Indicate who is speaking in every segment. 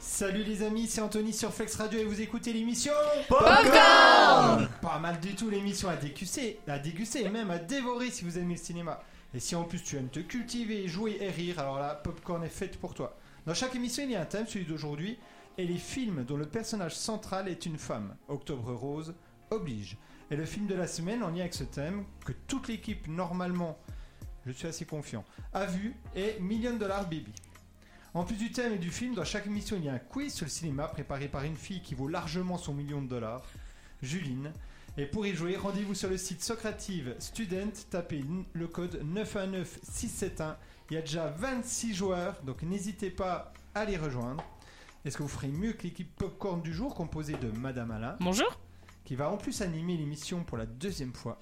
Speaker 1: Salut les amis, c'est Anthony sur Flex Radio et vous écoutez l'émission
Speaker 2: Popcorn
Speaker 1: Pas mal du tout l'émission à déguster, à déguster et même à dévorer si vous aimez le cinéma. Et si en plus tu aimes te cultiver, jouer et rire, alors là, Popcorn est faite pour toi. Dans chaque émission, il y a un thème, celui d'aujourd'hui, et les films dont le personnage central est une femme. Octobre Rose oblige. Et le film de la semaine en lien avec ce thème, que toute l'équipe normalement, je suis assez confiant, a vu, est Million Dollar Baby. En plus du thème et du film, dans chaque émission, il y a un quiz sur le cinéma préparé par une fille qui vaut largement son million de dollars, Juline. Et pour y jouer, rendez-vous sur le site Socrative Student, tapez n- le code 919671. Il y a déjà 26 joueurs, donc n'hésitez pas à les rejoindre. Est-ce que vous ferez mieux que l'équipe Popcorn du jour composée de Madame Alain
Speaker 2: Bonjour.
Speaker 1: qui va en plus animer l'émission pour la deuxième fois,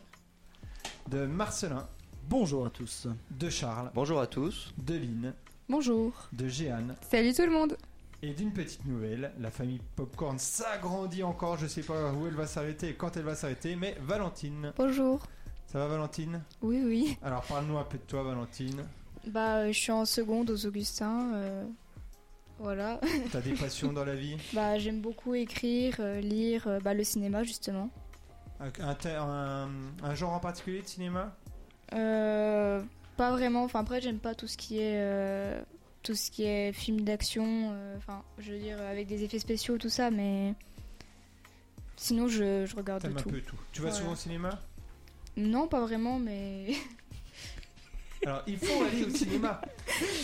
Speaker 1: de Marcelin,
Speaker 3: Bonjour à tous.
Speaker 1: de Charles,
Speaker 4: Bonjour à tous.
Speaker 1: de Lynn,
Speaker 5: Bonjour.
Speaker 1: de Jeanne
Speaker 5: Salut tout le monde.
Speaker 1: Et d'une petite nouvelle, la famille Popcorn s'agrandit encore, je sais pas où elle va s'arrêter et quand elle va s'arrêter, mais Valentine.
Speaker 5: Bonjour.
Speaker 1: Ça va Valentine
Speaker 5: Oui, oui.
Speaker 1: Alors parle-nous un peu de toi Valentine.
Speaker 5: Bah, euh, je suis en seconde aux Augustins. euh, voilà.
Speaker 1: T'as des passions dans la vie
Speaker 5: Bah, j'aime beaucoup écrire, euh, lire, euh, bah, le cinéma justement.
Speaker 1: un, thé- un- un genre en particulier de cinéma
Speaker 5: Euh, pas vraiment. Enfin, après, j'aime pas tout ce qui est. euh, tout ce qui est film d'action, euh, enfin, je veux dire, avec des effets spéciaux, tout ça, mais. Sinon, je, je regarde
Speaker 1: T'aimes
Speaker 5: de
Speaker 1: un
Speaker 5: tout.
Speaker 1: peu tout. Tu vas
Speaker 5: Voilà.
Speaker 1: souvent au cinéma
Speaker 5: Non, pas vraiment, mais.
Speaker 1: Alors il faut aller au cinéma.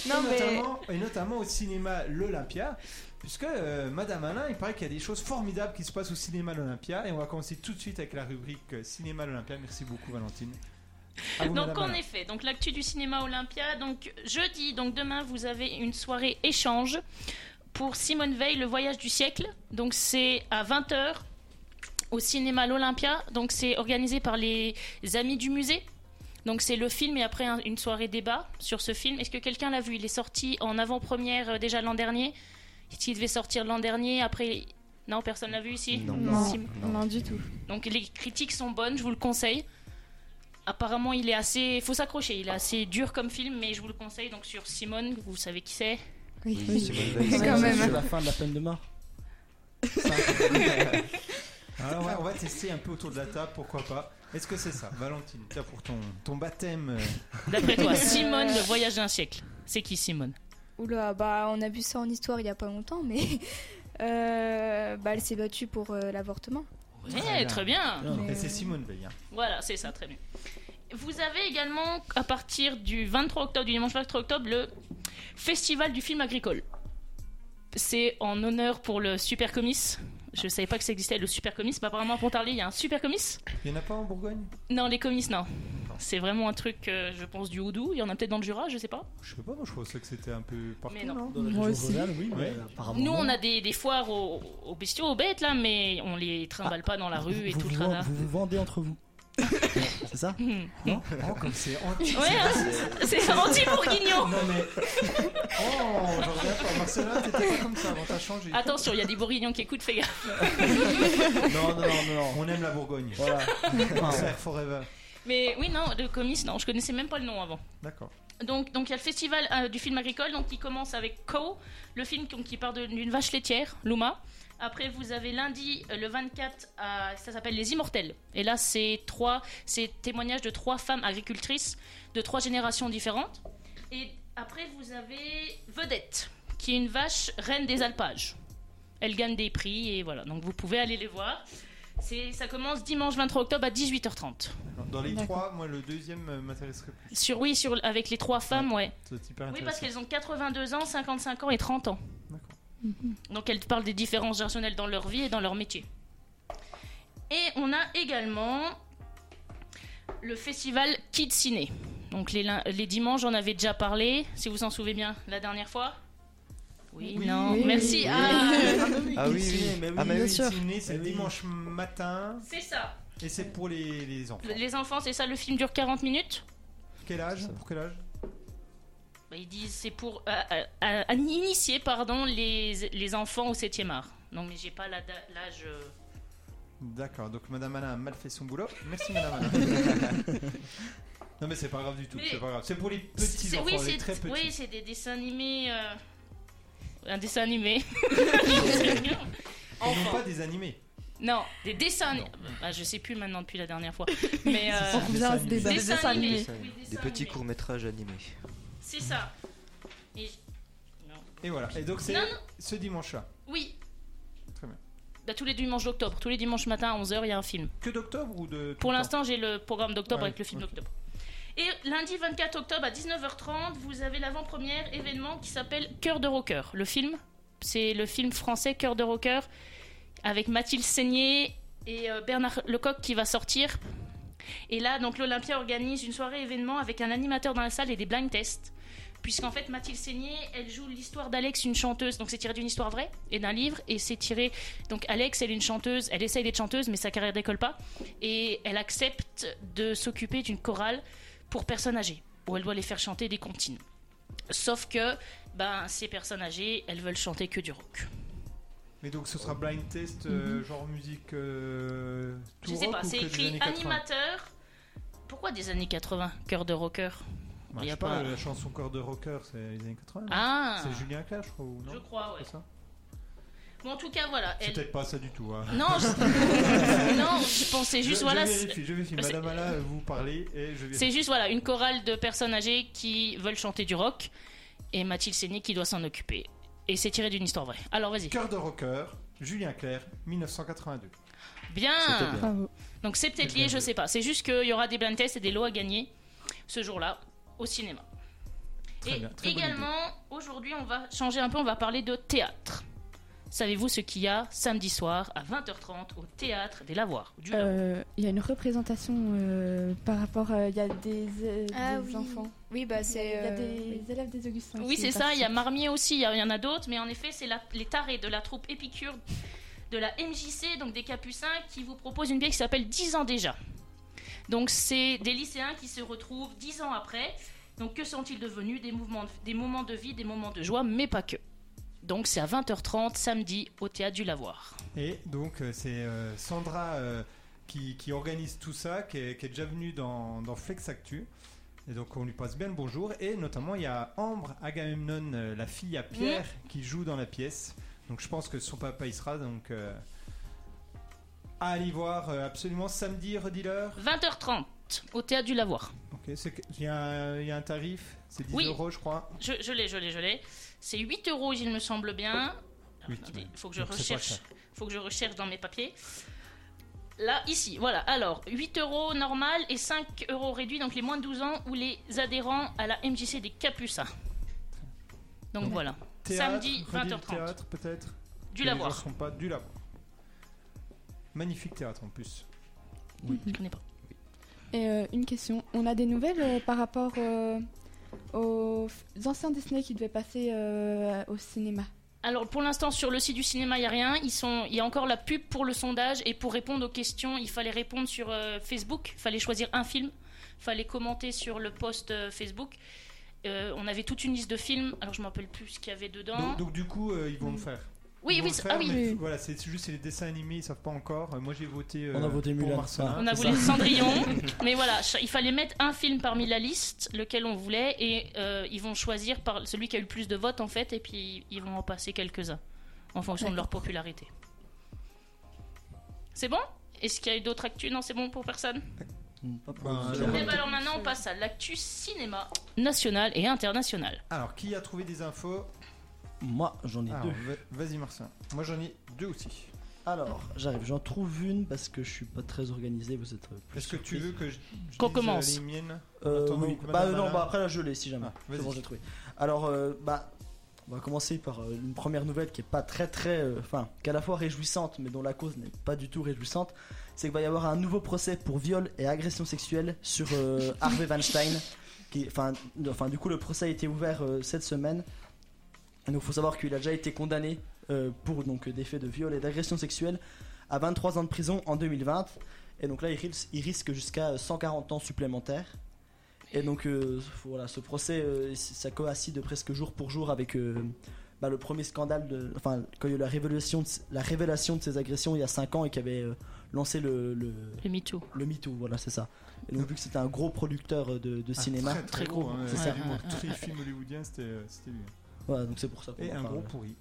Speaker 5: Non,
Speaker 1: et,
Speaker 5: mais-
Speaker 1: notamment, et notamment au cinéma l'Olympia, puisque euh, Madame Alain, il paraît qu'il y a des choses formidables qui se passent au cinéma l'Olympia, et on va commencer tout de suite avec la rubrique euh, cinéma l'Olympia. Merci beaucoup Valentine. À vous,
Speaker 2: Donc
Speaker 1: Madame
Speaker 2: en
Speaker 1: Alain.
Speaker 2: effet, donc l'actu du cinéma Olympia, donc jeudi, donc demain vous avez une soirée échange pour Simone Veil, le voyage du siècle. Donc c'est à 20h au cinéma l'Olympia. Donc c'est organisé par les amis du musée. Donc c'est le film et après un- une soirée débat sur ce film. Est-ce que quelqu'un l'a vu Il est sorti en avant-première euh, déjà l'an dernier. Il devait sortir l'an dernier après Non, personne l'a vu ici.
Speaker 4: Non.
Speaker 2: Si.
Speaker 5: du tout.
Speaker 2: Donc les critiques sont bonnes, je vous le conseille. Apparemment, il est assez. Faut s'accrocher, il est assez dur comme film, mais je vous le conseille. Donc sur Simone, vous savez qui c'est.
Speaker 4: Oui, Simone Veil,
Speaker 5: Quand
Speaker 4: c'est-
Speaker 5: même.
Speaker 3: C'est la fin de la peine de mort.
Speaker 1: Alors, ouais, Ah, on va tester un peu autour de la table, pourquoi pas. Est-ce que c'est ça Valentine, tiens pour ton, ton baptême. euh,
Speaker 2: D'après toi, Simone, le voyage d'un siècle. C'est qui Simone
Speaker 5: Oula, bah on a vu ça en histoire il y a pas longtemps, mais euh, bah elle s'est battue pour euh, l'avortement.
Speaker 2: Eh,
Speaker 1: Très bien.
Speaker 2: très bien.
Speaker 5: Mais-
Speaker 1: Et c'est Simone Veil. hein.
Speaker 2: Voilà, c'est ça, très bien. Vous avez également, à partir du 23 octobre, du dimanche 23 octobre, le Festival du film agricole. C'est en honneur pour le Super Comice. Je savais pas que ça existait, le Super Comice. Mais apparemment, à Pontarlier, il y a un Super Comice.
Speaker 1: Il n'y en a pas en Bourgogne
Speaker 2: Non, les comices, non. C'est vraiment un truc, euh, je pense, du houdou. Il y en a peut-être dans le Jura, je sais pas.
Speaker 1: Je sais pas, moi je pensais que c'était un peu partout.
Speaker 2: Mais non.
Speaker 1: non
Speaker 3: Dans la
Speaker 5: Moi
Speaker 3: région
Speaker 5: aussi.
Speaker 3: rurale, oui, mais
Speaker 1: Ouais.
Speaker 3: apparemment.
Speaker 2: Nous,
Speaker 3: non.
Speaker 2: on a des, des foires aux, aux bestiaux, aux bêtes, là, mais on les trimballe pas dans la rue et
Speaker 3: Ah. vous,
Speaker 2: tout le
Speaker 3: vous,
Speaker 2: tralala.
Speaker 3: vous vous vendez entre vous. c'est ça
Speaker 2: Hmm.
Speaker 1: Oh, comme c'est anti.
Speaker 2: Ouais, hein, c'est anti-bourguignon
Speaker 1: Non mais. Oh, j'en reviens pas. Marcelin, t'étais pas comme ça avant, t'as changé.
Speaker 2: Attention, il y a des bourguignons qui écoutent, fais gaffe.
Speaker 1: Non, non, non, non. On aime la Bourgogne.
Speaker 3: Voilà.
Speaker 1: Cancer forever.
Speaker 2: Mais oui, non, le comice, non, je connaissais même pas le nom avant.
Speaker 1: D'accord.
Speaker 2: Donc, donc il y a le festival euh, du film agricole, donc qui commence avec Co, le film qui, qui part de- d'une vache laitière, Luma. Après, vous avez lundi euh, le 24, à- ça s'appelle Les Immortels. Et là, c'est trois, c'est témoignage de trois femmes agricultrices de trois générations différentes. Et après, vous avez Vedette, qui est une vache reine des alpages. Elle gagne des prix et voilà. Donc vous pouvez aller les voir. C'est, ça commence dimanche 23 octobre à 18h30.
Speaker 1: Dans les
Speaker 5: D'accord.
Speaker 1: trois, moi le deuxième euh, m'intéresserait plus.
Speaker 2: Sur oui, sur avec les trois femmes, ouais.
Speaker 1: C'est hyper
Speaker 2: Oui, parce qu'elles ont
Speaker 1: intéressant.
Speaker 2: 82 ans, 55 ans et 30 ans.
Speaker 1: D'accord.
Speaker 5: Mhm.
Speaker 2: Donc elles parlent des différences générationnelles dans leur vie et dans leur métier. Et on a également le festival Kids Ciné. Donc les, lin- les dimanches, j'en avais déjà parlé, si vous en souvenez bien, la dernière fois. Oui,
Speaker 1: Oui.
Speaker 2: non,
Speaker 5: Oui.
Speaker 2: merci.
Speaker 5: Oui.
Speaker 2: Ah,
Speaker 4: Ah oui, oui. Ah, mais oui.
Speaker 1: Le ciné, c'est
Speaker 3: Mais oui.
Speaker 1: dimanche matin
Speaker 2: c'est ça.
Speaker 1: et c'est pour les, les enfants.
Speaker 2: Les enfants, c'est ça, le film dure 40 minutes.
Speaker 1: Quel âge Pour quel âge
Speaker 2: Bah, ils disent c'est pour euh, euh, euh, initier pardon, les, les enfants au 7e art. Non, mais j'ai pas la da- l'âge. euh,
Speaker 1: D'accord, donc Madame Alain a mal fait son boulot. Merci Madame Alain. non mais c'est pas grave du tout,
Speaker 2: Mais-
Speaker 1: c'est pas grave. C'est pour les
Speaker 2: C'est-
Speaker 1: petits
Speaker 2: c'est-
Speaker 1: enfants,
Speaker 2: oui,
Speaker 1: les
Speaker 2: c'est
Speaker 1: très petits.
Speaker 2: oui, c'est des dessins animés. euh, un dessin animé.
Speaker 1: Et non pas des animés.
Speaker 2: Non, des dessins. ani- Bah, je sais plus maintenant depuis la dernière fois. Mais euh,
Speaker 6: On revient à ce débat.
Speaker 2: Des dessins animés.
Speaker 4: Des
Speaker 2: Oui, dessins
Speaker 4: petits
Speaker 2: animés.
Speaker 4: courts-métrages animés.
Speaker 2: c'est ça. Et-
Speaker 1: Et voilà. Et donc c'est
Speaker 2: Non,
Speaker 1: ce dimanche-là.
Speaker 2: Oui.
Speaker 1: Très bien.
Speaker 2: Bah, tous les dimanches d'octobre, tous les dimanches matin à 11h, il y a un film.
Speaker 1: Que d'octobre ou de. tout
Speaker 2: Pour
Speaker 1: le temps
Speaker 2: l'instant, j'ai le programme d'octobre
Speaker 1: Ouais,
Speaker 2: avec le film
Speaker 1: ok.
Speaker 2: d'octobre. Et lundi 24 octobre à 19h30, vous avez l'avant-première événement qui s'appelle Cœur de rocker. Le film, c'est le film français Cœur de rocker avec Mathilde Seigné et euh, Bernard Lecoq qui va sortir. Et là, donc l'Olympia organise une soirée événement avec un animateur dans la salle et des blind tests. Puisqu'en fait, Mathilde Seigné, elle joue l'histoire d'Alex, une chanteuse. Donc, c'est tiré d'une histoire vraie et d'un livre. Et c'est tiré. Donc, Alex, elle est une chanteuse. Elle essaye d'être chanteuse, mais sa carrière décolle pas et elle accepte de s'occuper d'une chorale pour personnes âgées, où elle doit les faire chanter des comptines. Sauf que ben, ces personnes âgées, elles veulent chanter que du rock.
Speaker 1: Mais donc ce sera
Speaker 2: Oh.
Speaker 1: blind test, euh, genre musique. Euh, tout
Speaker 2: Mm-hmm. Je sais
Speaker 1: rock
Speaker 2: pas,
Speaker 1: ou
Speaker 2: c'est
Speaker 1: que des
Speaker 2: écrit
Speaker 1: années 80?
Speaker 2: animateur. Pourquoi des années 80 Cœur de rocker
Speaker 1: Bah,
Speaker 2: Il y
Speaker 1: je
Speaker 2: a
Speaker 1: sais pas,
Speaker 2: pas-
Speaker 1: la chanson Cœur de Rocker, c'est les années 80.
Speaker 2: Ah
Speaker 1: C'est Julien Clerc, je crois, ou non
Speaker 2: Je crois, ouais.
Speaker 1: C'est ça
Speaker 2: Bon, en tout cas, voilà.
Speaker 1: C'est
Speaker 2: Elle...
Speaker 1: peut-être pas ça du tout. hein.
Speaker 2: Non, je... non, je pensais
Speaker 1: Je-
Speaker 2: juste,
Speaker 1: je,
Speaker 2: voilà. c'est-
Speaker 1: vérifie, je vérifie.
Speaker 2: c'est-
Speaker 1: Madame Alla, vous parlez et je vérifie.
Speaker 2: C'est juste voilà une chorale de personnes âgées qui veulent chanter du rock et Mathilde Seigné qui doit s'en occuper. Et c'est tiré d'une histoire vraie. Alors vas-y.
Speaker 1: Cœur de Rocker, Julien Clerc, 1982.
Speaker 2: bien.
Speaker 4: C'était bien.
Speaker 6: Bravo.
Speaker 2: Donc c'est peut-être
Speaker 1: C'est bien
Speaker 2: lié, je
Speaker 1: joué.
Speaker 2: sais pas. C'est juste qu'il y aura des blind tests et des lots à gagner ce jour-là au cinéma.
Speaker 1: Très
Speaker 2: et
Speaker 1: bien, très bonne
Speaker 2: également, aujourd'hui, on va changer un peu, on va parler de théâtre. Savez-vous ce qu'il y a samedi soir à 20h30 au théâtre des Lavoirs du Havre
Speaker 6: Euh, Il y a une représentation euh, par rapport. à- Il y a des, euh,
Speaker 5: Ah
Speaker 6: des
Speaker 5: oui.
Speaker 6: enfants.
Speaker 5: Oui, bah
Speaker 6: Il y
Speaker 5: c'est.
Speaker 6: a
Speaker 5: euh,
Speaker 6: des
Speaker 5: oui.
Speaker 6: élèves des Augustins.
Speaker 2: Oui,
Speaker 6: qui
Speaker 2: c'est ça, il y a
Speaker 6: participent.
Speaker 2: Marmier aussi, il y a- il y en a d'autres, mais en effet, c'est la- les tarés de la troupe Épicure de la MJC, donc des Capucins, qui vous propose une pièce qui s'appelle 10 ans déjà. Donc, c'est des lycéens qui se retrouvent 10 ans après. Donc, que sont-ils devenus des, mouvements de- des moments de vie, des moments de joie, mais pas que. Donc, c'est à 20h30 samedi au théâtre du Lavoir.
Speaker 1: Et donc, euh, c'est euh, Sandra euh, qui, qui organise tout ça, qui est, qui est déjà venue dans, dans Flex Actu. Et donc, on lui passe bien le bonjour. Et notamment, il y a Ambre Agamemnon, euh, la fille à Pierre,
Speaker 2: Mm.
Speaker 1: qui joue dans la pièce. Donc, je pense que son papa y sera. Donc, euh, à aller voir euh, absolument samedi, redis-leur.
Speaker 2: 20h30 au théâtre du Lavoir.
Speaker 1: Ok, c'est que- il y, a un- il y a un tarif, c'est 10
Speaker 2: Oui.
Speaker 1: euros, je crois.
Speaker 2: Je, je l'ai, je l'ai, je l'ai. C'est 8 euros, il me semble bien.
Speaker 1: Huit,
Speaker 2: Attendez,
Speaker 1: ouais.
Speaker 2: faut que je
Speaker 1: Donc, c'est pas
Speaker 2: recherche.
Speaker 1: cher.
Speaker 2: Faut que je recherche dans mes papiers. Là, ici, voilà. Alors, 8 euros normal et 5 euros réduits, donc les moins de 12 ans ou les adhérents à la MJC des Capucins. Donc
Speaker 1: Donc,
Speaker 2: voilà,
Speaker 1: Théâtre,
Speaker 2: Samedi,
Speaker 1: redis le
Speaker 2: 20h30.
Speaker 1: Théâtre, peut-être.
Speaker 2: du
Speaker 1: Que les gens
Speaker 2: l'avoir.
Speaker 1: sont pas du l'avoir. Magnifique théâtre en plus.
Speaker 2: Je connais pas.
Speaker 6: Et euh, une question, on a des nouvelles euh, par rapport euh, aux f- anciens Disney qui devaient passer euh, au cinéma.
Speaker 2: Alors pour l'instant sur le site du cinéma il y a rien, ils sont il y a encore la pub pour le sondage et pour répondre aux questions, il fallait répondre sur euh, Facebook, il fallait choisir un film, il fallait commenter sur le post euh, Facebook. Euh, on avait toute une liste de films, alors je me rappelle plus ce qu'il y avait dedans.
Speaker 1: Donc, donc, du coup, euh, ils vont le faire.
Speaker 2: oui
Speaker 1: Ils vont
Speaker 2: oui,
Speaker 1: le
Speaker 2: c'est-
Speaker 1: faire,
Speaker 2: ah oui.
Speaker 1: mais
Speaker 6: Oui.
Speaker 1: Voilà, c'est c'est juste c'est les dessins animés, ils savent pas encore. Euh, Moi, j'ai voté. euh,
Speaker 3: On a voté
Speaker 1: pour
Speaker 3: Mulan.
Speaker 1: Marcelin.
Speaker 3: Ah,
Speaker 2: On a
Speaker 3: c'est
Speaker 2: voulu
Speaker 3: ça.
Speaker 2: Cendrillon, mais voilà, ch- il fallait mettre un film parmi la liste, lequel on voulait, et euh, ils vont choisir par celui qui a eu le plus de votes en fait, et puis ils vont en passer quelques-uns en fonction de leur popularité. C'est bon Est-ce qu'il y a eu d'autres actus Non, c'est bon pour personne.
Speaker 3: Hmm, Pas pour
Speaker 1: Bah,
Speaker 3: vous.
Speaker 1: alors-
Speaker 2: Eh ben alors maintenant, on passe à l'actu cinéma national et international.
Speaker 1: Alors, qui a trouvé des infos
Speaker 3: Moi, j'en ai
Speaker 1: Alors,
Speaker 3: deux.
Speaker 1: va- Vas-y, Marcelin. Moi, j'en ai deux aussi.
Speaker 3: Alors, j'arrive, j'en trouve une parce que je suis pas très organisé, vous êtes euh, plus.
Speaker 1: Est-ce que tu
Speaker 3: surpris.
Speaker 1: veux que je, je
Speaker 2: Qu'on
Speaker 1: dise, euh,
Speaker 2: commence.
Speaker 1: les miennes
Speaker 3: Euh,
Speaker 1: Attends,
Speaker 3: oui.
Speaker 1: donc, Madame
Speaker 3: Bah euh,
Speaker 1: Alain.
Speaker 3: non, bah après là je l'ai si jamais.
Speaker 1: Ah,
Speaker 3: C'est
Speaker 1: vas-y.
Speaker 3: bon, j'ai trouvé. Alors euh, bah on va commencer par euh, une première nouvelle qui est pas très très, euh, enfin qui est à la fois réjouissante mais dont la cause n'est pas du tout réjouissante, c'est qu'il va y avoir un nouveau procès pour viol et agression sexuelle sur euh, Harvey Weinstein. Qui, enfin, non, enfin du coup le procès a été ouvert euh, cette semaine. Et donc faut savoir qu'il a déjà été condamné euh, pour donc des faits de viol et d'agression sexuelle à 23 ans de prison en 2020. Et donc là il risque, il risque jusqu'à 140 ans supplémentaires. Et donc euh, voilà, ce procès, euh, c- ça coïncide presque jour pour jour avec euh, bah, le premier scandale, de, enfin quand il y a eu la révélation, de, la révélation de ces agressions il y a 5 ans et qui avait euh, lancé le, le,
Speaker 2: Le MeToo.
Speaker 3: le MeToo, voilà c'est ça. Et donc vu que c'était un gros producteur euh, de, de
Speaker 1: Un
Speaker 3: cinéma,
Speaker 1: Ah, Très, très,
Speaker 2: Très
Speaker 1: gros.
Speaker 2: gros,
Speaker 1: hein,
Speaker 2: c'est
Speaker 1: c'est
Speaker 2: ça.
Speaker 1: l'humour. Tous les films hollywoodiens, c'était euh, c'était lui.
Speaker 3: Voilà, donc c'est pour ça qu'on
Speaker 1: Et
Speaker 3: en
Speaker 1: un
Speaker 3: parle.
Speaker 1: gros pourri.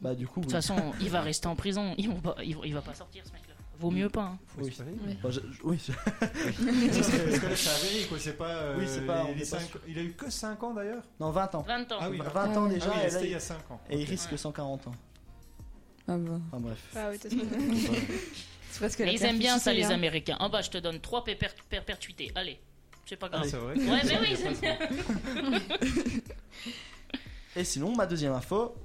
Speaker 3: Bah, du coup,
Speaker 2: De toute
Speaker 3: oui.
Speaker 2: façon, il va rester en prison. Ils vont pas- ils vont- il va pas sortir, ce mec-là. Vaut mieux pas. hein.
Speaker 1: Faut
Speaker 3: Oui.
Speaker 1: espérer.
Speaker 3: Bah, je- je- oui, je-
Speaker 1: Parce que- parce que là, c'est avéré, quoi. C'est pas. euh,
Speaker 3: Oui, c'est pas-
Speaker 1: les-
Speaker 3: on
Speaker 1: les
Speaker 3: est pas
Speaker 1: cinq- Il a eu que 5 ans d'ailleurs.
Speaker 3: 20 ans.
Speaker 2: 20 ans.
Speaker 1: Ah oui,
Speaker 3: Bah,
Speaker 1: vingt
Speaker 3: 20 ans
Speaker 6: ans.
Speaker 1: Ah
Speaker 3: déjà,
Speaker 1: oui,
Speaker 3: et, là,
Speaker 1: c'était il
Speaker 3: il-
Speaker 1: y a 5 ans.
Speaker 3: et il risque
Speaker 2: Ouais.
Speaker 3: 140 ans.
Speaker 7: Ah bah,
Speaker 3: Enfin bref.
Speaker 5: Ah ouais, t'as trouvé.
Speaker 7: c'est presque la
Speaker 2: Mais ils aiment bien ça, les
Speaker 7: perfidité, hein.
Speaker 2: Américains. Ah bah, je te donne 3 perpétuités. Allez, c'est pas
Speaker 1: Ah,
Speaker 2: grave.
Speaker 1: c'est vrai.
Speaker 2: Ouais, mais oui, c'est
Speaker 3: Et sinon, ma deuxième info,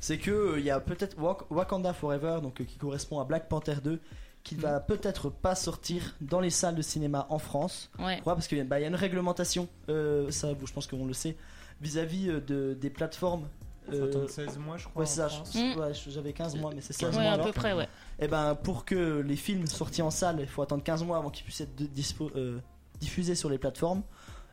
Speaker 3: c'est que euh, il y a peut-être Wak- Wakanda Forever, donc euh, qui correspond à Black Panther 2, qui va
Speaker 2: Mm.
Speaker 3: peut-être pas sortir dans les salles de cinéma en France.
Speaker 2: Ouais.
Speaker 3: Pourquoi Parce qu'il y, a- bah, il y a une réglementation, euh, ça vous- je pense qu'on le sait, vis-à-vis euh, de, des plateformes.
Speaker 1: Faut
Speaker 3: euh,
Speaker 1: attendre 16 mois, je crois.
Speaker 3: ouais,
Speaker 1: en
Speaker 3: c'est ça,
Speaker 1: France.
Speaker 3: je-
Speaker 2: Mm.
Speaker 3: ouais, je- j'avais 15 mois, mais c'est 16
Speaker 2: Ouais,
Speaker 3: mois.
Speaker 2: à
Speaker 3: alors.
Speaker 2: peu près, ouais.
Speaker 3: Et ben pour que les films sortis en salle, il faut attendre 15 mois avant qu'ils puissent être de- dispo- euh, diffusés sur les plateformes.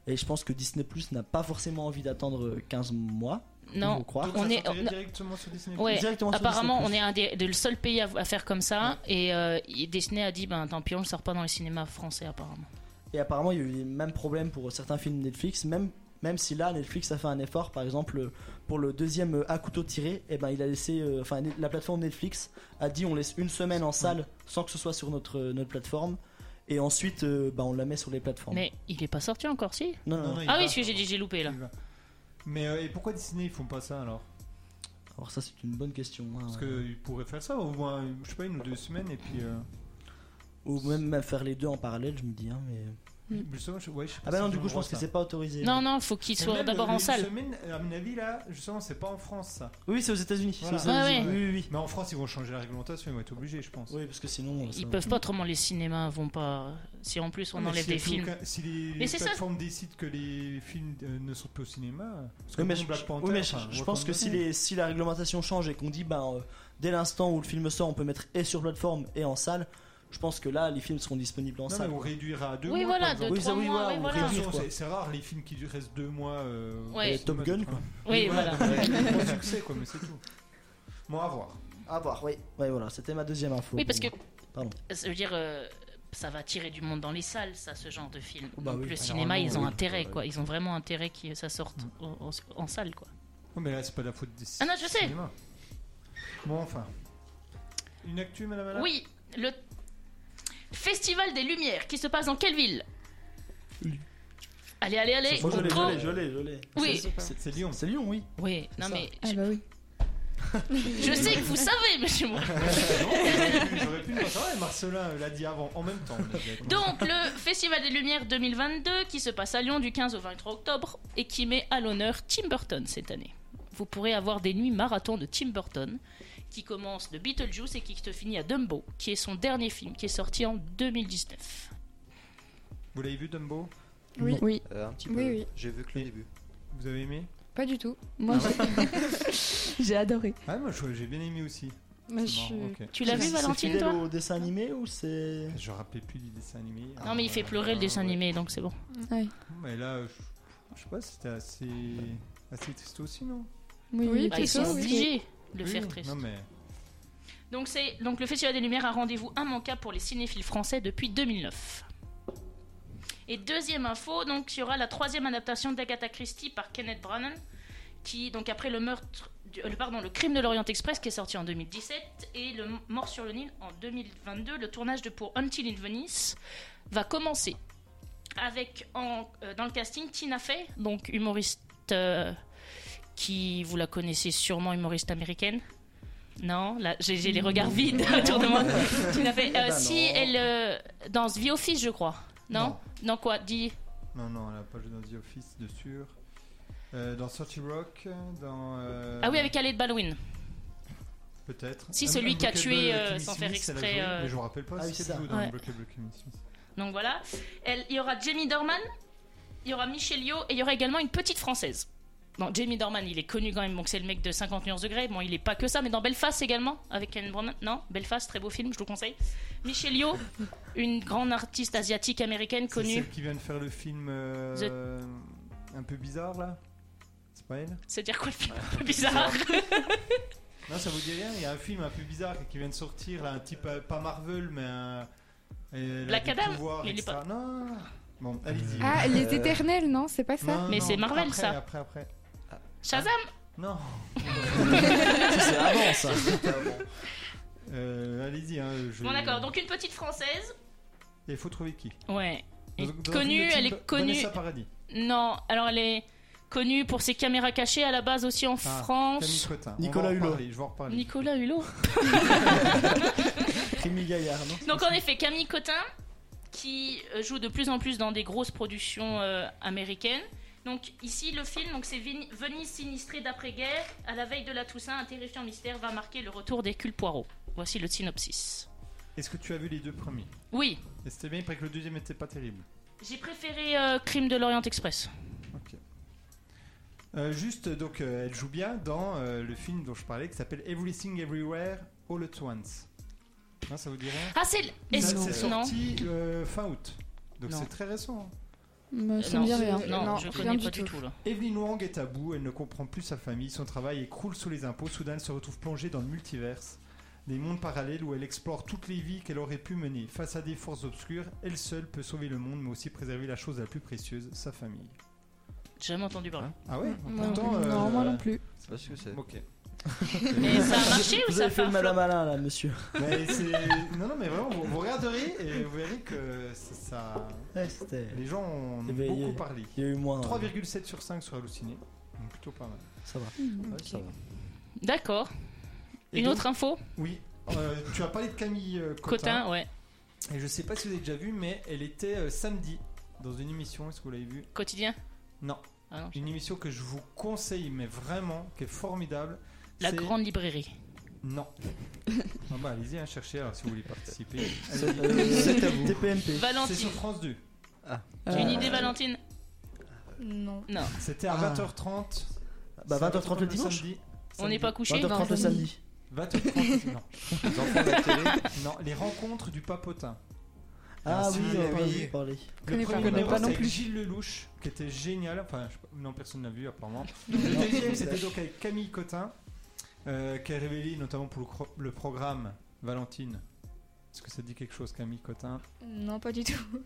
Speaker 3: Et je pense que Disney Plus n'a pas forcément envie d'attendre euh, 15 mois.
Speaker 2: Non.
Speaker 3: Vous croire.
Speaker 1: Donc,
Speaker 2: On
Speaker 1: ça
Speaker 2: est-
Speaker 1: sortirait
Speaker 2: on-
Speaker 1: directement sur Disney.
Speaker 2: Ouais.
Speaker 3: Directement sur
Speaker 2: Apparemment, on
Speaker 3: Disney+.
Speaker 2: est un des, de le seul pays à, à faire comme ça. Et euh, il- Disney a dit, ben tant pis, on le sort pas dans les cinémas français, apparemment.
Speaker 3: Et apparemment, il y a eu les mêmes problèmes pour certains films Netflix, même, même si là, Netflix a fait un effort, par exemple, euh, pour le deuxième euh, à couteau tiré, et ben, il a laissé, euh, enfin, net- la plateforme Netflix a dit on laisse une semaine en salle sans que ce soit sur notre, euh, notre plateforme, et ensuite, euh, bah, on la met sur les plateformes.
Speaker 2: Mais il est pas sorti encore, si
Speaker 3: Non, non, non.
Speaker 2: Ah oui, celui que j'ai dit, j'ai loupé là.
Speaker 1: Il va. Mais euh, et pourquoi Disney ils font pas ça alors
Speaker 3: Alors ça, c'est une bonne question. hein.
Speaker 1: Parce qu'ils pourraient faire ça au moins, je sais pas, une ou deux semaines et puis. euh,
Speaker 3: Ou même, même faire les deux en parallèle, je me dis. Hein, mais...
Speaker 1: justement, je- ouais, je sais
Speaker 3: Ah
Speaker 1: pas
Speaker 3: bah
Speaker 1: si
Speaker 3: non,
Speaker 1: ils
Speaker 3: du
Speaker 1: ont
Speaker 3: coup,
Speaker 1: le
Speaker 3: je
Speaker 1: droit,
Speaker 3: pense que
Speaker 1: ça.
Speaker 3: c'est pas autorisé.
Speaker 2: Non, non, faut qu'il
Speaker 1: Mais
Speaker 2: soit
Speaker 1: même,
Speaker 2: d'abord
Speaker 1: euh,
Speaker 2: en
Speaker 1: une
Speaker 2: salle.
Speaker 1: semaine, à mon avis, là, justement, c'est pas en France ça.
Speaker 3: Oui, c'est aux États-Unis. c'est aux
Speaker 1: Voilà.
Speaker 2: Ouais,
Speaker 3: États-Unis.
Speaker 1: ouais.
Speaker 3: Oui, oui, oui.
Speaker 1: Mais en France, ils vont changer la réglementation, ils vont être obligés, je pense.
Speaker 3: Oui, parce que sinon. euh, ça
Speaker 2: Ils
Speaker 3: va.
Speaker 2: peuvent pas, autrement les cinémas vont pas. Si en plus on
Speaker 1: Ah, mais
Speaker 2: enlève
Speaker 1: s'il y
Speaker 2: des
Speaker 1: a plus
Speaker 2: films.
Speaker 1: aucun- Si les,
Speaker 2: Mais
Speaker 1: les
Speaker 2: c'est ça.
Speaker 1: plateformes décident que les films euh, ne sont plus au cinéma, parce que
Speaker 3: Oui, mais
Speaker 1: bon,
Speaker 3: je,
Speaker 1: Black
Speaker 3: je-
Speaker 1: Panther,
Speaker 3: oui, mais je-
Speaker 1: enfin,
Speaker 3: je pense que si, les- si la réglementation change et qu'on dit ben, euh, dès l'instant où le film sort, on peut mettre et sur plateforme et en salle, je pense que là, les films seront disponibles en
Speaker 1: Non, mais
Speaker 3: salle.
Speaker 1: on réduira à deux
Speaker 2: Oui,
Speaker 1: mois.
Speaker 2: voilà,
Speaker 1: par exemple.
Speaker 2: de
Speaker 3: Oui, ça,
Speaker 2: 3
Speaker 3: oui,
Speaker 2: mois.
Speaker 3: voilà,
Speaker 2: Oui,
Speaker 3: on
Speaker 2: voilà.
Speaker 3: réduit.
Speaker 1: Attention,
Speaker 3: quoi.
Speaker 1: c'est- C'est rare les films qui restent deux mois. euh,
Speaker 2: Ouais.
Speaker 1: au
Speaker 3: Top
Speaker 1: cinéma,
Speaker 3: Gun,
Speaker 1: donc,
Speaker 3: quoi.
Speaker 1: hein.
Speaker 2: Oui, voilà.
Speaker 1: Bon succès, quoi, mais c'est tout. Bon, à voir.
Speaker 3: À voir, oui. Ouais, voilà, c'était ma deuxième info.
Speaker 2: Oui, parce que.
Speaker 3: pour Pardon.
Speaker 2: Ça veut dire. euh, ça va tirer du monde dans les salles, ça, ce genre de film.
Speaker 3: Bah
Speaker 2: Donc
Speaker 3: oui, bah
Speaker 2: le cinéma,
Speaker 3: normalement,
Speaker 2: ils ont
Speaker 3: oui. Mm.
Speaker 2: intérêt, quoi. Ils ont vraiment intérêt que ça sorte en, en- en salle, quoi.
Speaker 1: Non, mais là, c'est pas la faute des
Speaker 2: Ah non, je sais.
Speaker 1: cinémas. Bon, enfin. Une actu, madame Alain
Speaker 2: Oui, le Festival des Lumières, qui se passe dans quelle ville Allez, allez, allez,
Speaker 3: moi.
Speaker 2: on
Speaker 3: je l'ai, je
Speaker 2: prend.
Speaker 3: l'ai, je l'ai, je l'ai.
Speaker 2: Oui,
Speaker 1: C'est c'est Lyon.
Speaker 3: C'est Lyon, oui.
Speaker 2: oui, non
Speaker 3: ça.
Speaker 2: mais.
Speaker 6: Ah
Speaker 2: Je,
Speaker 6: bah oui.
Speaker 2: je sais que vous savez, monsieur moi.
Speaker 1: Non, j'aurais pu- J'aurais pu le dire. Ah ouais, Marcelin l'a dit avant, en même temps. on l'a dit.
Speaker 2: Donc, le Festival des Lumières 2022 qui se passe à Lyon du 15 au 23 octobre et qui met à l'honneur Tim Burton cette année. Vous pourrez avoir des nuits marathon de Tim Burton qui commence de Beetlejuice et qui te finit à Dumbo, qui est son dernier film qui est sorti en 2019.
Speaker 1: Vous l'avez vu, Dumbo
Speaker 6: Oui.
Speaker 3: Non.
Speaker 7: Oui,
Speaker 4: Euh, un petit
Speaker 6: Oui,
Speaker 4: peu.
Speaker 6: oui.
Speaker 4: J'ai vu que le début.
Speaker 1: Vous avez aimé
Speaker 6: Pas du tout. Moi, j'ai- j'ai adoré.
Speaker 1: Ah, moi, je- j'ai bien aimé aussi.
Speaker 6: Moi,
Speaker 1: C'est
Speaker 6: je
Speaker 1: marrant,
Speaker 6: suis-
Speaker 1: ok.
Speaker 2: Tu l'as
Speaker 3: C'est-
Speaker 2: vu, Valentine,
Speaker 3: C'est
Speaker 2: toi
Speaker 3: fidèle au dessin animé ou c'est.
Speaker 1: Je rappelle plus du dessin animé.
Speaker 2: Non, mais il fait pleurer le dessin
Speaker 1: Ah, ouais.
Speaker 2: animé, donc c'est bon.
Speaker 1: Mais là, je, je sais pas, c'était assez, assez triste aussi, non
Speaker 7: Oui,
Speaker 6: Oui, oui,
Speaker 2: Bah,
Speaker 7: c'est
Speaker 2: ils sont
Speaker 7: ça, oui.
Speaker 2: obligés de le
Speaker 1: Oui,
Speaker 2: faire triste.
Speaker 1: Non, mais
Speaker 2: Donc, c'est, donc le Festival des Lumières a rendez-vous immanquable pour les cinéphiles français depuis 2009. Et deuxième info, donc il y aura la troisième adaptation d'Agatha Christie par Kenneth Branagh, qui donc après le meurtre, du- euh, pardon, le crime de l'Orient Express qui est sorti en 2017 et le Mort sur le Nil en 2022, le tournage de pour Until in Venice va commencer avec en- euh, dans le casting Tina Fey, donc humoriste euh, qui vous la connaissez sûrement, humoriste américaine. Non, là j'ai j'ai les
Speaker 1: Hmm.
Speaker 2: regards vides autour de moi. Tina Fey, euh,
Speaker 1: Eh Ah ben
Speaker 3: Bah non.
Speaker 2: si elle euh, dans The Office, je crois. Non,
Speaker 1: Non.
Speaker 2: dans quoi Dis.
Speaker 1: non, non, elle a pas joué dans The Office, de sûr. Euh, dans Sorty Rock, dans. euh,
Speaker 2: Ah oui, avec Alec Baldwin.
Speaker 1: Peut-être.
Speaker 2: Si, celui qui a
Speaker 1: Unbreakable
Speaker 2: tué, euh,
Speaker 1: Kimmy
Speaker 2: sans
Speaker 1: Smith,
Speaker 2: faire
Speaker 1: elle a
Speaker 2: exprès,
Speaker 1: joué,
Speaker 2: euh,
Speaker 1: Mais je me rappelle pas
Speaker 3: Ah oui,
Speaker 1: si
Speaker 3: c'est
Speaker 1: elle
Speaker 3: ça.
Speaker 1: joue dans
Speaker 2: Ouais.
Speaker 1: Unbreakable Kimmy Smith.
Speaker 2: Donc voilà. Elle- il y aura Jamie Dorman, il y aura Michel Yeoh et il y aura également une petite française. Bon, Jamie Dorman, il est connu quand même, donc c'est le mec de 50 nuances degrés. Bon, il est pas que ça, mais dans Belfast également, avec Ken Branagh. Non, Belfast, très beau film, je vous conseille. Michel Yeoh, une grande artiste asiatique américaine
Speaker 1: C'est
Speaker 2: connue.
Speaker 1: celle qui vient de faire le film euh, un peu bizarre là C'est pas elle Ah.
Speaker 2: C'est dire quoi le film un peu bizarre
Speaker 1: Non, ça vous dit rien Il y a un film un peu bizarre qui vient de sortir là, un type euh, pas Marvel mais un. et elle a
Speaker 2: Black
Speaker 1: des
Speaker 2: Adam
Speaker 1: pouvoirs,
Speaker 2: Mais il est
Speaker 1: etc. Non. Bon, allez-y.
Speaker 6: Ah, les
Speaker 4: Euh,
Speaker 6: éternels, non C'est pas ça
Speaker 1: Non,
Speaker 2: Mais
Speaker 1: non,
Speaker 2: c'est Marvel,
Speaker 1: après,
Speaker 2: ça.
Speaker 1: Après, après.
Speaker 2: Shazam
Speaker 1: Non.
Speaker 3: Ça, c'est avant ça.
Speaker 1: Euh, Allez-y. Hein, je-
Speaker 2: Bon, d'accord. Donc, une petite française.
Speaker 1: Il faut trouver qui
Speaker 2: Ouais. Et
Speaker 1: Dans- dans
Speaker 2: connue,
Speaker 1: une team,
Speaker 2: elle est
Speaker 1: Ba-
Speaker 2: connue.
Speaker 1: Vanessa Paradis.
Speaker 2: Non, alors elle est connue pour ses caméras cachées à la base aussi en
Speaker 1: Ah, Camille
Speaker 2: France.
Speaker 1: Scrutin.
Speaker 3: Nicolas
Speaker 1: On va en
Speaker 3: Hulot.
Speaker 1: reparler, Je vais en reparler.
Speaker 2: Nicolas Hulot.
Speaker 3: Rémi Gaillard, non
Speaker 2: Donc en effet, Camille Cotin, qui euh, joue de plus en plus dans des grosses productions euh, américaines. Donc ici, le film, donc c'est Vin- Venise sinistrée d'après-guerre. À la veille de la Toussaint, un terrifiant mystère va marquer le retour des culs poireaux. Voici le synopsis.
Speaker 1: Est-ce que tu as vu les deux premiers
Speaker 2: Oui,
Speaker 1: Et c'était bien, il paraît que le deuxième était pas terrible.
Speaker 2: j'ai préféré euh, Crime de l'Orient Express.
Speaker 1: Euh, juste, donc, euh, elle joue bien dans euh, le film dont je parlais qui s'appelle Everything Everywhere All at Once. Hein, ça vous dirait
Speaker 2: Ah, c'est... l-
Speaker 1: Ça,
Speaker 2: est-ce-
Speaker 1: C'est
Speaker 2: Non.
Speaker 1: sorti euh, fin août. Donc
Speaker 2: Non. Euh,
Speaker 1: c'est très récent. hein.
Speaker 6: Mais ça
Speaker 2: non,
Speaker 6: me dit rien.
Speaker 2: non, je
Speaker 6: rien
Speaker 2: connais
Speaker 6: du
Speaker 2: pas du tout, là.
Speaker 1: Evelyn Wang est à bout, elle ne comprend plus sa famille, son travail écroule sous les impôts, soudain elle se retrouve plongée dans le multiverse, des mondes parallèles où elle explore toutes les vies qu'elle aurait pu mener. Face à des forces obscures, elle seule peut sauver le monde mais aussi préserver la chose la plus précieuse, sa famille.
Speaker 2: J'ai jamais entendu parler.
Speaker 1: Hein ah ouais
Speaker 6: Moi non
Speaker 1: Pourtant,
Speaker 6: plus.
Speaker 1: euh,
Speaker 6: Non, moi non plus.
Speaker 4: C'est pas ce que c'est.
Speaker 1: Ok.
Speaker 2: Mais ça a marché ou
Speaker 3: Vous
Speaker 2: ça a
Speaker 3: avez fait
Speaker 2: fait
Speaker 3: le
Speaker 2: un flop
Speaker 3: malin malin là, monsieur.
Speaker 1: Mais c'est... Non, non, mais vraiment, vous, vous regarderez et vous verrez que ça... ça-
Speaker 3: Ouais, c'était.
Speaker 1: Les gens en ont
Speaker 3: Éveillé.
Speaker 1: beaucoup parlé.
Speaker 3: Eh ben, Il y a eu moins. euh,
Speaker 1: 3,7 sur 5 sur Halluciné, donc plutôt pas mal.
Speaker 3: Ça va.
Speaker 4: Ouais, ça va.
Speaker 2: D'accord.
Speaker 1: Et
Speaker 2: Une
Speaker 1: donc-
Speaker 2: autre info
Speaker 1: Oui. euh, tu as parlé de Camille euh, Cotin.
Speaker 2: Cotin, ouais.
Speaker 1: Et je sais pas si vous avez déjà vu, mais elle était euh, samedi dans une émission. Est-ce que vous l'avez vue
Speaker 2: Quotidien
Speaker 1: Non.
Speaker 2: Ah non.
Speaker 1: Une émission que je vous conseille, mais vraiment, qui est formidable.
Speaker 2: La
Speaker 1: c'est-
Speaker 2: grande librairie.
Speaker 1: Non. Ah bah, allez-y, hein, cherchez alors si vous voulez participer.
Speaker 3: C'est
Speaker 1: Allez-y.
Speaker 3: à vous. Ah. Euh, TPMP.
Speaker 1: C'est
Speaker 2: Valentine.
Speaker 1: sur France 2.
Speaker 2: Une idée, Valentine
Speaker 5: Non.
Speaker 1: C'était à
Speaker 3: Ah.
Speaker 1: 20h30.
Speaker 3: Bah
Speaker 1: C'est
Speaker 3: 20h30 le dimanche
Speaker 1: samedi.
Speaker 2: On n'est pas couché
Speaker 3: 20h30 le
Speaker 7: Non,
Speaker 3: samedi.
Speaker 1: 20h30, non.
Speaker 4: Les enfants de la télé.
Speaker 1: Non, les rencontres du papotin.
Speaker 3: Ah
Speaker 4: Ah, si,
Speaker 3: oui, on va
Speaker 4: oui.
Speaker 3: vous parler.
Speaker 1: Le
Speaker 7: connais pas.
Speaker 1: premier
Speaker 7: Connais
Speaker 1: numéro,
Speaker 7: pas non
Speaker 1: c'était avec
Speaker 7: plus.
Speaker 1: Gilles Lelouch, qui était génial. Enfin, je sais pas- non, personne n'a vu apparemment. Le deuxième, c'était donc avec Camille Cotin, euh, qui a révélé notamment pour le, cro- le programme Valentine. Est-ce que ça dit quelque chose, Camille Cotin
Speaker 5: Non, pas du tout.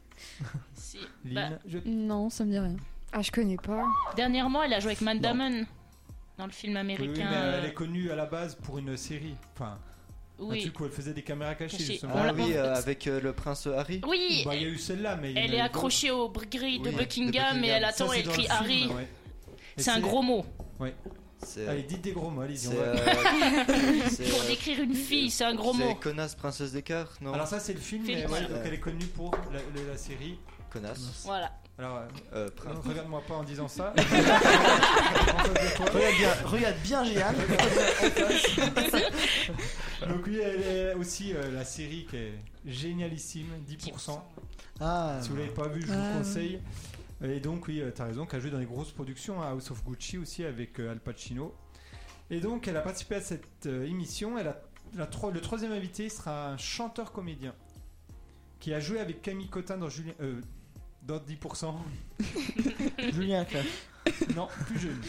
Speaker 2: Si.
Speaker 1: Lynn
Speaker 2: Bah,
Speaker 1: Je-
Speaker 6: Non, ça me dit rien.
Speaker 7: Ah, je connais pas.
Speaker 2: dernièrement, elle a joué avec Matt
Speaker 1: Non.
Speaker 2: Damon dans le film
Speaker 1: Oui, oui,
Speaker 2: américain.
Speaker 1: mais
Speaker 2: euh,
Speaker 1: elle est connue à la base pour une série. Enfin, un
Speaker 2: Oui.
Speaker 1: truc où elle faisait des caméras cachées,
Speaker 2: Cachées.
Speaker 1: justement.
Speaker 2: On
Speaker 4: Ah
Speaker 2: l'a-
Speaker 4: oui, euh, avec euh, le prince Harry.
Speaker 2: Oui,
Speaker 1: Bah, il y a eu celle-là, mais. il y en
Speaker 2: elle
Speaker 1: a eu
Speaker 2: est
Speaker 1: d'autres.
Speaker 2: accrochée aux br- grilles de
Speaker 4: Oui,
Speaker 2: Buckingham
Speaker 4: de
Speaker 2: et elle
Speaker 1: Ça,
Speaker 2: attend
Speaker 1: c'est
Speaker 2: et elle
Speaker 1: dans le
Speaker 2: crie
Speaker 1: film,
Speaker 2: Harry.
Speaker 1: ouais. Et
Speaker 2: C'est un gros mot.
Speaker 4: C'est.
Speaker 1: Allez, dites des gros mots, allez-y. on
Speaker 4: c'est,
Speaker 1: va-
Speaker 4: euh, c'est,
Speaker 2: Pour
Speaker 4: euh,
Speaker 2: décrire une fille, c'est un gros
Speaker 4: c'est
Speaker 2: mot.
Speaker 4: connasse, princesse d'écart, non
Speaker 1: Alors, ça, c'est le film, mais
Speaker 2: Félix.
Speaker 1: ouais, donc
Speaker 4: Ouais.
Speaker 1: elle est connue pour la, le- la série.
Speaker 4: Connasse.
Speaker 2: Voilà.
Speaker 1: Alors, euh,
Speaker 4: Euh,
Speaker 1: Non,
Speaker 4: prince.
Speaker 1: Regarde-moi pas en disant ça. En face de toi.
Speaker 3: Regarde bien, regarde bien, Géane.
Speaker 1: Donc oui, elle est aussi euh, la série qui est génialissime, 10%.
Speaker 3: Ah.
Speaker 1: Si vous l'avez pas vu, je
Speaker 7: Ah,
Speaker 1: vous
Speaker 7: oui.
Speaker 1: conseille. Et donc oui, euh, t'as raison, qu'elle a joué dans les grosses productions, hein, House of Gucci aussi avec euh, Al Pacino. Et donc elle a participé à cette euh, émission. Elle a, la tro- le troisième invité sera un chanteur comédien qui a joué avec Camille Cotin dans Julien. euh, dans 10%.
Speaker 3: Julien Clerc.
Speaker 1: Non, plus jeune.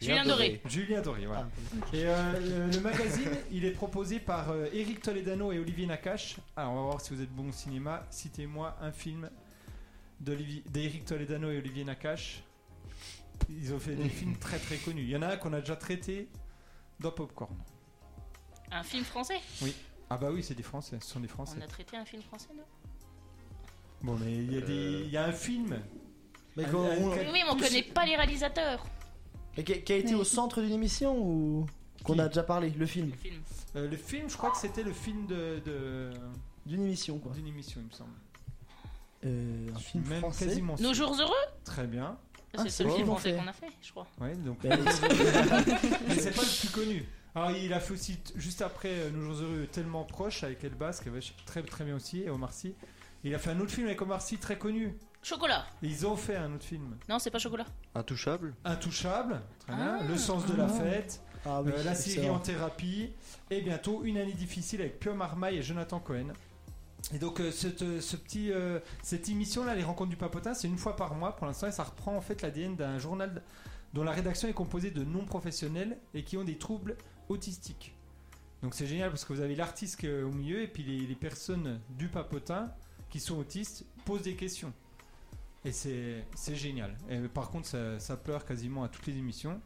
Speaker 2: Julien Doré.
Speaker 1: Julien Doré, voilà. Et euh, le, le magazine, il est proposé par euh, Eric Toledano et Olivier Nakache. Alors, on va voir si vous êtes bon au cinéma. Citez-moi un film d'Olivier- d'Eric Toledano et Olivier Nakache. Ils ont fait des films très très connus. Il y en a un qu'on a déjà traité dans Popcorn.
Speaker 2: Un film français
Speaker 1: Ah bah oui, c'est des Français, ce sont des
Speaker 2: On
Speaker 1: Français.
Speaker 2: a traité un film français, non
Speaker 1: Bon, mais il y a,
Speaker 3: Euh.
Speaker 1: des, il y a un film.
Speaker 3: Mais qu'on-
Speaker 1: Allez,
Speaker 3: on-
Speaker 1: allez.
Speaker 2: Oui, mais on
Speaker 1: Tous-
Speaker 2: connaît pas les réalisateurs.
Speaker 3: mais qui a qui a été
Speaker 6: Oui.
Speaker 3: au centre d'une émission ou qu'on
Speaker 1: Qui
Speaker 3: a déjà parlé le film
Speaker 2: Le film.
Speaker 1: Euh, le film, je crois que c'était le film de, de-
Speaker 3: d'une émission quoi.
Speaker 1: d'une émission, il me semble.
Speaker 3: Euh, un
Speaker 1: Je suis
Speaker 3: film
Speaker 1: Même
Speaker 3: français.
Speaker 1: quasiment
Speaker 2: Nos
Speaker 1: sûr.
Speaker 2: jours heureux
Speaker 1: Très bien.
Speaker 3: Ah,
Speaker 2: C'est
Speaker 3: c'est
Speaker 2: celui
Speaker 3: bon, on
Speaker 2: français
Speaker 3: fait.
Speaker 2: qu'on a fait, je crois.
Speaker 1: Ouais, donc
Speaker 3: Ben,
Speaker 1: Mais c'est pas le plus connu. Alors il a fait aussi t- juste après euh, Nos jours heureux tellement proche avec Elbas qui avait ch- très très bien aussi et Omar Sy. Il a fait un autre film avec Omar Sy très connu.
Speaker 2: Chocolat
Speaker 1: Et ils ont fait un autre film.
Speaker 2: Non, c'est pas chocolat.
Speaker 4: Euh, Intouchable.
Speaker 1: Intouchable, très bien.
Speaker 2: Ah.
Speaker 1: Le sens de la
Speaker 3: Ah.
Speaker 1: fête,
Speaker 3: ah oui,
Speaker 1: euh, la série
Speaker 3: excellent.
Speaker 1: en thérapie et bientôt Une année difficile avec Pio Marmaille et Jonathan Cohen. Et donc euh, cette, euh, ce petit, euh, cette émission là, les rencontres du papotin, c'est une fois par mois pour l'instant et ça reprend en fait l'ADN d'un journal dont la rédaction est composée de non-professionnels et qui ont des troubles autistiques. Donc c'est génial parce que vous avez l'artiste euh, au milieu et puis les, les personnes du papotin qui sont autistes posent des questions. Et c'est c'est génial. Et par contre, ça, ça pleure quasiment à toutes les émissions.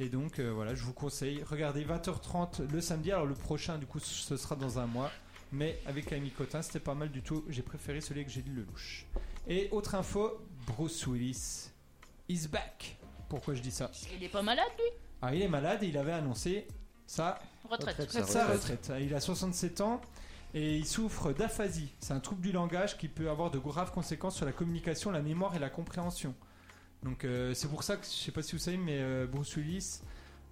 Speaker 1: Et donc euh, voilà, je vous conseille, regardez 20h30 le samedi. Alors le prochain, du coup, ce sera dans un mois. Mais avec Camille Cotin, c'était pas mal du tout. J'ai préféré celui que j'ai lu Lelouch. Et autre info, Bruce Willis is back. Pourquoi je dis ça
Speaker 2: Il est pas malade, lui
Speaker 1: Ah, il est malade et il avait annoncé ça
Speaker 2: Retraite.
Speaker 3: Retraite.
Speaker 4: Sa
Speaker 1: sa
Speaker 4: retraite.
Speaker 1: retraite. Hein. Il a 67 ans et il souffre d'aphasie. C'est un trouble du langage qui peut avoir de graves conséquences sur la communication, la mémoire et la compréhension. Donc euh, c'est pour ça que je sais pas si vous savez, mais euh, Bruce Willis,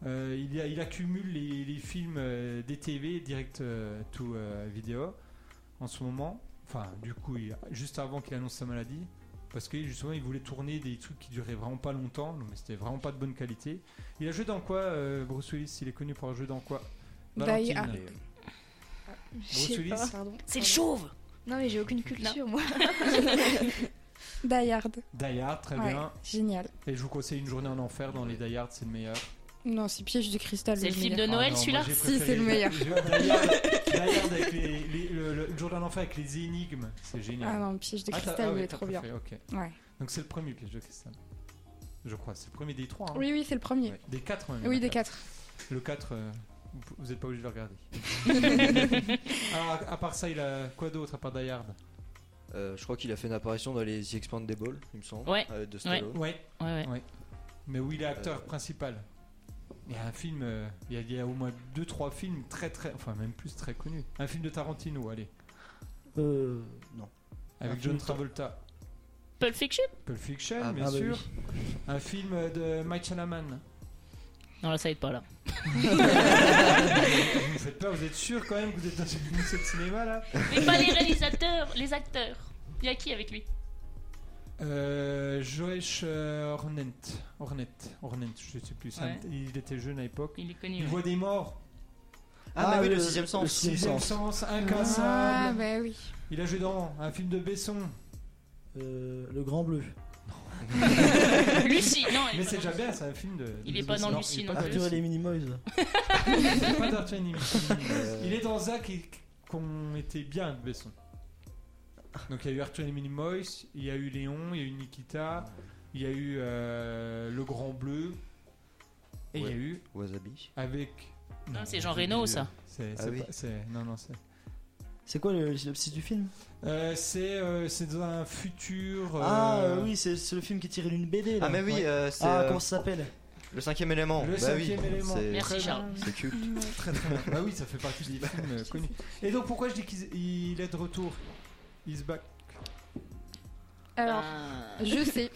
Speaker 1: euh, il, a- il accumule les, les films euh, des TV direct euh, to euh, vidéo en ce moment. Enfin, du coup, il- juste avant qu'il annonce sa maladie. Parce que justement, il voulait tourner des trucs qui duraient vraiment pas longtemps, mais c'était vraiment pas de bonne qualité. Il a joué dans quoi, euh, Bruce Willis Il est connu pour avoir joué dans quoi
Speaker 6: Bah, il-
Speaker 1: Valentine.
Speaker 5: Je sais
Speaker 1: Bruce Willis.
Speaker 5: pas.
Speaker 6: Pardon.
Speaker 2: C'est le chauve
Speaker 5: Non, mais j'ai aucune culture, moi.
Speaker 7: Die Hard.
Speaker 1: Die Hard, très
Speaker 7: Ouais,
Speaker 1: bien.
Speaker 7: Génial.
Speaker 1: Et je vous conseille une journée en enfer dans les Die Hard, c'est le meilleur.
Speaker 7: Non, c'est Piège de cristal.
Speaker 2: C'est le film de
Speaker 1: Ah
Speaker 2: Noël,
Speaker 1: non, moi,
Speaker 2: celui-là
Speaker 1: j'ai
Speaker 7: Si,
Speaker 1: préféré
Speaker 7: c'est le meilleur.
Speaker 1: Die Hard, Die Hard avec les, les- le, le- le journée en enfer avec les énigmes, c'est génial.
Speaker 7: Ah non, Piège de
Speaker 1: Ah, t'as-
Speaker 7: cristal,
Speaker 1: ah
Speaker 7: il
Speaker 1: ouais,
Speaker 7: est
Speaker 1: t'as
Speaker 7: trop bien.
Speaker 1: préféré, ok.
Speaker 7: Ouais.
Speaker 1: Donc c'est le premier piège de cristal. Je crois, c'est le premier des trois. hein.
Speaker 7: Oui, oui, c'est le premier.
Speaker 1: Ouais, Des quatre, même.
Speaker 7: Oui,
Speaker 1: le
Speaker 7: des
Speaker 1: quatre.
Speaker 7: quatre.
Speaker 1: Le 4, vous n'êtes pas obligé de le regarder. Alors, à- à part ça, il a quoi d'autre à part Die Hard
Speaker 4: Euh, je crois qu'il a fait une apparition dans les The Expandables, il me semble.
Speaker 2: Ouais.
Speaker 4: euh, de Stallone.
Speaker 1: Ouais,
Speaker 2: Ouais, ouais.
Speaker 1: mais où il est acteur
Speaker 4: Euh,
Speaker 1: principal. Il y a un film, euh, il y a, il y a au moins 2-3 films très très, enfin même plus très connus. Un film de Tarantino, allez.
Speaker 3: Euh. Non.
Speaker 1: Avec
Speaker 3: Un
Speaker 1: John
Speaker 3: film de-
Speaker 1: Travolta.
Speaker 2: Pulp Fiction
Speaker 1: Pulp Fiction,
Speaker 4: Ah,
Speaker 1: bien
Speaker 3: ah bah
Speaker 1: sûr.
Speaker 3: oui.
Speaker 1: Un film de Mike Chalaman.
Speaker 2: Non, là, ça aide pas, là.
Speaker 1: vous me faites peur, vous êtes sûr quand même que vous êtes dans une émission de cinéma là
Speaker 2: Mais pas les réalisateurs, les acteurs. Il y a qui avec lui
Speaker 1: euh, Joesh euh, Hornet. Hornet. Hornet, je sais plus.
Speaker 2: Ouais.
Speaker 1: Il était jeune à l'époque.
Speaker 2: Il est connu.
Speaker 1: Il
Speaker 2: ouais.
Speaker 1: voit des morts.
Speaker 4: Ah, mais oui, le
Speaker 3: euh,
Speaker 4: sixième
Speaker 3: Le
Speaker 4: sens.
Speaker 3: sixième
Speaker 1: Sixième
Speaker 3: sens.
Speaker 1: sens,
Speaker 7: Ah,
Speaker 1: incassable.
Speaker 7: bah oui.
Speaker 1: Il a joué dans un film de Besson.
Speaker 3: Euh, le grand bleu.
Speaker 2: Lucie, non, elle
Speaker 1: Mais
Speaker 2: est pas
Speaker 1: c'est déjà
Speaker 2: dans-
Speaker 1: bien, c'est un film de.
Speaker 2: Il
Speaker 1: de
Speaker 2: est pas
Speaker 1: Besson.
Speaker 2: dans
Speaker 1: Non,
Speaker 2: Lucie,
Speaker 1: il est
Speaker 2: non
Speaker 1: pas dans
Speaker 3: Arthur et
Speaker 1: Lucie.
Speaker 3: les Minimoys.
Speaker 1: Il est pas dans Arthur et les Minimoys.
Speaker 4: Euh,
Speaker 1: Il est dans Zach et qu'on était bien de Besson. Donc il y a eu Arthur et les Minimoys, il y a eu Léon, il y a eu Nikita, il y a eu euh, Le Grand Bleu, et il y a
Speaker 4: Ouais.
Speaker 1: eu
Speaker 4: Wasabi.
Speaker 1: avec.
Speaker 2: Ah, c'est Jean
Speaker 1: j'ai
Speaker 2: Reno,
Speaker 1: oublié.
Speaker 2: ça.
Speaker 1: C'est
Speaker 4: Ah
Speaker 1: c'est
Speaker 4: oui.
Speaker 1: pas- c'est- non non c'est.
Speaker 3: C'est quoi le synopsis du film
Speaker 1: Euh, c'est euh, c'est dans un futur. euh,
Speaker 3: Ah euh, oui, c'est c'est le film qui est tiré d'une BD. Là.
Speaker 4: Ah, mais oui,
Speaker 3: Ouais.
Speaker 4: euh, c'est
Speaker 3: Ah,
Speaker 4: euh,
Speaker 3: comment ça s'appelle
Speaker 4: le cinquième élément.
Speaker 1: Le
Speaker 4: bah
Speaker 1: cinquième
Speaker 4: oui.
Speaker 1: élément.
Speaker 4: c'est-
Speaker 2: Merci, Charles.
Speaker 4: C'est culte.
Speaker 1: Très, très bien. bah oui, ça fait partie des films euh, connus. Et donc pourquoi je dis qu'il il est de retour He's back.
Speaker 7: Alors,
Speaker 2: Ah.
Speaker 7: je sais.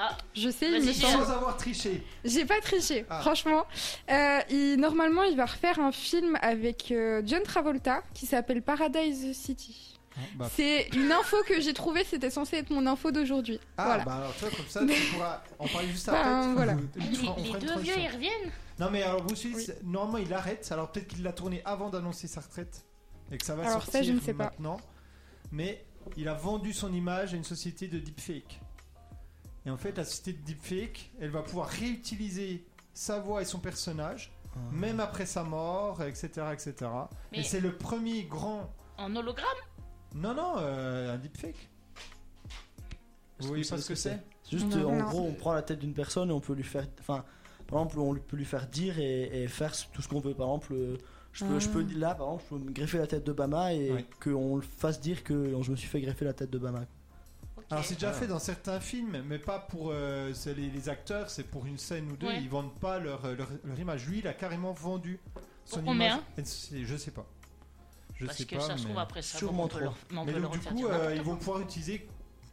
Speaker 2: Ah.
Speaker 7: Je sais,
Speaker 2: Vas-y,
Speaker 7: il me
Speaker 2: Gilles.
Speaker 7: semble.
Speaker 1: Sans avoir triché.
Speaker 7: J'ai pas triché,
Speaker 1: Ah.
Speaker 7: franchement. Euh, il- normalement, il va refaire un film avec euh, John Travolta qui s'appelle Paradise City.
Speaker 1: Bah,
Speaker 7: C'est une info que j'ai trouvée, c'était censé être mon info d'aujourd'hui.
Speaker 1: Ah,
Speaker 7: voilà.
Speaker 1: bah alors, tu vois, comme ça, tu pourras en parler juste après.
Speaker 7: Ben,
Speaker 1: tu-
Speaker 7: voilà.
Speaker 1: tu- tu-
Speaker 2: Les,
Speaker 1: tu- on
Speaker 2: les
Speaker 1: fera une
Speaker 2: deux vieux,
Speaker 1: transition.
Speaker 2: ils reviennent
Speaker 1: Non, mais alors, Bruce Willis,
Speaker 7: Oui.
Speaker 1: normalement, il arrête. Alors, peut-être qu'il l'a tourné avant d'annoncer sa retraite. Et que ça va
Speaker 7: Alors,
Speaker 1: sortir
Speaker 7: ça, je ne sais pas.
Speaker 1: maintenant. Mais il a vendu son image à une société de deepfake. Et en fait, la société de deepfake, elle va pouvoir réutiliser sa voix et son personnage, même après sa mort, etc. etc.
Speaker 2: Mais-
Speaker 1: Et c'est le premier grand.
Speaker 2: en hologramme.
Speaker 1: Non, non, euh, un deepfake.
Speaker 3: Je
Speaker 1: Vous voyez
Speaker 3: trouve
Speaker 1: pas
Speaker 3: ça
Speaker 1: ce que
Speaker 3: spécial.
Speaker 1: c'est
Speaker 3: Juste
Speaker 7: Non.
Speaker 3: euh, en
Speaker 7: Non.
Speaker 3: gros, on prend la tête d'une personne et on peut lui faire. Enfin, par exemple, on lui- peut lui faire dire et, et faire tout ce qu'on veut. Par exemple, euh, je peux, je peux
Speaker 2: Ah.
Speaker 3: là, par exemple, je peux me greffer la tête de Bama et
Speaker 1: Ouais.
Speaker 3: qu'on le fasse dire que je me suis fait greffer la tête de Bama.
Speaker 2: Ok.
Speaker 1: Alors c'est déjà
Speaker 4: Voilà.
Speaker 1: fait dans certains films, mais pas pour euh, c'est les, les acteurs, c'est pour une scène ou deux.
Speaker 2: Ouais.
Speaker 1: Ils vendent pas leur, euh, leur, leur image. Lui, il a carrément vendu son
Speaker 2: Pour
Speaker 1: image.
Speaker 2: combien
Speaker 1: Et c'est- Je sais pas. Je
Speaker 2: Parce
Speaker 1: sais
Speaker 2: que
Speaker 1: pas.
Speaker 2: ça se
Speaker 1: mais...
Speaker 2: trouve après ça.
Speaker 3: sûrement
Speaker 2: on peut
Speaker 3: trop.
Speaker 2: leur- on
Speaker 1: mais
Speaker 2: peut leur
Speaker 1: donc, du
Speaker 2: faire
Speaker 1: coup,
Speaker 2: dire
Speaker 1: euh,
Speaker 2: n'importe
Speaker 1: ils
Speaker 2: quoi.
Speaker 1: vont pouvoir utiliser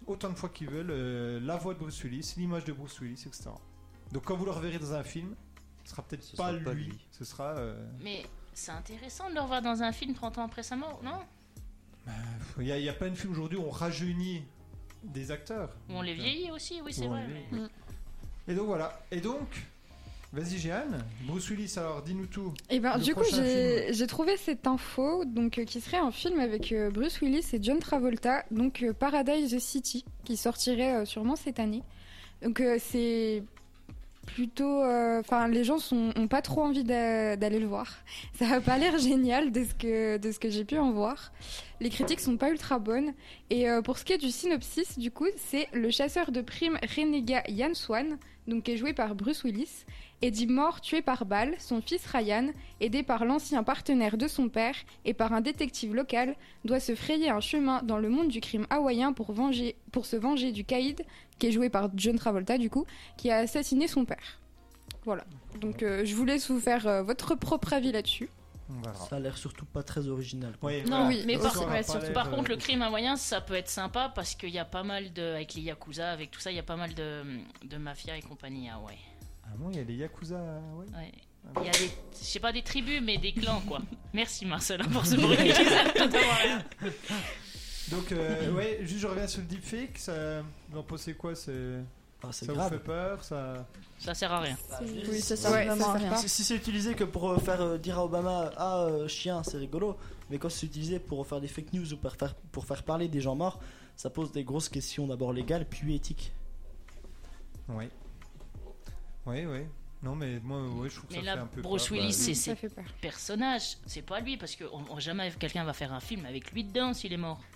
Speaker 1: autant de fois qu'ils veulent euh, la voix de Bruce Willis, l'image de Bruce Willis, etc. Donc quand vous le reverrez dans un film, ce sera peut-être
Speaker 4: Ce
Speaker 1: pas,
Speaker 4: sera pas
Speaker 1: lui.
Speaker 4: lui.
Speaker 1: Ce sera. euh,
Speaker 2: Mais c'est intéressant de le revoir dans un film 30 ans après sa mort, non
Speaker 1: Bah, Il y, a- il y a plein de films aujourd'hui où on rajeunit des acteurs.
Speaker 2: Ou on les
Speaker 1: Donc, euh,
Speaker 2: vieillit aussi, oui, c'est
Speaker 1: on
Speaker 2: vrai.
Speaker 1: les vieillit,
Speaker 2: mais-
Speaker 1: Et donc voilà. Et donc, vas-y Jeanne, Bruce Willis, alors dis-nous tout.
Speaker 7: Et ben,
Speaker 1: Le
Speaker 7: du coup,
Speaker 1: prochain
Speaker 7: j'ai j'ai trouvé cette info donc, euh, qui serait un film avec euh, Bruce Willis et John Travolta, donc euh, Paradise City, qui sortirait euh, sûrement cette année. Donc, euh, c'est plutôt. euh, Enfin, les gens sont, ont pas trop envie d'a- d'aller le voir. Ça a pas l'air génial de ce que, de ce que j'ai pu en voir. Les critiques sont pas ultra bonnes. Et euh, pour ce qui est du synopsis, du coup, c'est le chasseur de primes renégat Yann Swan, donc qui est joué par Bruce Willis, est dit mort tué par balle, son fils Ryan, aidé par l'ancien partenaire de son père et par un détective local, doit se frayer un chemin dans le monde du crime hawaïen pour, venger, pour se venger du caïd, qui est joué par John Travolta du coup, qui a assassiné son père. Voilà. Donc euh, je vous laisse vous faire euh, votre propre avis là-dessus.
Speaker 1: On verra.
Speaker 3: Ça a l'air surtout pas très original. quoi.
Speaker 1: Oui,
Speaker 2: Non,
Speaker 1: voilà.
Speaker 2: oui, mais
Speaker 1: Ce
Speaker 2: par-
Speaker 1: soir, on
Speaker 2: ouais,
Speaker 1: va
Speaker 2: surtout,
Speaker 1: parler
Speaker 2: par
Speaker 1: de-
Speaker 2: contre, le crime hawaïen, ça peut être sympa parce qu'il y a pas mal de. Avec les Yakuza, avec tout ça, il y a pas mal de, de mafia et compagnie à Hawaï.
Speaker 1: Ah bon, il y a les Yakuza. euh, ouais.
Speaker 2: Ouais. Il y a des. Je sais pas des tribus, mais des clans, quoi. Merci Marcel hein, pour ce bruit. Ça me fait avoir l'air.
Speaker 1: Donc, euh, ouais, juste je reviens sur le deepfake. Ça... Vous en pensez quoi c'est-
Speaker 3: Ah, c'est
Speaker 1: Ça vous fait
Speaker 3: grave.
Speaker 1: peur ça...
Speaker 2: ça sert à rien.
Speaker 8: Oui, ça sert
Speaker 7: Ouais,
Speaker 8: vraiment
Speaker 7: ça
Speaker 8: à
Speaker 7: sert
Speaker 8: rien.
Speaker 7: pas.
Speaker 3: Si, si c'est utilisé que pour euh, faire euh, dire à Obama ah euh, chien c'est rigolo, mais quand c'est utilisé pour faire des fake news ou pour faire, pour faire parler des gens morts, ça pose des grosses questions d'abord légales puis éthiques.
Speaker 1: Ouais. Ouais, ouais. Non, mais moi, ouais, je trouve que
Speaker 2: Mais
Speaker 1: ça fait
Speaker 2: là,
Speaker 1: un peu
Speaker 2: Bruce
Speaker 1: peur.
Speaker 2: Willis, c'est
Speaker 7: Ça
Speaker 2: ses
Speaker 7: fait peur.
Speaker 2: personnages. C'est pas lui parce que on- on- jamais quelqu'un va faire un film avec lui dedans s'il est mort.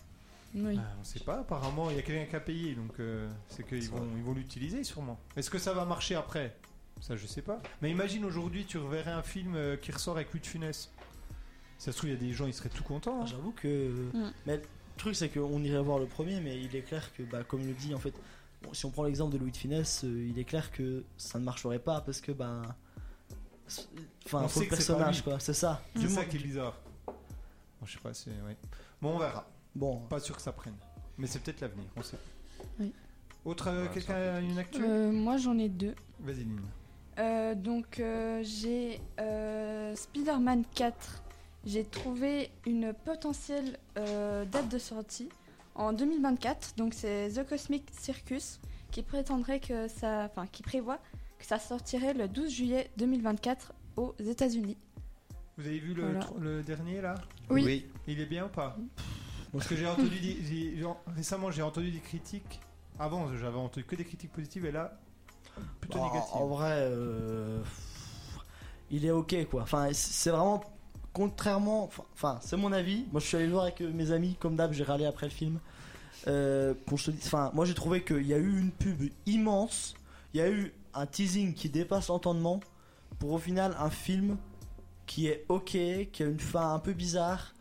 Speaker 1: Bah,
Speaker 6: Oui.
Speaker 1: bah, on sait pas, apparemment, il y a quelqu'un qui a payé, donc euh, c'est qu'ils
Speaker 4: C'est
Speaker 1: vont ils vont l'utiliser sûrement. Est-ce que ça va marcher après Ça, je sais pas. Mais imagine aujourd'hui, tu reverrais un film euh, qui ressort avec Louis de Funès. Ça se trouve, il y a des gens, ils seraient tout contents.
Speaker 3: Ah,
Speaker 1: hein.
Speaker 3: J'avoue que.
Speaker 6: Mm.
Speaker 3: Mais le truc, c'est qu'on irait voir le premier, mais il est clair que, bah, comme le dit, en fait, bon, si on prend l'exemple de Louis de Finesse, euh, il est clair que ça ne marcherait pas parce que, bah. c'est-
Speaker 1: On
Speaker 3: Enfin,
Speaker 1: sait
Speaker 3: faut le
Speaker 1: que c'est pas
Speaker 3: personnage,
Speaker 1: lui.
Speaker 3: quoi, c'est ça.
Speaker 1: C'est
Speaker 3: Du
Speaker 1: ça
Speaker 3: moins-
Speaker 1: qui est bizarre. Bon, je sais pas, c'est. ouais. Bon, on verra.
Speaker 3: Bon,
Speaker 1: Pas sûr que ça prenne. Mais c'est peut-être l'avenir, on sait.
Speaker 6: Oui.
Speaker 1: Autre, euh,
Speaker 4: Ouais,
Speaker 1: quelqu'un
Speaker 4: c'est un
Speaker 1: a
Speaker 4: peu
Speaker 1: une actu
Speaker 6: Euh, moi j'en ai deux.
Speaker 1: Vas-y, Lynn.
Speaker 6: Euh, donc euh, j'ai euh, Spider-Man 4. J'ai trouvé une potentielle euh, date de sortie en 2024. Donc c'est The Cosmic Circus qui prétendrait que ça, enfin qui prévoit que ça sortirait le 12 juillet 2024 aux États-Unis.
Speaker 1: Vous avez vu le,
Speaker 6: Voilà.
Speaker 1: tr- le dernier là
Speaker 7: Oui.
Speaker 1: Il est bien ou pas Parce que j'ai entendu des- j'ai- j'ai- récemment j'ai entendu des critiques. Avant j'avais entendu que des critiques positives et là plutôt
Speaker 3: bah,
Speaker 1: négatives.
Speaker 3: en vrai, euh, il est ok, quoi. Enfin, c'est vraiment. Contrairement. enfin- Enfin, c'est mon avis. Moi, je suis allé le voir avec euh, mes amis, comme d'hab, j'ai râlé après le film. Euh, qu'on se dise- enfin, moi j'ai trouvé qu'il y a eu une pub immense, il y a eu un teasing qui dépasse l'entendement, pour au final un film qui est ok, qui a une fin un peu bizarre,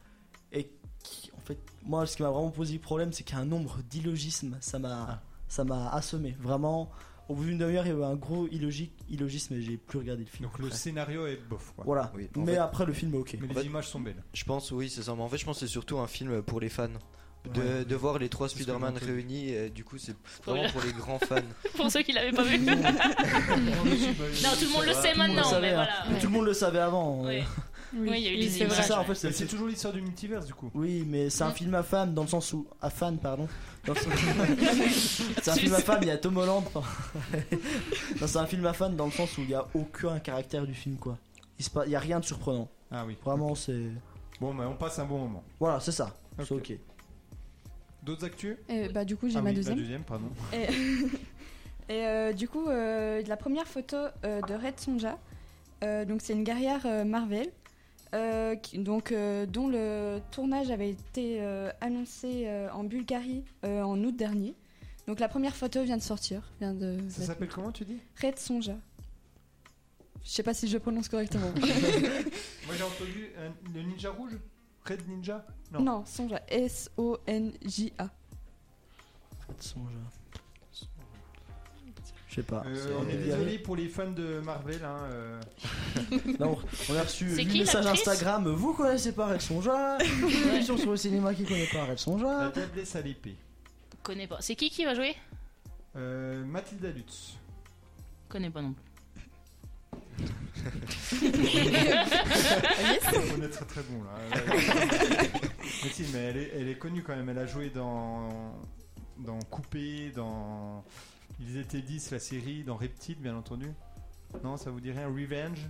Speaker 3: et qui, en fait, moi ce qui m'a vraiment posé problème, c'est qu'il y a un nombre d'illogismes, ça m'a, ça m'a assommé, vraiment. Au bout d'une demi-heure, il y avait un gros illogique, illogisme et j'ai plus regardé le film.
Speaker 1: Donc le
Speaker 3: après.
Speaker 1: scénario est bof quoi.
Speaker 3: Voilà,
Speaker 4: Oui, en
Speaker 3: mais
Speaker 4: fait-
Speaker 3: après le film est ok.
Speaker 1: Mais les
Speaker 4: En fait-
Speaker 1: images sont belles.
Speaker 4: Je pense, oui, c'est ça. Mais en fait, je pense que c'est surtout un film pour les fans. De,
Speaker 1: Ouais.
Speaker 4: de voir les trois
Speaker 1: C'est ce que
Speaker 4: Spider-Man
Speaker 1: j'ai entendu.
Speaker 4: réunis, euh, du coup, c'est vraiment pour les grands fans.
Speaker 2: Pour ceux qui l'avaient pas vu. non, tout le monde le sait
Speaker 3: Tout le monde le
Speaker 2: maintenant,
Speaker 3: savait,
Speaker 2: mais
Speaker 3: hein.
Speaker 2: voilà.
Speaker 3: Mais Tout le monde le savait avant. hein.
Speaker 2: Ouais.
Speaker 7: Oui,
Speaker 2: Oui, il y a eu des
Speaker 7: c'est
Speaker 3: C'est
Speaker 7: vrai.
Speaker 2: images.
Speaker 3: ça, en fait,
Speaker 1: Mais
Speaker 3: c'est-
Speaker 1: c'est toujours l'histoire du multiverse du coup.
Speaker 3: Oui, mais c'est un
Speaker 2: Mm.
Speaker 3: film à fan dans le sens où à fan pardon. Dans le sens- c'est un
Speaker 2: Tu
Speaker 3: film à
Speaker 2: sais.
Speaker 3: fan. Il y a Tom Holland. non, c'est un film à fan dans le sens où il y a aucun caractère du film quoi. Il se pa- il y a rien de surprenant.
Speaker 1: Ah oui.
Speaker 3: Vraiment, c'est
Speaker 1: Bon mais on passe un bon moment.
Speaker 3: voilà, c'est ça. C'est
Speaker 1: Ok.
Speaker 3: ok.
Speaker 1: D'autres actus
Speaker 6: Et bah du coup j'ai
Speaker 1: Ah
Speaker 6: ma
Speaker 1: oui,
Speaker 6: deuxième.
Speaker 1: La deuxième pardon.
Speaker 6: Et, et, euh, du coup, euh, la première photo euh, de Red Sonja, euh, donc c'est une guerrière euh, Marvel, euh, qui- donc euh, dont le tournage avait été euh, annoncé euh, en Bulgarie euh, en août dernier. Donc la première photo vient de sortir, vient de
Speaker 1: Ça s'appelle comment tu dis
Speaker 6: Red Sonja. Je sais pas si je prononce correctement.
Speaker 1: Moi j'ai entendu un- le ninja rouge Red Ninja Non.
Speaker 6: non. Sonja. S O N J A.
Speaker 3: Faites son jeu. Je sais pas.
Speaker 1: Euh,
Speaker 4: C'est-
Speaker 1: on est désolé pour les fans de Marvel. Hein, euh.
Speaker 3: Là, on- on a reçu
Speaker 2: C'est
Speaker 3: un
Speaker 2: qui,
Speaker 3: message
Speaker 2: l'actrice
Speaker 3: Instagram. Vous connaissez pas Red Sonja Une émission sur le cinéma qui connaît pas Red
Speaker 1: La
Speaker 3: Sonja.
Speaker 1: faiblesse à l'épée.
Speaker 2: Connais pas. C'est qui qui va jouer
Speaker 1: Euh, Mathilda Lutz.
Speaker 2: Connais pas non plus.
Speaker 1: On est très très bon là. mais si, mais elle est, elle est connue quand même. Elle a joué dans, dans Coupé, dans Ils étaient 10, la série, dans Reptile, bien entendu. Non, ça vous dit rien Revenge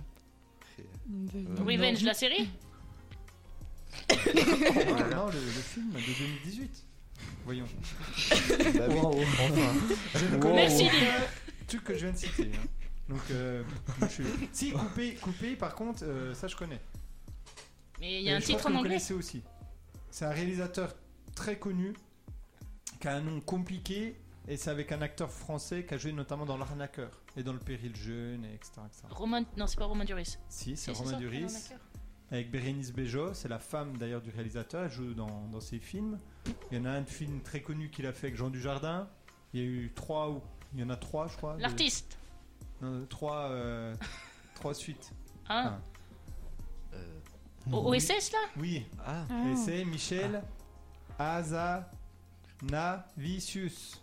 Speaker 1: Euh,
Speaker 2: Revenge, la série
Speaker 1: Non, non, le, le film de 2018. Voyons.
Speaker 4: Bah oui.
Speaker 3: Waouh.
Speaker 1: Je ne
Speaker 3: Wow.
Speaker 1: connais
Speaker 2: Merci,
Speaker 1: aucun
Speaker 2: Lily.
Speaker 1: truc que je viens de citer. hein. Donc, euh, je suis... si, Coupé, Coupé, par contre, euh, ça je connais.
Speaker 2: Mais il y a un
Speaker 1: Et je pense
Speaker 2: titre
Speaker 1: que
Speaker 2: en
Speaker 1: vous
Speaker 2: anglais.
Speaker 1: connaissez aussi. C'est un réalisateur très connu, qui a un nom compliqué, et c'est avec un acteur français qui a joué notamment dans L'Arnaqueur et dans Le Péril Jeune, et etc. etc.
Speaker 2: Romain. Non, c'est pas Romain Duris.
Speaker 1: Si, c'est
Speaker 2: Si,
Speaker 1: Romain
Speaker 2: ça,
Speaker 1: Duris.
Speaker 2: l'arnaqueur.
Speaker 1: Avec Bérénice Bejo, c'est la femme d'ailleurs du réalisateur, elle joue dans, dans ses films. Il y en a un film très connu qu'il a fait avec Jean Dujardin. Il y a eu trois, ou il y en a trois, je crois. de-
Speaker 2: L'artiste.
Speaker 1: non, trois, euh, trois suites.
Speaker 2: Hein
Speaker 4: Euh,
Speaker 2: O- OSS là Ah.
Speaker 1: Oui,
Speaker 4: Ah,
Speaker 1: et c'est Michel Azanavicius.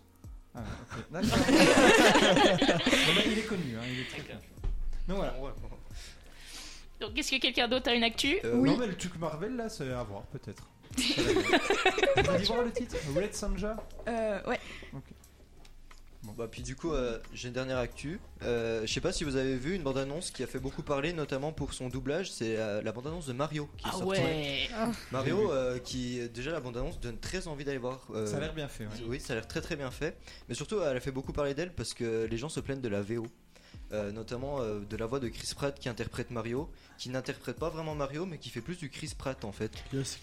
Speaker 1: Ah, ok. D'accord. Bon, ben, il est connu, hein, il est très connu. Donc voilà.
Speaker 2: Donc, est-ce que quelqu'un d'autre a une actu
Speaker 4: euh,
Speaker 1: Non, mais le truc Marvel là, c'est à voir peut-être. Vous voir le titre Red Sanja
Speaker 6: Euh, ouais.
Speaker 4: Bah puis du coup euh, j'ai une dernière actu. Euh, je sais pas si vous avez vu une bande annonce qui a fait beaucoup parler notamment pour son doublage, c'est euh, la bande annonce de Mario qui est
Speaker 2: Ah
Speaker 4: sortie.
Speaker 2: ouais
Speaker 1: J'ai
Speaker 4: Mario
Speaker 1: vu.
Speaker 4: euh, qui euh, déjà la bande annonce donne très envie d'aller voir. euh,
Speaker 1: Ça a l'air bien fait, ouais.
Speaker 4: Oui, ça a l'air très très bien fait. Mais surtout, elle a fait beaucoup parler d'elle parce que les gens se plaignent de la VO. Euh, notamment euh, de la voix de Chris Pratt qui interprète Mario, qui n'interprète pas vraiment Mario, mais qui fait plus du Chris Pratt en fait.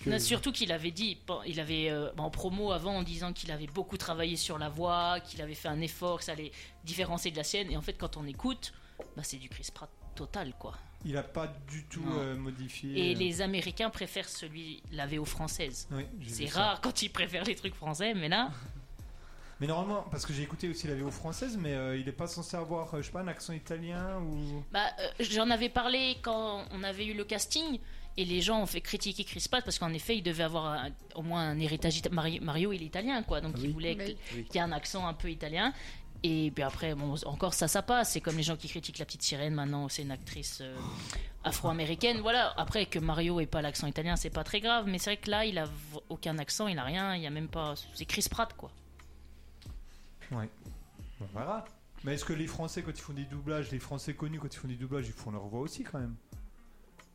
Speaker 2: Non, Surtout qu'il avait dit, bon, il avait euh, en promo avant en disant qu'il avait beaucoup travaillé sur la voix, qu'il avait fait un effort, que ça allait différencier de la sienne. Et en fait, quand on écoute, bah, c'est du Chris Pratt total quoi.
Speaker 1: Il a pas du tout
Speaker 2: Non.
Speaker 1: euh, modifié.
Speaker 2: Et les Américains préfèrent celui la VO française.
Speaker 1: Oui, j'ai
Speaker 2: C'est
Speaker 1: vu ça.
Speaker 2: rare quand ils préfèrent les trucs français, mais là,
Speaker 1: Mais normalement, parce que j'ai écouté aussi la VO française, mais euh, il est pas censé avoir, euh, je sais pas, un accent italien ou.
Speaker 2: bah, euh, j'en avais parlé quand on avait eu le casting. Et les gens ont fait critiquer Chris Pratt parce qu'en effet, il devait avoir un- au moins un héritage. ita- Mario, Mario, il est italien, quoi. Donc,
Speaker 3: Ah
Speaker 2: il
Speaker 3: oui.
Speaker 2: voulait
Speaker 7: Mais-
Speaker 4: Oui.
Speaker 2: qu'il y ait un accent un peu italien. Et puis après, bon, encore ça, ça passe. C'est comme les gens qui critiquent La Petite Sirène. Maintenant, c'est une actrice euh, afro-américaine. Voilà. Après, que Mario ait pas l'accent italien, c'est pas très grave. Mais c'est vrai que là, il a v- aucun accent, il a rien. Il y a même pas. C'est Chris Pratt, quoi.
Speaker 1: On verra. Mais est-ce que les Français, quand ils font des doublages, les Français connus, quand ils font des doublages, ils font leur voix aussi quand même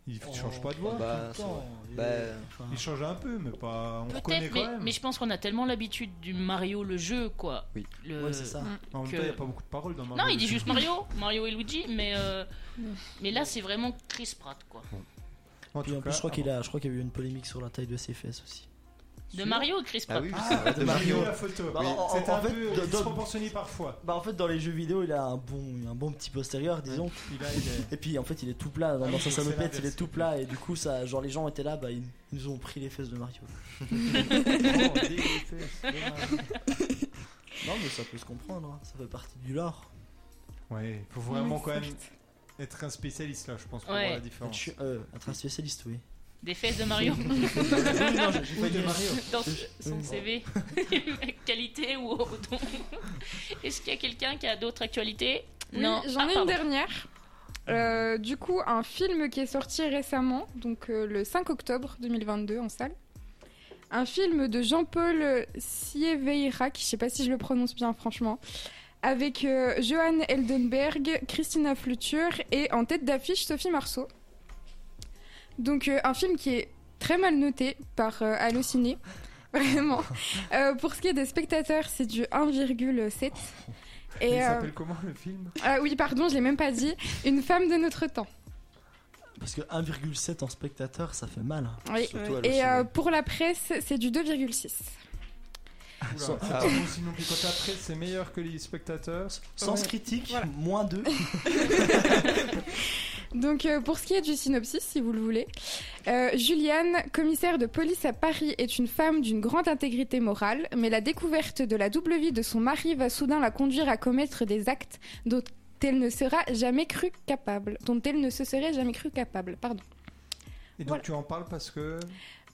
Speaker 1: Ils changent pas de voix
Speaker 4: Bah,
Speaker 3: tout le temps,
Speaker 4: c'est-
Speaker 3: et-
Speaker 4: bah,
Speaker 3: enfin,
Speaker 1: Ils changent un peu, mais pas. On reconnaît
Speaker 2: Peut-être,
Speaker 1: quand
Speaker 2: mais,
Speaker 1: même.
Speaker 2: mais je pense qu'on a tellement l'habitude du Mario le jeu, quoi.
Speaker 4: Oui.
Speaker 2: Le-
Speaker 3: ouais, c'est ça.
Speaker 1: En même
Speaker 2: que-
Speaker 1: temps, il n'y a pas beaucoup de paroles dans Mario.
Speaker 2: Non, il dit juste Mario, Mario et Luigi, mais euh, mais là, c'est vraiment Chris Pratt, quoi.
Speaker 1: En
Speaker 3: Puis
Speaker 1: tout
Speaker 3: en plus,
Speaker 1: cas,
Speaker 3: je crois qu'il a, je crois qu'il y a eu une polémique sur la taille de ses fesses aussi.
Speaker 2: De Mario ou Chris
Speaker 4: Ah
Speaker 2: Pratt
Speaker 4: oui, oui,
Speaker 1: Ah,
Speaker 4: c'est vrai, de Mario.
Speaker 1: La photo.
Speaker 3: Bah, en-
Speaker 1: C'est
Speaker 3: en
Speaker 1: un
Speaker 3: fait,
Speaker 1: peu
Speaker 3: dans-
Speaker 1: disproportionné parfois.
Speaker 3: Bah en fait dans les jeux vidéo il a un bon un bon petit postérieur disons
Speaker 1: Il a, il a-
Speaker 3: et puis en fait il est tout plat dans,
Speaker 1: Ah
Speaker 3: dans
Speaker 1: oui,
Speaker 3: sa
Speaker 1: c'est
Speaker 3: salopette
Speaker 1: l'inverse.
Speaker 3: il est tout plat et du coup ça genre les gens étaient là bah ils ils nous ont pris les fesses de Mario.
Speaker 1: Oh, dégoûté, c'est dommage.
Speaker 3: Non mais ça peut se comprendre hein, ça fait partie du lore.
Speaker 1: Ouais, faut vraiment quand même être un spécialiste là, je pense, pour
Speaker 2: Ouais.
Speaker 1: voir la
Speaker 3: Être
Speaker 1: différence.
Speaker 3: ch- euh, être un spécialiste oui.
Speaker 2: Des fesses de Mario
Speaker 3: non, j'ai- j'ai
Speaker 1: Ou
Speaker 3: pas
Speaker 1: de
Speaker 3: dit-
Speaker 1: Mario.
Speaker 2: dans
Speaker 3: Oui.
Speaker 2: son
Speaker 3: Oui.
Speaker 2: CV qualité ou au don. Est-ce qu'il y a quelqu'un qui a d'autres actualités
Speaker 7: Oui,
Speaker 2: Non.
Speaker 7: j'en
Speaker 2: Ah,
Speaker 7: ai une
Speaker 2: pardon.
Speaker 7: dernière. Euh, du coup, un film qui est sorti récemment, donc euh, le 5 octobre 2022 en salle. Un film de Jean-Paul Sieveirac, je sais pas si je le prononce bien franchement, avec euh, Johan Eldenberg, Christina Flutur et en tête d'affiche Sophie Marceau. Donc euh, un film qui est très mal noté par euh, Allociné, vraiment. Euh, pour ce qui est des spectateurs, c'est du 1,7.
Speaker 1: Il
Speaker 7: Et, euh,
Speaker 1: s'appelle comment le film
Speaker 7: ah oui, pardon, je l'ai même pas dit. Une femme de notre temps.
Speaker 3: Parce que 1,7 en spectateur ça fait mal. hein.
Speaker 7: Oui.
Speaker 4: Surtout à
Speaker 7: Et
Speaker 4: l'Ociné.
Speaker 7: euh, pour la presse, c'est du 2,6.
Speaker 1: Oula,
Speaker 3: sans-
Speaker 1: c'est
Speaker 4: ah.
Speaker 1: pas bon, sinon puis quand après c'est meilleur que les spectateurs.
Speaker 3: Sens
Speaker 1: Ouais.
Speaker 3: critique moins 2
Speaker 7: Donc euh, pour ce qui est du synopsis, si vous le voulez, euh, Juliane, commissaire de police à Paris, est une femme d'une grande intégrité morale, mais la découverte de la double vie de son mari va soudain la conduire à commettre des actes dont elle ne sera jamais crue capable, dont elle ne se serait jamais crue capable, pardon.
Speaker 1: Et donc
Speaker 7: Voilà.
Speaker 1: tu en parles parce que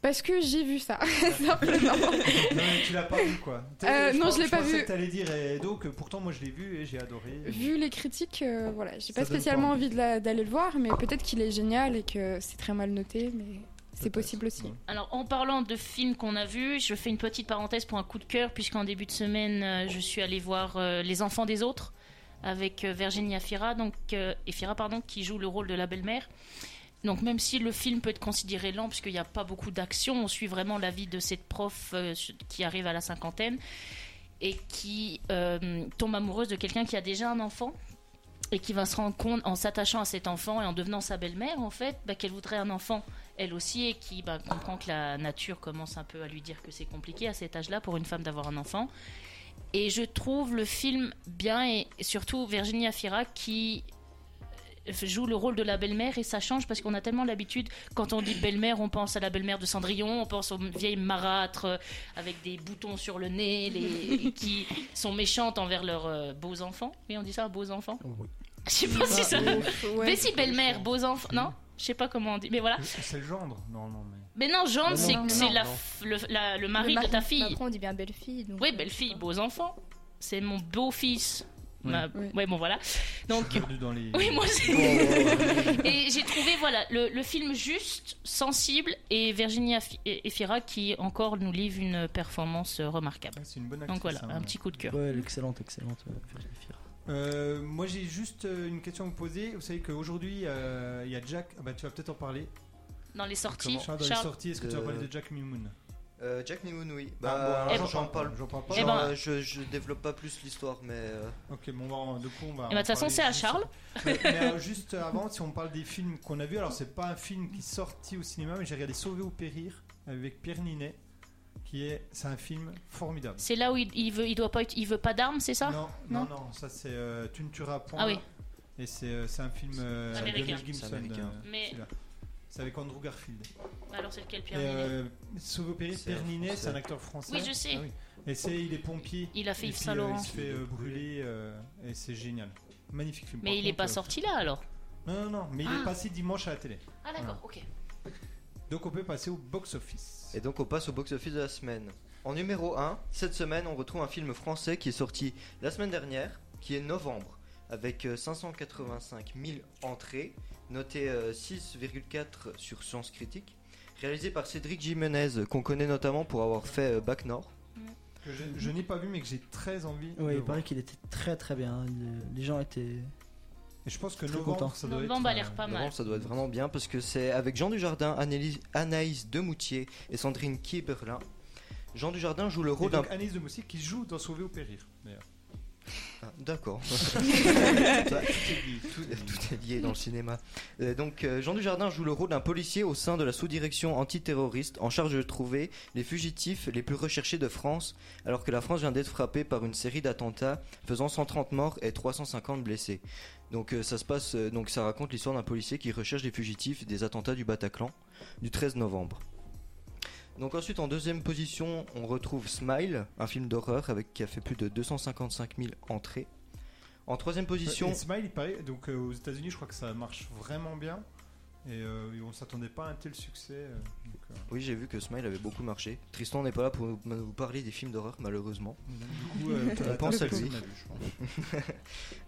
Speaker 7: Parce que j'ai vu ça, simplement.
Speaker 1: non, mais tu l'as pas vu quoi.
Speaker 7: Euh, non, je l'ai pas
Speaker 1: pensais
Speaker 7: vu.
Speaker 1: que t'allais dire et donc euh, pourtant moi je l'ai vu et j'ai adoré.
Speaker 7: Vu les critiques, euh, voilà, j'ai
Speaker 1: Ça
Speaker 7: pas
Speaker 1: donne
Speaker 7: spécialement
Speaker 1: pas
Speaker 7: envie de la- d'aller le voir, mais peut-être qu'il est génial et que c'est très mal noté, mais c'est
Speaker 1: Peut-être.
Speaker 7: possible aussi.
Speaker 1: Ouais.
Speaker 2: Alors, en parlant de films qu'on a vus, je fais une petite parenthèse pour un coup de cœur, puisqu'en début de semaine, euh, je suis allée voir euh, Les Enfants des Autres avec euh, Virginie Efira, donc, euh, Efira, pardon, qui joue le rôle de la belle-mère. Donc, même si le film peut être considéré lent, puisqu'il n'y a pas beaucoup d'action, on suit vraiment la vie de cette prof euh, qui arrive à la cinquantaine et qui euh, tombe amoureuse de quelqu'un qui a déjà un enfant et qui va se rendre compte en s'attachant à cet enfant et en devenant sa belle-mère, en fait, bah, qu'elle voudrait un enfant elle aussi, et qui bah, comprend que la nature commence un peu à lui dire que c'est compliqué à cet âge-là pour une femme d'avoir un enfant. Et je trouve le film bien, et surtout Virginie Afira qui euh, joue le rôle de la belle-mère et ça change parce qu'on a tellement l'habitude quand on dit belle-mère on pense à la belle-mère de Cendrillon on pense aux vieilles marâtres euh, avec des boutons sur le nez les, qui sont méchantes envers leurs euh, beaux enfants oui on dit ça beaux enfants
Speaker 1: Oui.
Speaker 2: je sais pas si ça
Speaker 7: Ouais.
Speaker 2: mais si belle-mère beaux enfants non je sais pas comment on dit mais voilà
Speaker 1: C'est le gendre Non, non, mais.
Speaker 2: mais non gendre
Speaker 1: Non,
Speaker 2: c'est
Speaker 1: non,
Speaker 2: c'est
Speaker 1: non,
Speaker 2: la
Speaker 1: non.
Speaker 2: f- le, la- le mari de ta fille
Speaker 5: Après, on dit bien belle fille. donc,
Speaker 2: oui
Speaker 5: euh,
Speaker 2: belle-fille
Speaker 5: c'est
Speaker 2: beaux enfants c'est mon beau-fils
Speaker 1: Oui.
Speaker 2: Ma-
Speaker 6: Oui.
Speaker 2: ouais bon voilà donc
Speaker 1: Je suis perdu dans les.
Speaker 2: oui moi aussi
Speaker 4: Oh.
Speaker 2: Et j'ai trouvé voilà le, le film juste, sensible et Virginie Afi- et- Efira qui encore nous livre une performance euh, remarquable.
Speaker 1: Ouais, C'est une bonne actrice.
Speaker 2: Donc voilà,
Speaker 1: hein,
Speaker 2: un
Speaker 1: ouais.
Speaker 2: petit coup de cœur.
Speaker 3: Ouais, excellente, excellente. euh, Virginie Fira.
Speaker 1: Euh, moi j'ai juste euh, une question à vous poser. Vous savez qu'aujourd'hui euh, il y a Jack. Ah, bah tu vas peut-être en parler.
Speaker 2: Dans les sorties,
Speaker 1: Charles, dans les
Speaker 2: Charles,
Speaker 1: sorties, est-ce que tu vas
Speaker 4: Euh,
Speaker 1: parler de Jack Mimoun
Speaker 4: Euh, Jack Nimoun, oui.
Speaker 1: bon,
Speaker 4: Bah,
Speaker 1: alors,
Speaker 2: Eh ben-
Speaker 4: j'en parle.
Speaker 1: J'en parle pas.
Speaker 2: Eh
Speaker 4: Genre,
Speaker 2: ben-
Speaker 4: euh, je, je développe pas plus l'histoire, mais euh,
Speaker 1: Ok, bon, bah, de coup, on va.
Speaker 2: Eh ben, de
Speaker 1: en
Speaker 2: toute façon,
Speaker 1: parler
Speaker 2: c'est à
Speaker 1: juste-
Speaker 2: Charles.
Speaker 1: Mais, mais, euh, juste avant, si on parle des films qu'on a vus, alors c'est pas un film qui est sorti au cinéma, mais j'ai regardé Sauver ou Périr avec Pierre Ninet, qui est. C'est un film formidable.
Speaker 2: c'est là où il, il veut, il doit pas, être- il veut pas d'armes, c'est ça
Speaker 1: non, non, non, ça c'est euh, Tu ne tueras point.
Speaker 2: Ah oui.
Speaker 1: Et c'est euh, c'est un film euh, de
Speaker 2: Américain.
Speaker 1: Mel Gibson.
Speaker 4: C'est américain.
Speaker 1: euh,
Speaker 2: Mais-
Speaker 1: celui-là. C'est avec Andrew Garfield.
Speaker 2: Alors c'est lequel
Speaker 1: Et
Speaker 2: Pierre Ninet
Speaker 1: euh, Sauve Opéry,
Speaker 4: C'est un
Speaker 1: Pierre Ninet,
Speaker 4: Français.
Speaker 1: c'est un acteur français.
Speaker 2: Oui, je sais.
Speaker 1: Ah Et c'est, il est pompier.
Speaker 2: Il a fait
Speaker 1: Et
Speaker 2: Yves
Speaker 1: puis,
Speaker 2: Saint
Speaker 1: euh,
Speaker 2: Laurent.
Speaker 1: Il se fait euh, brûler euh, et c'est génial. Magnifique film.
Speaker 2: Mais
Speaker 1: Par
Speaker 2: il est
Speaker 1: contre,
Speaker 2: pas
Speaker 1: euh,
Speaker 2: sorti là alors.
Speaker 1: Non, non, non, mais il
Speaker 2: Ah.
Speaker 1: est passé dimanche à la télé.
Speaker 2: Ah d'accord, ok.
Speaker 1: Donc on peut passer au box-office.
Speaker 4: Et donc on passe au box-office de la semaine. En numéro 1, cette semaine, on retrouve un film français qui est sorti la semaine dernière, qui est novembre, avec euh, 585 000 entrées, noté euh, 6,4 sur Science Critique, réalisé par Cédric Jimenez, euh, qu'on connaît notamment pour avoir fait euh, Bac Nord.
Speaker 1: Que je, je n'ai pas vu, mais que j'ai très envie. de
Speaker 3: Ouais, il
Speaker 1: voir.
Speaker 3: paraît qu'il était très très bien. hein, le- Les gens étaient.
Speaker 1: Et je pense que
Speaker 3: Très
Speaker 1: novembre,
Speaker 3: content.
Speaker 1: ça doit
Speaker 2: Novembre a
Speaker 1: être. euh,
Speaker 2: l'air pas mal.
Speaker 4: Novembre, ça doit être vraiment bien parce que c'est avec Jean Dujardin, Annelise- Anaïs Demoutier et Sandrine Kiberlin. Jean Dujardin joue le
Speaker 1: Et
Speaker 4: rôle d'un
Speaker 1: donc Anis de Moussy qui joue dans Sauver ou Périr. D'ailleurs.
Speaker 4: Ah, D'accord.
Speaker 1: Tout est dit,
Speaker 4: tout,
Speaker 1: tout est dit.
Speaker 4: tout est lié dans le cinéma. Euh, donc euh, Jean Dujardin joue le rôle d'un policier au sein de la sous-direction antiterroriste en charge de trouver les fugitifs les plus recherchés de France alors que la France vient d'être frappée par une série d'attentats faisant 130 morts et 350 blessés. Donc euh, ça se passe euh, donc ça raconte l'histoire d'un policier qui recherche les fugitifs des attentats du Bataclan du 13 novembre. Donc ensuite en deuxième position, on retrouve Smile, un film d'horreur avec qui a fait plus de 255 000 entrées. En troisième position,
Speaker 1: Euh, Et Smile, il paraît. Donc euh, aux États-Unis, je crois que ça marche vraiment bien. Et euh, on s'attendait pas à un tel succès. euh, donc, euh,
Speaker 4: Oui, j'ai vu que Smile avait beaucoup marché. Tristan n'est pas là pour nous nous parler des films d'horreur, malheureusement.
Speaker 1: Du coup, euh,
Speaker 4: On pense à lui.
Speaker 1: personne n'a vu, je pense.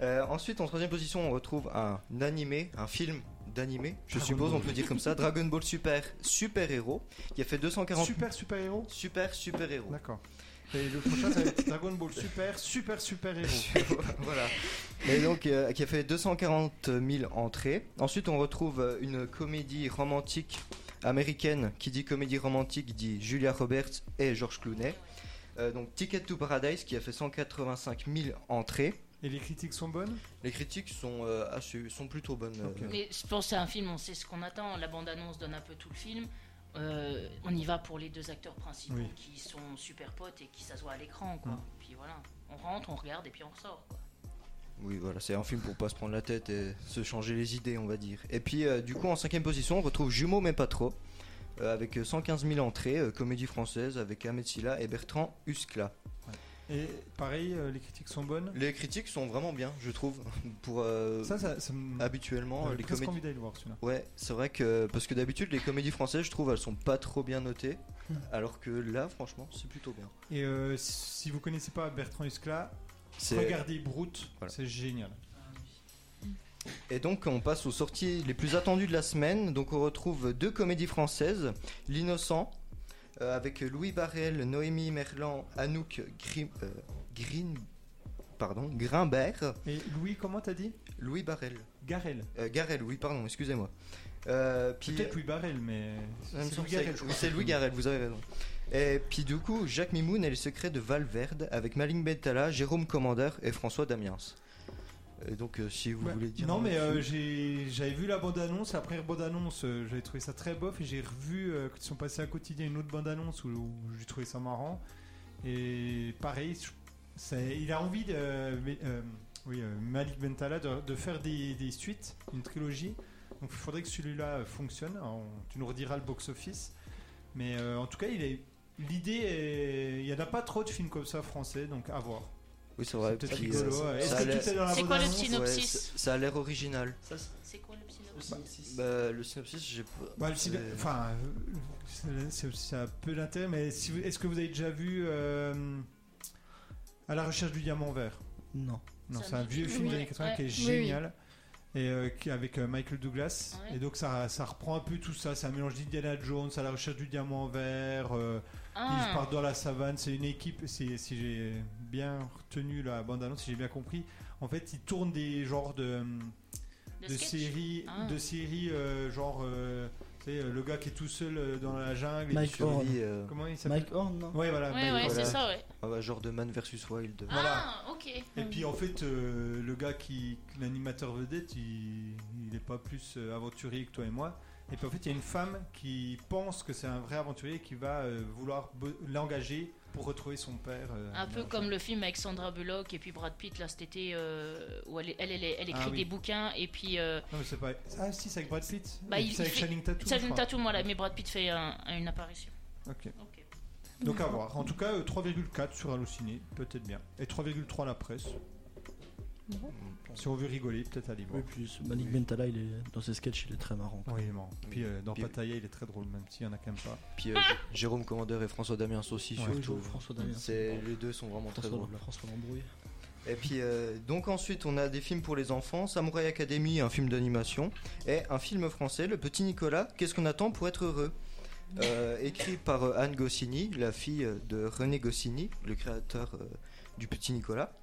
Speaker 4: Euh, ensuite, en troisième position, on retrouve un animé, un film d'animé, je
Speaker 1: Dragon
Speaker 4: suppose on
Speaker 1: Ball.
Speaker 4: peut dire comme ça, Dragon Ball Super, Super Héros, qui a fait 240...
Speaker 1: Super super héros
Speaker 4: Super, super héros.
Speaker 1: D'accord. Et le prochain, ça va être Dragon Ball Super Super Super Héros.
Speaker 4: voilà. Et donc, euh, qui a fait 240 000 entrées. Ensuite, on retrouve euh, une comédie romantique américaine. Qui dit comédie romantique dit Julia Roberts et George Clooney. Euh, donc, Ticket to Paradise qui a fait 185 000 entrées.
Speaker 1: Et les critiques sont bonnes
Speaker 4: Les critiques sont, euh, assez- sont plutôt bonnes. euh,
Speaker 1: Ok.
Speaker 2: Mais je pense que c'est un film, on sait ce qu'on attend. La bande-annonce donne un peu tout le film. Euh, on y va pour les deux acteurs principaux
Speaker 1: Oui.
Speaker 2: qui sont super potes et qui ça se voit à l'écran. quoi.
Speaker 1: Mm.
Speaker 2: Puis voilà, on rentre, on regarde et puis on ressort. quoi.
Speaker 4: Oui, voilà, c'est un film pour pas se prendre la tête et se changer les idées, on va dire. Et puis, euh, du coup, en cinquième position, on retrouve Jumeaux, mais pas trop, euh, avec euh, 115 000 entrées, euh, comédie française avec Ahmed Silla et Bertrand Huskla.
Speaker 1: Et pareil, euh, les critiques sont bonnes
Speaker 4: Les critiques sont vraiment bien, je trouve, pour euh,
Speaker 1: Ça, ça, ça me.
Speaker 4: habituellement
Speaker 1: j'avais
Speaker 4: les
Speaker 1: presque
Speaker 4: comédies.
Speaker 1: envie d'aller le voir celui-là.
Speaker 4: Ouais, c'est vrai que parce que d'habitude les comédies françaises, je trouve, elles sont pas trop bien notées,
Speaker 1: Hmm.
Speaker 4: alors que là, franchement, c'est plutôt bien.
Speaker 1: Et euh, si vous connaissez pas Bertrand Huskla,
Speaker 4: C'est
Speaker 1: regardez Brute,
Speaker 4: Voilà.
Speaker 1: c'est génial.
Speaker 4: Et donc on passe aux sorties les plus attendues de la semaine. Donc on retrouve deux comédies françaises, L'innocent euh, avec Louis Barrel, Noémie Merlan, Anouk Grim- euh, Green pardon, Grimbert,
Speaker 1: Et Louis, comment t'as dit
Speaker 4: Louis Barrel.
Speaker 1: Garel.
Speaker 4: Euh, Garel, oui, pardon, excusez-moi. Euh, puis- euh,
Speaker 1: Peut-être Louis Barel, mais.
Speaker 4: Il me
Speaker 1: C'est
Speaker 4: semble
Speaker 1: Louis
Speaker 4: que
Speaker 1: Garel,
Speaker 4: C'est oui, c'est Louis Garrel, vous avez raison. Et puis du coup, Jacques Mimoun et les secrets de Valverde avec Maling Bentala, Jérôme Commandeur et François Damiens. Euh, donc euh, si vous
Speaker 1: Ouais.
Speaker 4: voulez dire.
Speaker 1: non,
Speaker 4: un
Speaker 1: mais
Speaker 4: film.
Speaker 1: euh, j'ai- j'avais vu la bande-annonce. La première bande-annonce, euh, j'avais trouvé ça très bof. Et j'ai revu euh, quand ils sont passés à quotidien une autre bande-annonce où, où j'ai trouvé ça marrant. Et pareil, je- c'est- il a envie de. mais, euh, oui, euh, Malik Bentala de, de faire des, des suites, une trilogie. Donc il faudrait que celui-là euh, fonctionne. Alors, on- tu nous rediras le box-office. Mais euh, en tout cas, il est. L'idée, est- il n'y en a pas trop de films comme ça français, donc à voir.
Speaker 4: Oui, c'est vrai.
Speaker 1: peut-être
Speaker 4: puis,
Speaker 1: rigolo,
Speaker 4: euh,
Speaker 1: ouais.
Speaker 4: ça
Speaker 1: Est-ce
Speaker 4: a
Speaker 1: que
Speaker 4: l'air-
Speaker 1: tout est dans la
Speaker 2: C'est quoi le
Speaker 1: bande-annonce
Speaker 2: synopsis
Speaker 4: Ouais, ça- ça a l'air original.
Speaker 2: C'est quoi le synopsis
Speaker 4: Bah, le synopsis, j'ai. pas-
Speaker 1: Bah, le cyber-
Speaker 4: c'est-
Speaker 1: Enfin, euh, c'est- c'est un peu d'intérêt, mais si vous- est-ce que vous avez déjà vu euh, À la recherche du diamant vert
Speaker 3: Non.
Speaker 1: Non,
Speaker 2: Ça
Speaker 1: c'est un
Speaker 2: me dit
Speaker 1: vieux
Speaker 2: quelque
Speaker 1: film des
Speaker 2: chose.
Speaker 1: années 80 qui est
Speaker 7: Oui, oui.
Speaker 1: génial. Et euh, qui- avec euh, Michael Douglas.
Speaker 2: Ouais.
Speaker 1: Et donc ça, ça reprend un peu tout ça. C'est un mélange d'Indiana Jones, à la recherche du diamant vert. euh, ils
Speaker 2: Ah,
Speaker 1: partent dans la savane. C'est une équipe. Si, si j'ai bien retenu la bande-annonce, si j'ai bien compris. En fait, ils tournent des genres de. hum,
Speaker 2: le
Speaker 1: de
Speaker 2: sketch.
Speaker 1: séries
Speaker 2: Ah.
Speaker 1: de séries euh, genre euh, tu sais, euh, le gars qui est tout seul euh, dans la jungle et
Speaker 3: Mike
Speaker 1: qui-
Speaker 4: Sur
Speaker 3: Horn.
Speaker 4: lui, euh,
Speaker 1: comment il s'appelle
Speaker 3: Mike Horn, non
Speaker 1: ouais voilà
Speaker 2: Ouais,
Speaker 1: Mike
Speaker 2: ouais,
Speaker 1: Horn.
Speaker 2: c'est
Speaker 4: Voilà.
Speaker 2: ça, ouais.
Speaker 4: ah bah, genre de Man versus Wild.
Speaker 1: Voilà.
Speaker 2: Ah, ok.
Speaker 1: et puis en fait euh, le gars qui l'animateur vedette il, il est pas plus euh, aventurier que toi et moi et puis en fait il y a une femme qui pense que c'est un vrai aventurier qui va euh, vouloir be- l'engager pour retrouver son père euh,
Speaker 2: Un peu
Speaker 1: dans-
Speaker 2: comme le film avec Sandra Bullock et puis Brad Pitt, là, cet été, euh, où elle, est- elle, elle, est- elle écrit
Speaker 1: Ah oui.
Speaker 2: des bouquins et puis. euh,
Speaker 1: non mais c'est pas ah si c'est avec Brad Pitt
Speaker 2: Bah,
Speaker 1: Et
Speaker 2: il-
Speaker 1: puis c'est avec
Speaker 2: il fait-
Speaker 1: Channing Tatum
Speaker 2: Ça
Speaker 1: je
Speaker 2: vient de
Speaker 1: crois.
Speaker 2: tatou, moi, là, mais Brad Pitt fait un- une apparition.
Speaker 1: Ok.
Speaker 2: Ok.
Speaker 1: donc à voir en tout cas euh, 3,4 sur Allociné peut-être bien et 3,3 la presse Si on veut rigoler, peut-être aller
Speaker 3: Oui,
Speaker 1: voir.
Speaker 3: puis ce Malik Bentala, il est dans ses sketchs, il est très marrant. quoi.
Speaker 1: Oui, il est marrant. Puis euh, dans
Speaker 4: Puis-
Speaker 1: Pattaya, il est très drôle, même s'il y en a quand même pas.
Speaker 4: Puis euh, Jérôme Commandeur et François Damien aussi,
Speaker 1: Ouais.
Speaker 3: Il joue
Speaker 4: surtout.
Speaker 3: François Damien.
Speaker 4: C'est- les deux sont vraiment très
Speaker 3: François,
Speaker 4: drôles.
Speaker 3: François Lambrouille.
Speaker 4: Et puis euh, donc ensuite on a des films pour les enfants, Samurai Academy, un film d'animation, et un film français, Le Petit Nicolas, Qu'est-ce qu'on attend pour être heureux Euh, Écrit par euh, Anne Goscinny, la fille euh, de René Goscinny, le créateur euh, du Petit Nicolas.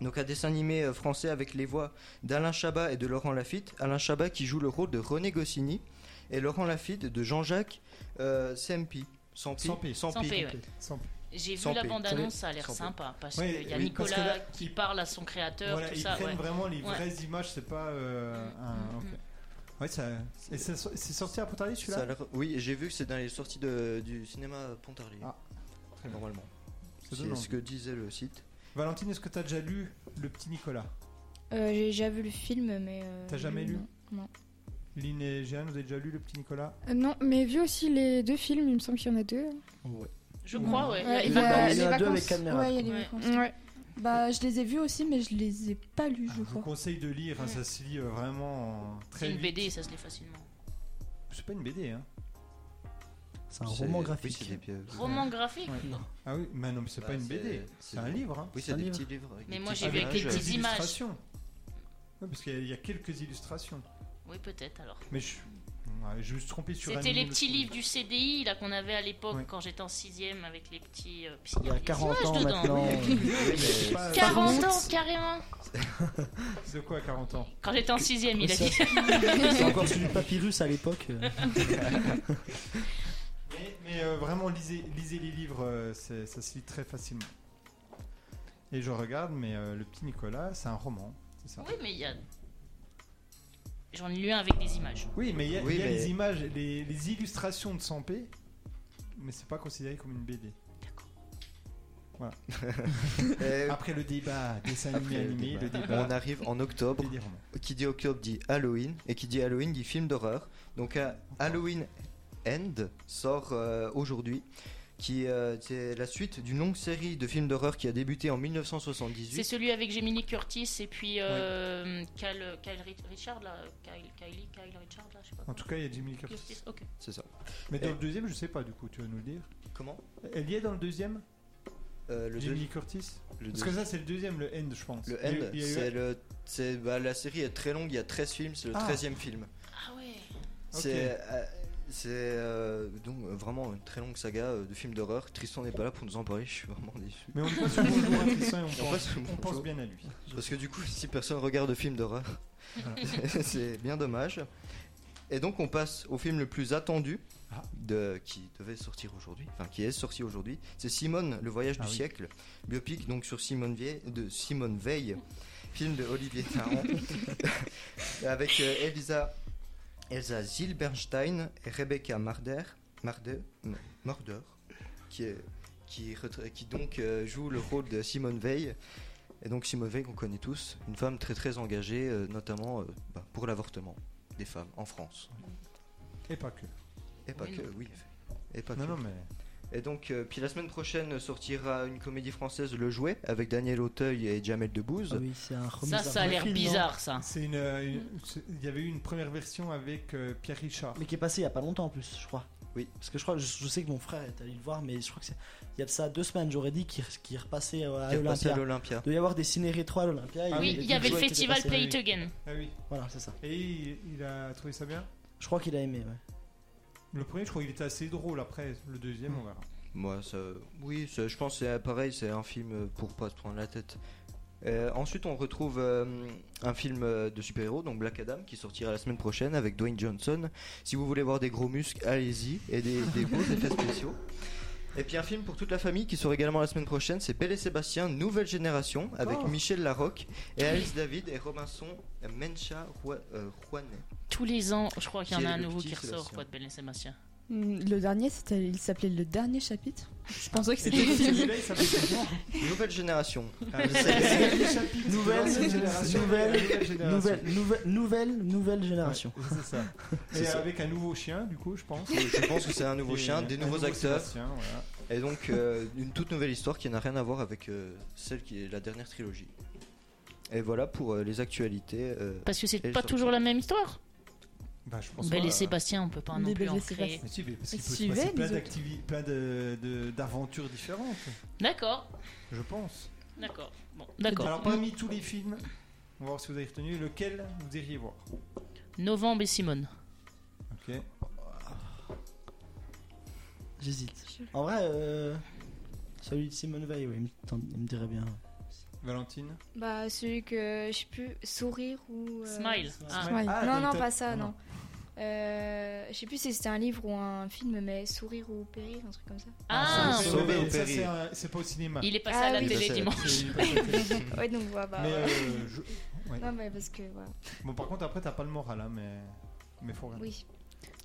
Speaker 4: Donc un dessin animé euh, français avec les voix d'Alain Chabat et de Laurent Lafitte. Alain Chabat qui joue le rôle de René Goscinny et Laurent Lafitte de Jean-Jacques euh, Sempi. Sampi.
Speaker 1: Sampi.
Speaker 4: Sampi.
Speaker 2: Sampi, ouais.
Speaker 1: Sans-
Speaker 2: J'ai vu
Speaker 4: Sans
Speaker 2: la
Speaker 4: paix.
Speaker 2: bande-annonce, ça a l'air
Speaker 4: Sans paix.
Speaker 2: sympa parce
Speaker 1: Ouais,
Speaker 2: qu'il y a
Speaker 1: oui, parce
Speaker 2: Nicolas
Speaker 1: que là,
Speaker 2: qui
Speaker 1: il-
Speaker 2: parle à son créateur,
Speaker 1: Voilà,
Speaker 2: tout
Speaker 1: ils
Speaker 2: ça.
Speaker 1: prennent
Speaker 2: ouais.
Speaker 1: vraiment les
Speaker 2: Ouais.
Speaker 1: vraies images, c'est pas euh,
Speaker 2: Mm,
Speaker 1: un.
Speaker 2: mm,
Speaker 1: ok.
Speaker 2: mm.
Speaker 1: Ouais, ça- et c'est c'est sorti à Pontarlier
Speaker 4: Ça a
Speaker 1: celui-là
Speaker 4: l'air- Oui, j'ai vu que c'est dans les sorties de- du cinéma Pontarlier.
Speaker 1: Ah, très bien.
Speaker 4: Normalement.
Speaker 1: Ça donne
Speaker 4: C'est
Speaker 1: envie.
Speaker 4: ce que disait le site.
Speaker 1: Valentine, est-ce que t'as déjà lu Le Petit Nicolas
Speaker 5: Euh, J'ai déjà vu le film, mais. euh,
Speaker 1: T'as jamais lu
Speaker 5: non.
Speaker 1: Lynn et Jeanne, vous avez déjà lu Le Petit Nicolas
Speaker 7: Euh, Non, mais vu aussi les deux films, il me semble qu'il y en a deux.
Speaker 2: Je crois, ouais.
Speaker 7: Ouais,
Speaker 2: Il
Speaker 7: il
Speaker 2: y a
Speaker 7: y
Speaker 2: les
Speaker 7: a-
Speaker 2: vacances.
Speaker 3: il y en a
Speaker 7: les
Speaker 3: deux avec
Speaker 7: vacances.
Speaker 3: caméra.
Speaker 6: Ouais, il y a les
Speaker 2: Ouais.
Speaker 6: vacances.
Speaker 7: Ouais.
Speaker 6: Bah, je les ai vus aussi, mais je les ai pas lus,
Speaker 1: Ah, Je
Speaker 6: je
Speaker 1: vous
Speaker 6: crois.
Speaker 1: conseille de lire, hein, ça se lit euh, vraiment euh,
Speaker 2: Mm. C'est
Speaker 1: très
Speaker 2: une
Speaker 1: vite.
Speaker 2: BD, ça se lit facilement.
Speaker 1: C'est pas une BD, hein
Speaker 3: C'est un
Speaker 4: C'est-
Speaker 3: roman
Speaker 4: oui,
Speaker 3: graphique.
Speaker 4: c'est des pièces.
Speaker 2: Roman graphique.
Speaker 1: Ouais.
Speaker 3: Non.
Speaker 1: Ah oui, mais non, mais c'est
Speaker 4: Bah,
Speaker 1: pas une
Speaker 4: c'est-
Speaker 1: BD,
Speaker 4: c'est
Speaker 1: c'est un
Speaker 4: des-
Speaker 1: livre. hein.
Speaker 4: Oui,
Speaker 3: C'est
Speaker 4: c'est
Speaker 3: un
Speaker 4: des
Speaker 3: livre.
Speaker 4: petits livres. avec
Speaker 2: Mais
Speaker 4: des
Speaker 2: moi,
Speaker 4: petits
Speaker 2: j'ai vu avec
Speaker 4: images.
Speaker 2: les petites images.
Speaker 1: illustrations. Ouais, parce qu'il y a- il y a quelques illustrations.
Speaker 2: Oui, peut-être alors.
Speaker 1: Mais je, ouais, je me suis trompé sur
Speaker 2: C'était
Speaker 1: Anime
Speaker 2: les
Speaker 1: le
Speaker 2: petits
Speaker 1: Trouve.
Speaker 2: livres du CDI là qu'on avait à l'époque
Speaker 1: Ouais.
Speaker 2: quand j'étais en 6ème avec les petits. euh, puis
Speaker 3: Il y a
Speaker 2: des
Speaker 3: 40
Speaker 2: images
Speaker 3: ans
Speaker 2: dedans.
Speaker 3: maintenant.
Speaker 4: Oui,
Speaker 1: C'est
Speaker 4: mais-
Speaker 1: pas-
Speaker 2: 40 ans carrément
Speaker 1: De quoi 40 ans
Speaker 2: Quand j'étais en 6ème, il a
Speaker 3: Ça-
Speaker 2: dit.
Speaker 3: C'est encore sur du papyrus à l'époque. euh.
Speaker 1: Mais, mais, euh, vraiment, lisez, lisez les livres, euh, c'est- ça se lit très facilement. Et je regarde, mais euh, le petit Nicolas, c'est un roman, c'est ça
Speaker 2: Oui, mais il y a. J'en ai lu un avec des images.
Speaker 1: Oui, mais il y a,
Speaker 4: Oui,
Speaker 1: il y a
Speaker 4: mais-
Speaker 1: les images, les, les illustrations de Sampé, mais c'est pas considéré comme une BD.
Speaker 4: Euh,
Speaker 1: Après le débat, dessin
Speaker 4: après
Speaker 1: animé,
Speaker 4: le
Speaker 1: animé,
Speaker 4: débat.
Speaker 1: le
Speaker 4: On
Speaker 1: débat,
Speaker 4: arrive en octobre.
Speaker 1: BD roman.
Speaker 4: Qui dit octobre dit Halloween. Et qui dit Halloween dit film d'horreur. Donc euh, Halloween End sort euh, aujourd'hui. Qui euh, c'est la suite d'une longue série de films d'horreur qui a débuté en
Speaker 2: C'est
Speaker 4: 1978.
Speaker 2: celui avec Gemini Curtis et puis euh, Kyle, Kyle Ri- Richard là, Kyle, Kylie, Kyle Richard là, je sais pas.
Speaker 1: En
Speaker 2: comment.
Speaker 1: tout cas, il y a Jimmy Curtis.
Speaker 2: Curtis, ok.
Speaker 4: C'est ça.
Speaker 1: Mais dans
Speaker 4: Et-
Speaker 1: le deuxième, je sais pas du coup, tu vas nous le dire.
Speaker 4: Comment
Speaker 1: Elle y est dans le deuxième
Speaker 4: Euh, le,
Speaker 1: Jimmy Curtis
Speaker 4: deux- le
Speaker 1: Parce que ça, c'est le deuxième, le end, je pense.
Speaker 4: Le
Speaker 1: Il y a eu-
Speaker 4: N,
Speaker 1: il y a eu-
Speaker 4: c'est le. c'est- bah, la série est très longue, il y a 13 films, c'est le
Speaker 1: Ah.
Speaker 4: 13 e film.
Speaker 2: Ah ouais.
Speaker 4: C'est euh, c'est, euh, donc euh, vraiment une très longue saga euh, de films d'horreur. Tristan n'est pas là pour nous en parler, je suis vraiment déçu.
Speaker 1: Mais on lui passe le bonjour à Tristan et on
Speaker 4: On
Speaker 1: pense,
Speaker 4: passe le
Speaker 1: on pense
Speaker 4: bonjour.
Speaker 1: bien à lui.
Speaker 4: Parce que du coup, si personne regarde de films d'horreur, c'est bien dommage. Et donc, on passe au film le plus attendu
Speaker 1: Ah.
Speaker 4: de, qui devait sortir aujourd'hui, enfin qui est sorti aujourd'hui. C'est Simone, le voyage
Speaker 1: Ah
Speaker 4: du
Speaker 1: oui.
Speaker 4: siècle, biopic donc sur Simone Veil, de Simone Veil. film de Olivier Taron avec euh, Elsa, Elsa Zilberstein et Rebecca Marder, Marder, non, Marder, qui, est- qui, retra- qui donc euh, joue le rôle de Simone Veil. Et donc Simone Veil qu'on connaît tous, une femme très très engagée, euh, notamment euh, bah, pour l'avortement des femmes en France.
Speaker 1: Et pas que.
Speaker 4: Et pas
Speaker 2: Oui,
Speaker 4: que,
Speaker 2: non.
Speaker 4: oui. Et pas
Speaker 1: Non,
Speaker 4: que.
Speaker 1: non, mais.
Speaker 4: Et donc, euh, puis la semaine prochaine sortira une comédie française, Le Jouet, avec Daniel Auteuil et Jamel Debbouze.
Speaker 3: Ah oui, c'est un
Speaker 2: Ça,
Speaker 3: remix
Speaker 2: ça a
Speaker 3: d'un
Speaker 2: l'air
Speaker 3: film, non
Speaker 2: bizarre, ça.
Speaker 1: C'est une, euh, une- c'est- Il y avait eu une première version avec euh, Pierre Richard.
Speaker 3: Mais qui est passé il y a pas longtemps en plus, je crois.
Speaker 4: Oui.
Speaker 3: Parce que je crois, je, je sais que mon frère est allé le voir, mais je crois que c'est. Il y a de ça deux semaines, j'aurais dit qu'il qu'il repassait euh, à
Speaker 4: qui est repassé
Speaker 3: l'Olympia.
Speaker 4: à l'Olympia.
Speaker 3: Il doit y avoir des ciné rétro à l'Olympia.
Speaker 1: Ah
Speaker 2: Oui,
Speaker 1: oui,
Speaker 2: il
Speaker 1: le
Speaker 2: y avait le
Speaker 3: jouet qui était
Speaker 2: festival
Speaker 3: passé.
Speaker 2: Play It
Speaker 1: oui.
Speaker 2: Again.
Speaker 1: Ah oui.
Speaker 3: Voilà, c'est ça.
Speaker 1: Et il, il a trouvé ça bien
Speaker 3: Je crois qu'il a aimé, ouais.
Speaker 1: Le premier, je crois qu'il était assez drôle. Après, le deuxième, on verra.
Speaker 4: Moi, ça, oui, ça- je pense que c'est euh, pareil, c'est un film euh, pour pas se prendre la tête. Euh, ensuite, on retrouve euh, un film euh, de super-héros, donc Black Adam, qui sortira la semaine prochaine avec Dwayne Johnson. Si vous voulez voir des gros muscles, allez-y, et des, des beaux effets spéciaux. Et puis un film pour toute la famille qui sort également la semaine prochaine, c'est Belle et Sébastien, Nouvelle Génération, avec Michel Larocque et Alice David et Robinson Mencha Roi- euh, Juanet.
Speaker 2: Tous les ans, je crois qu'il y
Speaker 4: Qui
Speaker 2: en
Speaker 4: est
Speaker 2: a un
Speaker 4: le
Speaker 2: nouveau
Speaker 4: petit
Speaker 2: qui ressort,
Speaker 4: Sébastien.
Speaker 2: quoi, de Belle et Sébastien.
Speaker 6: Mm, Le dernier, c'était, il s'appelait le dernier chapitre. Je pensais que
Speaker 1: Et donc, celui-là, il s'appelle comment
Speaker 4: Nouvelle Génération.
Speaker 1: Ah, mais c'est- c'est le chapitre de
Speaker 3: Nouvelle-
Speaker 1: l'ancienne génération,
Speaker 3: nouvelle-
Speaker 1: la nouvelle génération.
Speaker 3: Nouvelle, nouvelle, nouvelle, nouvelle
Speaker 1: Ouais,
Speaker 3: génération.
Speaker 1: c'est ça.
Speaker 4: C'est
Speaker 1: Et euh,
Speaker 4: ça.
Speaker 1: avec un nouveau chien, du coup, je pense.
Speaker 4: Et Je pense que c'est un nouveau
Speaker 1: Et
Speaker 4: chien, des
Speaker 1: un
Speaker 4: nouveaux
Speaker 1: nouveau
Speaker 4: acteurs.
Speaker 1: Sébastien, voilà.
Speaker 4: Et donc euh, une toute nouvelle histoire qui n'a rien à voir avec euh, celle qui est la dernière trilogie. Et voilà pour euh, les actualités. euh,
Speaker 2: Parce que c'est
Speaker 4: Et
Speaker 2: pas
Speaker 4: je-
Speaker 2: toujours la même histoire.
Speaker 1: Bah, je pense
Speaker 2: Belle
Speaker 1: pas,
Speaker 2: et
Speaker 1: euh,
Speaker 2: Sébastien, on peut pas non
Speaker 6: les
Speaker 2: plus
Speaker 6: Belle
Speaker 2: en
Speaker 6: et
Speaker 2: créer.
Speaker 6: Sébastien.
Speaker 1: Mais si, mais parce qu'il peut se
Speaker 6: Suivez
Speaker 1: passer
Speaker 6: les
Speaker 1: plein
Speaker 6: autres.
Speaker 1: d'activi- plein de- de- d'aventures différentes,
Speaker 2: D'accord,
Speaker 1: je pense.
Speaker 2: d'accord, bon, d'accord.
Speaker 1: Alors, parmi tous les films, on va voir si vous avez retenu, lequel vous iriez voir
Speaker 2: Novembre et Simone.
Speaker 1: Ok.
Speaker 3: J'hésite. En vrai, euh, celui de Simone Veil, oui, il me, tente- il me dirait bien.
Speaker 1: Valentine
Speaker 5: Bah, celui que je sais plus, sourire ou. euh,
Speaker 2: Smile. Ah.
Speaker 1: Smile.
Speaker 7: Ouais.
Speaker 1: Ah,
Speaker 5: non,
Speaker 1: donc
Speaker 5: non,
Speaker 1: t'as-
Speaker 5: pas ça,
Speaker 1: Ah,
Speaker 5: non.
Speaker 1: non.
Speaker 5: Euh, je sais plus si c'était un livre ou un film, mais Sourire ou Périr, un truc comme ça.
Speaker 2: Ah,
Speaker 1: ça, c'est-
Speaker 4: Sauvé
Speaker 1: mais
Speaker 4: ou
Speaker 1: ça,
Speaker 4: péri.
Speaker 1: c'est un- C'est pas au cinéma.
Speaker 2: il est passé
Speaker 5: Ah
Speaker 2: à la
Speaker 5: oui.
Speaker 2: télé
Speaker 4: Ça, c'est-
Speaker 2: dimanche.
Speaker 1: C'est pas au cinéma.
Speaker 5: ouais, donc voilà. Bah,
Speaker 1: Mais
Speaker 5: voilà.
Speaker 1: euh, je- ouais.
Speaker 5: Non, mais parce que, voilà.
Speaker 1: Bon, par contre, après, t'as pas le moral, hein, mais. Mais faut regarder.
Speaker 5: Oui.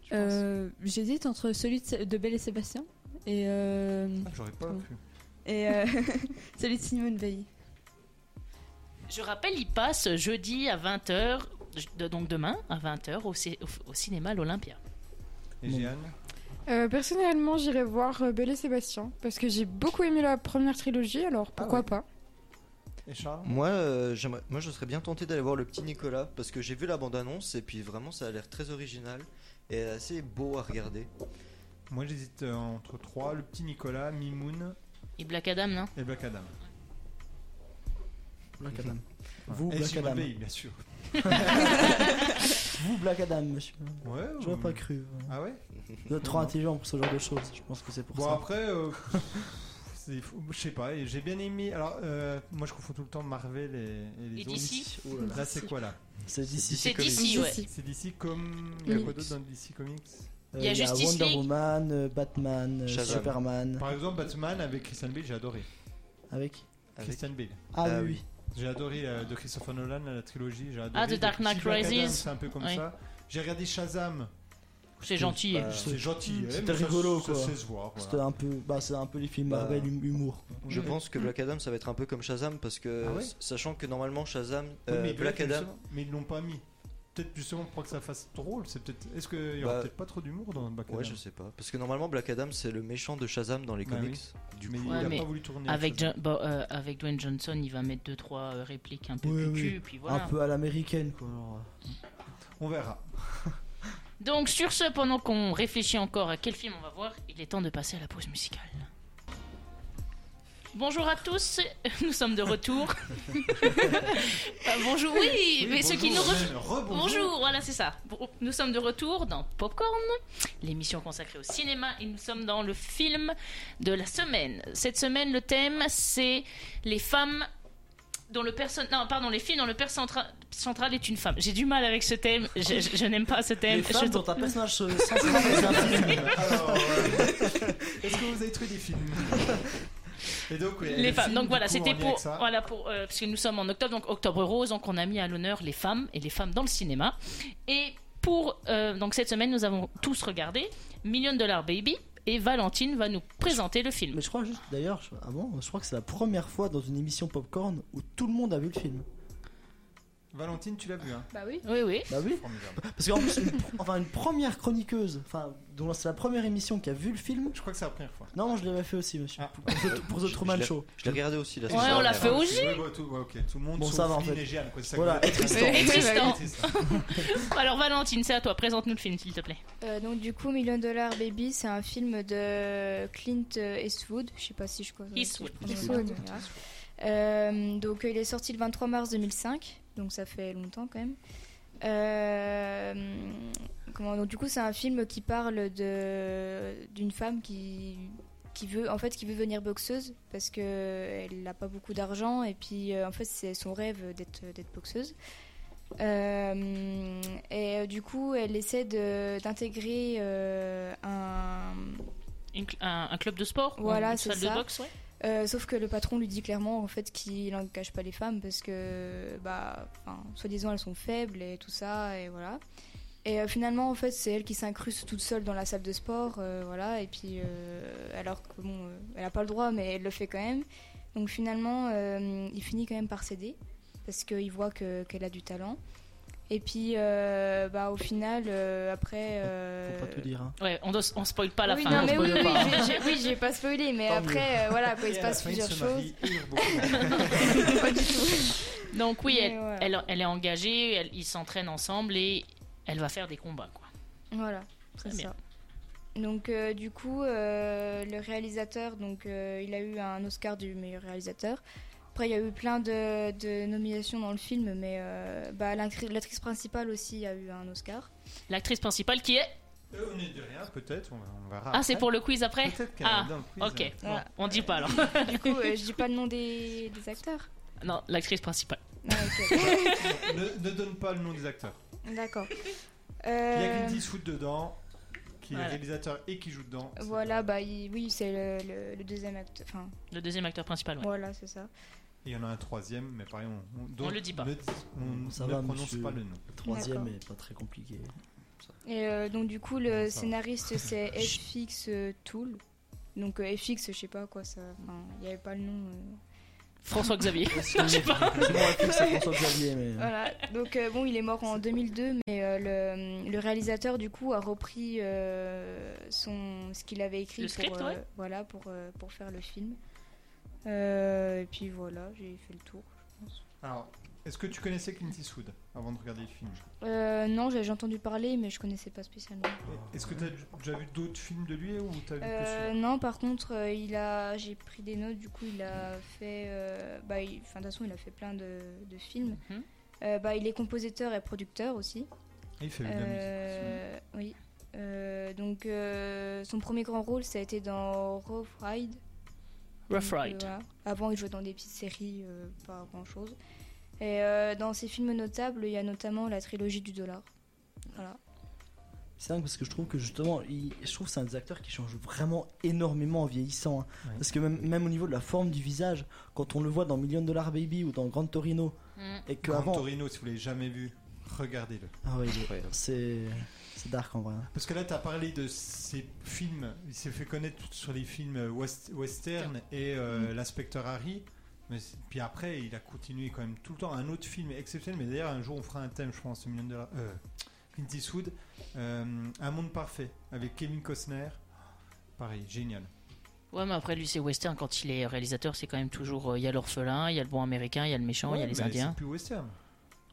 Speaker 5: je pense.
Speaker 6: Euh, J'hésite entre celui de, Sé- de Belle et Sébastien et, euh,
Speaker 1: Ah, J'aurais pas
Speaker 6: Bon.
Speaker 1: pu.
Speaker 6: et euh, celui de Simone Veil.
Speaker 2: Je rappelle, il passe jeudi à 20h, donc demain à 20h au, cé- au- au cinéma l'Olympia.
Speaker 1: Et
Speaker 3: Bon.
Speaker 1: Jeanne
Speaker 7: Euh, personnellement, j'irai voir euh, Belle et Sébastien parce que j'ai beaucoup aimé la première trilogie, alors
Speaker 3: Ah
Speaker 7: pourquoi
Speaker 1: ouais.
Speaker 7: pas
Speaker 1: Et Charles
Speaker 4: Moi, euh, j'aimerais, moi, je serais bien tenté d'aller voir le petit Nicolas parce que j'ai vu la bande-annonce et puis vraiment ça a l'air très original et assez beau à regarder.
Speaker 1: Moi j'hésite euh, entre trois, le petit Nicolas, Mimoun
Speaker 2: Et Black Adam, non
Speaker 1: et Black Adam.
Speaker 3: Black
Speaker 4: Adam.
Speaker 3: Adam. Vous,
Speaker 1: et
Speaker 3: Black
Speaker 1: Simone
Speaker 3: Adam.
Speaker 1: Veil, bien sûr.
Speaker 3: Vous, Black Adam, monsieur.
Speaker 1: Ouais,
Speaker 3: J'aurais
Speaker 1: euh,
Speaker 3: pas cru. ouais.
Speaker 1: Ah ouais
Speaker 3: Vous êtes trop
Speaker 1: Non.
Speaker 3: intelligent pour ce genre de choses, je pense que c'est pour
Speaker 1: Bon
Speaker 3: ça.
Speaker 1: après, euh, c'est fou, je sais pas, et j'ai bien aimé. Alors euh, moi je confonds tout le temps Marvel et, et les
Speaker 2: Et
Speaker 1: autres.
Speaker 2: d'ici
Speaker 4: Oh là là.
Speaker 1: Là c'est quoi là
Speaker 3: C'est d'ici.
Speaker 2: C'est d'ici, ouais.
Speaker 1: C'est DC comme. Il y a quoi
Speaker 4: Comics.
Speaker 1: d'autre dans DC Comics
Speaker 3: Euh,
Speaker 2: Il y a Justice
Speaker 3: Wonder
Speaker 2: League.
Speaker 3: Woman, euh, Batman, euh,
Speaker 4: Shazam.
Speaker 3: Superman.
Speaker 1: Par exemple Batman avec Christian Bale, j'ai adoré.
Speaker 3: Avec
Speaker 4: Avec-
Speaker 1: Christian Bale.
Speaker 3: Ah
Speaker 4: Ah
Speaker 3: oui,
Speaker 4: oui.
Speaker 1: J'ai adoré euh, de Christopher Nolan la trilogie, j'ai adoré.
Speaker 2: Ah, The
Speaker 1: Donc,
Speaker 2: Dark Knight
Speaker 1: si Black Adam,
Speaker 2: Rises.
Speaker 1: C'est un peu comme
Speaker 2: Ouais.
Speaker 1: ça. J'ai regardé Shazam.
Speaker 2: C'est gentil. hein.
Speaker 4: Bah,
Speaker 1: C'est gentil. euh,
Speaker 3: C'était
Speaker 1: mais ça-
Speaker 3: Hmm. rigolo,
Speaker 1: ça
Speaker 3: quoi.
Speaker 1: sait se voir,
Speaker 3: C'était
Speaker 1: voilà.
Speaker 3: un peu, bah, c'est un peu les films
Speaker 4: Bah,
Speaker 3: Marvel hum- humour. quoi.
Speaker 4: Je
Speaker 1: Oui.
Speaker 4: pense que Black Adam ça va être un peu comme Shazam parce que
Speaker 1: Ah ouais
Speaker 4: s- sachant que normalement Shazam,
Speaker 1: Oui,
Speaker 4: euh,
Speaker 1: mais
Speaker 4: Black
Speaker 1: peut-être
Speaker 4: Adam,
Speaker 1: justement- mais ils l'ont pas mis. Peut-être justement pour que ça fasse drôle. C'est peut-être. Est-ce qu'il y aura
Speaker 4: Bah,
Speaker 1: peut-être pas trop d'humour dans Black Adam
Speaker 4: ouais je sais pas parce que normalement Black Adam c'est le méchant de Shazam dans les
Speaker 1: Bah
Speaker 4: comics. Du
Speaker 1: Mais
Speaker 4: coup,
Speaker 2: Ouais,
Speaker 1: il a
Speaker 2: mais
Speaker 1: pas voulu tourner.
Speaker 2: Avec,
Speaker 1: je sais
Speaker 2: Jo- bah, euh, avec Dwayne Johnson, il va mettre 2-3 répliques un peu
Speaker 3: Oui,
Speaker 2: cucu,
Speaker 3: oui.
Speaker 2: puis voilà.
Speaker 3: Un peu à l'américaine, quoi. alors, euh.
Speaker 1: pas. On verra.
Speaker 2: Donc sur ce, pendant qu'on réfléchit encore à quel film on va voir, il est temps de passer à la pause musicale. Bonjour à tous, nous sommes de retour. Euh, bonjour, oui, mais ceux qui nous
Speaker 1: Bonjour,
Speaker 2: rejoignent.
Speaker 1: Jeanne, rebonjour.
Speaker 2: Bonjour, voilà, c'est ça. Bon, Nous sommes de retour dans Popcorn, l'émission consacrée au cinéma, et nous sommes dans le film de la semaine. Cette semaine, le thème, c'est les femmes dont le personne non pardon les filles dont le père centra- central est une femme j'ai du mal avec ce thème je, je- je n'aime pas ce thème
Speaker 3: Les femmes
Speaker 2: Je-
Speaker 3: dont un personnage euh, central est un film.
Speaker 1: Alors, euh, Est-ce que vous avez trouvé des films Et donc, oui,
Speaker 2: les femmes.
Speaker 1: films,
Speaker 2: Donc
Speaker 1: du
Speaker 2: voilà,
Speaker 1: coup,
Speaker 2: c'était
Speaker 1: en lien
Speaker 2: pour
Speaker 1: avec ça.
Speaker 2: voilà pour euh, parce que nous sommes en octobre, donc octobre rose, donc on a mis à l'honneur les femmes et les femmes dans le cinéma. Et pour euh, donc cette semaine, nous avons tous regardé Million Dollar Baby et Valentine va nous présenter le film.
Speaker 3: Mais je crois juste, d'ailleurs, je- avant, je crois que c'est la première fois dans une émission Popcorn où tout le monde a vu le film.
Speaker 1: Valentine, tu l'as vu, hein
Speaker 5: Bah oui.
Speaker 2: Oui oui.
Speaker 3: Bah oui.
Speaker 1: Formidable.
Speaker 3: Parce qu'en plus, une, pr- enfin, une première chroniqueuse, enfin, dont c'est la première émission qui a vu le film.
Speaker 1: Je crois que c'est la première fois.
Speaker 3: Non, moi, je l'avais fait aussi, monsieur.
Speaker 1: Ah.
Speaker 3: Pour, The- pour The
Speaker 4: Je-
Speaker 3: Truman
Speaker 4: je l'ai-
Speaker 3: Show.
Speaker 4: Je l'ai regardé aussi la
Speaker 2: Ouais, on l'a fait aussi.
Speaker 1: Ouais, bah, tout, ouais, ok, tout le monde
Speaker 3: Bon,
Speaker 1: sauf
Speaker 3: ça va, en
Speaker 1: Lynn
Speaker 3: fait.
Speaker 1: et Jeanne, quoi, c'est ça
Speaker 3: Voilà,
Speaker 1: que-
Speaker 3: et Tristan.
Speaker 2: Et
Speaker 1: bah
Speaker 2: Tristan.
Speaker 1: Et Tristan.
Speaker 2: Alors Valentine, c'est à toi, présente-nous le film s'il te plaît.
Speaker 5: Euh, donc du coup, Million Dollar Baby, c'est un film de Clint Eastwood. Je sais pas si je connais.
Speaker 2: Eastwood.
Speaker 7: Eastwood.
Speaker 5: Euh, donc euh, il est sorti le 23 mars 2005, donc ça fait longtemps quand même. Euh, comment, donc du coup, c'est un film qui parle de d'une femme qui qui veut en fait qui veut devenir boxeuse parce que elle n'a pas beaucoup d'argent et puis euh, en fait c'est son rêve d'être d'être boxeuse. Euh, et euh, du coup, elle essaie de- d'intégrer euh, un
Speaker 2: Une cl- un, un club de sport,
Speaker 5: Voilà,
Speaker 2: une
Speaker 5: c'est
Speaker 2: salle de
Speaker 5: ça.
Speaker 2: boxe, ouais.
Speaker 5: euh, sauf que le patron lui dit clairement en fait qu'il n'engage pas les femmes parce que bah enfin, soi-disant elles sont faibles et tout ça et voilà. Et euh, finalement en fait c'est elle qui s'incruste toute seule dans la salle de sport euh, voilà et puis euh, alors que bon euh, elle a pas le droit mais elle le fait quand même. Donc finalement euh, il finit quand même par céder parce qu'il voit que- qu'elle a du talent. Et puis euh, bah au final euh, après euh,
Speaker 3: Faut pas tout dire. hein.
Speaker 2: Ouais, on, doit- on spoil pas la
Speaker 5: oui,
Speaker 2: fin.
Speaker 5: non,
Speaker 2: hein.
Speaker 5: mais oui,
Speaker 3: spoil
Speaker 5: oui,
Speaker 3: pas.
Speaker 5: j'ai- j'ai- oui, j'ai pas spoilé, mais
Speaker 3: Tant
Speaker 5: après, euh, voilà, quoi, il
Speaker 1: Et
Speaker 5: se
Speaker 1: à
Speaker 5: passe
Speaker 1: la fin, ils
Speaker 5: plusieurs
Speaker 1: se
Speaker 5: choses.
Speaker 1: marient et ils rebondissent.
Speaker 5: Pas du tout.
Speaker 2: Donc oui,
Speaker 5: Mais
Speaker 2: elle,
Speaker 5: voilà.
Speaker 2: elle, elle est engagée, elle- ils s'entraînent ensemble et elle va faire des combats quoi. Ah,
Speaker 5: Voilà, c'est
Speaker 2: Très bien.
Speaker 5: ça. Donc, euh, du coup, euh, le réalisateur, donc, euh, il a eu un Oscar du meilleur réalisateur. Après, il y a eu plein de, de nominations dans le film, mais euh, bah, l'actri- l'actrice principale aussi a eu un Oscar.
Speaker 2: L'actrice principale qui est
Speaker 1: Euh, On n'y dit rien, peut-être, on, va- on verra.
Speaker 2: Ah, c'est
Speaker 1: après.
Speaker 2: pour le quiz après
Speaker 1: Peut-être qu'elle
Speaker 2: Ah,
Speaker 1: est dans le quiz,
Speaker 2: OK.
Speaker 1: hein.
Speaker 2: Bon, on dit pas alors.
Speaker 5: Du coup, euh, je dis pas le nom des, des acteurs.
Speaker 2: Non, l'actrice principale.
Speaker 5: Non, ok.
Speaker 1: Ne, ne donne pas le nom des acteurs.
Speaker 5: D'accord.
Speaker 1: Il y a
Speaker 5: Euh,
Speaker 1: Clint Eastwood dedans, qui
Speaker 2: Voilà.
Speaker 1: est réalisateur et qui joue dedans. C'est-
Speaker 5: voilà, bah, il- oui, c'est le, le- le deuxième acteur. Enfin,
Speaker 2: Le deuxième acteur principal, ouais.
Speaker 5: voilà, c'est ça.
Speaker 1: Et il y en a un troisième, mais pareil, on,
Speaker 2: On le dit pas.
Speaker 1: ne- on
Speaker 3: Ça
Speaker 1: ne
Speaker 3: va,
Speaker 1: prononce
Speaker 3: monsieur.
Speaker 1: pas le nom.
Speaker 3: Le troisième
Speaker 5: D'accord.
Speaker 3: est pas très compliqué.
Speaker 5: Et euh, donc du coup le
Speaker 1: Ah, ça va.
Speaker 5: scénariste c'est FX euh, Tool. Donc euh, FX je sais pas quoi ça. enfin, Il n'y avait pas le nom. euh.
Speaker 2: François Xavier.
Speaker 3: Je sais pas. c'est François Xavier, mais.
Speaker 5: Voilà. Donc euh, bon il est mort en 2002 mais euh, le, le réalisateur du coup a repris euh, son ce qu'il avait écrit
Speaker 2: Le
Speaker 5: pour
Speaker 2: script,
Speaker 5: euh,
Speaker 2: ouais.
Speaker 5: voilà pour euh, pour faire le film. Euh, et puis voilà j'ai fait le tour.
Speaker 1: Alors, est-ce que tu connaissais Clint Eastwood avant de regarder le film
Speaker 5: Euh, non j'ai j'ai entendu parler mais je connaissais pas spécialement.
Speaker 1: Est-ce que tu as déjà vu d'autres films de lui ou t'as vu que
Speaker 5: Euh,
Speaker 1: celui-là
Speaker 5: non, par contre, euh, il a, j'ai pris des notes. Du coup, il a fait, euh, bah, il- enfin, de toute façon, il a fait plein de, de films.
Speaker 2: Mhm.
Speaker 5: Euh, bah, il est compositeur et producteur aussi.
Speaker 1: Ah, Il fait de la musique.
Speaker 5: Euh, oui. Euh, donc, euh, son premier grand rôle, ça a été dans Rough Ride.
Speaker 2: Rough
Speaker 5: Donc, euh,
Speaker 2: Ride.
Speaker 5: voilà. Avant, il jouait dans des petites séries, euh, pas grand chose. Et euh, dans ses films notables, il y a notamment la trilogie du dollar. Voilà.
Speaker 3: C'est dingue parce que je trouve que justement, il- je trouve que c'est un des acteurs qui change vraiment énormément en vieillissant. hein.
Speaker 1: Ouais.
Speaker 3: Parce que même, même au niveau de la forme du visage, quand on le voit dans Million Dollar Baby ou dans Grand Torino,
Speaker 2: Mm.
Speaker 3: et que
Speaker 1: Grand
Speaker 3: avant.
Speaker 1: Torino, si vous l'avez jamais vu, regardez-le.
Speaker 3: Ah ouais, il est- c'est. C'est dark en vrai. hein.
Speaker 1: Parce que là, tu as parlé de ses films. Il s'est fait connaître sur les films euh, west- western et euh,
Speaker 2: Mm.
Speaker 1: l'inspecteur Harry. Mais c'est- puis après, il a continué quand même tout le temps. Un autre film exceptionnel. Mais d'ailleurs, un jour, on fera un thème, je pense, Million Dollar- euh, Clint Eastwood, euh, Un monde parfait avec Kevin Costner. Pareil, génial.
Speaker 2: Ouais, mais après lui c'est western quand il est réalisateur, c'est quand même toujours euh, il y a l'orphelin, il y a le bon américain, il y a le méchant, Ah il y a
Speaker 1: Ouais,
Speaker 2: les
Speaker 1: mais
Speaker 2: indiens.
Speaker 1: C'est plus western.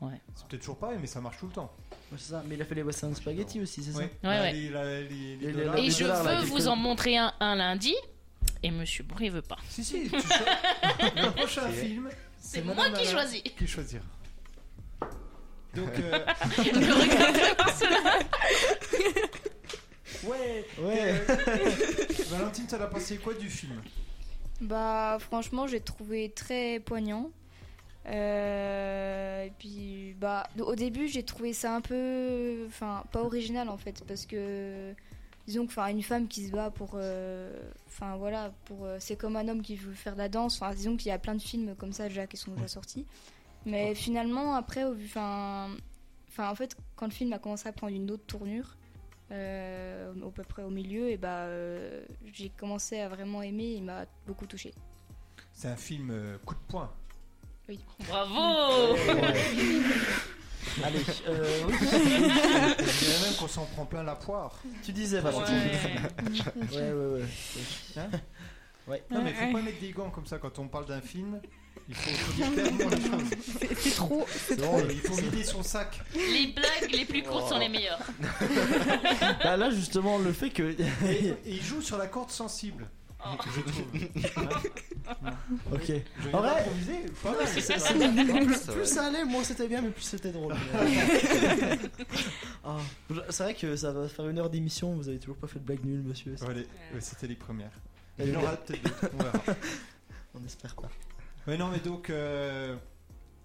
Speaker 2: Ouais.
Speaker 1: C'est peut-être toujours pareil, mais ça marche tout le temps.
Speaker 3: Ouais, c'est ça. Mais il a fait les Western Spaghetti aussi, c'est
Speaker 1: Ouais.
Speaker 2: Ouais,
Speaker 1: Là,
Speaker 2: ouais.
Speaker 1: les- la- les- les
Speaker 3: Et les-
Speaker 1: dollars-
Speaker 3: Ah,
Speaker 2: Et
Speaker 3: mais
Speaker 2: je
Speaker 3: alors, là,
Speaker 2: veux
Speaker 3: quelque
Speaker 2: vous
Speaker 3: chose-
Speaker 2: en montrer un un lundi et monsieur Brie veut pas.
Speaker 1: Si, si, tu cho- le prochain
Speaker 4: C'est-
Speaker 1: film,
Speaker 2: C'est
Speaker 1: Madame
Speaker 2: moi qui
Speaker 1: Nana
Speaker 2: choisis.
Speaker 1: Qui choisira. Donc, euh,
Speaker 2: Le regard de Marcel.
Speaker 1: ouais,
Speaker 3: ça Ouais.
Speaker 1: Valentine, t'en as pensé quoi du film
Speaker 5: Bah franchement j'ai trouvé très poignant. Euh, et puis bah au début j'ai trouvé ça un peu enfin pas original en fait parce que disons que, enfin, une femme qui se bat pour, euh, enfin voilà, pour, euh, c'est comme un homme qui veut faire de la danse. Enfin, disons qu'il y a plein de films comme ça déjà qui sont déjà sortis. Mais finalement, après, au vu- enfin, enfin, en fait, quand le film a commencé à prendre une autre tournure, euh, au- à peu près au milieu, et bah, euh, j'ai commencé à vraiment aimer. Il m'a beaucoup touchée.
Speaker 1: C'est un film euh, coup de poing.
Speaker 7: Oh.
Speaker 2: Bravo
Speaker 3: Allez, euh, oui,
Speaker 1: Je dirais même qu'on s'en prend plein la poire.
Speaker 3: tu disais, Valentin.
Speaker 2: Ouais.
Speaker 3: Ouais, ouais, ouais.
Speaker 1: Hein Non, mais
Speaker 7: Ouais.
Speaker 1: faut pas mettre des gants comme ça quand on parle d'un film. Il faut, faut dire clairement les choses.
Speaker 7: C'est- C'est trop. C'est
Speaker 3: C'est
Speaker 7: trop.
Speaker 3: drôle.
Speaker 1: Il faut vider son sac. Oh.
Speaker 2: Les blagues les plus courtes sont les meilleures.
Speaker 3: Bah, là, justement, le fait que.
Speaker 1: Et, et il joue sur la corde sensible.
Speaker 2: Oh.
Speaker 1: Je trouve.
Speaker 3: ok.
Speaker 1: Je vais
Speaker 3: En vrai-
Speaker 1: improviser. Pas mal.
Speaker 2: c'est
Speaker 1: c'est
Speaker 2: ça.
Speaker 1: vrai.
Speaker 3: plus,
Speaker 4: Ça,
Speaker 3: plus
Speaker 4: ouais.
Speaker 3: ça allait, moins c'était bien, mais plus c'était drôle. Ah, je- c'est vrai que ça va faire une heure d'émission, vous avez toujours pas fait de blague nulle, monsieur.
Speaker 1: Bon, allez, ouais, c'était les premières.
Speaker 3: Elle
Speaker 1: Il y en
Speaker 3: est
Speaker 1: aura peut-être d'autres. On verra.
Speaker 3: On espère pas.
Speaker 1: Mais non, mais donc, euh,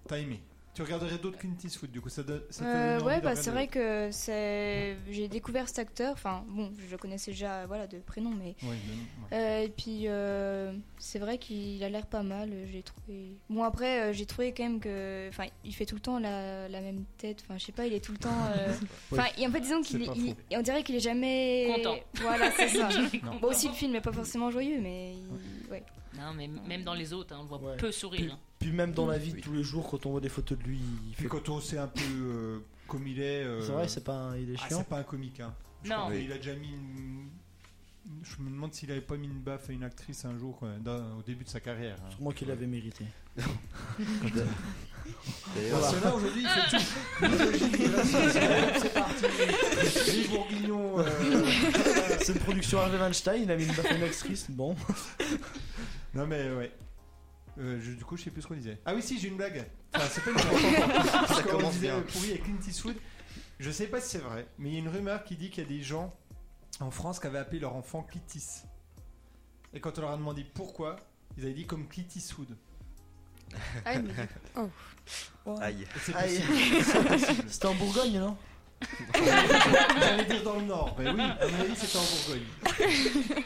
Speaker 1: t'as aimé. Tu regarderais d'autres Clint Eastwood, du coup, ça, donne- ça te
Speaker 5: Euh,
Speaker 1: donne envie
Speaker 5: ouais,
Speaker 1: de
Speaker 5: bah,
Speaker 1: regarder
Speaker 5: c'est vrai que c'est... j'ai découvert cet acteur. Enfin, bon, je le connaissais déjà voilà, de prénom, mais.
Speaker 1: d'autres. Ouais, de- ouais.
Speaker 5: Euh, et puis, euh, c'est vrai qu'il a l'air pas mal. euh, J'ai trouvé. Bon, après, euh, j'ai trouvé quand même que. Enfin, il fait tout le temps la, la même tête. Enfin, je sais pas, il est tout le temps. euh,
Speaker 1: Ouais.
Speaker 5: Enfin, il- en fait, disons qu'il
Speaker 1: C'est pas
Speaker 5: il- on dirait qu'il est jamais.
Speaker 2: Content.
Speaker 5: Voilà, c'est ça.
Speaker 1: Non.
Speaker 5: bon, aussi, le film est pas forcément joyeux, mais. il- Ouais.
Speaker 2: Non, mais même dans les autres, hein, on le voit
Speaker 3: Ouais.
Speaker 2: peu sourire. hein.
Speaker 3: Puis même dans la vie de
Speaker 4: Oui.
Speaker 3: tous les jours, quand on voit des photos de lui, il
Speaker 1: Puis
Speaker 3: fait.
Speaker 1: quand on sait un peu euh, comme il est. euh,
Speaker 3: C'est vrai, c'est pas, un- il est
Speaker 1: ah,
Speaker 3: chiant.
Speaker 1: c'est pas un comique, hein.
Speaker 2: Non,
Speaker 1: Mais Il a déjà mis une- Je me demande s'il avait pas mis une baffe à une actrice un jour euh, dans- au début de sa carrière. hein.
Speaker 3: Sûrement qu'il l'avait mérité.
Speaker 1: Ah,
Speaker 4: D'ailleurs,
Speaker 1: Parce que là aujourd'hui il fait tout. Misogyne, racisme, C'est parti. Les bourguignons. euh,
Speaker 3: C'est une production Harvey Weinstein, il a mis une baffe à une actrice, bon.
Speaker 1: Non mais ouais. Euh, je- du coup, je sais plus ce qu'on disait. Ah oui, si, j'ai une blague. Enfin, c'est pas une blague. Parce qu'on
Speaker 4: commence
Speaker 1: disait
Speaker 4: bien.
Speaker 1: euh, pourri avec Clint Eastwood. Je sais pas si c'est vrai, mais il y a une rumeur qui dit qu'il y a des gens en France qui avaient appelé leur enfant Clitis. Et quand on leur a demandé pourquoi, ils avaient dit comme Clint Eastwood.
Speaker 7: Ah, mais-
Speaker 4: aïe.
Speaker 1: Et C'est
Speaker 3: Oh. Aïe.
Speaker 1: possible. C'est possible.
Speaker 3: C'était en Bourgogne, non
Speaker 1: J'allais dire dans le Nord, mais oui, à mon avis, c'était en Bourgogne.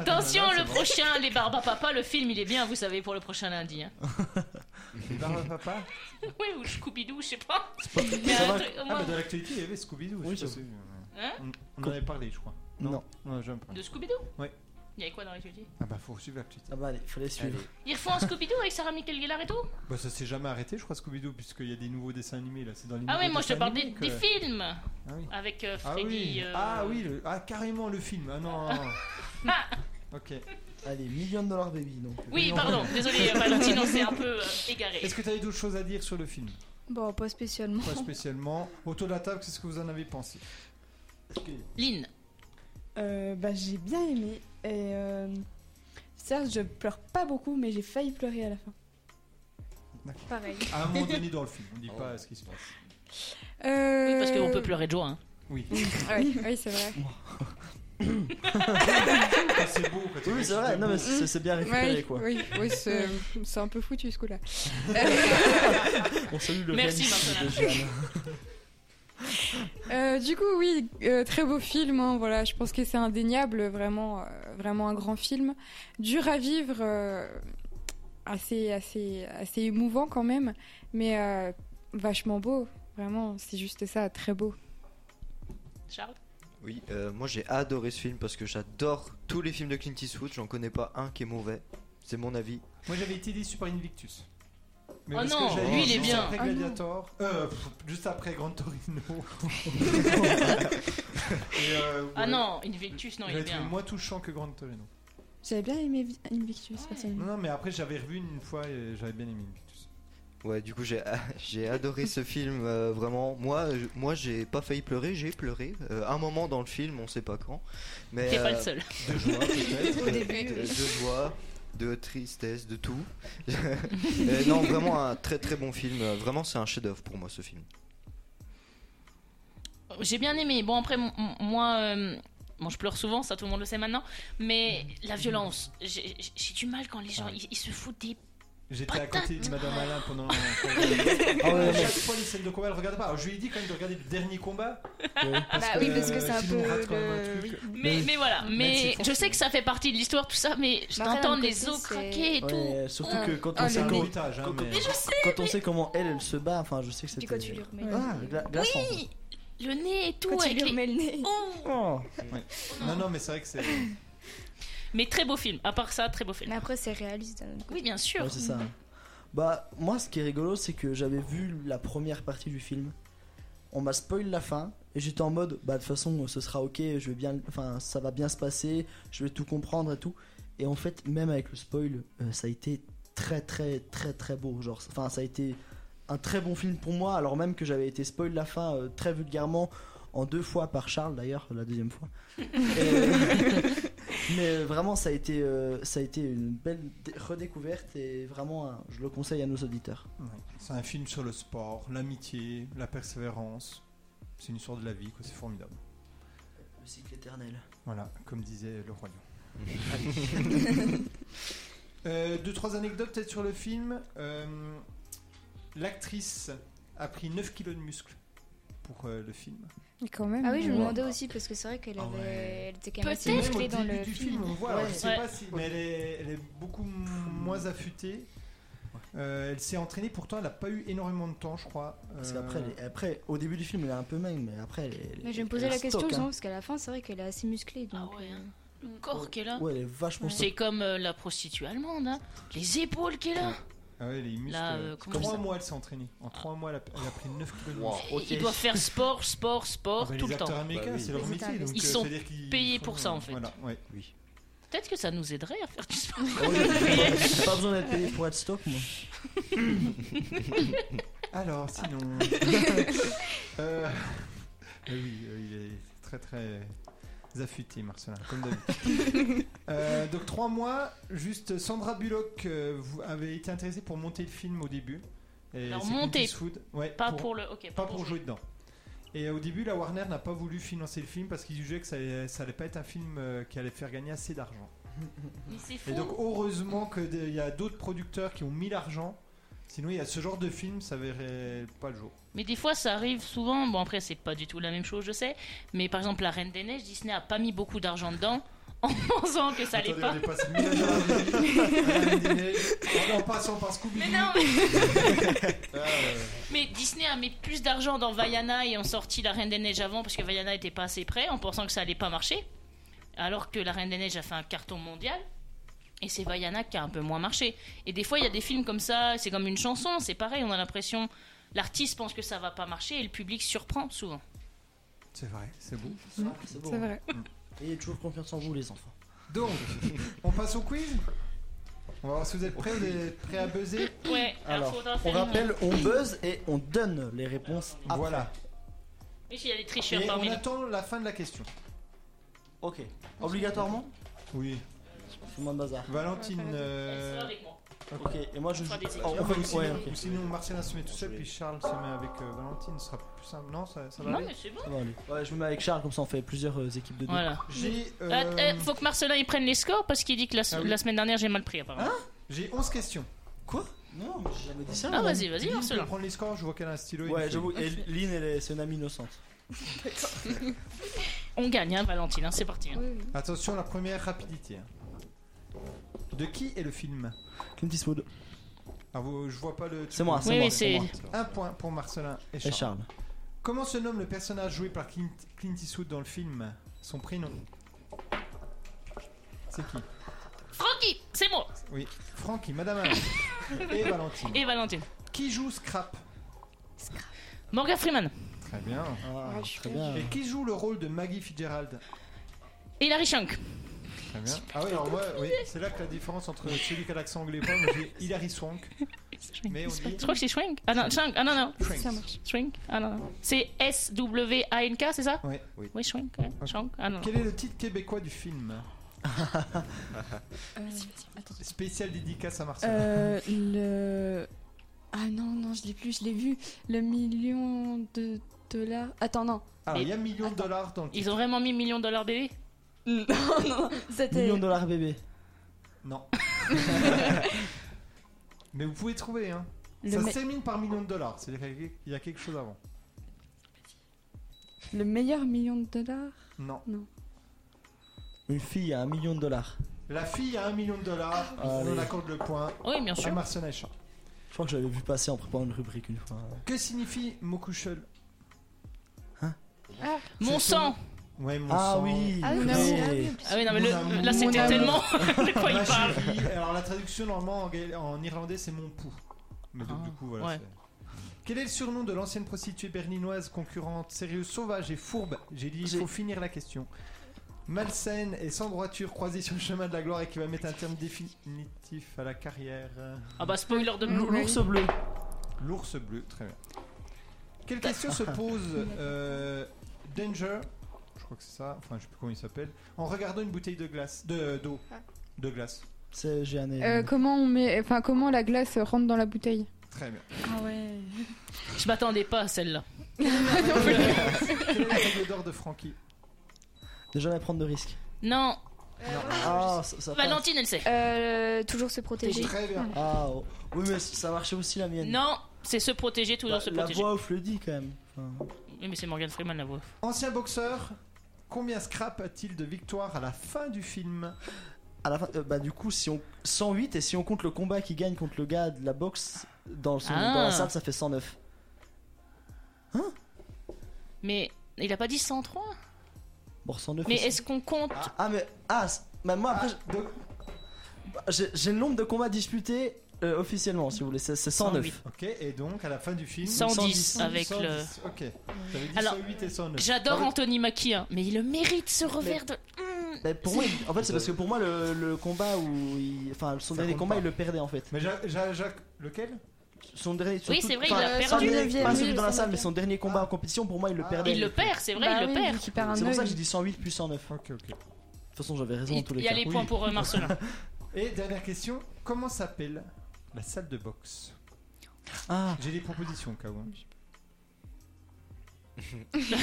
Speaker 2: Attention, le prochain, Les Barbes à Papa, le film, il est bien, vous savez, pour le prochain lundi. hein.
Speaker 1: Barbe à Eh ben, papa
Speaker 2: Oui, ou Scooby-Doo, je sais pas. Mais
Speaker 3: Ça
Speaker 2: un
Speaker 3: va
Speaker 2: truc, au
Speaker 1: Ah,
Speaker 2: moins-
Speaker 1: bah, dans l'actualité, il y avait Scooby-Doo.
Speaker 3: Oui,
Speaker 1: je sais
Speaker 3: ça-
Speaker 1: pas si-
Speaker 2: Hein
Speaker 1: on, on en avait parlé, je crois.
Speaker 3: Non.
Speaker 1: Non, j'aime pas.
Speaker 2: De Scooby-Doo
Speaker 1: Ouais.
Speaker 2: Il y avait quoi dans l'étude
Speaker 1: Ah, bah, faut suivre l'actualité.
Speaker 3: Ah bah allez, fallait suivre.
Speaker 2: Ils refont un Scooby-Doo avec Sarah Michael Gellar et tout
Speaker 1: Bah, ça s'est jamais arrêté, je crois, Scooby-Doo, puisqu'il y a des nouveaux dessins animés là. C'est dans les
Speaker 2: Ah oui,
Speaker 1: nouveaux
Speaker 2: moi je te
Speaker 1: dessins
Speaker 2: parle des,
Speaker 1: animés
Speaker 2: des
Speaker 1: que-
Speaker 2: films
Speaker 1: Ah oui.
Speaker 2: avec euh,
Speaker 1: Ah oui,
Speaker 2: Freddy. euh,
Speaker 1: ah, oui le- ah, carrément le film. Ah non. non, non.
Speaker 2: Ah,
Speaker 1: ok.
Speaker 3: Allez, million de dollars baby, donc.
Speaker 2: Oui, pardon, désolé, euh, Valentine, on s'est un peu euh, égaré.
Speaker 1: Est-ce que tu avais d'autres choses à dire sur le film
Speaker 5: Bon, pas spécialement.
Speaker 1: Pas spécialement. Autour de la table, qu'est-ce que vous en avez pensé
Speaker 2: Lynn,
Speaker 6: Euh, bah, j'ai bien aimé. Et euh, certes, je pleure pas beaucoup, mais j'ai failli pleurer à la fin.
Speaker 5: Pareil.
Speaker 1: À un moment donné dans le film, on dit
Speaker 4: Oh.
Speaker 1: pas ce qui se passe.
Speaker 7: Euh,
Speaker 2: parce qu'on peut pleurer de joie. hein.
Speaker 1: Oui,
Speaker 7: Oui, oui, c'est vrai.
Speaker 1: Ah, c'est beau quand tu
Speaker 3: Oui, c'est vrai, non mais c'est c'est bien récupéré
Speaker 7: Mm. Ouais,
Speaker 3: quoi.
Speaker 7: Oui, oui, c'est c'est un peu foutu ce coup-là.
Speaker 3: On salue le
Speaker 2: Merci,
Speaker 3: réalisme de Jeanne.
Speaker 7: Euh, du coup, oui, euh, très beau film. hein, voilà, je pense que c'est indéniable, vraiment, euh, vraiment un grand film, dur à vivre, euh, assez, assez, assez émouvant quand même, mais euh, vachement beau. Vraiment, c'est juste ça, très beau.
Speaker 2: Charles
Speaker 4: Oui, euh, moi j'ai adoré ce film parce que j'adore tous les films de Clint Eastwood, j'en connais pas un qui est mauvais. C'est mon avis.
Speaker 1: Moi j'avais été déçu par Invictus. Mais
Speaker 2: Oh
Speaker 1: parce que
Speaker 2: non,
Speaker 1: j'avais
Speaker 4: lui,
Speaker 1: vu
Speaker 4: il est
Speaker 1: juste
Speaker 2: bien.
Speaker 1: Après
Speaker 7: Ah non.
Speaker 1: Gladiator, euh, pff, juste après Grand Torino. Et, euh, ouais,
Speaker 2: Ah non, Invictus, non, il
Speaker 1: j'avais
Speaker 2: est
Speaker 1: trouvé
Speaker 2: bien.
Speaker 1: moins touchant que Grand Torino.
Speaker 6: J'avais bien aimé Vi- Invictus, personnellement.
Speaker 1: Non, non, mais après j'avais revu une fois et j'avais bien aimé Invictus.
Speaker 4: Ouais, du coup j'ai j'ai adoré ce film euh, vraiment. Moi euh, moi j'ai pas failli pleurer, j'ai pleuré Euh, un moment dans le film, on sait pas quand. Mais
Speaker 2: T'es
Speaker 4: euh,
Speaker 2: pas le seul.
Speaker 4: de joie peut-être,
Speaker 5: Au début,
Speaker 4: de,
Speaker 5: oui.
Speaker 4: de joie, de tristesse, de tout. Euh, non, vraiment un très très bon film. Euh, Vraiment c'est un chef-d'œuvre pour moi ce film.
Speaker 2: J'ai bien aimé. Bon, après, m- m- moi, euh, bon, je pleure souvent, ça tout le monde le sait maintenant. Mais la violence, j'ai j'ai- j'ai du mal quand les gens ils, ils se foutent des
Speaker 1: J'étais à côté de Madame Alain pendant.
Speaker 3: Ah ouais,
Speaker 1: À
Speaker 3: ouais.
Speaker 1: chaque fois, les scènes de combat, elle regarde pas. Alors, je lui ai dit quand même de regarder le dernier combat.
Speaker 3: Ouais.
Speaker 5: Bah oui, parce que
Speaker 1: euh,
Speaker 5: c'est un
Speaker 1: sinon, on
Speaker 5: peu
Speaker 1: rate quand même un
Speaker 5: le-
Speaker 1: truc.
Speaker 2: Mais,
Speaker 3: Mais-
Speaker 2: mais voilà, mais
Speaker 5: c'est
Speaker 2: je sais que ça fait partie de l'histoire, tout ça, mais je
Speaker 5: Mais après,
Speaker 2: t'entends
Speaker 5: d'un
Speaker 2: les
Speaker 5: côté,
Speaker 2: os
Speaker 5: c'est-
Speaker 2: craquer et tout.
Speaker 3: Ouais, surtout
Speaker 5: Ah.
Speaker 3: que quand
Speaker 5: Ah,
Speaker 3: on
Speaker 5: le
Speaker 1: C'est
Speaker 3: sait
Speaker 1: un
Speaker 5: D'accord.
Speaker 3: quand-
Speaker 1: héritage, hein,
Speaker 3: quand-
Speaker 1: mais-
Speaker 2: Mais je sais,
Speaker 3: quand on sait comment elle, elle se bat, enfin je sais que
Speaker 5: Puis
Speaker 3: c'était.
Speaker 5: quand tu lui remets le
Speaker 3: Ah,
Speaker 5: nez.
Speaker 3: gla- glaçant.
Speaker 2: oui, le nez et tout.
Speaker 5: Quand tu
Speaker 2: avec
Speaker 5: lui
Speaker 2: les-
Speaker 5: remets le nez.
Speaker 2: Oh
Speaker 3: Oh.
Speaker 1: Non, non, mais c'est vrai que c'est.
Speaker 2: mais très beau film, à part ça, très beau film.
Speaker 5: Mais après, c'est réaliste. hein, d'un autre côté.
Speaker 2: Oui, bien sûr.
Speaker 3: Ouais, c'est ça. hein. Bah, moi, ce qui est rigolo, c'est que j'avais vu la première partie du film. On m'a spoil la fin. Et j'étais en mode, bah, de toute façon, ce sera ok. Je vais bien, enfin, ça va bien se passer. Je vais tout comprendre et tout. Et en fait, même avec le spoil, euh, ça a été très, très, très, très beau. Genre, enfin, ça a été un très bon film pour moi. Alors même que j'avais été spoil la fin euh, très vulgairement. En deux fois par Charles d'ailleurs, la deuxième fois. Et- mais euh, vraiment, ça a été, euh, ça a été une belle dé- redécouverte et vraiment, un- je le conseille à nos auditeurs.
Speaker 1: Ouais. C'est un film sur le sport, l'amitié, la persévérance. C'est une histoire de la vie, quoi. C'est formidable.
Speaker 3: Le cycle éternel.
Speaker 1: Voilà, comme disait le roi Lion. Euh, deux, trois anecdotes peut-être sur le film. Euh, L'actrice a pris 9 kilos de muscle pour euh, le film.
Speaker 7: Mais quand même. euh,
Speaker 5: Ah oui, je me
Speaker 3: Ouais.
Speaker 5: demandais aussi parce que c'est vrai qu'elle
Speaker 1: Ah
Speaker 5: avait,
Speaker 1: ouais.
Speaker 5: elle était quand même assez
Speaker 2: Peut-être.
Speaker 1: Même au
Speaker 5: musclée dans
Speaker 1: début
Speaker 5: le
Speaker 1: du
Speaker 5: film.
Speaker 1: film, on voit, alors je sais
Speaker 2: Ouais.
Speaker 1: pas si, mais elle est, elle est beaucoup m- moins affûtée. Euh, elle s'est entraînée, pourtant elle n'a pas eu énormément de temps, je crois.
Speaker 3: Parce
Speaker 1: Euh,
Speaker 3: qu'après, elle est- après, au début du film, elle est un peu maigre, mais après, elle est-
Speaker 5: Mais je me
Speaker 3: elle
Speaker 5: posais
Speaker 3: est
Speaker 5: la
Speaker 3: stock,
Speaker 5: question
Speaker 3: hein.
Speaker 5: justement parce qu'à la fin, c'est vrai qu'elle est assez musclée. Donc,
Speaker 2: Ah ouais,
Speaker 5: euh,
Speaker 2: hein. Le corps qui est là.
Speaker 3: Ouais, elle est vachement stock.
Speaker 2: C'est comme euh, la prostituée allemande, hein. les épaules qu'elle a.
Speaker 1: Ah ouais, les muscles.
Speaker 2: Là, euh,
Speaker 1: euh,
Speaker 2: comment
Speaker 1: trois
Speaker 2: ça-
Speaker 1: mois elle s'est entraînée. En 3 mois elle a, elle a pris 9 kilos de
Speaker 4: Wow.
Speaker 1: muscle.
Speaker 2: Ils doivent faire sport, sport,
Speaker 1: Ah
Speaker 2: sport
Speaker 1: bah,
Speaker 2: tout
Speaker 1: les
Speaker 2: le
Speaker 1: acteurs
Speaker 2: temps.
Speaker 1: américains,
Speaker 4: Bah oui.
Speaker 1: c'est leur
Speaker 5: Ils
Speaker 1: métier.
Speaker 5: sont
Speaker 1: donc,
Speaker 2: Ils
Speaker 1: euh,
Speaker 2: sont
Speaker 1: c'est-à-dire qu'ils
Speaker 2: payés
Speaker 1: font-
Speaker 2: pour ça, en fait.
Speaker 1: Voilà, ouais.
Speaker 2: Peut-être que ça nous aiderait à faire du sport.
Speaker 3: J'ai pas besoin d'être payé pour être stock, moi.
Speaker 1: Alors, sinon. Euh, eh oui, euh, il est très très affûté, Marcelin, comme d'habitude. Euh, donc, trois mois, juste Sandra Bullock, euh, vous avez été intéressée pour monter le film au début. Et
Speaker 2: Alors,
Speaker 1: c'est Clint
Speaker 2: monter,
Speaker 1: Eastwood. Ouais,
Speaker 2: Pas pour le. Ok,
Speaker 1: pas pour jouer dedans. Et euh, au début, la Warner n'a pas voulu financer le film parce qu'ils jugeaient que ça allait, ça allait pas être un film euh, qui allait faire gagner assez d'argent.
Speaker 2: Mais c'est fou.
Speaker 1: Et donc, heureusement qu'il y a d'autres producteurs qui ont mis l'argent. Sinon, il y a ce genre de film, ça verrait pas le jour.
Speaker 2: Mais des fois, ça arrive souvent. Bon, après, c'est pas du tout la même chose, je sais. Mais par exemple, La Reine des Neiges, Disney a pas mis beaucoup d'argent dedans en pensant que ça allait
Speaker 1: Attendez,
Speaker 2: pas.
Speaker 1: On est passé mille années à la vie, à la vie des neiges, en en passant Ah par Scooby-Doo.
Speaker 2: Mais non, mais,
Speaker 1: Ah, ouais.
Speaker 2: mais Disney a mis plus d'argent dans Vaiana et ont sorti La Reine des Neiges avant parce que Vaiana était pas assez près en pensant que ça allait pas marcher. Alors que La Reine des Neiges a fait un carton mondial. Et c'est Vaiana qui a un peu moins marché. Et des fois, il y a des films comme ça, c'est comme une chanson, c'est pareil, on a l'impression. L'artiste pense que ça va pas marcher et le public surprend souvent.
Speaker 1: C'est vrai, c'est beau.
Speaker 3: C'est hein.
Speaker 7: C'est vrai.
Speaker 3: Ayez toujours confiance en vous, les enfants.
Speaker 1: Donc, on passe au quiz On va voir si vous êtes prêts, vous êtes prêts à buzzer
Speaker 2: Ouais, alors,
Speaker 3: Alors,
Speaker 2: faudra
Speaker 3: on
Speaker 2: faire une-
Speaker 3: rappelle, on buzz et on donne les réponses après.
Speaker 1: Voilà.
Speaker 2: Mais s'il y a des tricheurs
Speaker 1: Et
Speaker 2: parmi
Speaker 1: on
Speaker 2: nous.
Speaker 1: attend la fin de la question.
Speaker 3: Ok. Obligatoirement
Speaker 1: Oui.
Speaker 3: Tout le monde bazar.
Speaker 1: Valentine.
Speaker 2: Elle
Speaker 1: euh,
Speaker 2: sera avec moi.
Speaker 3: Ok, et
Speaker 1: Ah,
Speaker 3: moi je joue.
Speaker 2: Trois des
Speaker 3: Oh, on
Speaker 1: enfin,
Speaker 3: fait-
Speaker 1: ou sinon,
Speaker 3: ouais, ok.
Speaker 1: ou sinon, Marcelin se met tout seul, puis Charles se met avec euh, Valentine, ce sera plus simple. Non, ça, ça va
Speaker 2: Non,
Speaker 1: aller
Speaker 2: mais c'est bon.
Speaker 3: Ça va aller. Ouais, je me mets avec Charles, comme ça on fait plusieurs euh, équipes de deux.
Speaker 2: Voilà.
Speaker 1: J'ai euh,
Speaker 2: Euh, euh, faut que Marcelin il prenne les scores parce qu'il dit que la,
Speaker 1: Ah oui. Hein
Speaker 2: la semaine dernière j'ai mal pris apparemment.
Speaker 1: j'ai 11 questions.
Speaker 3: Quoi Non, mais j'ai jamais dit ça.
Speaker 2: ah
Speaker 3: moi.
Speaker 2: vas-y, vas-y
Speaker 1: Lynn peut
Speaker 2: Marcelin.
Speaker 1: prendre les scores, je vois qu'elle a un stylo. et une
Speaker 3: Ouais,
Speaker 1: feuille.
Speaker 3: j'avoue, et Lynn, elle est- c'est une amie innocente.
Speaker 2: On gagne, hein, Valentine, hein, c'est parti. hein.
Speaker 7: Oui, oui.
Speaker 1: Attention, la première rapidité. hein. De qui est le film
Speaker 3: Clint Eastwood.
Speaker 1: Ah, vous, je vois pas le.
Speaker 3: C'est moi, c'est
Speaker 2: Oui,
Speaker 3: moi.
Speaker 2: oui, c'est-
Speaker 3: moi.
Speaker 1: Un point pour Marcelin et
Speaker 3: Et
Speaker 1: Charles.
Speaker 3: Charles.
Speaker 1: Comment se nomme le personnage joué par Clint, Clint Eastwood dans le film Son prénom C'est qui
Speaker 2: Francky, c'est moi
Speaker 1: Oui, Francky, Madame Alain et Valentine.
Speaker 2: et Valentine.
Speaker 1: Qui joue Scrap
Speaker 2: Morgan Freeman,
Speaker 1: Très bien.
Speaker 3: Ah,
Speaker 7: Ouais, je suis
Speaker 3: très bien.
Speaker 1: Et qui joue le rôle de Maggie Fitzgerald
Speaker 2: Hilary Shank,
Speaker 1: Très bien. Ah oui, alors moi, oui, c'est là que la différence entre celui qui a l'accent anglais et moi, moi, j'ai Hilary Swank. Mais on
Speaker 2: je
Speaker 1: dit
Speaker 2: crois que c'est Schwenk. Ah non, Shank, ah non, non.
Speaker 1: Shank.
Speaker 2: Ça marche. Schwenk, ah non, non. C'est S-W-A-N-K, c'est ça
Speaker 1: Ouais.
Speaker 4: Oui.
Speaker 2: Oui, Schwenk, ouais.
Speaker 1: Ok.
Speaker 2: Shank, ah non. non.
Speaker 1: Quel est le titre québécois du film
Speaker 6: Euh,
Speaker 1: Spécial dédicace à Marcel.
Speaker 6: euh, le. Ah non, non, je l'ai plus, je l'ai vu. Le million de dollars. Attends, non.
Speaker 1: Alors, Ah, il y a million de dollars dans le titre.
Speaker 2: Ils ont vraiment mis million de dollars bébé
Speaker 6: Non, non, non, c'était.
Speaker 3: Million de dollars bébé.
Speaker 1: Non. Mais vous pouvez trouver, hein.
Speaker 7: Le
Speaker 1: ça
Speaker 7: me-
Speaker 1: s'émine par million de dollars. C'est-à-dire qu'il y a quelque chose avant.
Speaker 6: Le meilleur million de dollars
Speaker 1: Non.
Speaker 3: Une fille à un million de dollars.
Speaker 1: La fille a un million de dollars.
Speaker 3: Allez.
Speaker 1: on accorde le point
Speaker 2: Ah Oui, bien
Speaker 1: à
Speaker 2: sûr.
Speaker 1: Marcel Aichin.
Speaker 3: Je crois que j'avais vu passer en préparant une rubrique une fois.
Speaker 1: Que signifie Mokushel
Speaker 2: Ah, Mon
Speaker 1: C'est son-
Speaker 2: sang
Speaker 1: Ouais, mon
Speaker 3: Ah
Speaker 1: sang.
Speaker 3: oui,
Speaker 5: Ah oui,
Speaker 3: purée.
Speaker 1: mais
Speaker 5: ah oui,
Speaker 2: Ah oui, non, mais
Speaker 1: Mon
Speaker 2: le-
Speaker 1: amour.
Speaker 2: là,
Speaker 1: Mon
Speaker 2: c'était
Speaker 1: amour.
Speaker 2: tellement de quoi
Speaker 1: Ma
Speaker 2: il parle.
Speaker 1: chérie. Alors la traduction normalement en, ga- en irlandais c'est mon pou. Mais donc,
Speaker 2: Ah,
Speaker 1: du coup voilà.
Speaker 2: ouais.
Speaker 1: c'est- Quel est le surnom de l'ancienne prostituée berlinoise concurrente sérieuse sauvage et fourbe J'ai dit il
Speaker 3: J'ai-
Speaker 1: faut finir la question. Malsaine et sans droiture croisée sur le chemin de la gloire et qui va mettre un terme définitif à la carrière. euh,
Speaker 2: Ah bah, spoiler de
Speaker 7: Lou- Lou-
Speaker 3: L'ours bleu.
Speaker 1: L'ours bleu, très bien. Quelle question se pose euh, Danger, je crois que c'est ça, enfin je sais plus comment il s'appelle, en regardant une bouteille de glace, de d'eau,
Speaker 5: Ah.
Speaker 1: de glace.
Speaker 3: C'est j'ai un
Speaker 7: Euh,
Speaker 3: euh,
Speaker 7: comment on met, enfin comment la glace rentre dans la bouteille
Speaker 1: Très bien.
Speaker 6: Ah ouais.
Speaker 2: Je m'attendais pas à celle-là.
Speaker 1: Quel est le règle d'or de Francky
Speaker 3: De jamais prendre de risques.
Speaker 2: Non,
Speaker 3: Ah, ça, ça passe.
Speaker 2: Valentine, elle sait.
Speaker 5: Euh, toujours se protéger.
Speaker 1: Très bien.
Speaker 3: Ah, oh. oui, mais ça marchait aussi la mienne.
Speaker 2: Non, c'est se protéger, toujours
Speaker 3: Bah,
Speaker 2: se
Speaker 3: la
Speaker 2: protéger.
Speaker 3: voix off le dit quand même. Enfin,
Speaker 2: Oui, mais c'est Morgan Freeman, la voix.
Speaker 1: Ancien boxeur, combien scrap a-t-il de victoires à la fin du film
Speaker 3: à la fin, euh, bah du coup, si on 108 et si on compte le combat qui gagne contre le gars de la boxe dans, son-
Speaker 2: Ah.
Speaker 3: dans la salle, ça fait 109.
Speaker 2: Mais il a pas dit 103
Speaker 3: Bon, 109.
Speaker 2: Mais
Speaker 3: aussi.
Speaker 2: est-ce qu'on compte
Speaker 3: Ah mais ah, c- bah, moi après bah,
Speaker 1: Ah, donc-
Speaker 3: j'ai j'ai le nombre de combats disputés euh, officiellement si vous voulez, c'est c'est 109.
Speaker 1: Ok, et donc à la fin du film
Speaker 2: 110,
Speaker 3: 110,
Speaker 2: avec le.
Speaker 1: 110, Ok, j'avais dit
Speaker 2: Alors,
Speaker 1: 108 et 109.
Speaker 2: J'adore
Speaker 3: Ah ouais.
Speaker 2: Anthony Mackie, hein, mais il le mérite ce revers de. Mmh.
Speaker 3: Mais pour moi, il- en fait, c'est parce que pour moi le, le combat où il, enfin son
Speaker 1: Ça
Speaker 3: dernier
Speaker 1: compte
Speaker 3: combat,
Speaker 1: pas.
Speaker 3: il le perdait en fait.
Speaker 1: Mais Jacques, Jacques, Jacques- lequel
Speaker 3: Son dernier son
Speaker 2: Oui,
Speaker 3: tout-
Speaker 2: c'est vrai, il
Speaker 3: enfin,
Speaker 2: a
Speaker 3: pas
Speaker 2: perdu.
Speaker 3: le dernier- Pas
Speaker 6: Oui,
Speaker 3: celui dans la
Speaker 6: ça
Speaker 3: salle,
Speaker 6: va
Speaker 3: mais son dernier combat en compétition, pour moi, il le
Speaker 1: Ah.
Speaker 3: perdait.
Speaker 2: Il le perd, c'est vrai,
Speaker 6: Bah
Speaker 2: il le
Speaker 6: oui,
Speaker 2: perd.
Speaker 6: vu qu'il perd un
Speaker 3: C'est pour ça que
Speaker 6: œil.
Speaker 3: j'ai dit 108 plus 109. De
Speaker 1: Ok, ok.
Speaker 3: toute façon, j'avais raison en tous
Speaker 2: Il
Speaker 3: les
Speaker 2: y
Speaker 3: cas.
Speaker 2: a les points
Speaker 1: Oui.
Speaker 2: pour euh, Marcelin.
Speaker 1: Et dernière question, comment s'appelle la salle de boxe
Speaker 3: Ah,
Speaker 1: J'ai des propositions, au cas où. hein.
Speaker 2: Il y,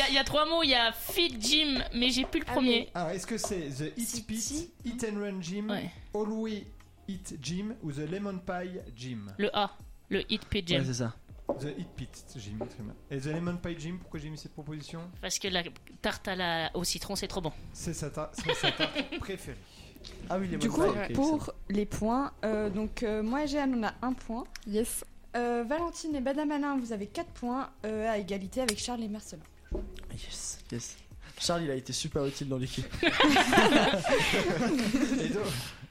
Speaker 2: a- il y a trois mots, il y a Fit Gym, mais j'ai plus le
Speaker 5: Ah,
Speaker 2: premier.
Speaker 1: Alors, est-ce que c'est The Hit Pit, Hit and Run Gym,
Speaker 2: Ouais.
Speaker 1: Always Hit Gym ou The Lemon Pie Gym
Speaker 2: Le A, le Hit Pit Gym.
Speaker 3: ouais, c'est ça.
Speaker 1: The Hit Pit Gym, très bien. Et The Lemon Pie Gym, pourquoi j'ai mis cette proposition
Speaker 2: Parce que la tarte à la... au citron, c'est trop bon.
Speaker 1: C'est sa ta- c'est sa tarte préférée.
Speaker 3: Ah oui, les
Speaker 6: Du coup,
Speaker 3: bonnes tailles, ok,
Speaker 6: pour les points, euh, donc euh, moi et Jeanne, on a un point.
Speaker 7: Yes.
Speaker 6: Euh, Valentine et Madame Alain, vous avez 4 points euh, à égalité avec Charles et Marcelin.
Speaker 3: c'est bon. Yes, yes. Charles, il a été super utile dans l'équipe.
Speaker 1: Et donc,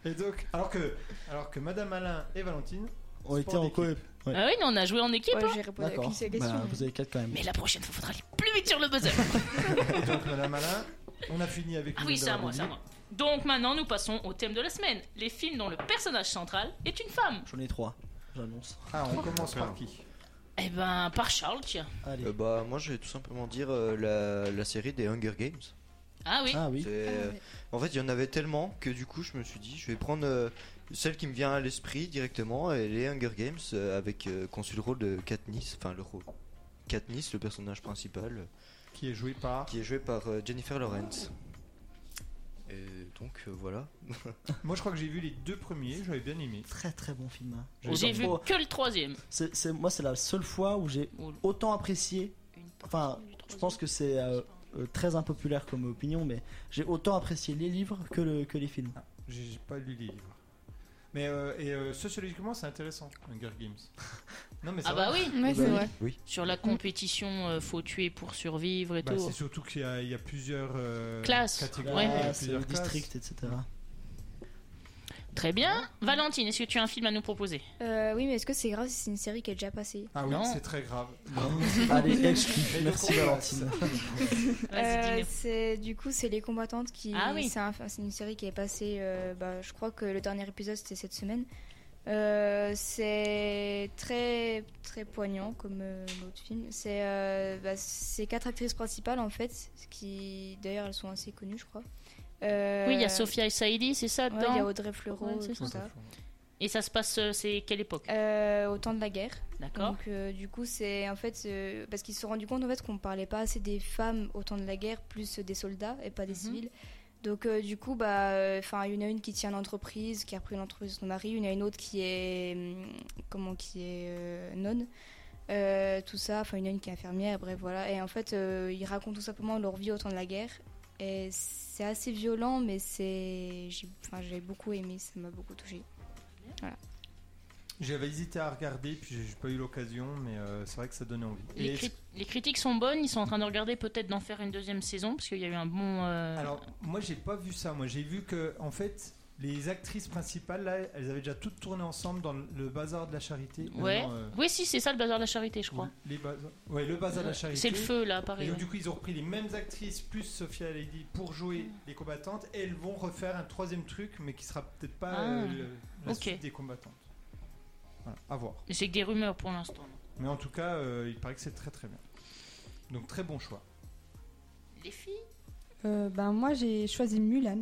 Speaker 1: et donc, alors, que, alors que Madame Alain et Valentine,
Speaker 3: On était
Speaker 1: Sport
Speaker 3: en
Speaker 1: d'équipe.
Speaker 3: coop. Ouais.
Speaker 2: Ah oui, mais on a joué en équipe.
Speaker 5: Ouais,
Speaker 2: hein.
Speaker 5: j'ai répondu à
Speaker 3: D'accord.
Speaker 5: aucune seule question.
Speaker 3: Bah, vous avez 4 quand même.
Speaker 2: Mais la prochaine fois, faudra aller plus vite sur le buzzer.
Speaker 1: et donc Madame Alain, on a fini avec...
Speaker 2: Ah
Speaker 1: le
Speaker 2: oui,
Speaker 1: Madame
Speaker 2: c'est à moi,
Speaker 1: Alain.
Speaker 2: c'est à moi. Donc maintenant, nous passons au thème de la semaine. Les films dont le personnage central est une femme.
Speaker 3: J'en ai 3. J'annonce.
Speaker 1: Ah, on commence par qui
Speaker 2: Eh ben, par Charles, tiens.
Speaker 3: Allez.
Speaker 4: Euh, bah moi je vais tout simplement dire euh, la, la série des Hunger Games.
Speaker 2: Ah oui.
Speaker 3: Ah oui.
Speaker 4: C'est, euh, En fait il y en avait tellement que du coup je me suis dit je vais prendre euh, celle qui me vient à l'esprit directement et les Hunger Games euh, avec euh, qu'on suit le rôle de Katniss, enfin le rôle Katniss le personnage principal euh,
Speaker 1: Qui est joué par...
Speaker 4: qui est joué par euh, Jennifer Lawrence. Et donc euh, voilà.
Speaker 1: Moi, je crois que j'ai vu les deux premiers, j'avais bien aimé.
Speaker 3: Très très bon film. hein.
Speaker 2: J'ai
Speaker 3: Autant-
Speaker 2: vu
Speaker 3: Oh,
Speaker 2: que le troisième.
Speaker 3: c'est- c'est- moi, c'est la seule fois où j'ai
Speaker 2: Ou-
Speaker 3: autant apprécié.
Speaker 2: une partie
Speaker 3: Enfin,
Speaker 2: du
Speaker 3: Je
Speaker 2: troisième.
Speaker 3: pense que c'est euh, euh, très impopulaire comme opinion, mais j'ai autant apprécié les livres que, le- que les films.
Speaker 1: J'ai j'ai pas lu les livres. Mais euh, et, euh, sociologiquement, c'est intéressant, Hunger Games. non, mais c'est
Speaker 2: Ah bah oui,
Speaker 7: Ouais, c'est vrai.
Speaker 2: sur la compétition, euh, faut tuer pour survivre et
Speaker 1: Bah,
Speaker 2: tout.
Speaker 1: c'est surtout qu'il y, a- il y a plusieurs euh,
Speaker 2: Classes.
Speaker 1: catégories,
Speaker 2: Ouais.
Speaker 1: il y a
Speaker 3: Ah, c'est
Speaker 1: plusieurs
Speaker 3: le
Speaker 1: classes.
Speaker 3: district, etc.
Speaker 2: Très bien. Valentine, est-ce que tu as un film à nous proposer
Speaker 5: Euh, oui, mais est-ce que c'est grave si c'est une série qui est déjà passée
Speaker 1: Ah oui,
Speaker 2: Non.
Speaker 1: c'est très grave.
Speaker 3: Allez, excuse.
Speaker 1: Et
Speaker 3: Merci
Speaker 1: donc, on
Speaker 3: Valentine.
Speaker 5: Euh,
Speaker 2: Vas-y, dis-nous.
Speaker 5: c'est du coup c'est les combattantes qui
Speaker 2: Ah oui.
Speaker 5: c'est un- c'est une série qui est passée euh, bah, je crois que le dernier épisode c'était cette semaine Euh, c'est très très poignant comme euh, l'autre film c'est euh, bah, c'est quatre actrices principales en fait qui d'ailleurs elles sont assez connues je crois Euh,
Speaker 2: Oui, il y a Sophia et Saïdi, c'est ça
Speaker 5: ouais,
Speaker 2: dedans
Speaker 5: il y a Audrey Fleurot
Speaker 2: Ouais, c'est
Speaker 5: tout ça
Speaker 2: Et ça se passe, euh, c'est quelle époque
Speaker 5: Euh, au temps de la guerre
Speaker 2: D'accord.
Speaker 5: Donc euh, du coup c'est en fait euh, parce qu'ils se sont rendus compte en fait qu'on parlait pas assez des femmes au temps de la guerre plus des soldats et pas des
Speaker 2: Mhm.
Speaker 5: civils. Donc euh, du coup, bah, euh, 'fin, il y en a une qui tient l'entreprise, qui a repris l'entreprise de son mari, il y en a une autre qui est, hum, comment, qui est euh, nonne, Euh, tout ça, enfin il y en a une qui est infirmière, bref voilà. Et en fait, euh, ils racontent tout simplement leur vie au temps de la guerre. Et c'est assez violent, mais c'est, j'ai 'fin, j'ai beaucoup aimé, ça m'a beaucoup touchée.
Speaker 1: J'avais hésité à regarder, puis j'ai j'ai pas eu l'occasion, mais euh, c'est vrai que ça donnait envie.
Speaker 2: Les,
Speaker 1: Et
Speaker 2: cri- les critiques sont bonnes, ils sont en train de regarder peut-être d'en faire une deuxième saison, parce qu'il y a eu un bon... euh,
Speaker 1: Alors, moi, j'ai pas vu ça. Moi, j'ai vu que, en fait, les actrices principales, là, elles avaient déjà toutes tourné ensemble dans le le bazar de la charité. Euh,
Speaker 2: ouais.
Speaker 1: non, euh,
Speaker 2: Oui, si, c'est ça le bazar de la charité, je crois.
Speaker 1: les bazar- ouais, le bazar de la charité.
Speaker 2: C'est le feu, là,
Speaker 1: Et
Speaker 2: pareil.
Speaker 1: donc, du coup, ils ont repris les mêmes actrices plus Sophia Lady pour
Speaker 2: Mm.
Speaker 1: jouer les combattantes. Et elles vont refaire un troisième truc, mais qui sera peut-être pas
Speaker 2: Ah.
Speaker 1: euh, le- la
Speaker 2: Ok.
Speaker 1: suite des combattantes. Voilà, à voir.
Speaker 2: Mais C'est que des rumeurs pour l'instant.
Speaker 1: Mais en tout cas, euh, il paraît que c'est très très bien. Donc, très bon choix.
Speaker 2: Les filles
Speaker 6: Euh, ben, moi, j'ai choisi Mulan.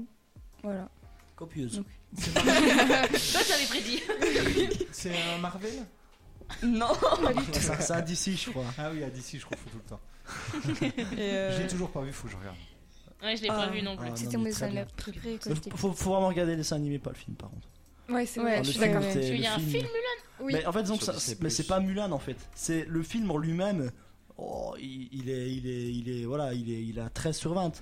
Speaker 6: Voilà.
Speaker 3: Copieuse.
Speaker 1: C'est Marvel-
Speaker 2: Toi, t'avais prédit
Speaker 1: C'est un Marvel
Speaker 6: Non
Speaker 3: Ah, Ça, ça d'ici, je crois.
Speaker 1: Ah oui, à DC, je confonds tout le temps.
Speaker 6: Et, euh,
Speaker 1: J'ai toujours pas vu, faut que je regarde.
Speaker 2: Ouais, je l'ai
Speaker 6: Ah.
Speaker 2: pas vu non plus.
Speaker 3: Ah,
Speaker 5: C'était
Speaker 3: non,
Speaker 5: mon
Speaker 3: mais
Speaker 5: dessin
Speaker 3: très bien.
Speaker 5: préféré quand
Speaker 3: Faut,
Speaker 5: j'étais
Speaker 3: faut- faut vraiment regarder les dessins animés, pas le film, par contre.
Speaker 7: Ouais, c'est
Speaker 6: Ouais,
Speaker 7: vrai,
Speaker 6: je
Speaker 7: je
Speaker 6: suis
Speaker 7: suis
Speaker 6: d'accord.
Speaker 7: d'accord.
Speaker 3: c'était
Speaker 2: Parce qu'il y a un
Speaker 3: le
Speaker 2: film, Mulan
Speaker 7: Oui.
Speaker 3: Mais en fait, disons que
Speaker 4: Sur
Speaker 3: ça-
Speaker 4: Disney+.
Speaker 3: mais c'est pas Mulan en fait. C'est le film en lui-même. oh, il, il est, il est, il est, voilà, il est, il a 13 sur 20.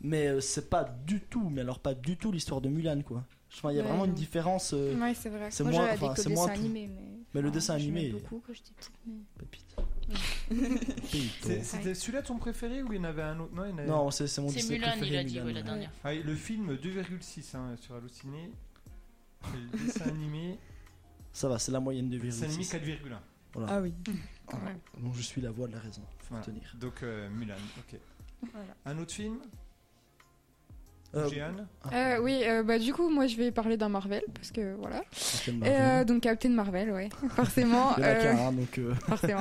Speaker 3: Mais euh, c'est pas du tout, mais alors pas du tout l'histoire de Mulan quoi. Je crois il y a
Speaker 5: Ouais,
Speaker 3: vraiment une
Speaker 5: non.
Speaker 3: différence. euh,
Speaker 7: Ouais, c'est vrai.
Speaker 3: C'est
Speaker 5: Moi,
Speaker 3: moins,
Speaker 5: j'avais
Speaker 3: enfin,
Speaker 5: que
Speaker 3: c'est
Speaker 5: le
Speaker 3: moins
Speaker 5: dessin
Speaker 3: tout.
Speaker 5: animé, mais.
Speaker 3: Mais le
Speaker 4: ah,
Speaker 5: enfin,
Speaker 3: dessin
Speaker 5: j'aimais
Speaker 3: animé-
Speaker 5: beaucoup quand j'étais petite. mais-
Speaker 3: Pépite.
Speaker 1: C'est-
Speaker 3: Pépito.
Speaker 1: C'était celui-là ton préféré ou il y en avait un autre Non, il y en avait-
Speaker 3: Non, c'est c'est mon
Speaker 2: c'est
Speaker 3: Disney
Speaker 2: Mulan, il
Speaker 3: préféré,
Speaker 2: a dit,
Speaker 3: Mulan,
Speaker 2: ouais, la
Speaker 3: ouais.
Speaker 2: dernière.
Speaker 1: Ah oui, le film 2,6 hein, sur Halluciné. Et Le dessin animé,
Speaker 3: Ça va, c'est la moyenne de
Speaker 1: dessin animé
Speaker 3: virus.
Speaker 1: 4,1.
Speaker 6: Ah oui.
Speaker 3: Bon, je suis la voix de la raison. Faut
Speaker 1: Voilà.
Speaker 3: tenir.
Speaker 1: Donc euh, Mulan, ok.
Speaker 6: Voilà.
Speaker 1: Un autre film
Speaker 3: Euh,
Speaker 1: Jeanne
Speaker 3: ah,
Speaker 7: Euh, oui, euh, bah du coup, moi je vais parler d'un Marvel parce que voilà.
Speaker 3: Captain
Speaker 7: Et,
Speaker 3: Marvel.
Speaker 7: euh, donc Captain Marvel, ouais, forcément.
Speaker 3: Il y en a
Speaker 7: euh,
Speaker 3: qu'un, hein, donc euh,
Speaker 7: forcément.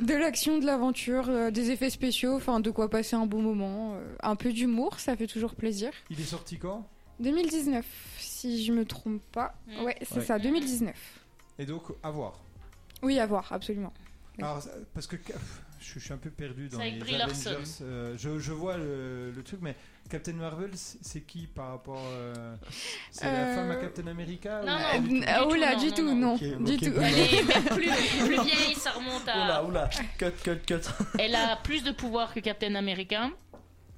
Speaker 7: De l'action, de l'aventure, euh, des effets spéciaux, enfin de quoi passer un bon moment, euh, un peu d'humour, ça fait toujours plaisir.
Speaker 1: Il est sorti quand
Speaker 7: 2019, si je me trompe pas.
Speaker 1: Mmh.
Speaker 2: Mm.
Speaker 7: Ouais, c'est
Speaker 3: Ouais.
Speaker 7: ça, 2019.
Speaker 1: Et donc, à voir.
Speaker 7: Oui, à voir, absolument. Oui.
Speaker 1: Alors, ça- parce que pff, je je suis un peu perdu dans
Speaker 2: C'est avec
Speaker 1: les
Speaker 2: Brie Larson.
Speaker 1: Avengers. euh, je, je vois le, le truc, mais Captain Marvel, c'est c'est qui par rapport... euh, c'est la
Speaker 7: Euh,
Speaker 1: femme à Captain America ou-
Speaker 2: non,
Speaker 7: Euh,
Speaker 2: du tout,
Speaker 7: ah,
Speaker 2: du tout,
Speaker 7: oula,
Speaker 2: non,
Speaker 7: du
Speaker 2: non,
Speaker 7: tout,
Speaker 2: non.
Speaker 7: non,
Speaker 3: Ok,
Speaker 7: du
Speaker 3: ok,
Speaker 7: tout.
Speaker 3: bon.
Speaker 2: Elle est
Speaker 7: Ah.
Speaker 2: même plus, plus vieille, ça remonte à...
Speaker 3: Oula, oula, cut, cut, cut.
Speaker 2: Elle a plus de pouvoir que Captain America.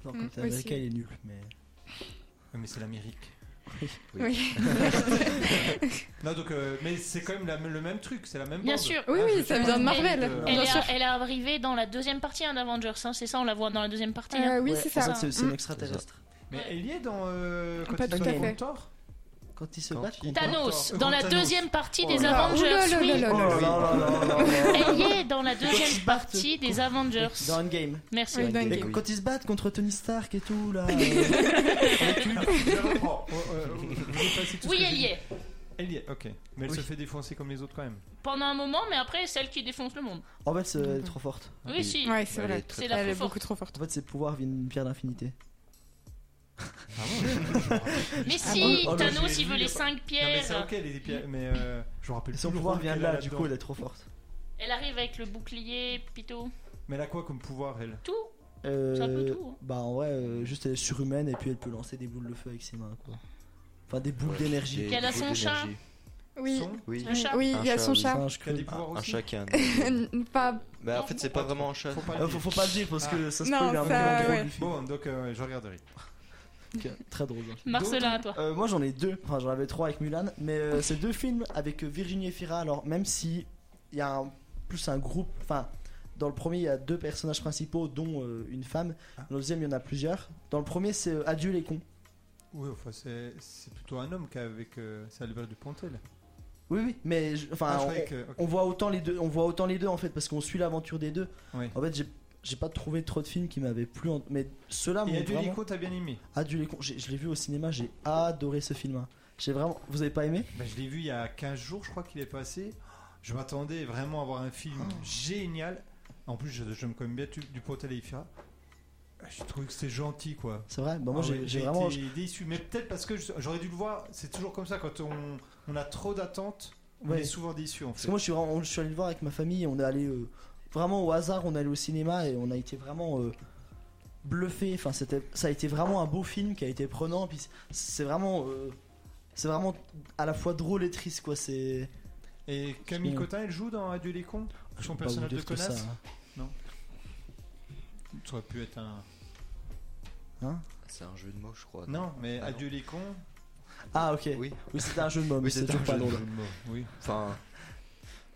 Speaker 3: Non,
Speaker 7: Mm,
Speaker 3: comme t'es
Speaker 7: aussi.
Speaker 3: américain, il est nul, mais.
Speaker 1: Ouais, Mais c'est l'Amérique.
Speaker 7: Oui,
Speaker 1: Non, donc, euh, mais c'est quand même la- le même truc, c'est la même
Speaker 2: Bien
Speaker 1: bande.
Speaker 2: sûr.
Speaker 7: oui,
Speaker 1: Ah, je
Speaker 7: oui,
Speaker 1: sais
Speaker 7: ça
Speaker 1: pas.
Speaker 7: vient de Marvel.
Speaker 1: Elle-
Speaker 2: Elle
Speaker 7: bien
Speaker 2: est,
Speaker 7: sûr.
Speaker 2: elle est arrivée dans la deuxième partie hein, d'Avengers, hein, c'est ça, on la voit dans la deuxième partie. hein.
Speaker 7: Euh, oui,
Speaker 3: Ouais,
Speaker 7: c'est ça.
Speaker 3: En fait, c'est- c'est
Speaker 7: Mm.
Speaker 3: un extraterrestre.
Speaker 1: Mais elle y est dans. Euh, quand
Speaker 7: Ah, Pas
Speaker 1: ils
Speaker 7: tout
Speaker 1: sont
Speaker 7: à fait.
Speaker 1: contre Thor
Speaker 3: Quand il se
Speaker 4: Quand
Speaker 3: bat
Speaker 4: il-
Speaker 3: contre.
Speaker 2: Thanos,
Speaker 1: Euh,
Speaker 2: dans la
Speaker 1: Thanos.
Speaker 2: deuxième partie
Speaker 3: Oh
Speaker 2: des
Speaker 3: là là.
Speaker 2: Avengers,
Speaker 7: Ouh là
Speaker 2: oui.
Speaker 7: là là
Speaker 3: Oh là là là
Speaker 7: là.
Speaker 3: là là là là.
Speaker 2: Elle y est dans la deuxième partie des Avengers.
Speaker 3: Dans Endgame.
Speaker 2: Merci.
Speaker 7: Oui, dans
Speaker 3: Et
Speaker 7: Endgame.
Speaker 3: quand ils se battent contre Tony Stark et tout, là. euh,
Speaker 1: Je reprends. Oh, euh, vous voulez passer tout ce
Speaker 2: Oui,
Speaker 1: que
Speaker 2: elle
Speaker 1: j'ai
Speaker 2: y
Speaker 1: dit
Speaker 2: est.
Speaker 1: Elle y est, ok. Mais elle
Speaker 3: Oui.
Speaker 1: se fait défoncer comme les autres quand même.
Speaker 2: Pendant un moment, mais après, c'est elle qui défonce le monde.
Speaker 3: En fait, c'est- elle est trop forte.
Speaker 2: Oui, si.
Speaker 7: Ouais, c'est
Speaker 4: Elle
Speaker 7: vrai.
Speaker 4: est très
Speaker 2: C'est la
Speaker 7: Elle
Speaker 2: plus
Speaker 7: est
Speaker 2: forte.
Speaker 7: beaucoup trop forte.
Speaker 3: En fait, ses pouvoirs viennent d'une pierre d'infinité.
Speaker 2: Mais
Speaker 3: bon
Speaker 2: si,
Speaker 3: Oh là,
Speaker 2: Thanos,
Speaker 1: j'ai
Speaker 2: il veut
Speaker 1: vu,
Speaker 2: les
Speaker 1: pas-
Speaker 2: 5
Speaker 1: Non, mais c'est
Speaker 2: pierres.
Speaker 1: ok, les épières. Mais euh, je me rappelle
Speaker 3: Et
Speaker 1: plus.
Speaker 3: son
Speaker 1: le
Speaker 3: pouvoir
Speaker 1: rôle
Speaker 3: vient de
Speaker 1: qu'elle
Speaker 3: là,
Speaker 1: a
Speaker 3: du
Speaker 1: là-dedans.
Speaker 3: coup, elle est trop forte.
Speaker 2: Elle arrive avec le bouclier, pito.
Speaker 1: Mais elle a quoi comme pouvoir, elle
Speaker 2: Tout.
Speaker 3: Euh,
Speaker 2: C'est un peu tout, hein.
Speaker 3: Bah, en vrai, euh, juste elle est surhumaine et puis elle peut lancer des boules de feu avec ses mains, quoi. Enfin, des boules
Speaker 4: Ouais,
Speaker 3: d'énergie.
Speaker 4: des
Speaker 2: Qu'elle a
Speaker 4: boules
Speaker 2: son chat.
Speaker 4: d'énergie.
Speaker 7: Oui,
Speaker 1: Son
Speaker 4: Oui.
Speaker 2: Le chat.
Speaker 7: oui,
Speaker 4: Un
Speaker 7: il y a
Speaker 4: chat,
Speaker 7: son
Speaker 4: oui.
Speaker 7: chat.
Speaker 3: Enfin, je
Speaker 1: Elle a
Speaker 3: crois-
Speaker 1: des pouvoirs
Speaker 4: Un
Speaker 1: aussi.
Speaker 4: chat canne.
Speaker 7: Pas.
Speaker 4: Mais Bah, en fait, c'est pas vraiment un chat.
Speaker 1: Faut pas
Speaker 3: Ah,
Speaker 1: le
Speaker 3: faut,
Speaker 1: dire.
Speaker 3: faut pas le dire parce que ça se peut,
Speaker 7: Non,
Speaker 3: il y a un
Speaker 7: ça,
Speaker 3: moment
Speaker 7: ouais.
Speaker 3: du film.
Speaker 1: Bon, donc euh, je regarderai.
Speaker 3: Ok, Très drôle. hein.
Speaker 2: Marcelin, à toi.
Speaker 3: Euh, moi j'en ai deux, enfin j'en avais trois avec Mulan, mais euh, c'est deux films avec euh, Virginie Efira. Alors même si il y a un- plus un groupe, enfin dans le premier il y a deux personnages principaux dont euh, une femme,
Speaker 1: Ah.
Speaker 3: dans le deuxième il y en a plusieurs. Dans le premier c'est euh, Adieu les cons.
Speaker 1: Oui, enfin, c'est c'est plutôt un homme qu'avec. euh, c'est Albert Dupontel.
Speaker 3: Oui oui, mais je- enfin
Speaker 1: Ah, je
Speaker 3: on-
Speaker 1: croyais que. ok.
Speaker 3: on, voit autant les deux, on voit autant les deux en fait parce qu'on suit l'aventure des deux.
Speaker 1: Ouais.
Speaker 3: En fait j'ai j'ai pas trouvé trop de films qui m'avaient plu, en- Ah, mais ceux-là
Speaker 1: Et
Speaker 3: m'ont
Speaker 1: Adieu
Speaker 3: vraiment.
Speaker 1: Lico, t'as bien aimé
Speaker 3: Adieu les cons, j'ai- je l'ai vu au cinéma, j'ai adoré ce film. hein. J'ai vraiment, vous avez pas aimé
Speaker 1: Bah, je l'ai vu il y a 15 jours, je crois qu'il est passé. Je m'attendais vraiment à voir un
Speaker 3: Ah.
Speaker 1: film génial. En plus, je, je me connais bien du, du Potel et Ifira. Je trouve Ah, que c'est gentil, quoi.
Speaker 3: C'est vrai. Bah moi
Speaker 1: Ah
Speaker 3: j'ai
Speaker 1: ouais,
Speaker 3: j'ai vraiment,
Speaker 1: été déçu, mais peut-être parce que je- j'aurais dû le voir. C'est toujours comme ça quand on, on a trop d'attentes, on
Speaker 3: Ouais.
Speaker 1: est souvent déçu en
Speaker 3: Parce
Speaker 1: fait.
Speaker 3: que moi, je suis, vraiment- je suis allé le voir avec ma famille. On est allé euh, vraiment au hasard. On est allé au cinéma et on a été vraiment euh, bluffé. Enfin, c'était, ça a été vraiment un beau film qui a été prenant. Puis c'est vraiment, euh, c'est vraiment à la fois drôle et triste, quoi. C'est
Speaker 1: Et Camille Cotin, elle joue dans Adieu les cons
Speaker 3: Ah, je
Speaker 1: Son
Speaker 3: peux pas vous
Speaker 1: personnage de
Speaker 3: dire que ça,
Speaker 1: connasse
Speaker 3: hein.
Speaker 1: Ça aurait pu être un.
Speaker 3: Hein
Speaker 4: C'est un jeu de mots, je crois.
Speaker 1: Non, mais
Speaker 4: Ah non.
Speaker 1: Adieu les cons.
Speaker 3: Ah ok. Oui,
Speaker 4: Oui.
Speaker 3: c'était un jeu de mots, mais
Speaker 4: Oui,
Speaker 3: c'est
Speaker 4: c'était
Speaker 3: toujours
Speaker 4: un
Speaker 3: pas
Speaker 4: jeu de
Speaker 3: drôle.
Speaker 1: Oui.
Speaker 4: Enfin,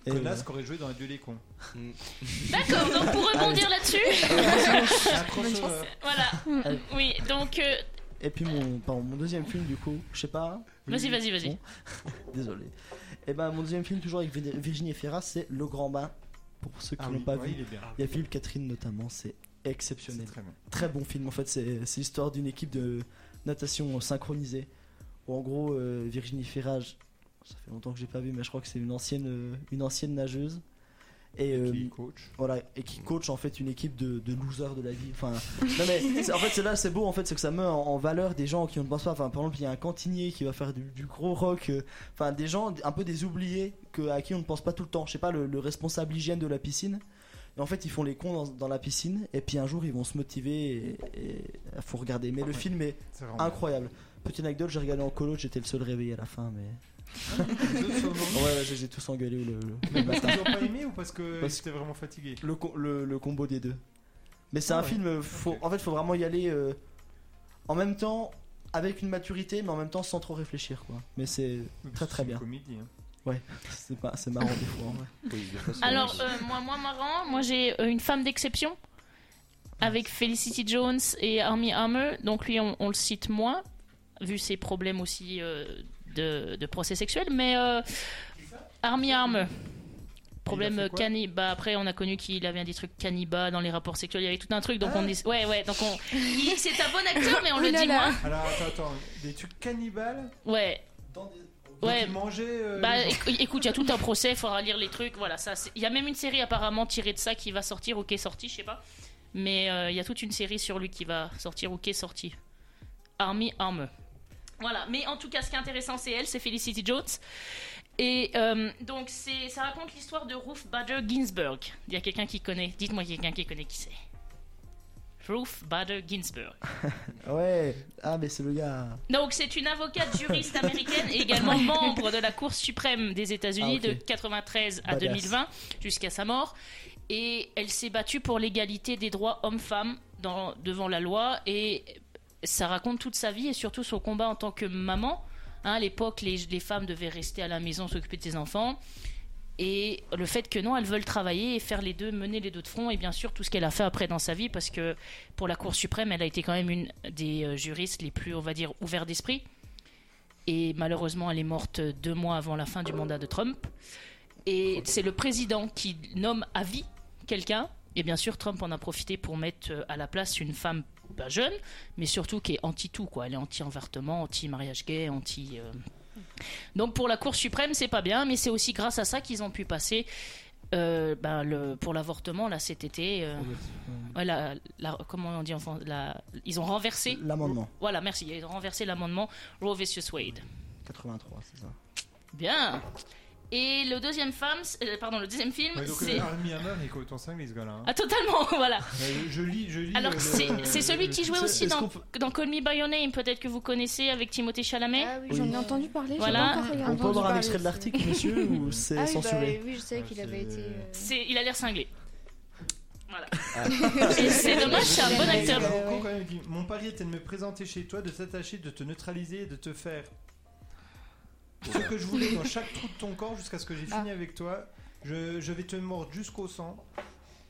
Speaker 3: Et, euh,
Speaker 1: Connasse qui aurait joué dans Adieu les cons.
Speaker 2: D'accord, donc pour rebondir là-dessus,
Speaker 1: Un crossover.
Speaker 2: voilà.
Speaker 3: Allez.
Speaker 2: Oui, donc. euh,
Speaker 3: euh, et puis mon, pardon, mon deuxième film, du coup, je sais pas.
Speaker 2: Vas-y, vas-y, vas-y.
Speaker 3: Bon. Désolé. Et ben mon deuxième film, toujours avec Vir- Virginie Ferra, c'est Le Grand Bain. Pour ceux qui
Speaker 1: Ah
Speaker 3: l'ont
Speaker 1: oui,
Speaker 3: pas
Speaker 1: ouais,
Speaker 3: vu,
Speaker 1: il est bien.
Speaker 3: il y a Philippe Catherine notamment, c'est
Speaker 1: C'est
Speaker 3: exceptionnel.
Speaker 1: très bien.
Speaker 3: très bon film en fait. C'est c'est l'histoire d'une équipe de natation synchronisée. Où en gros, euh, Virginie Ferrage, ça fait longtemps que j'ai pas vu, mais je crois que c'est une ancienne, euh, une ancienne nageuse. Et, euh,
Speaker 1: Qui coach Mm.
Speaker 3: voilà, et qui coach en fait une équipe de, de losers de la vie. Enfin, non mais c'est- en fait c'est là c'est beau en fait c'est que ça met en, en valeur des gens qui ne pensent pas. Enfin par exemple il y a un cantinier qui va faire du, du gros rock. euh, Enfin des gens un peu des oubliés que, à qui on ne pense pas tout le temps. Je sais pas le, le responsable hygiène de la piscine. Et en fait ils font les cons dans, dans la piscine et puis un jour ils vont se motiver et, et faut regarder. Mais le
Speaker 1: Ouais.
Speaker 3: film est
Speaker 1: C'est vraiment.
Speaker 3: incroyable. Petite anecdote j'ai regardé en colo j'étais le seul réveillé à la fin mais
Speaker 1: Deux saumons.
Speaker 3: ouais, ouais, je les ai tous engueulés le- le-
Speaker 1: Mais parce qu'ils ont pas aimé ou parce que
Speaker 3: Parce-
Speaker 1: c'était vraiment fatigué
Speaker 3: le, co- le, le combo des deux. Mais c'est
Speaker 1: Ah
Speaker 3: un
Speaker 1: ouais.
Speaker 3: film, euh, faut,
Speaker 1: Ok.
Speaker 3: en fait, faut vraiment y aller euh, en même temps, avec une maturité, mais en même temps sans trop réfléchir, quoi. Mais c'est très très
Speaker 1: C'est une
Speaker 3: bien.
Speaker 1: Comédie. hein.
Speaker 3: C'est pas, c'est marrant des fois. hein, ouais.
Speaker 4: oui, des fois, c'est
Speaker 2: Alors,
Speaker 4: vrai.
Speaker 2: euh, moi, moi, marrant, moi j'ai euh, une femme d'exception avec Felicity Jones et Army Hammer. Donc, lui, on, on le cite moins, vu ses problèmes aussi euh, de, de procès sexuel. Mais euh, Army Hammer. Problème
Speaker 1: fait
Speaker 2: euh,
Speaker 1: quoi
Speaker 2: cani. Bah après, on a connu qu'il avait un des trucs cannibas dans les rapports sexuels. Il y avait tout un truc. Donc
Speaker 1: Ah.
Speaker 2: on est. Ouais, ouais. Donc on. euh, il- C'est un bon acteur, mais on
Speaker 7: Ouh
Speaker 2: le
Speaker 7: Oh là
Speaker 2: dit
Speaker 7: là.
Speaker 2: moins.
Speaker 1: Alors attends, attends, des trucs cannibales
Speaker 2: Ouais.
Speaker 1: Donc,
Speaker 2: Ouais.
Speaker 1: ils mangeaient. euh,
Speaker 2: Bah
Speaker 1: les gens.
Speaker 2: éc- écoute, il y a tout un procès, il faudra lire les trucs, voilà, ça. c'est- Il y a même une série apparemment tirée de ça qui va sortir ou qui est sortie, je sais pas. Mais euh, il y a toute une série sur lui qui va sortir ou qui est sortie. Army Arme. Voilà, mais en tout cas, ce qui est intéressant, c'est elle, c'est Felicity Jones. Et euh, donc, c'est, ça raconte l'histoire de Ruth Bader Ginsburg. Il y a quelqu'un qui connaît, dites-moi quelqu'un qui connaît qui c'est. Ruth Bader Ginsburg.
Speaker 3: Ouais. Ah mais c'est le gars.
Speaker 2: Donc c'est une avocate juriste américaine et également membre de la Cour suprême des États-Unis
Speaker 3: Ah, ok.
Speaker 2: de 93 à
Speaker 3: Badass.
Speaker 2: 2020 jusqu'à sa mort et elle s'est battue pour l'égalité des droits hommes-femmes dans- devant la loi et ça raconte toute sa vie et surtout son combat en tant que maman. Hein, à l'époque, les, les femmes devaient rester à la maison s'occuper de ses enfants. Et le fait que non, elles veulent travailler et faire les deux, mener les deux de front, et bien sûr tout ce qu'elle a fait après dans sa vie, parce que pour la Cour suprême, elle a été quand même une des euh, juristes les plus, on va dire, ouverts d'esprit. Et malheureusement, elle est morte deux mois avant la fin du mandat de Trump. Et c'est le président qui nomme à vie quelqu'un. Et bien sûr, Trump en a profité pour mettre euh, à la place une femme pas jeune, mais surtout qui est anti-tout, quoi. Elle est anti-envertement, anti-mariage gay, anti... euh. Donc pour la Cour suprême, c'est pas bien, mais c'est aussi grâce à ça qu'ils ont pu passer euh, ben, le, pour l'avortement, là, cet été. euh, ouais, la- la- comment on dit en français la- Ils ont renversé...
Speaker 3: L'amendement.
Speaker 2: Voilà, merci. Ils ont renversé l'amendement Roe vs. Wade.
Speaker 3: 83, c'est ça.
Speaker 2: Bien. Et le deuxième femme, c'est- euh, pardon, le deuxième film,
Speaker 1: Ouais, donc
Speaker 2: c'est
Speaker 1: euh, Armie Hammer, il coton 5 les ce gars-là. hein.
Speaker 2: ah totalement, voilà.
Speaker 1: Euh, je lis, je lis.
Speaker 2: Alors
Speaker 1: euh,
Speaker 2: c'est
Speaker 1: le-
Speaker 2: c'est celui
Speaker 1: le-
Speaker 2: qui jouait
Speaker 3: c'est-
Speaker 2: aussi
Speaker 3: est-ce
Speaker 2: dans,
Speaker 3: qu'on
Speaker 2: dans Call Me by Your Name, peut-être que vous connaissez avec Timothée Chalamet.
Speaker 5: Ah oui,
Speaker 3: Oui.
Speaker 5: j'en
Speaker 6: J'en
Speaker 5: ai
Speaker 6: ai entendu parler,
Speaker 2: Voilà.
Speaker 6: j'ai pas encore regardé.
Speaker 3: On peut avoir un
Speaker 6: Entendu
Speaker 3: extrait de
Speaker 6: parler,
Speaker 3: l'article, monsieur, ou c'est
Speaker 5: Ah oui,
Speaker 3: censuré
Speaker 5: bah oui, je savais qu'il
Speaker 1: Ah,
Speaker 5: avait
Speaker 1: c'est-
Speaker 5: été. euh,
Speaker 2: C'est il a l'air cinglé. Voilà.
Speaker 4: Ah.
Speaker 2: Et c'est dommage, c'est un bon
Speaker 1: Mais
Speaker 2: acteur.
Speaker 1: Marocco,
Speaker 5: Ouais.
Speaker 1: quand même, il dit, Mon pari était de me présenter chez toi, de t'attacher, de te neutraliser et de te faire ce que je voulais dans chaque trou de ton corps jusqu'à ce que j'ai fini avec toi. Je, je vais te mordre jusqu'au sang.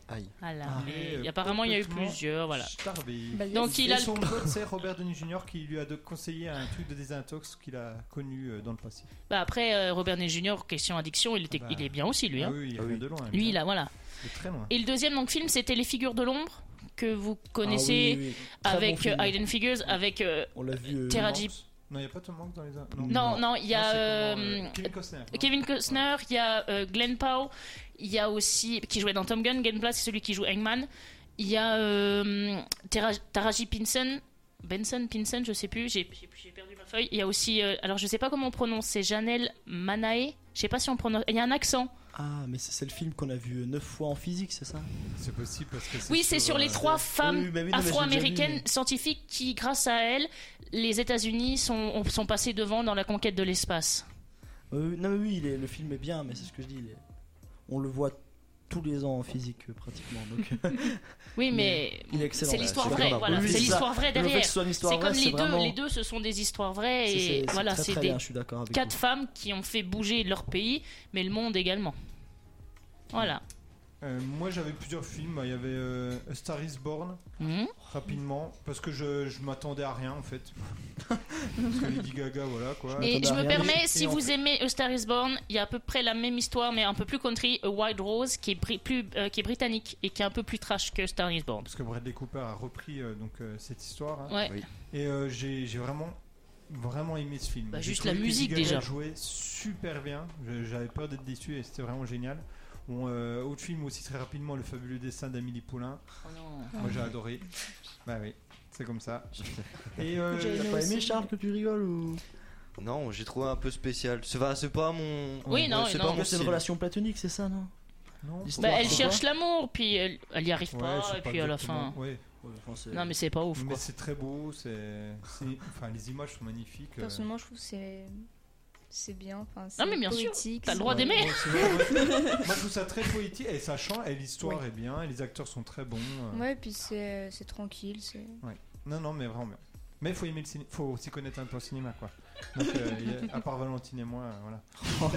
Speaker 4: Aïe.
Speaker 2: Voilà.
Speaker 3: Ah,
Speaker 2: mais
Speaker 1: mais euh,
Speaker 2: apparemment, il y a eu
Speaker 1: complètement.
Speaker 2: plusieurs, voilà.
Speaker 1: Starby.
Speaker 7: Bah, yes.
Speaker 2: Donc il
Speaker 1: Et
Speaker 2: a le-
Speaker 1: son pote, c'est Robert Downey Jr. qui lui a de- conseillé un truc de désintox qu'il a connu euh, dans le passé.
Speaker 2: bah, après euh, Robert Downey Jr. question addiction, il était
Speaker 1: Ah bah.
Speaker 2: il est bien aussi lui
Speaker 1: Ah
Speaker 2: hein.
Speaker 1: oui, il
Speaker 4: Ah
Speaker 1: vient
Speaker 4: oui.
Speaker 1: de loin.
Speaker 2: Lui
Speaker 1: il
Speaker 2: là, voilà.
Speaker 1: De très loin.
Speaker 2: Et le deuxième donc film, c'était Les figures de l'ombre que vous
Speaker 3: Ah oui,
Speaker 2: connaissez
Speaker 3: oui, oui. Très bon
Speaker 2: avec
Speaker 3: film.
Speaker 2: euh, Hidden Figures, avec euh,
Speaker 3: On l'a vu. euh,
Speaker 2: Terra-
Speaker 1: Tom
Speaker 2: Jeep.
Speaker 1: Hanks. Non, il n'y a pas Tom Hanks dans les. Non,
Speaker 2: non non, il y
Speaker 1: Non,
Speaker 2: a
Speaker 1: c'est
Speaker 2: euh,
Speaker 1: comment, euh, Kevin Costner. non
Speaker 2: Kevin Costner, il y a euh, Glenn Powell, il y a aussi qui jouait dans Tom Gunn, Glenn Powell c'est celui qui joue Hangman, il y a euh, Tara- Taraji Pinson Benson, Pinson, je sais plus, j'ai j'ai- j'ai perdu ma feuille. Il y a aussi, euh, alors je sais pas comment on prononce, c'est Janelle Manae. Je sais pas si on prononce. Il y a un accent.
Speaker 3: Ah, mais c'est c'est le film qu'on a vu 9 fois en physique, c'est ça
Speaker 1: C'est euh, possible parce que
Speaker 2: Oui, c'est sur les trois femmes
Speaker 3: Oui, bah oui, non, mais j'ai déjà vu,
Speaker 2: afro-américaines
Speaker 3: mais-
Speaker 2: scientifiques qui, grâce à elles, les États-Unis sont, ont- sont passés devant dans la conquête de l'espace.
Speaker 3: Oui, oui, non, mais oui, il est- le film est bien, mais c'est ce que je dis. il est- On le voit tous les ans en physique, euh, pratiquement. Donc,
Speaker 2: Oui, mais,
Speaker 3: il est excellent.
Speaker 2: c'est l'histoire
Speaker 4: Ouais,
Speaker 2: vraie.
Speaker 4: d'accord,
Speaker 2: Voilà,
Speaker 4: oui,
Speaker 2: c'est
Speaker 4: c'est ça.
Speaker 2: l'histoire vraie
Speaker 3: Le fait
Speaker 2: derrière.
Speaker 3: que ce soit une histoire
Speaker 2: C'est comme
Speaker 3: vraie,
Speaker 2: les deux,
Speaker 3: vraiment-
Speaker 2: les deux, ce sont des histoires vraies
Speaker 3: c'est-
Speaker 2: et
Speaker 3: c'est- c'est
Speaker 2: voilà,
Speaker 3: très,
Speaker 2: c'est
Speaker 3: très
Speaker 2: des
Speaker 3: bien, je suis d'accord avec
Speaker 2: quatre
Speaker 3: vous.
Speaker 2: femmes qui ont fait bouger leur pays, mais le monde également. Voilà.
Speaker 1: Euh, moi j'avais plusieurs films, il y avait euh, A Star is Born
Speaker 2: Mhm.
Speaker 1: rapidement parce que je, je m'attendais à rien en fait. parce que Lady Gaga voilà quoi.
Speaker 3: Et
Speaker 2: Et je
Speaker 3: on a
Speaker 2: me
Speaker 3: rien
Speaker 2: permets,
Speaker 1: dit.
Speaker 2: si
Speaker 1: Et en
Speaker 2: vous aimez A Star Is Born, il y a à peu près la même histoire, mais un peu plus country, A Wild Rose, qui est, bri- plus, euh, qui est britannique et qui est un peu plus trash que A Star Is Born.
Speaker 1: Parce que Bradley Cooper a repris euh, donc euh, cette histoire hein.
Speaker 2: Ouais.
Speaker 4: Oui.
Speaker 1: et euh, j'ai j'ai vraiment vraiment aimé ce film.
Speaker 2: Bah,
Speaker 1: J'ai
Speaker 2: juste
Speaker 1: trouvé
Speaker 2: la
Speaker 1: que Lady
Speaker 2: musique,
Speaker 1: Gaga
Speaker 2: déjà.
Speaker 1: jouait super bien. Je- J'avais peur d'être déçu et c'était vraiment génial. On, euh, autre film aussi très rapidement, Le fabuleux dessin d'Amélie Poulain.
Speaker 2: Oh
Speaker 1: Moi j'ai adoré. Bah oui, c'est comme ça. Et euh,
Speaker 3: T'as pas aimé Charles que tu rigoles ou
Speaker 4: Non, j'ai trouvé un peu spécial. C'est enfin, c'est pas mon.
Speaker 2: Oui, non,
Speaker 4: c'est pas
Speaker 2: non.
Speaker 4: mon
Speaker 2: Parce
Speaker 3: Là, c'est une
Speaker 4: style.
Speaker 3: relation platonique, c'est ça, non
Speaker 1: non.
Speaker 3: L'histoire,
Speaker 2: Bah, elle
Speaker 3: c'est
Speaker 2: cherche l'amour, puis elle, elle y arrive
Speaker 1: Ouais,
Speaker 2: pas,
Speaker 1: je sais
Speaker 2: et
Speaker 1: pas
Speaker 2: puis à la
Speaker 1: exactement.
Speaker 2: fin.
Speaker 1: Ouais.
Speaker 3: quoi. Ouais, enfin, c'est-
Speaker 2: Non, mais c'est pas ouf
Speaker 1: Mais
Speaker 2: quoi.
Speaker 1: c'est très beau, c'est, c'est- enfin les images sont magnifiques. euh.
Speaker 5: Personnellement, je trouve que c'est c'est bien. Enfin, c'est
Speaker 2: mais bien sûr,
Speaker 5: poétique,
Speaker 2: T'as le
Speaker 5: c'est-
Speaker 2: droit
Speaker 1: Ouais,
Speaker 2: d'aimer.
Speaker 1: moi aussi, ouais, ouais. Moi, je trouve ça très poétique et ça chante et l'histoire est bien et les acteurs sont très bons. euh.
Speaker 5: Ouais, puis c'est c'est tranquille. c'est-
Speaker 1: Non non mais vraiment bien. Mais faut aimer le ciné- faut aussi connaître un peu le cinéma quoi. Donc euh, il y a- à part Valentine et moi euh,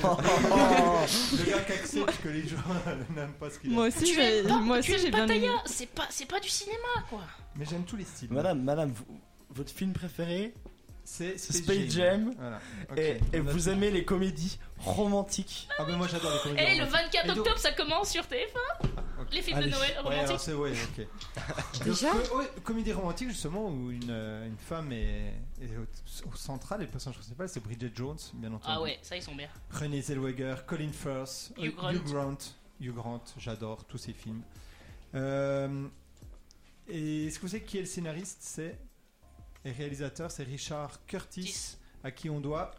Speaker 1: voilà. Le gars qui accepte que les gens n'aiment pas ce qu'il a.
Speaker 8: Moi aussi,
Speaker 2: Tu
Speaker 8: j'ai
Speaker 2: aimes pas,
Speaker 8: moi
Speaker 2: tu
Speaker 8: aussi,
Speaker 2: aimes
Speaker 8: j'ai
Speaker 2: pas
Speaker 8: bien aimé.
Speaker 2: Taya, Bah, c'est pas, c'est pas du cinéma quoi.
Speaker 1: Mais j'aime tous les styles.
Speaker 3: Madame, madame, vous- votre film préféré
Speaker 1: c'est
Speaker 3: Space Jam.
Speaker 1: Voilà. Ok.
Speaker 3: et, et
Speaker 1: On a-
Speaker 3: vous aimez les comédies romantiques
Speaker 1: Ah mais moi j'adore les
Speaker 2: Et
Speaker 1: comédies.
Speaker 2: Eh, le
Speaker 1: romantiques.
Speaker 2: 24
Speaker 1: Et donc- Ah,
Speaker 2: octobre, ça commence sur TF1.
Speaker 1: ok.
Speaker 2: Les films
Speaker 3: Allez.
Speaker 2: de Noël
Speaker 1: Ouais, alors
Speaker 2: romantiques.
Speaker 1: c'est ouais, ok.
Speaker 7: Déjà
Speaker 1: Donc, co- ouais, comédie romantique justement où une, euh, une femme est, est au, au central et le personnage principal c'est Bridget Jones bien entendu.
Speaker 2: Ah ouais, ça ils sont bien.
Speaker 1: René Zellweger, Colin Firth,
Speaker 2: Hugh
Speaker 1: euh,
Speaker 2: Grant.
Speaker 1: Hugh Grant, Hugh Grant, j'adore tous ces films. Euh, et est-ce que vous savez qui est le scénariste C'est et réalisateur c'est Richard Curtis
Speaker 2: Dix.
Speaker 1: à qui on doit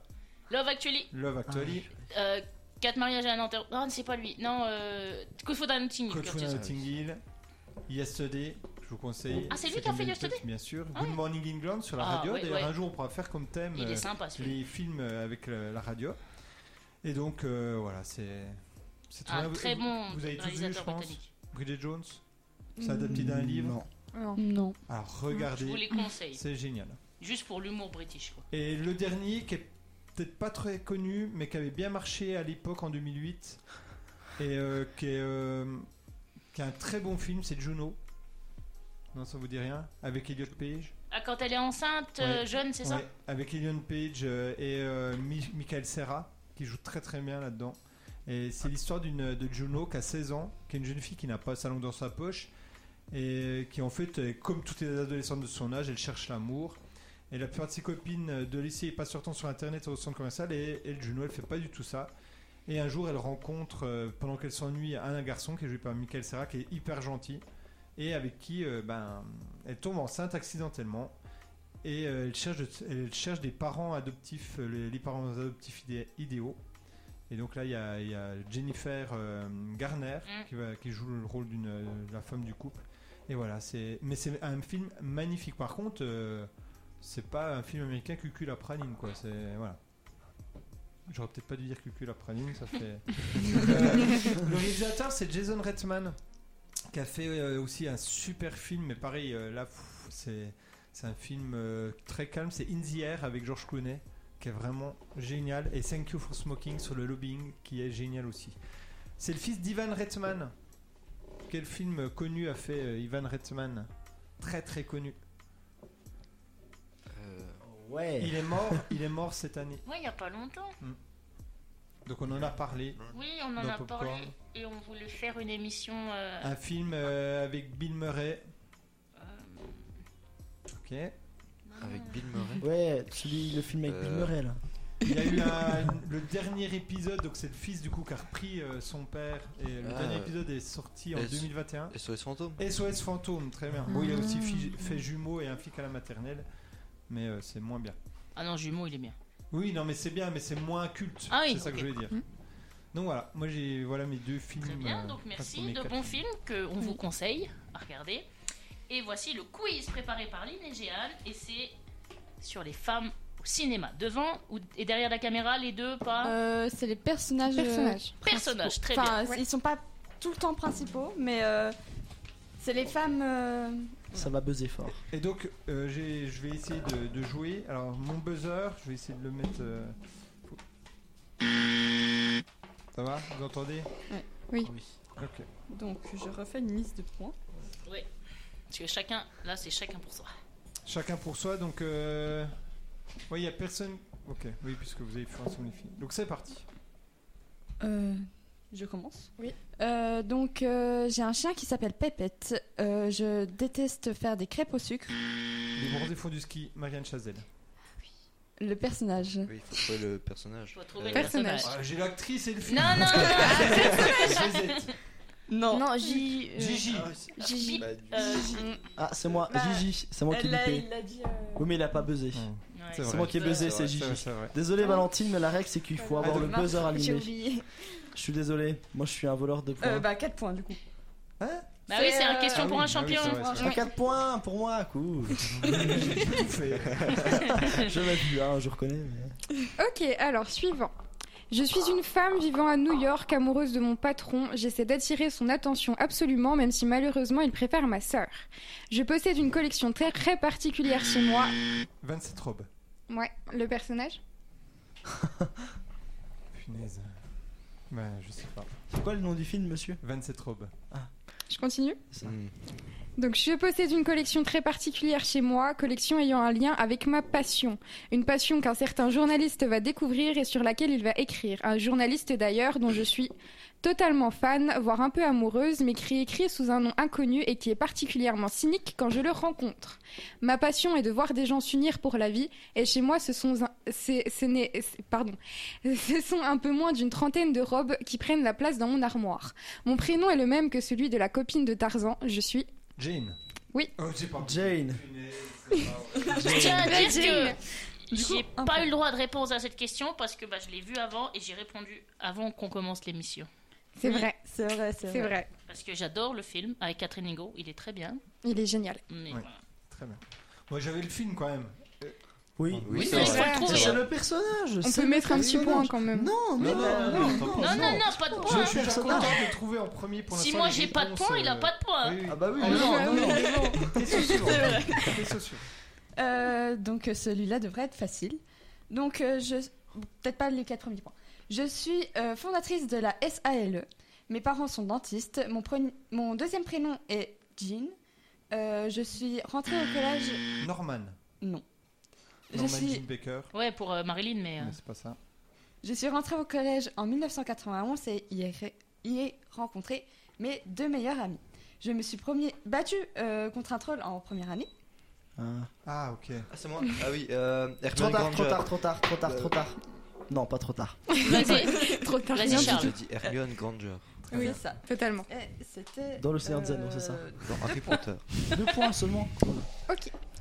Speaker 2: Love Actually,
Speaker 1: Love Actually,
Speaker 2: euh, 4 mariages à un enterrement. Non, c'est pas lui. Non, euh, Coup de foudre à Notting Hill,
Speaker 1: Coach
Speaker 2: Curtis.
Speaker 1: Ron Notting Hill, Yesterday, je vous conseille.
Speaker 2: Ah, c'est lui qui a
Speaker 1: Second
Speaker 2: fait
Speaker 1: Uncut,
Speaker 2: Yesterday
Speaker 1: Bien sûr.
Speaker 2: Ah
Speaker 1: Good
Speaker 2: ouais.
Speaker 1: Morning England sur la
Speaker 2: Ah,
Speaker 1: radio.
Speaker 2: ouais,
Speaker 1: D'ailleurs,
Speaker 2: ouais.
Speaker 1: un jour, on pourra faire comme thème
Speaker 2: Il
Speaker 1: euh,
Speaker 2: est sympa celui-là.
Speaker 1: les films euh, avec le- la radio. Et donc, euh, voilà, c'est. c'est
Speaker 2: Un
Speaker 1: bien. Vous-
Speaker 2: Ah, très
Speaker 1: vous-
Speaker 2: bon
Speaker 1: Vous avez tous vu, je
Speaker 2: réalisateur
Speaker 1: pense.
Speaker 2: britannique.
Speaker 1: Bridget Jones C'est adapté d'un livre.
Speaker 3: Non.
Speaker 7: Non.
Speaker 8: Non.
Speaker 1: Alors,
Speaker 2: Je vous les
Speaker 1: regardez.
Speaker 2: conseille.
Speaker 1: C'est génial.
Speaker 2: Juste pour l'humour british. Quoi.
Speaker 1: Et le dernier, qui est peut-être pas très connu, mais qui avait bien marché à l'époque en 2008, et euh, qui, est, euh, qui est un très bon film, c'est Juno. Non, ça vous dit rien Avec Elliot Page.
Speaker 2: Ah, quand elle est enceinte, euh,
Speaker 1: Ouais.
Speaker 2: jeune, c'est ça
Speaker 1: Ouais, avec Elliot Page euh, et euh, Mi- Michael Serra, qui joue très très bien là-dedans. Et c'est l'histoire d'une de Juno qui a 16 ans, qui est une jeune fille qui n'a pas sa langue dans sa poche, et qui en fait, est comme toutes les adolescentes de son âge, elle cherche l'amour. Et la plupart de ses copines de lycée passent leur temps sur internet et au centre commercial, et, et Juno, elle fait pas du tout ça. Et un jour, elle rencontre, euh, pendant qu'elle s'ennuie, un garçon qui est joué par Michael Serra, qui est hyper gentil, et avec qui euh, ben, elle tombe enceinte accidentellement et euh, elle, cherche de- elle cherche des parents adoptifs, euh, les, les parents adoptifs idé- idéaux. Et donc là, il y a, il y a Jennifer euh, Garner
Speaker 2: Mm.
Speaker 1: qui, va- qui joue le rôle d'une, euh, de la femme du couple. Et voilà, c'est, mais c'est un film magnifique. Par contre, euh, c'est pas un film américain cucul à praline, quoi. C'est voilà. J'aurais peut-être pas dû dire cucul à praline, ça fait. Euh, le réalisateur, c'est Jason Reitman, qui a fait euh, aussi un super film, mais pareil, euh, là, pff, c'est. C'est un film euh, très calme, c'est In the Air avec George Clooney, qui est vraiment génial, et Thank You for Smoking sur le lobbying, qui est génial aussi. C'est le fils d'Ivan Reitman. Quel film connu a fait euh, Ivan Reitman Très très connu.
Speaker 4: Euh,
Speaker 3: Ouais.
Speaker 1: Il est mort, il est mort cette année.
Speaker 2: Ouais, il y a pas longtemps.
Speaker 1: Donc on en a parlé.
Speaker 2: Oui, on en
Speaker 1: Dans
Speaker 2: a
Speaker 1: Popcorn.
Speaker 2: parlé et on voulait faire une émission. euh,
Speaker 1: Un film euh, avec Bill Murray.
Speaker 2: euh,
Speaker 1: Ok.
Speaker 2: non,
Speaker 4: avec
Speaker 2: non.
Speaker 4: Bill Murray.
Speaker 3: Ouais, celui, le film avec Bill
Speaker 4: Euh,
Speaker 3: Murray là.
Speaker 1: Il y a eu un- le dernier épisode, donc c'est le fils du coup qui a repris euh, son père. Et le
Speaker 4: Ah,
Speaker 1: dernier
Speaker 4: euh,
Speaker 1: épisode est sorti en
Speaker 4: S-
Speaker 1: 2021.
Speaker 4: SOS fantôme.
Speaker 1: SOS Fantôme, très bien. Bon, il y a aussi
Speaker 7: Ah.
Speaker 1: fi- fait jumeaux et un flic à la maternelle, mais euh, c'est moins bien.
Speaker 2: Ah non, jumeau, il est bien.
Speaker 1: Oui, non, mais c'est bien, mais c'est moins culte.
Speaker 2: Ah oui,
Speaker 1: c'est ça que
Speaker 2: ok.
Speaker 1: je voulais dire.
Speaker 7: Mm.
Speaker 1: Donc voilà, moi j'ai voilà mes deux films.
Speaker 2: Très bien,
Speaker 1: euh,
Speaker 2: donc
Speaker 1: enfin, mes
Speaker 2: merci de
Speaker 1: quatre
Speaker 2: bons films qu'on vous conseille à regarder. Et voici le quiz préparé par Lynn et Jeanne, et c'est sur les femmes au cinéma. Devant ou, et derrière la caméra, les deux, pas
Speaker 6: Euh, c'est les personnages. euh,
Speaker 7: Personnage.
Speaker 2: Hein Personnages, très
Speaker 6: Enfin,
Speaker 2: bien.
Speaker 6: Ils sont pas tout le temps principaux, mais euh, c'est les femmes. euh,
Speaker 3: Ça va buzzer fort.
Speaker 1: Et donc, euh, j'ai- je vais essayer de, de jouer. Alors, mon buzzer, je vais essayer de le mettre. euh, faut- Ça va Vous entendez
Speaker 7: Oui.
Speaker 1: Ok.
Speaker 8: Donc, je refais une liste de points.
Speaker 2: Parce que chacun, là, c'est chacun pour soi.
Speaker 1: Chacun pour soi, donc. Euh... Oui, il n'y a personne. Ok, oui, puisque vous avez fait un son les filles. Donc, c'est parti.
Speaker 8: Euh,
Speaker 6: Je commence
Speaker 7: Oui.
Speaker 6: Euh, donc, euh, j'ai un chien qui s'appelle Pépette. Euh, je déteste faire des crêpes au sucre.
Speaker 1: Les bons des fonds du ski, Marianne Chazelle.
Speaker 6: Le personnage.
Speaker 4: Oui, faut trouver le personnage.
Speaker 2: Faut trouver le
Speaker 4: Euh,
Speaker 2: personnage.
Speaker 7: Personnage.
Speaker 1: Ah, j'ai l'actrice et le film.
Speaker 2: Non, non, non,
Speaker 8: Non.
Speaker 5: Non, j'y. euh,
Speaker 1: Gigi.
Speaker 4: ah ouais, c'est-
Speaker 5: Gigi.
Speaker 4: bah, du-
Speaker 2: euh,
Speaker 3: Ah, c'est moi,
Speaker 8: Bah,
Speaker 3: Gigi, c'est moi qui
Speaker 8: Elle l'a-
Speaker 3: l'ai
Speaker 8: il l'a dit. euh,
Speaker 3: Oui, mais il a pas buzzé.
Speaker 1: Ouais,
Speaker 2: ouais.
Speaker 1: C'est
Speaker 3: C'est
Speaker 1: vrai.
Speaker 3: moi qui ai
Speaker 2: C'est vrai,
Speaker 3: buzzé,
Speaker 4: Hmm.
Speaker 3: c'est
Speaker 4: c'est vrai,
Speaker 1: C'est
Speaker 3: Gigi.
Speaker 1: vrai, c'est vrai.
Speaker 3: Désolé Valentine, mais la règle c'est qu'il faut
Speaker 8: Ah,
Speaker 3: avoir le
Speaker 8: dommage.
Speaker 3: buzzer
Speaker 5: J'ai
Speaker 3: allumé.
Speaker 5: oublié.
Speaker 3: Je suis désolé, moi je suis un voleur de points.
Speaker 8: euh, bah, 4 points du coup.
Speaker 2: Bah oui, c'est
Speaker 8: C'est,
Speaker 2: une
Speaker 8: euh,
Speaker 2: question
Speaker 1: Ah
Speaker 2: pour un
Speaker 1: oui, ah oui,
Speaker 2: champion.
Speaker 1: c'est vrai, c'est
Speaker 3: Ah, 4 points pour moi, cool.
Speaker 1: vrai. Tout fait.
Speaker 3: je l'ai vu, hein, je reconnais. mais-
Speaker 7: Ok, alors suivant. Je suis une femme vivant à New York, amoureuse de mon patron. J'essaie d'attirer son attention absolument, même si malheureusement il préfère ma sœur. Je possède une collection très très particulière chez moi.
Speaker 1: 27 robes.
Speaker 7: Ouais, le personnage
Speaker 1: Punaise. Ouais, je sais pas.
Speaker 3: C'est quoi le nom du film, monsieur Ah.
Speaker 1: 27 robes.
Speaker 7: Je continue
Speaker 4: Hmm.
Speaker 7: Donc, je possède une collection très particulière chez moi, collection ayant un lien avec ma passion. Une passion qu'un certain journaliste va découvrir et sur laquelle il va écrire. Un journaliste d'ailleurs dont je suis totalement fan, voire un peu amoureuse, mais qui écrit sous un nom inconnu et qui est particulièrement cynique quand je le rencontre. Ma passion est de voir des gens s'unir pour la vie, et chez moi, ce sont, un- c'est- ce n'est- c'est- pardon, ce sont un peu moins d'une trentaine de robes qui prennent la place dans mon armoire. Mon prénom est le même que celui de la copine de Tarzan, je suis
Speaker 1: Jane.
Speaker 7: Oui.
Speaker 1: Oh, j'ai pas.
Speaker 3: Jane.
Speaker 1: Punaise, c'est pas vrai.
Speaker 2: Je tiens à dire que
Speaker 8: Du coup,
Speaker 2: j'ai
Speaker 8: un
Speaker 2: pas
Speaker 8: point.
Speaker 2: eu le droit de réponse à cette question parce que bah, je l'ai vu avant et j'ai répondu avant qu'on commence l'émission.
Speaker 7: C'est vrai,
Speaker 8: C'est vrai, c'est
Speaker 7: c'est
Speaker 8: vrai.
Speaker 7: vrai.
Speaker 2: Parce que j'adore le film avec Catherine Higo, il est très bien.
Speaker 7: Il est génial.
Speaker 2: Mais
Speaker 1: Ouais.
Speaker 2: voilà.
Speaker 1: Très bien. Moi j'avais le film quand même.
Speaker 3: Oui.
Speaker 4: Oui,
Speaker 2: Oui,
Speaker 4: c'est
Speaker 2: mais il
Speaker 4: vrai.
Speaker 2: faut le trouver.
Speaker 3: C'est le personnage.
Speaker 7: On
Speaker 3: c'est
Speaker 7: peut
Speaker 3: le
Speaker 7: mettre un petit point
Speaker 3: personnage.
Speaker 7: quand même.
Speaker 3: Non, Oh, mais
Speaker 1: Non,
Speaker 3: non,
Speaker 1: non,
Speaker 3: non,
Speaker 1: non,
Speaker 2: Non, non, non, pas de
Speaker 1: Je
Speaker 2: point. hein.
Speaker 1: suis déjà content de trouver en premier pour
Speaker 2: Si
Speaker 1: l'instant
Speaker 2: moi
Speaker 1: les
Speaker 2: j'ai pas de
Speaker 1: réponses,
Speaker 2: point, il a
Speaker 1: euh,
Speaker 2: pas de point. hein.
Speaker 1: oui, oui.
Speaker 3: Ah bah oui,
Speaker 1: Ah
Speaker 3: non,
Speaker 1: non,
Speaker 3: non,
Speaker 1: non,
Speaker 3: non.
Speaker 1: non. Question suivante. Question suivante.
Speaker 6: Euh, donc, euh, celui-là devrait être facile. Donc, euh, je. Peut-être pas les quatre premiers points. Je suis euh, fondatrice de la SALE. E. Mes parents sont dentistes. Mon, pre- mon deuxième prénom est Jean. Euh, je suis rentrée au collège.
Speaker 1: Norman.
Speaker 6: je
Speaker 1: Norman
Speaker 6: suis
Speaker 1: Jean Baker.
Speaker 2: Ouais, pour euh, Marilyn, mais. euh,
Speaker 1: Mais c'est pas ça.
Speaker 6: Je suis rentrée au collège en 1991 et y ai, ré- y ai rencontré mes deux meilleurs amis. Je me suis premier battue euh, contre un troll en première année.
Speaker 3: Ah.
Speaker 1: Ah ok.
Speaker 4: Ah, c'est moi Ah oui, euh,
Speaker 3: Trop
Speaker 4: Hermione
Speaker 3: tard, trop
Speaker 4: Granger. Euh.
Speaker 3: tard, trop tard, trop tard, trop tard. Non, pas trop tard.
Speaker 2: Vas-y,
Speaker 7: Trop tard.
Speaker 2: Vas-y, Charles.
Speaker 4: Je dis Hermione Granger.
Speaker 1: Oui, bien.
Speaker 6: ça. Eh.
Speaker 7: Totalement.
Speaker 6: C'était.
Speaker 3: Dans l'Océan des Anneaux, c'est ça
Speaker 4: Dans Harry Potter.
Speaker 3: Deux points seulement.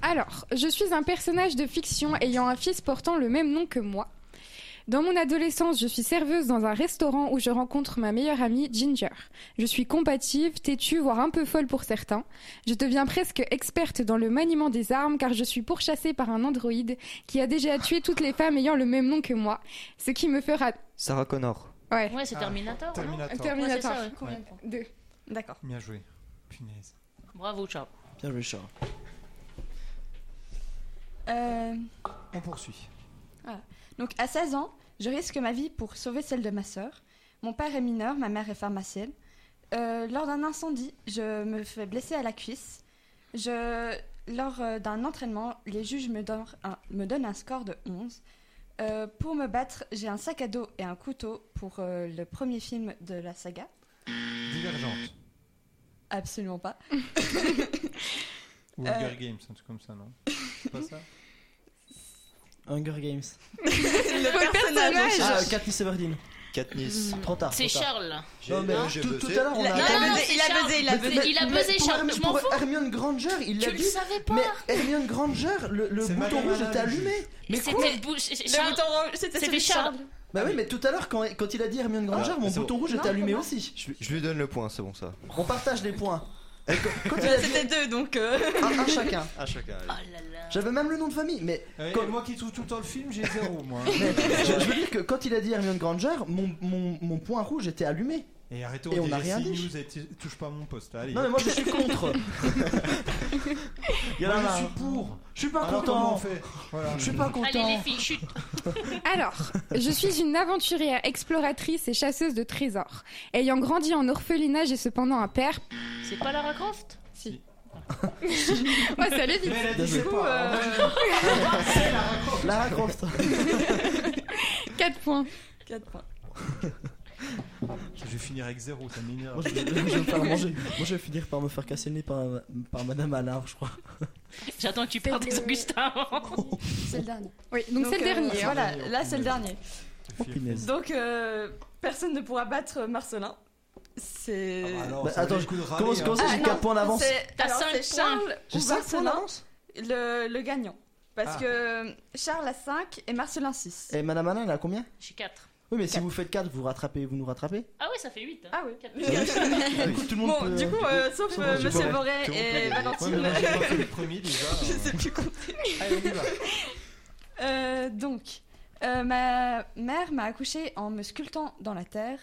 Speaker 7: Alors, je suis un personnage de fiction ayant un fils portant le même nom que moi. Dans mon adolescence, je suis serveuse dans un restaurant où je rencontre ma meilleure amie Ginger. Je suis compative, têtue, voire un peu folle pour certains. Je deviens presque experte dans le maniement des armes car je suis pourchassée par un androïde qui a déjà tué toutes les femmes ayant le même nom que moi, ce qui me fera...
Speaker 4: Sarah Connor.
Speaker 7: Ouais.
Speaker 2: ouais, c'est
Speaker 1: Ah,
Speaker 2: Terminator. non
Speaker 1: Terminator.
Speaker 2: Ouais, c'est
Speaker 7: Terminator.
Speaker 2: ça, ouais.
Speaker 6: Combien de points
Speaker 7: Deux.
Speaker 6: D'accord.
Speaker 1: Bien joué. Punaise.
Speaker 2: Bravo, Charles.
Speaker 3: Bien joué, Charles.
Speaker 6: Euh,
Speaker 1: On poursuit.
Speaker 6: donc à 16 ans, je risque ma vie pour sauver celle de ma sœur. Mon père est mineur, ma mère est pharmacienne. Euh, lors d'un incendie, je me fais blesser à la cuisse. Je, lors euh, d'un entraînement, les juges me donnent un, me donnent un score de 11. Euh, pour me battre, j'ai un sac à dos et un couteau pour euh, le premier film de la saga.
Speaker 1: Divergente.
Speaker 6: Absolument pas.
Speaker 3: Euh.
Speaker 1: Ou Hunger Games, un truc comme ça, non C'est pas ça
Speaker 3: Hunger Games.
Speaker 6: Le personnage.
Speaker 3: Ah, euh, Katniss Everdeen.
Speaker 4: Katniss.
Speaker 3: Trop tard.
Speaker 2: C'est
Speaker 3: trop tard.
Speaker 2: Charles.
Speaker 3: Non, mais
Speaker 4: j'ai
Speaker 3: tout,
Speaker 4: buzzé.
Speaker 3: tout à l'heure, on
Speaker 6: Il a-
Speaker 3: a.
Speaker 2: Non,
Speaker 6: il a
Speaker 2: non,
Speaker 6: buzzé-
Speaker 2: c'est
Speaker 6: il a
Speaker 2: Charles.
Speaker 6: buzzé, il a
Speaker 2: Mais-
Speaker 6: buzzé.
Speaker 2: mais- Il a
Speaker 3: Mais
Speaker 2: buzzé,
Speaker 3: pour
Speaker 2: Charles.
Speaker 3: Hermione-
Speaker 2: Je m'en
Speaker 3: pour
Speaker 2: fous.
Speaker 3: Hermione Granger, il l'a
Speaker 2: Tu le
Speaker 3: dit.
Speaker 2: savais pas.
Speaker 3: Mais Hermione Granger, le, le
Speaker 1: C'est
Speaker 3: bouton
Speaker 1: Madame
Speaker 3: rouge
Speaker 1: Anna,
Speaker 3: était
Speaker 1: le
Speaker 3: allumé.
Speaker 1: juge.
Speaker 2: Mais
Speaker 3: Mais
Speaker 2: c'était
Speaker 3: quoi
Speaker 2: le bouche. Charles.
Speaker 6: Le bouton orange, c'était
Speaker 2: C'était
Speaker 6: celui de Charles.
Speaker 2: Charles.
Speaker 3: Bah oui, mais tout à l'heure, quand, quand il a dit Hermione Granger,
Speaker 4: Ah,
Speaker 3: mon
Speaker 4: c'est bon.
Speaker 3: bouton rouge était
Speaker 9: Non,
Speaker 3: allumé
Speaker 9: pour moi.
Speaker 3: aussi.
Speaker 4: Je, je lui donne le point, c'est bon ça.
Speaker 3: On partage les points. Et quand- quand il a dit
Speaker 6: C'était deux donc. euh,
Speaker 3: un, un chacun.
Speaker 4: À chacun.
Speaker 2: Oh là là.
Speaker 3: J'avais même le nom de famille, mais
Speaker 1: Euh, Et
Speaker 3: Comme-
Speaker 1: moi qui trouve tout le temps le film, j'ai zéro moi.
Speaker 3: Mais je, je veux dire que quand il a dit Hermione Granger, mon, mon, mon point rouge était allumé.
Speaker 1: Et arrêtez,
Speaker 3: Et on
Speaker 1: on
Speaker 3: a
Speaker 1: a
Speaker 3: rien dit.
Speaker 1: News et tu- touche pas à mon poste. Allez.
Speaker 3: Non mais moi je suis contre. Il y en a
Speaker 1: Moi,
Speaker 3: marre.
Speaker 1: je suis pour.
Speaker 3: Je suis pas
Speaker 1: Alors comment on
Speaker 3: content.
Speaker 1: fait Voilà.
Speaker 3: Je suis pas
Speaker 2: Allez les
Speaker 3: content.
Speaker 2: filles, chut.
Speaker 7: Alors, je suis une aventurière, exploratrice et chasseuse de trésors. Ayant grandi en orphelinage et cependant un père.
Speaker 2: C'est pas Lara Croft
Speaker 7: Ouais, ça allait vite.
Speaker 1: Mais elle a dit
Speaker 3: Désolé.
Speaker 1: c'est pas.
Speaker 6: euh,
Speaker 1: Moi, je-
Speaker 3: Lara Croft.
Speaker 7: 4 points.
Speaker 6: quatre points.
Speaker 1: Je vais finir avec zéro, ça m'énerve.
Speaker 3: Moi je, vais- je vais me faire manger. Moi je vais finir par me faire casser le nez par, par Madame Allard, je crois.
Speaker 1: Oh,
Speaker 2: J'attends que tu parles des Augustins avant.
Speaker 9: C'est le dernier.
Speaker 7: Oui, donc c'est le
Speaker 6: euh,
Speaker 7: dernier. hein.
Speaker 6: Voilà, là c'est le dernier.
Speaker 3: Oh punaise.
Speaker 6: Donc euh, personne ne pourra battre Marcelin. C'est.
Speaker 1: Ah
Speaker 3: Bah, attends,
Speaker 1: je coup de
Speaker 3: Comment,
Speaker 1: râler,
Speaker 3: comment
Speaker 1: hein.
Speaker 3: ça j'ai
Speaker 6: Ah, non,
Speaker 3: 4 points d'avance
Speaker 6: c'est-
Speaker 2: T'as
Speaker 6: alors,
Speaker 2: cinq
Speaker 6: c'est Charles
Speaker 3: J'ai
Speaker 6: ou
Speaker 3: 5 points
Speaker 6: Marcelin
Speaker 3: d'avance
Speaker 6: le, le gagnant. Parce
Speaker 1: Ah.
Speaker 6: que euh, Charles a 5 et Marcelin 6.
Speaker 3: Et Eh, Madame Allard elle a combien
Speaker 2: J'ai 4.
Speaker 3: Oui mais si vous faites 4 vous rattrapez, vous nous
Speaker 6: Euh,
Speaker 3: rattrapez
Speaker 2: Ah ouais, ça fait 8.
Speaker 6: Ah oui.
Speaker 2: Quatre.
Speaker 3: Du coup tout le monde
Speaker 6: Bon,
Speaker 3: peut-
Speaker 6: du coup, euh, sauf
Speaker 3: tout le
Speaker 6: euh,
Speaker 3: monde peut
Speaker 6: Monsieur
Speaker 3: gagner.
Speaker 6: Boré
Speaker 4: Tout le monde peut
Speaker 6: et
Speaker 4: gagner.
Speaker 1: Ouais,
Speaker 6: Valentine.
Speaker 1: mais moi, j'ai pas fait le premier déjà.
Speaker 6: Je sais plus compter.
Speaker 1: Allez, on y va.
Speaker 6: Euh, donc, euh, ma mère m'a accouchée en me sculptant dans la terre.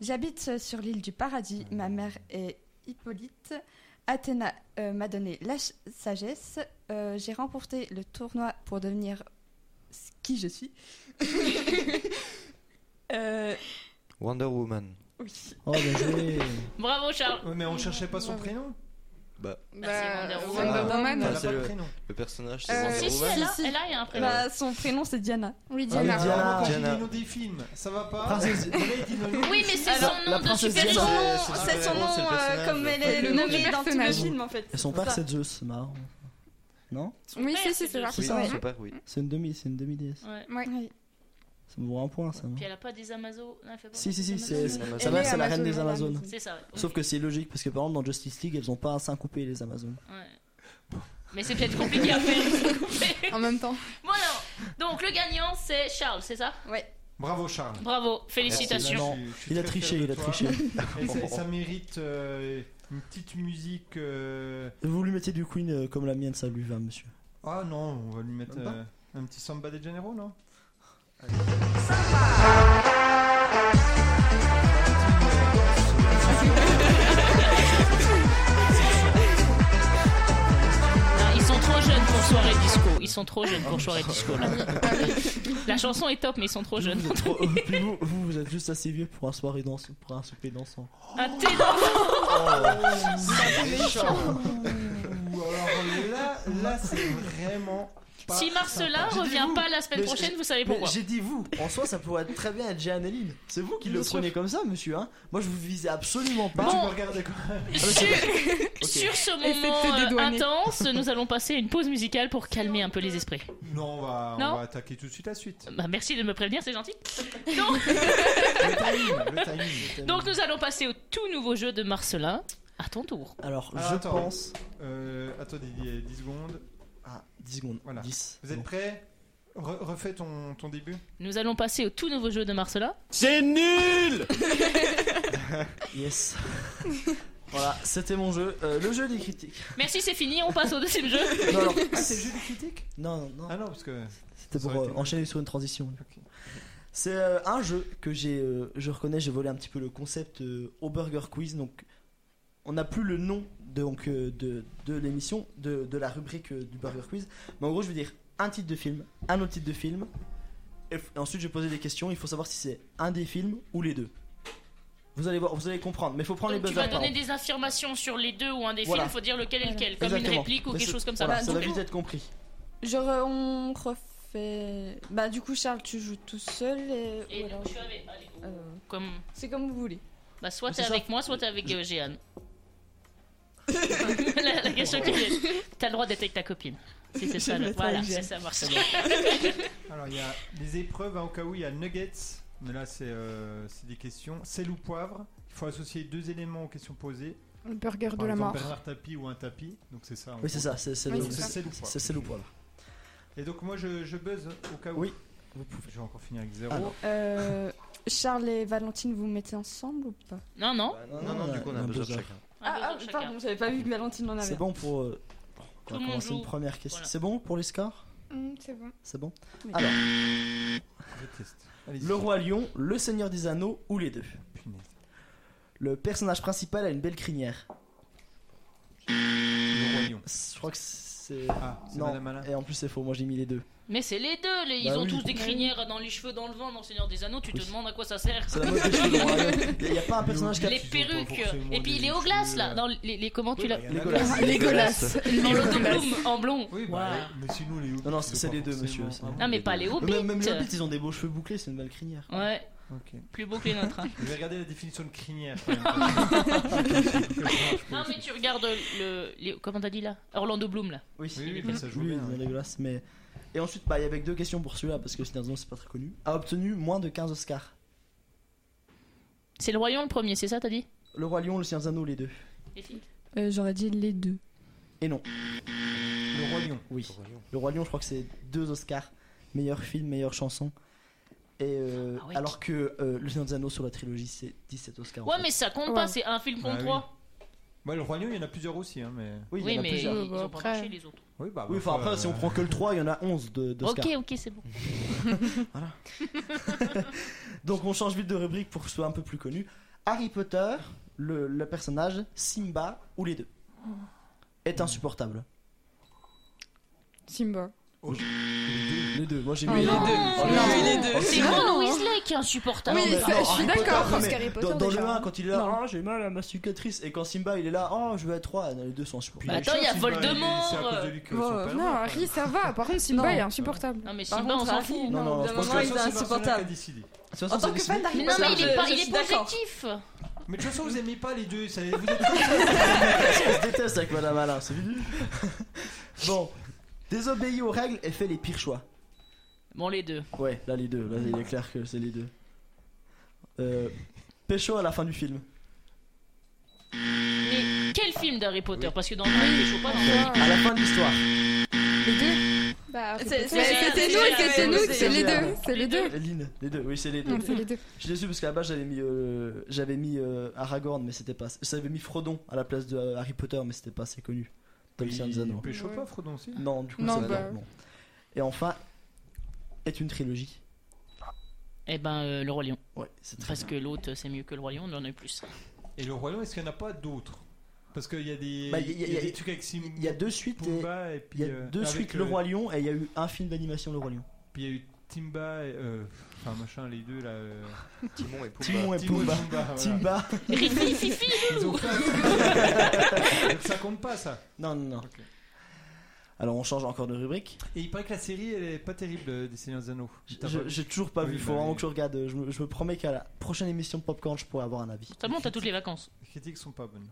Speaker 6: J'habite sur l'île du paradis. Ma mère est Hippolyte. Athéna euh, m'a donné la ch- sagesse. Euh, J'ai remporté le tournoi pour devenir ce qui je suis. Euh,
Speaker 4: Wonder Woman.
Speaker 6: oui.
Speaker 3: Oh bien joué.
Speaker 2: Bravo Charles.
Speaker 1: Ouais, mais on cherchait pas son prénom.
Speaker 4: Bah,
Speaker 2: Bah, Wonder
Speaker 4: Woman.
Speaker 7: Wonder Woman.
Speaker 4: Ah,
Speaker 1: Elle a
Speaker 4: c'est
Speaker 1: pas de
Speaker 4: le-
Speaker 1: prénom.
Speaker 4: le personnage c'est
Speaker 6: Euh,
Speaker 4: Wonder
Speaker 2: Si, si,
Speaker 4: Woman.
Speaker 2: elle a,
Speaker 6: si, si.
Speaker 2: elle a, et un prénom.
Speaker 6: Bah, son prénom, c'est Diana.
Speaker 7: Oui,
Speaker 3: Ah,
Speaker 7: Diana.
Speaker 3: mais Diana.
Speaker 1: Ah, moi, quand j'ai
Speaker 4: Diana.
Speaker 1: les noms des films, ça va pas.
Speaker 3: Princesse-
Speaker 1: Lady Diana.
Speaker 2: Oui, mais c'est
Speaker 6: Alors,
Speaker 2: son
Speaker 3: la
Speaker 2: nom de
Speaker 3: princesse
Speaker 2: super
Speaker 3: Diana.
Speaker 2: héros.
Speaker 4: Ouais, ça,
Speaker 6: C'est son
Speaker 4: ouais,
Speaker 6: nom,
Speaker 4: c'est le
Speaker 6: euh,
Speaker 4: personnage.
Speaker 6: comme elle
Speaker 7: Ouais,
Speaker 6: est
Speaker 7: le nom
Speaker 6: nommée
Speaker 7: du
Speaker 6: dans tous les
Speaker 7: personnage.
Speaker 6: films, en fait.
Speaker 3: Et son
Speaker 6: C'est
Speaker 3: père
Speaker 6: ça.
Speaker 3: c'est Zeus, c'est marrant. Non
Speaker 7: Oui,
Speaker 2: Ouais,
Speaker 7: si,
Speaker 2: c'est
Speaker 7: si, c'est
Speaker 2: de-
Speaker 7: là.
Speaker 3: C'est
Speaker 4: Oui,
Speaker 3: ça, hein.
Speaker 4: son père, oui.
Speaker 3: C'est une demi, c'est une demi-déesse.
Speaker 2: Ouais.
Speaker 7: Ouais.
Speaker 6: Oui.
Speaker 3: Ça me vaut un point ça non
Speaker 2: Puis elle a pas des Amazones. elle fait pas
Speaker 3: Si,
Speaker 2: partie
Speaker 3: si, si,
Speaker 2: des
Speaker 3: c'est
Speaker 2: Amazones.
Speaker 3: sa mère, c'est la reine des
Speaker 6: Amazon.
Speaker 3: Amazones.
Speaker 2: C'est ça, ouais.
Speaker 3: Sauf que c'est logique parce que par exemple dans Justice League elles ont pas un sein coupé les Amazones.
Speaker 2: Ouais. Mais c'est peut-être compliqué à faire.
Speaker 7: En même temps.
Speaker 2: bon, alors, donc le gagnant, c'est Charles, c'est ça
Speaker 6: Ouais.
Speaker 1: Bravo Charles.
Speaker 2: Bravo, félicitations.
Speaker 3: Merci,
Speaker 1: Je suis- je suis
Speaker 3: Il a
Speaker 1: très
Speaker 3: triché,
Speaker 1: fier
Speaker 3: il
Speaker 1: de
Speaker 3: a
Speaker 1: toi.
Speaker 3: triché.
Speaker 1: Et ça, ça mérite euh, une petite musique. euh,
Speaker 3: Vous lui mettez du Queen euh, comme la mienne, ça lui va monsieur.
Speaker 1: Ah non, on va lui mettre
Speaker 3: Même pas
Speaker 1: euh, un petit samba des généraux, non
Speaker 2: Non, Ils sont trop jeunes pour soirée disco. Ils sont trop jeunes pour soirée disco. Là. La chanson est top, mais ils sont trop jeunes.
Speaker 3: Vous êtes trop- Oh, Puis vous, vous, vous êtes juste assez vieux pour un soirée danse, pour un souper dansant.
Speaker 2: Ah, t'es dans-
Speaker 3: Oh.
Speaker 2: Ah,
Speaker 1: Ou alors euh, là,
Speaker 3: Oh,
Speaker 1: là c'est vraiment. pas
Speaker 2: Si Marcelin
Speaker 3: J'ai dit
Speaker 2: revient
Speaker 3: vous.
Speaker 2: pas la semaine
Speaker 3: Mais
Speaker 2: prochaine,
Speaker 3: j'ai-
Speaker 2: vous savez
Speaker 3: Mais
Speaker 2: pourquoi.
Speaker 3: j'ai dit vous, en soi ça pourrait être très bien être Jeanneline. C'est vous qui le
Speaker 2: Bien sûr.
Speaker 3: prenez comme ça monsieur hein. Moi je vous visais absolument
Speaker 1: Mais
Speaker 3: pas.
Speaker 1: tu
Speaker 2: Bon.
Speaker 1: peux regarder quand même.
Speaker 2: Sur, sur ce moment
Speaker 6: te
Speaker 2: euh,
Speaker 6: dédouaner.
Speaker 2: intense, nous allons passer à une pause musicale pour calmer un peu les esprits.
Speaker 1: Non, on va,
Speaker 2: Non.
Speaker 1: on va attaquer tout de suite la suite.
Speaker 2: Bah, merci de me prévenir, c'est gentil.
Speaker 1: Le timing, le timing.
Speaker 2: Donc nous allons passer au tout nouveau jeu de Marcelin. À ton tour.
Speaker 3: Alors
Speaker 1: Alors,
Speaker 3: je
Speaker 1: Ah, attends.
Speaker 3: pense.
Speaker 1: Euh, attendez, il y a 10 secondes.
Speaker 3: Ah, 10 secondes.
Speaker 1: Voilà.
Speaker 3: 10.
Speaker 1: Vous êtes
Speaker 3: Bon.
Speaker 1: prêts Re- Refais ton, ton début.
Speaker 2: Nous allons passer au tout nouveau jeu de Marcelin.
Speaker 10: C'est nul
Speaker 3: Yes. voilà, c'était mon jeu. Euh, le jeu des critiques.
Speaker 2: Merci, c'est fini, on passe au deuxième jeu.
Speaker 3: Non, alors,
Speaker 1: Ah, c'est le jeu des critiques
Speaker 3: non, non, non.
Speaker 1: Ah non, parce que.
Speaker 3: C'était
Speaker 1: Ça
Speaker 3: pour
Speaker 1: aurait
Speaker 3: euh,
Speaker 1: été-
Speaker 3: enchaîner sur une transition.
Speaker 1: Ok.
Speaker 3: C'est euh, un jeu que j'ai, euh, je reconnais, j'ai volé un petit peu le concept euh, au Burger Quiz. Donc, on n'a plus le nom donc, euh, de, de l'émission, de, de la rubrique euh, du Burger Quiz. Mais en gros, je veux dire un titre de film, un autre titre de film. Et, f- et ensuite, je vais poser des questions. Il faut savoir si c'est un des films ou les deux. Vous allez voir, vous allez comprendre. Mais il faut prendre
Speaker 2: Donc
Speaker 3: les
Speaker 2: tu
Speaker 3: buzzers.
Speaker 2: vas
Speaker 3: par
Speaker 2: donner
Speaker 3: exemple.
Speaker 2: des affirmations sur les deux ou un des
Speaker 3: Voilà.
Speaker 2: films, faut dire lequel est lequel, comme une
Speaker 3: Exactement.
Speaker 2: réplique ou
Speaker 3: Mais
Speaker 2: quelque
Speaker 3: c'est-
Speaker 2: chose comme ça.
Speaker 3: voilà,
Speaker 6: Bah,
Speaker 3: ça
Speaker 6: du
Speaker 3: va
Speaker 6: coup-
Speaker 3: vite être compris.
Speaker 6: Je re- euh, on refait. Bah, du coup, Charles, tu joues tout seul et.
Speaker 2: Et
Speaker 6: ou alors-
Speaker 2: donc, je suis avec- allez, oh,
Speaker 6: euh,
Speaker 2: comme-
Speaker 6: C'est comme vous voulez.
Speaker 2: bah, soit
Speaker 3: Mais
Speaker 2: t'es
Speaker 3: c'est ça.
Speaker 2: avec moi, soit t'es avec euh, Jeanne. la, la question qui vient. T'as le droit d'être avec ta copine. Si, c'est ça,
Speaker 8: J'aime
Speaker 2: le-
Speaker 8: le
Speaker 2: voilà,
Speaker 8: traduire.
Speaker 2: c'est ça marche.
Speaker 1: Alors, il y a les épreuves, hein, au cas où il y a nuggets, mais là, c'est euh, c'est des questions. Sel ou poivre, il faut associer deux éléments aux questions posées.
Speaker 7: Le burger de
Speaker 1: Par
Speaker 7: la
Speaker 1: exemple,
Speaker 7: mort.
Speaker 1: Bernard Tapie ou un tapis, donc c'est ça. en
Speaker 3: Oui, c'est
Speaker 1: gros.
Speaker 3: ça, c'est c'est
Speaker 7: Oui,
Speaker 3: le-
Speaker 1: Donc,
Speaker 7: c'est
Speaker 1: c'est
Speaker 7: ça.
Speaker 1: sel ou poivre.
Speaker 3: c'est c'est le poil.
Speaker 1: Et donc, moi, je, je buzz au cas où.
Speaker 3: Oui.
Speaker 1: Vous pouvez. Je vais encore finir avec zéro.
Speaker 3: Ah, non.
Speaker 8: Euh, Charles et Valentine, vous vous mettez ensemble ou pas
Speaker 2: Non, non.
Speaker 3: Ah,
Speaker 4: Non, non, du coup, on a besoin de
Speaker 3: besoin.
Speaker 4: chacun.
Speaker 2: Un buzzer chacun.
Speaker 8: Ah, pardon, j'avais pas vu que Valentine en
Speaker 3: C'est
Speaker 8: avait.
Speaker 3: bon pour. euh, On
Speaker 2: le
Speaker 3: va
Speaker 2: monde
Speaker 3: commencer une
Speaker 2: joue.
Speaker 3: première question.
Speaker 2: Voilà.
Speaker 3: C'est bon pour les scores
Speaker 8: Mm,
Speaker 7: Hum, c'est bon.
Speaker 3: C'est bon
Speaker 8: Oui.
Speaker 3: Alors,
Speaker 1: Je teste. Allez-y.
Speaker 3: le roi lion, le seigneur des anneaux ou les deux
Speaker 1: Punaise.
Speaker 3: Le personnage principal a une belle crinière.
Speaker 1: Le royaume.
Speaker 3: Je crois que c'est.
Speaker 1: Ah, c'est
Speaker 3: Non.
Speaker 1: Madame Alain.
Speaker 3: Et en plus, c'est faux, moi j'ai mis les deux.
Speaker 2: Mais c'est les deux, les- ils
Speaker 3: Bah
Speaker 2: ont
Speaker 3: oui.
Speaker 2: tous des crinières dans les cheveux, dans le vent, dans le Seigneur des Anneaux, tu
Speaker 3: Oui.
Speaker 2: te demandes à quoi ça sert.
Speaker 3: C'est la mode des cheveux de roi lion. Il n'y a pas un personnage qui a.
Speaker 2: Les
Speaker 1: pas
Speaker 2: perruques,
Speaker 1: forcément
Speaker 2: et puis
Speaker 1: les
Speaker 2: il est au glace
Speaker 1: cheveux,
Speaker 2: là,
Speaker 1: euh,
Speaker 2: dans les, les- comment tu l'as
Speaker 1: Oui, bah, il y en a
Speaker 3: Légolas.
Speaker 1: des-
Speaker 7: Légolas.
Speaker 2: Dans l'autobloom en blond.
Speaker 1: Oui, bah,
Speaker 2: Voilà.
Speaker 1: mais sinon, les hobbits,
Speaker 3: Non, non,
Speaker 1: ils ont
Speaker 3: c'est
Speaker 1: pas
Speaker 3: les deux,
Speaker 1: forcément-
Speaker 3: monsieur, c'est-
Speaker 1: Ah bon,
Speaker 2: Non mais pas les
Speaker 1: deux.
Speaker 2: hobbits.
Speaker 3: Même, même les hobbits, ils ont des beaux cheveux bouclés, c'est une belle crinière.
Speaker 2: Ouais,
Speaker 1: Ok.
Speaker 2: plus beau que les nôtres. hein.
Speaker 1: Je vais regarder la définition de crinière.
Speaker 2: non mais tu regardes le, les- comment t'as dit là, Orlando Bloom là.
Speaker 3: Oui,
Speaker 1: Oui, oui, mais ça joue
Speaker 3: Oui,
Speaker 1: bien. hein.
Speaker 3: dans les glaces, mais... Et ensuite, bah, il y avait deux questions pour celui-là, parce que sinon c'est pas très connu. A obtenu moins de 15 Oscars.
Speaker 2: C'est le royaume le premier, c'est ça t'as dit
Speaker 3: Le Roi Lion, le Seigneur des Anneaux, les deux.
Speaker 8: Euh, J'aurais dit les deux.
Speaker 3: Et non,
Speaker 1: Le roi lion.
Speaker 3: oui. Le Roi Lion, je crois que c'est deux Oscars. Meilleur film, meilleure chanson. Et euh,
Speaker 2: Ah ouais.
Speaker 3: alors que euh, le Seigneur des Anneaux sur la trilogie, c'est 17 Oscars. en
Speaker 2: Ouais
Speaker 3: fait.
Speaker 2: mais ça compte
Speaker 7: Ouais.
Speaker 2: pas, c'est un film
Speaker 1: Bah
Speaker 2: contre
Speaker 1: oui.
Speaker 2: trois.
Speaker 1: Ouais, le roi lion, il y en a plusieurs aussi, hein, mais.
Speaker 3: Oui, il y
Speaker 2: Oui
Speaker 3: en a
Speaker 2: mais
Speaker 3: plusieurs.
Speaker 2: ils ont pas
Speaker 7: Après.
Speaker 2: marché les autres.
Speaker 1: Oui, bah.
Speaker 3: Oui, enfin après, euh, si on prend que le 3, il y en a 11 de- d'Oscars.
Speaker 2: Ok ok c'est bon.
Speaker 3: Donc on change vite de rubrique pour que ce soit un peu plus connu. Harry Potter, le, le personnage, Simba ou les deux est insupportable.
Speaker 7: Simba.
Speaker 1: Oh.
Speaker 3: Les deux, moi j'ai
Speaker 7: Ah,
Speaker 3: mis
Speaker 7: les
Speaker 3: deux.
Speaker 7: deux.
Speaker 3: Oh, les deux.
Speaker 7: deux.
Speaker 2: C'est Ron Weasley qui est insupportable.
Speaker 7: Oui,
Speaker 3: mais-
Speaker 7: ça,
Speaker 3: non,
Speaker 7: je
Speaker 3: Harry
Speaker 7: suis
Speaker 3: Potter,
Speaker 7: d'accord.
Speaker 3: non,
Speaker 5: Parce
Speaker 3: mais
Speaker 5: qu'Harry Potter,
Speaker 3: Dans, dans le
Speaker 5: déjà.
Speaker 3: 1, quand il est là, oh, j'ai mal à ma cicatrice. Et quand Simba il est là, oh, je vais à 3. Les deux sont insupportables. Ah,
Speaker 2: Bah, attends, il y a Voldemort.
Speaker 1: C'est à cause de lui que
Speaker 8: Ouais,
Speaker 1: ils sont pas
Speaker 7: Euh, Non,
Speaker 1: loin,
Speaker 7: Harry, ça va. Par contre, Simba,
Speaker 8: Non.
Speaker 7: il est insupportable.
Speaker 2: Non mais
Speaker 8: Par
Speaker 2: Simba on
Speaker 8: contre,
Speaker 2: s'en
Speaker 8: Harry,
Speaker 3: Non,
Speaker 2: fout.
Speaker 3: non,
Speaker 8: au bout
Speaker 3: je
Speaker 8: d'un
Speaker 1: quoi.
Speaker 3: pense
Speaker 8: moment,
Speaker 1: Parce que
Speaker 8: il
Speaker 1: ça,
Speaker 8: est
Speaker 1: c'est Marcella qui a
Speaker 8: insupportable.
Speaker 1: décidé.
Speaker 3: De toute façon,
Speaker 8: En tant
Speaker 3: c'est
Speaker 8: que
Speaker 3: Simba.
Speaker 8: fan d'Harry
Speaker 2: Mais non
Speaker 8: Potter,
Speaker 2: mais Bah, il est
Speaker 8: je-
Speaker 2: pas,
Speaker 8: je
Speaker 2: il est
Speaker 8: suis
Speaker 2: pas
Speaker 8: d'accord.
Speaker 2: objectif.
Speaker 1: Mais de toute façon, vous aimez pas les deux. ça- Vous êtes
Speaker 3: On se déteste avec Madame Alain, c'est fini. bon, désobéis aux règles et fais les pires choix.
Speaker 2: Bon les deux.
Speaker 3: Ouais, là les deux, là il est clair que c'est les deux. Euh, pécho à la fin du film.
Speaker 2: Mais quel film d'Harry Potter Parce que dans le film, il joue pas dans le
Speaker 3: À la fin de l'histoire.
Speaker 7: Les deux
Speaker 5: Bah,
Speaker 8: C'est-
Speaker 7: Mais
Speaker 8: c'est-
Speaker 7: C'était
Speaker 2: c'est-
Speaker 7: nous,
Speaker 2: c'est-
Speaker 7: c'était nous,
Speaker 8: c'est-
Speaker 7: c'est les
Speaker 3: c'est-
Speaker 7: deux. C'est les deux.
Speaker 3: Lynn, les deux, oui, c'est les deux.
Speaker 7: Non, c'est les deux.
Speaker 3: Je suis déçu parce qu'à la base j'avais mis, euh, j'avais mis euh, Aragorn, mais c'était pas. J'avais mis Frodon à la place de euh, Harry Potter, mais c'était pas assez connu. Comme Seigneur des Anneaux.
Speaker 1: Pécho
Speaker 7: Ouais.
Speaker 1: pas, Frodon aussi.
Speaker 3: Non, du coup,
Speaker 7: Non,
Speaker 3: c'est
Speaker 7: bah.
Speaker 3: pas bon. Et enfin, est une trilogie.
Speaker 2: Eh ben, euh, le Roi Lion.
Speaker 3: Ouais, c'est très
Speaker 2: Parce que l'autre, c'est mieux que le Roi Lion, on en a eu plus.
Speaker 1: Et le roi lion, est-ce qu'il n'y en a pas d'autres Parce qu'il y a des.
Speaker 3: Bah, il y a-
Speaker 1: il
Speaker 3: il y a-
Speaker 1: des trucs avec Simba.
Speaker 3: Il y a deux suites et.
Speaker 1: Pumba et puis.
Speaker 3: Il y a
Speaker 1: euh,
Speaker 3: deux
Speaker 1: avec,
Speaker 3: suites Le
Speaker 1: euh,
Speaker 3: Roi Lion et il y a eu un film d'animation Le Roi Lion.
Speaker 1: Puis il y a eu Timba et. euh, Enfin, machin, les deux là. euh,
Speaker 4: Timon et
Speaker 3: Timon
Speaker 4: Pumba.
Speaker 3: et
Speaker 1: Timon et
Speaker 3: Pumba.
Speaker 1: Pumba, voilà.
Speaker 3: Timba.
Speaker 2: Rifi, Fifi
Speaker 1: Ils ont fait un- Donc ça compte pas ça.
Speaker 3: Non, non, non.
Speaker 1: Ok.
Speaker 3: Alors on change encore de rubrique.
Speaker 1: Et il paraît que la série elle est pas terrible euh, des Seigneurs des Anneaux. T'as
Speaker 3: Je-
Speaker 1: pas-
Speaker 3: J'ai toujours pas
Speaker 1: Oui,
Speaker 3: vu, il faut
Speaker 1: bah,
Speaker 3: vraiment
Speaker 1: oui.
Speaker 3: que je regarde. Je me, je me promets qu'à la prochaine émission de Popcorn, je pourrai avoir un avis.
Speaker 2: Ça monte à toutes les vacances.
Speaker 1: Les critiques sont pas bonnes.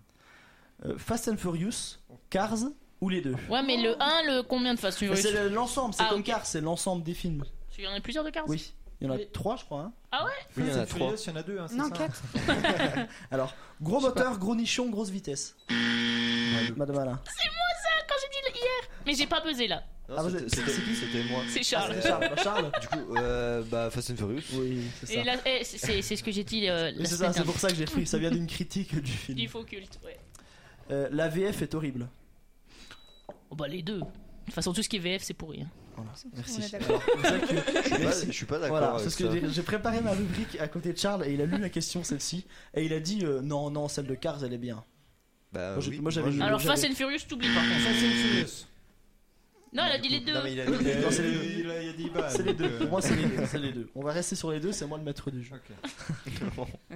Speaker 3: Euh, Fast and Furious, Cars ou les deux
Speaker 2: Ouais, mais le 1, le combien de faces tu
Speaker 3: Mais C'est
Speaker 2: veux
Speaker 3: le- l'ensemble, c'est
Speaker 2: Ah,
Speaker 3: comme
Speaker 2: ok.
Speaker 3: Cars, c'est l'ensemble des films.
Speaker 2: Il y en a plusieurs de Cars
Speaker 3: Oui, il y en a
Speaker 1: Oui.
Speaker 3: trois, je crois. hein.
Speaker 2: Ah
Speaker 4: Oui, il y en
Speaker 1: Fast
Speaker 4: a
Speaker 1: and
Speaker 4: trois.
Speaker 1: Furious, Il y en a deux, hein, c'est
Speaker 7: Non,
Speaker 1: ça
Speaker 7: quatre.
Speaker 1: hein.
Speaker 3: Gros
Speaker 1: Je sais
Speaker 3: moteur, gros nichon, grosse vitesse. Madame Alain.
Speaker 2: Mais j'ai pas pesé là,
Speaker 4: Non,
Speaker 3: Ah, vous
Speaker 4: c'était-
Speaker 3: êtes-
Speaker 4: C'était
Speaker 3: c'est qui
Speaker 4: c'était moi.
Speaker 2: c'est Charles.
Speaker 3: Ah, c'est Charles, bah, Charles.
Speaker 4: Du coup, euh, bah, Fast and Furious.
Speaker 3: Oui, c'est ça.
Speaker 2: Et là, eh, c'est- c'est c'est ce que j'ai dit euh,
Speaker 3: Oui,
Speaker 2: la
Speaker 3: c'est ça,
Speaker 2: semaine
Speaker 3: Ah, c'est
Speaker 2: dernière.
Speaker 3: pour ça que j'ai pris. Ça vient d'une critique du
Speaker 2: Du
Speaker 3: film.
Speaker 2: faux culte, ouais.
Speaker 3: Euh, la VF est horrible.
Speaker 2: Oh, bah, les deux. De toute façon, tout ce qui est VF, c'est pourri. hein.
Speaker 3: Merci.
Speaker 5: On est
Speaker 3: Alors, c'est ça que-
Speaker 4: Je suis pas- Je suis pas d'accord
Speaker 3: Voilà,
Speaker 4: avec
Speaker 3: parce que
Speaker 4: ça.
Speaker 3: j'ai- j'ai préparé ma rubrique à côté de Charles et il a lu la question celle-ci et il a dit euh, non non celle de Cars elle est bien.
Speaker 4: Bah,
Speaker 3: Moi, j'ai-
Speaker 4: oui,
Speaker 3: moi, j'avais
Speaker 4: je-
Speaker 3: mis-
Speaker 2: Alors,
Speaker 3: j'avais-
Speaker 2: Fast and Furious, t'oublies par contre.
Speaker 1: Fast and Furious.
Speaker 2: Non, elle a dit les
Speaker 4: Non, mais
Speaker 2: deux.
Speaker 4: il a
Speaker 1: Eh,
Speaker 4: dit-
Speaker 3: Non, c'est les deux.
Speaker 1: Il a- il a dit bah.
Speaker 3: C'est les
Speaker 1: donc,
Speaker 3: deux.
Speaker 1: euh,
Speaker 3: Pour moi c'est les deux. c'est les deux. On va rester sur les deux, c'est moi le maître du jeu.
Speaker 1: ok.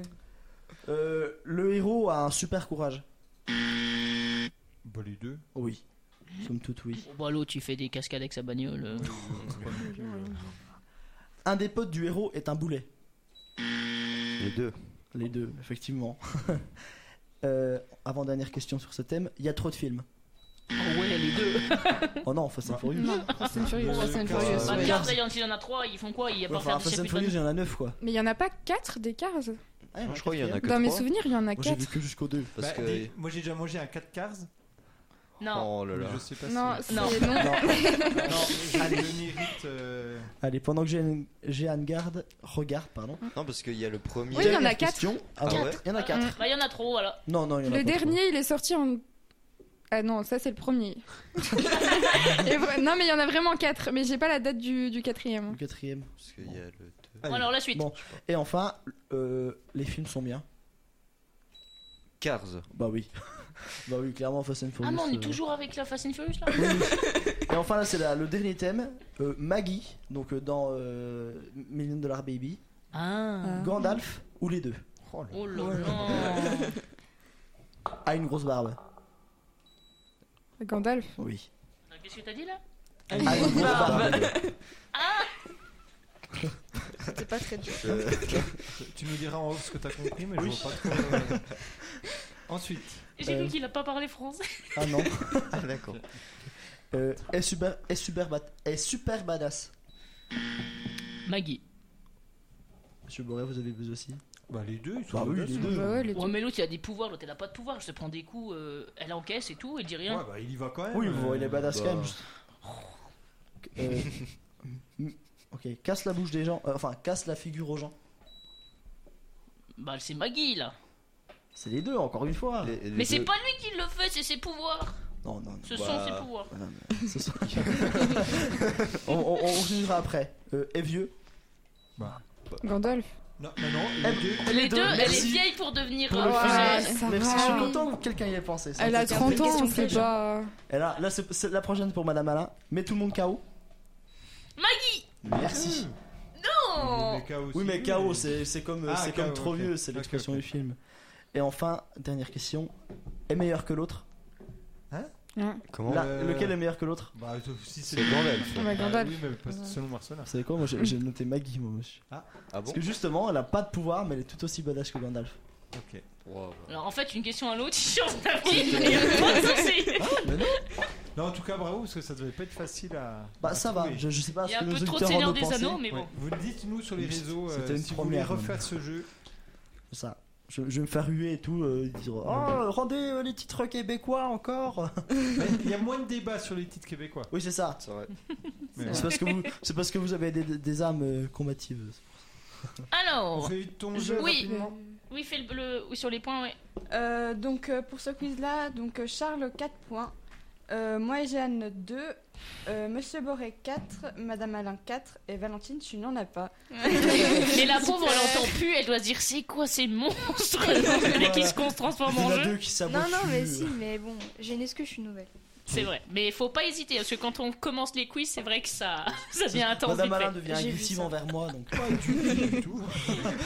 Speaker 3: Euh, le héros a un super courage.
Speaker 1: Bah les deux.
Speaker 3: Oui. Somme toute oui.
Speaker 2: Oh, bah, l'autre, il fait des cascades avec sa bagnole. euh.
Speaker 3: Un des potes du héros est un boulet.
Speaker 4: Les deux.
Speaker 3: Les deux effectivement. Euh, avant dernière question sur ce thème, il y a trop de films.
Speaker 2: Oh, ouais. les deux.
Speaker 3: Oh non, Fast and Furious. Euh,
Speaker 7: Non, Fast and Furious.
Speaker 1: Fast and Furious,
Speaker 2: Bah,
Speaker 1: ouais.
Speaker 2: Cars, d'ailleurs, s'il y en a trois, ils font quoi Ils
Speaker 3: Ouais,
Speaker 2: vont
Speaker 3: Enfin,
Speaker 2: pas faire du
Speaker 3: Fast and
Speaker 2: circuit
Speaker 3: Furious, il y en a 9 quoi.
Speaker 7: Mais il n'y en a pas 4 des Cars.
Speaker 3: Ah,
Speaker 4: Je crois qu'il y en a que
Speaker 7: Dans mes
Speaker 4: trois.
Speaker 7: souvenirs, il y en a
Speaker 3: Moi j'ai vu
Speaker 7: 4.
Speaker 3: que jusqu'au 2.
Speaker 4: Parce
Speaker 1: Bah,
Speaker 4: que.
Speaker 1: des- Moi j'ai déjà mangé un 4 cars.
Speaker 2: Non.
Speaker 4: Oh là là.
Speaker 1: mais Je sais pas
Speaker 7: Non,
Speaker 1: si.
Speaker 7: c'est-
Speaker 2: Non.
Speaker 7: non.
Speaker 1: Non, mais j'ai le mérite. euh,
Speaker 3: Allez, pendant que j'ai une- j'ai Anne Garde, regarde, pardon.
Speaker 4: Non, parce qu'il y a le premier.
Speaker 7: Oui, il y en a
Speaker 3: Dernière
Speaker 7: quatre.
Speaker 3: question. Ah
Speaker 4: Ah
Speaker 3: ouais,
Speaker 4: ouais
Speaker 3: Il y en a 4.
Speaker 7: Mm.
Speaker 2: Bah, il y en a trop, voilà.
Speaker 3: Non, non, il y en a
Speaker 7: Le
Speaker 3: pas
Speaker 7: dernier, il est sorti en. Ah non, ça c'est le premier. Et voilà- Non, mais il y en a vraiment 4, mais j'ai pas la date du, du
Speaker 3: trop.
Speaker 7: quatrième.
Speaker 3: Le quatrième.
Speaker 4: Parce qu'il y a le deux.
Speaker 3: Allez.
Speaker 2: Bon, alors la suite.
Speaker 3: Bon, et enfin, euh, les films sont bien.
Speaker 4: Cars.
Speaker 3: Bah oui. bah oui, clairement, Fast and Furious.
Speaker 2: Ah, mais on
Speaker 3: euh,
Speaker 2: est toujours avec la Fast and Furious là
Speaker 3: oui, oui. Et enfin, là, c'est la- le dernier thème. euh, Maggie, donc euh, dans euh, Million Dollar Baby.
Speaker 2: Ah.
Speaker 3: Gandalf ou les deux
Speaker 1: Oh là.
Speaker 2: Oh là là.
Speaker 3: A une grosse barbe.
Speaker 7: Gandalf.
Speaker 3: Oui.
Speaker 2: Qu'est-ce que t'as dit là Ah,
Speaker 3: A une grosse barbe.
Speaker 8: C'était pas très dur.
Speaker 4: Euh,
Speaker 1: Tu nous diras en off ce que t'as compris, mais
Speaker 3: Oui.
Speaker 1: je vois pas trop. euh. Ensuite,
Speaker 2: J'ai
Speaker 3: Euh.
Speaker 2: vu qu'il a pas parlé français.
Speaker 3: Ah non.
Speaker 4: ah, d'accord.
Speaker 3: Euh, est super, est super, bat- est super badass.
Speaker 2: Maggie.
Speaker 3: Monsieur Boré, vous avez besoin aussi
Speaker 1: bah les deux, ils sont
Speaker 3: Bah oui,
Speaker 1: badass,
Speaker 3: les
Speaker 1: hein.
Speaker 3: deux.
Speaker 7: Bah ouais, les
Speaker 2: Ouais,
Speaker 7: deux.
Speaker 2: mais l'autre il a des pouvoirs, l'autre elle a pas de pouvoir, elle se prend des coups, euh, elle encaisse et tout, elle dit rien.
Speaker 1: Ouais, bah il y va quand même.
Speaker 3: Oui,
Speaker 1: euh.
Speaker 3: bon, il est badass quand même.
Speaker 4: bah.
Speaker 3: Euh, mm, ok, casse la bouche des gens, euh, enfin casse la figure aux gens.
Speaker 2: Bah c'est Maggie là.
Speaker 3: C'est les deux, encore une fois.
Speaker 4: Les- les
Speaker 2: Mais c'est
Speaker 4: deux-
Speaker 2: pas lui qui le fait, c'est ses pouvoirs.
Speaker 3: Non, non, non.
Speaker 2: Ce
Speaker 4: Bah.
Speaker 2: sont ses pouvoirs.
Speaker 3: ce soir- on, on, on continuera après. Euh, est vieux
Speaker 7: Gandalf.
Speaker 1: Bah, Non, non, non, les
Speaker 3: Eh,
Speaker 1: deux.
Speaker 2: Les, deux, elle est
Speaker 3: merci
Speaker 2: vieille pour devenir.
Speaker 3: Pour
Speaker 2: euh,
Speaker 3: le
Speaker 7: Ouais,
Speaker 2: française.
Speaker 3: film.
Speaker 7: film. ça
Speaker 3: Merci,
Speaker 7: va.
Speaker 3: je suis
Speaker 7: Ah oui.
Speaker 3: content que quelqu'un y ait pensé. ça,
Speaker 7: Elle a
Speaker 3: c'était-
Speaker 7: 30 ans,
Speaker 8: question
Speaker 7: on sait
Speaker 8: piège.
Speaker 7: pas.
Speaker 3: Et là, là c'est c'est la prochaine pour Madame Alain. Mets tout le monde KO. Maggie Merci.
Speaker 1: Mmh.
Speaker 2: Oh.
Speaker 1: Mais KO aussi,
Speaker 3: Oui, mais KO, c'est c'est comme, euh,
Speaker 1: Ah,
Speaker 3: c'est comme
Speaker 1: KO,
Speaker 3: trop
Speaker 1: ok.
Speaker 3: vieux, c'est l'expression
Speaker 1: Ok, ok.
Speaker 3: du film. Et enfin, dernière question. Est meilleur que l'autre
Speaker 4: Comment
Speaker 3: Là,
Speaker 1: Euh,
Speaker 3: Lequel est meilleur que l'autre
Speaker 1: Bah, si c'est
Speaker 4: C'est Gandalf.
Speaker 7: Ah bah,
Speaker 1: Bah,
Speaker 7: Gandalf.
Speaker 1: oui, mais pas selon Marcelin.
Speaker 3: Vous savez quoi Moi j'ai j'ai noté Maggie, moi monsieur.
Speaker 4: Ah bon
Speaker 3: Parce que justement, elle a pas de pouvoir, mais elle est tout aussi badass que Gandalf.
Speaker 1: Ok.
Speaker 4: Wow.
Speaker 2: Alors en fait, une question à l'autre, il change d'avis. Il y a pas de souci.
Speaker 1: Là, en tout cas, bravo, parce que ça devait pas être facile à.
Speaker 3: Bah
Speaker 1: à
Speaker 3: ça va,
Speaker 1: trouver.
Speaker 3: je, je sais pas
Speaker 2: Il y
Speaker 3: ce
Speaker 2: a
Speaker 3: que
Speaker 2: un
Speaker 3: nos
Speaker 2: peu trop
Speaker 3: auditeurs
Speaker 2: de
Speaker 3: en
Speaker 2: Seigneur
Speaker 3: ont
Speaker 2: des
Speaker 3: pensé.
Speaker 2: Anneaux, mais bon.
Speaker 1: Vous le dites nous sur les
Speaker 3: Oui,
Speaker 1: réseaux
Speaker 3: c'était
Speaker 1: euh,
Speaker 3: une
Speaker 1: si vous voulez
Speaker 3: première, même.
Speaker 1: refaire ce jeu.
Speaker 3: Ça. Je, je vais me faire ruer et tout, euh, dire Oh, rendez euh, les titres québécois encore
Speaker 1: Mais Il y a moins de débats sur les titres québécois.
Speaker 3: Oui, c'est ça.
Speaker 4: C'est vrai.
Speaker 1: Mais
Speaker 3: C'est parce, que vous- c'est parce que vous avez des, des âmes euh, combatives.
Speaker 1: On
Speaker 2: Alors,
Speaker 1: fait vite ton
Speaker 2: Je-
Speaker 1: jeu
Speaker 2: oui.
Speaker 1: rapidement.
Speaker 2: oui, fais le, le- oui, sur les points, ouais.
Speaker 6: Euh, donc euh, pour ce quiz-là, donc euh, Charles 4 points, euh, moi et Jeanne 2, euh, Monsieur Boré 4, Madame Alain 4 et Valentine, tu n'en as pas.
Speaker 2: Mais la pauvre, elle entend plus, elle doit se dire c'est quoi ces monstres là qui se qu'on se
Speaker 3: Il
Speaker 2: transforme
Speaker 3: y en
Speaker 2: en
Speaker 3: a
Speaker 2: jeu.
Speaker 3: deux qui s'abreuvent
Speaker 5: Non, non, mais si,
Speaker 3: dessus.
Speaker 5: mais bon, j'ai une excuse, je suis nouvelle.
Speaker 2: C'est vrai, mais faut pas hésiter parce que quand on commence les quiz, c'est vrai que ça, ça devient intense.
Speaker 3: Madame
Speaker 2: vite fait.
Speaker 3: Alain devient
Speaker 5: J'ai vu
Speaker 3: agressive
Speaker 5: ça.
Speaker 3: envers moi, donc.
Speaker 1: Pas du tout, du tout. C'est vrai que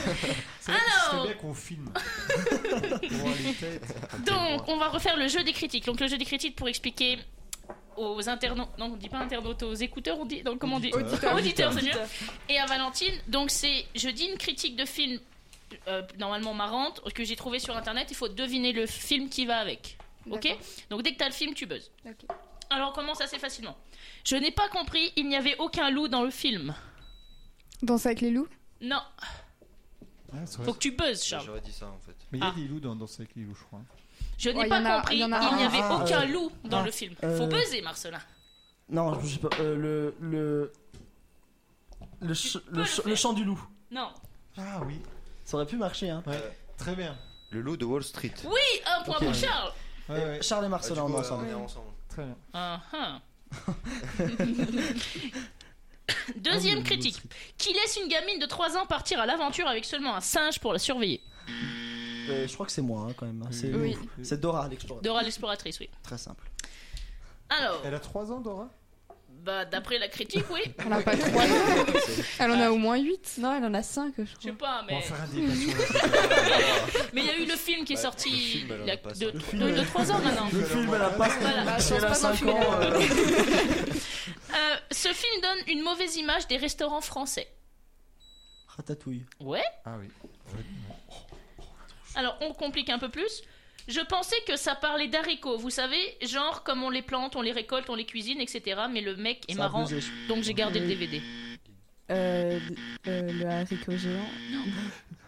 Speaker 1: ce serait
Speaker 2: Alors.
Speaker 1: bien qu'on filme. Pour voir les têtes.
Speaker 2: Donc, on va refaire le jeu des critiques. Donc, le jeu des critiques pour expliquer aux internautes, non, on dit pas internautes, aux écouteurs, on dit, donc comment on dit
Speaker 1: Auditeurs.
Speaker 2: Auditeurs, c'est mieux. Et à Valentine, donc c'est, je dis une critique de film euh, normalement marrante que j'ai trouvé sur internet. Il faut deviner le film qui va avec. Ok
Speaker 5: D'accord.
Speaker 2: Donc, dès que t'as le film, tu buzzes.
Speaker 5: Ok.
Speaker 2: Alors, on commence assez facilement. Je n'ai pas compris, il n'y avait aucun loup dans le film.
Speaker 7: Danse avec les loups
Speaker 2: Non,
Speaker 1: Ah, c'est vrai.
Speaker 2: faut que tu buzzes, Charles.
Speaker 4: J'aurais dit ça en fait.
Speaker 1: Mais il y a
Speaker 2: Ah.
Speaker 1: des loups dans, dans avec les loups, je crois.
Speaker 2: Je n'ai
Speaker 7: Ouais,
Speaker 2: pas
Speaker 7: y en a-
Speaker 2: compris,
Speaker 7: y
Speaker 2: il
Speaker 7: en a
Speaker 2: n'y
Speaker 7: un,
Speaker 2: avait
Speaker 3: ah,
Speaker 2: aucun
Speaker 3: euh,
Speaker 2: loup dans
Speaker 3: ah,
Speaker 2: le film. Faut
Speaker 3: euh,
Speaker 2: buzzer, Marcelin.
Speaker 3: Non, je sais pas. euh, le. Le. Le, ch-
Speaker 2: peux
Speaker 3: le,
Speaker 2: le
Speaker 3: ch-
Speaker 2: faire.
Speaker 3: le chant du loup.
Speaker 2: Non.
Speaker 1: Ah oui,
Speaker 3: Ça aurait pu marcher, hein.
Speaker 1: ouais. très bien.
Speaker 4: Le loup de Wall Street.
Speaker 2: Oui, un point
Speaker 3: Ok.
Speaker 2: pour Charles.
Speaker 1: Ouais, ouais,
Speaker 3: Charles et
Speaker 4: Ah, du
Speaker 3: Marcelin,
Speaker 4: coup,
Speaker 3: on est
Speaker 4: euh,
Speaker 3: ensemble.
Speaker 4: on est ensemble.
Speaker 1: très bien.
Speaker 2: Ah, ah.
Speaker 7: Oh,
Speaker 2: Deuxième critique. Qui laisse une gamine de 3 ans partir à l'aventure avec seulement un singe pour la surveiller
Speaker 3: Euh, je crois que c'est moi, hein, quand même. hein. C'est
Speaker 7: Oui.
Speaker 3: c'est Dora, l'exploratrice.
Speaker 7: Oh.
Speaker 2: Dora l'exploratrice, oui.
Speaker 3: Très simple.
Speaker 2: Alors,
Speaker 1: Elle a 3 ans, Dora
Speaker 2: bah, d'après la critique, oui.
Speaker 7: Elle en a pas 3 Elle en a au moins 8.
Speaker 6: Non, elle en a 5, je
Speaker 2: Je sais
Speaker 6: crois.
Speaker 2: pas,
Speaker 1: On va
Speaker 2: mais.
Speaker 1: faire un débat sur la-
Speaker 2: Mais il y a eu le film qui est
Speaker 4: Ouais,
Speaker 2: sorti
Speaker 4: Bah, le film, elle en a
Speaker 2: il y a
Speaker 4: pas
Speaker 2: de,
Speaker 4: sorti.
Speaker 3: Le
Speaker 2: de-
Speaker 3: film,
Speaker 2: de 3 ans maintenant.
Speaker 3: Le film, elle a pas.
Speaker 11: Ah,
Speaker 2: Voilà.
Speaker 3: Si elle a 5 ans. euh,
Speaker 2: Euh, ce film donne une mauvaise image des restaurants français.
Speaker 3: Ratatouille.
Speaker 2: Ouais.
Speaker 1: Ah oui.
Speaker 2: Alors, on complique un peu plus. Je pensais que ça parlait d'haricots, vous savez, genre comme on les plante, on les récolte, on les cuisine, etc. Mais le mec est
Speaker 3: Ça a
Speaker 2: marrant,
Speaker 3: buzzé.
Speaker 2: donc j'ai gardé le DVD.
Speaker 6: Euh, euh, le haricot géant.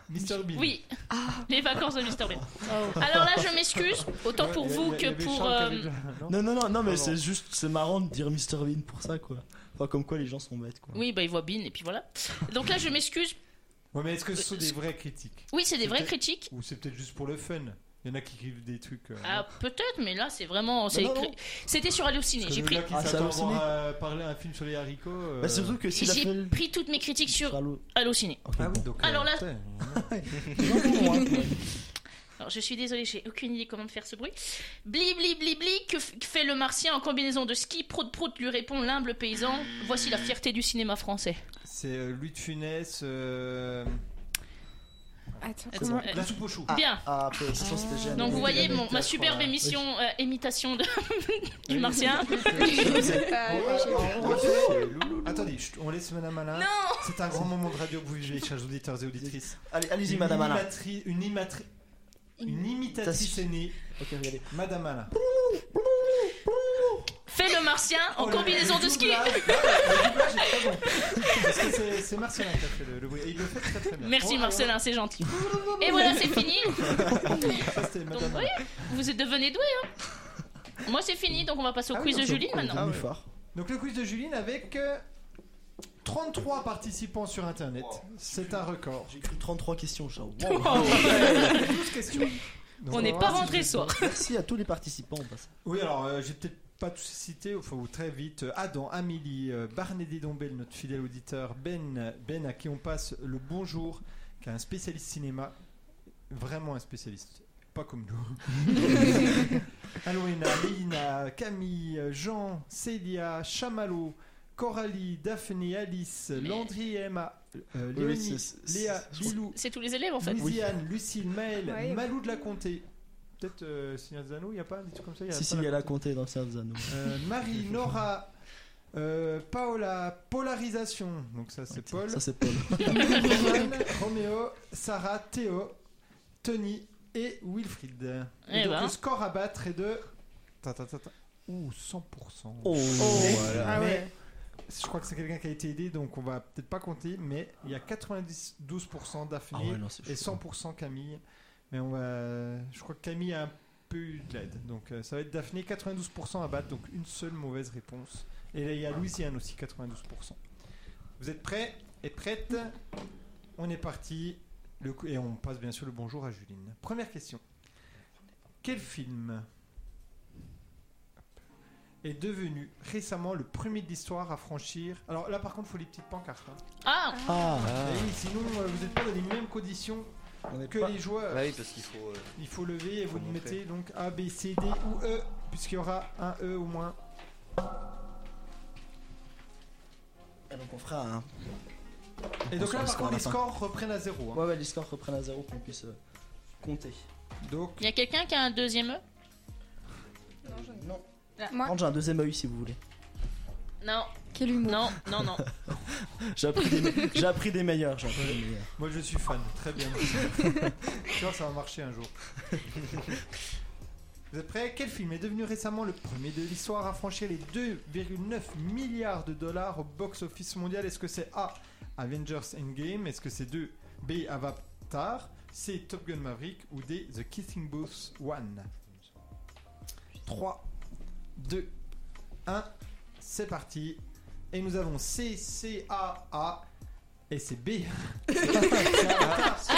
Speaker 1: Mr Bean.
Speaker 2: Oui,
Speaker 3: Ah.
Speaker 2: les vacances de Mr. Bean.
Speaker 3: Oh.
Speaker 2: Alors là, je m'excuse, autant pour
Speaker 1: Il y a-
Speaker 2: vous
Speaker 1: il y
Speaker 2: que
Speaker 1: a- il y avait
Speaker 2: pour.
Speaker 1: Charles qui
Speaker 2: euh,
Speaker 1: avait de la-
Speaker 3: Non, non, non, non, mais
Speaker 1: Pardon.
Speaker 3: c'est juste, c'est marrant de dire Mr. Bean pour ça, quoi. Enfin, comme quoi les gens sont bêtes, quoi.
Speaker 2: Oui, bah il voit Bean, et puis voilà. Donc là, je m'excuse.
Speaker 1: Ouais, mais est-ce que ce sont des vraies critiques
Speaker 2: Euh, Oui, c'est des vraies
Speaker 1: C'était-
Speaker 2: critiques.
Speaker 1: Ou c'est peut-être juste pour le fun Il y en a qui écrivent des trucs. euh,
Speaker 2: Ah, peut-être, mais là, c'est vraiment. c'est
Speaker 3: non,
Speaker 2: écrit-
Speaker 3: non.
Speaker 2: C'était sur Allociné,
Speaker 1: parce que
Speaker 2: j'ai
Speaker 1: le
Speaker 2: pris.
Speaker 1: gars qui
Speaker 3: Ah, ça
Speaker 1: s'attend à
Speaker 3: halluciné.
Speaker 1: voir, euh, parler un film sur les haricots. euh,
Speaker 3: Bah, surtout que s'il a fait
Speaker 2: J'ai
Speaker 3: le-
Speaker 2: pris toutes mes critiques sur
Speaker 3: Allô.
Speaker 2: Allociné.
Speaker 3: Ok,
Speaker 1: ah oui,
Speaker 3: bon.
Speaker 1: donc,
Speaker 2: Alors là-
Speaker 1: putain, hein.
Speaker 2: Alors, je suis désolée, j'ai aucune idée comment faire ce bruit. Bli bli bli bli, que f- que fait le martien en combinaison de ski Prout prout lui répond l'humble paysan. Voici la fierté du cinéma français.
Speaker 1: c'est euh, Louis de Funès. euh,
Speaker 7: Attends,
Speaker 2: Attends,
Speaker 7: comment-
Speaker 2: euh,
Speaker 1: La soupe au chou.
Speaker 3: Ah,
Speaker 2: Bien.
Speaker 3: Ah, après, c'est sûr, c'était génial.
Speaker 2: Donc vous voyez mon- ma
Speaker 3: Voilà.
Speaker 2: superbe
Speaker 3: Oui.
Speaker 2: émission euh, imitation de- du martien.
Speaker 1: On fait- Attendez, chut, on laisse Madame Alain.
Speaker 2: Non
Speaker 1: C'est un grand moment de radio pour vous, les chers auditeurs et auditrices.
Speaker 3: Allez, allez-y, madame
Speaker 1: Une
Speaker 3: Alain.
Speaker 1: imatri- Une, imatri- une imitatrice
Speaker 3: Imitation.
Speaker 1: est née,
Speaker 3: Ok, regardez.
Speaker 1: Madame Alain.
Speaker 2: Fait le martien en
Speaker 1: Oh, le-
Speaker 2: combinaison
Speaker 1: le
Speaker 2: de ski.
Speaker 1: doublage. Le doublage est très bon. Parce que c'est- c'est Marcelin qui a fait le, le bruit. Et il le fait très très bien.
Speaker 2: Merci
Speaker 1: Bon,
Speaker 2: Marcelin, c'est gentil. Et voilà, c'est fini.
Speaker 1: alors, ça, c'était
Speaker 2: Donc
Speaker 1: Madame
Speaker 2: oui, vous êtes devenez doué. Hein. Moi c'est fini, donc on va passer au
Speaker 1: Ah oui,
Speaker 2: quiz de
Speaker 1: donc,
Speaker 2: Juline
Speaker 3: On est
Speaker 2: maintenant.
Speaker 3: devenu
Speaker 1: ouais.
Speaker 3: fort.
Speaker 1: Donc le quiz de Juline avec euh, 33 participants sur internet. C'est un record.
Speaker 3: J'ai écrit 33 questions, genre. wow.
Speaker 1: Oh. Douze questions. Donc,
Speaker 2: On
Speaker 1: va
Speaker 2: n'est
Speaker 1: voir
Speaker 2: pas
Speaker 1: si
Speaker 2: rentré
Speaker 1: je-
Speaker 2: ce soir.
Speaker 3: Merci à tous les participants. en passant.
Speaker 1: Oui, alors euh, j'ai peut-être pas tous cité, enfin ou très vite. Euh, Adam, Amélie, euh, Barney Didombel, notre fidèle auditeur, Ben, Ben à qui on passe le bonjour, qui est un spécialiste cinéma, vraiment un spécialiste, pas comme nous. Aloena, Léina, Camille, euh, Jean, Célia, Chamallow, Coralie, Daphné, Alice, Landry, Emma, euh,
Speaker 3: Oui,
Speaker 1: Léonie,
Speaker 3: c'est- c'est-
Speaker 1: Léa,
Speaker 3: c'est-
Speaker 1: Lilou,
Speaker 2: C'est tous les élèves en fait.
Speaker 1: Louisiane, Lucille, Maël,
Speaker 7: Ouais.
Speaker 1: Malou de la Comté. Peut-être euh, Seigneur des Anneaux, il n'y a pas des trucs comme ça y a
Speaker 3: Si,
Speaker 1: pas
Speaker 3: si,
Speaker 1: la
Speaker 3: elle a
Speaker 1: Comté
Speaker 3: compté dans le service à nous.
Speaker 1: euh, Marie, Nora, euh, Paola, Polarisation, donc ça c'est Paul,
Speaker 3: Ça, c'est Paul.
Speaker 1: Roman, Roméo, Sarah, Théo, Tony et Wilfried. Et
Speaker 2: Eh
Speaker 1: donc
Speaker 2: ben.
Speaker 1: le score à battre est de. Ta, ta, ta, ta. Ouh, 100%.
Speaker 3: Oh,
Speaker 12: Ah
Speaker 1: Mais Je crois que c'est quelqu'un qui a été aidé, donc on va peut-être pas compter, mais il y a 92% Daphné
Speaker 3: Ah ouais, non, c'est
Speaker 1: et
Speaker 3: chaud.
Speaker 1: 100% Camille. Mais on va, je crois que Camille a un peu eu de l'aide, donc euh, ça va être Daphné 92% à battre, donc une seule mauvaise réponse. Et là il y a Louisiane aussi 92%. Vous êtes prêts et prêtes On est parti. Le coup- et on passe bien sûr le bonjour à Juline. Première question. Quel film est devenu récemment le premier de l'histoire à franchir. Alors là, par contre, faut les petites pancartes. hein.
Speaker 2: Ah,
Speaker 3: Ah,
Speaker 1: Et oui, sinon, euh, vous n'êtes pas dans les mêmes conditions
Speaker 3: on est
Speaker 1: que
Speaker 3: pas-
Speaker 1: les joueurs.
Speaker 4: Ah oui, parce qu'il faut. euh,
Speaker 1: Il faut lever et vous
Speaker 4: Faut montrer.
Speaker 1: mettez donc A, B, C, D ou E, puisqu'il y aura un E au moins.
Speaker 3: Et donc on fera un.
Speaker 1: Et donc
Speaker 3: sort
Speaker 1: là,
Speaker 3: le
Speaker 1: par
Speaker 3: score
Speaker 1: contre,
Speaker 3: à la
Speaker 1: les
Speaker 3: fin.
Speaker 1: scores reprennent à zéro. hein.
Speaker 3: Ouais, ouais, les scores reprennent à zéro qu'on puisse euh, compter.
Speaker 1: Donc,
Speaker 2: il y a quelqu'un qui a un deuxième E
Speaker 3: Non.
Speaker 7: Moi.
Speaker 3: Par contre, j'ai un deuxième œil si vous voulez.
Speaker 2: Non,
Speaker 7: Quel humour.
Speaker 2: non, non, non.
Speaker 3: J'ai appris des, me- j'ai appris des meilleurs. J'ai appris des meilleurs.
Speaker 1: moi je suis fan. Très bien. tu vois, ça va marcher un jour. Vous êtes prêts Quel film est devenu récemment le premier de l'histoire à franchir les 2,9 milliards de dollars au box-office mondial Est-ce que c'est A. Avengers Endgame Est-ce que c'est 2. B. Avatar C. Top Gun Maverick Ou D. The Kissing Booth 1 3, 2, 1, c'est parti. Et nous avons C, C, A, A et c'est B.
Speaker 2: Ah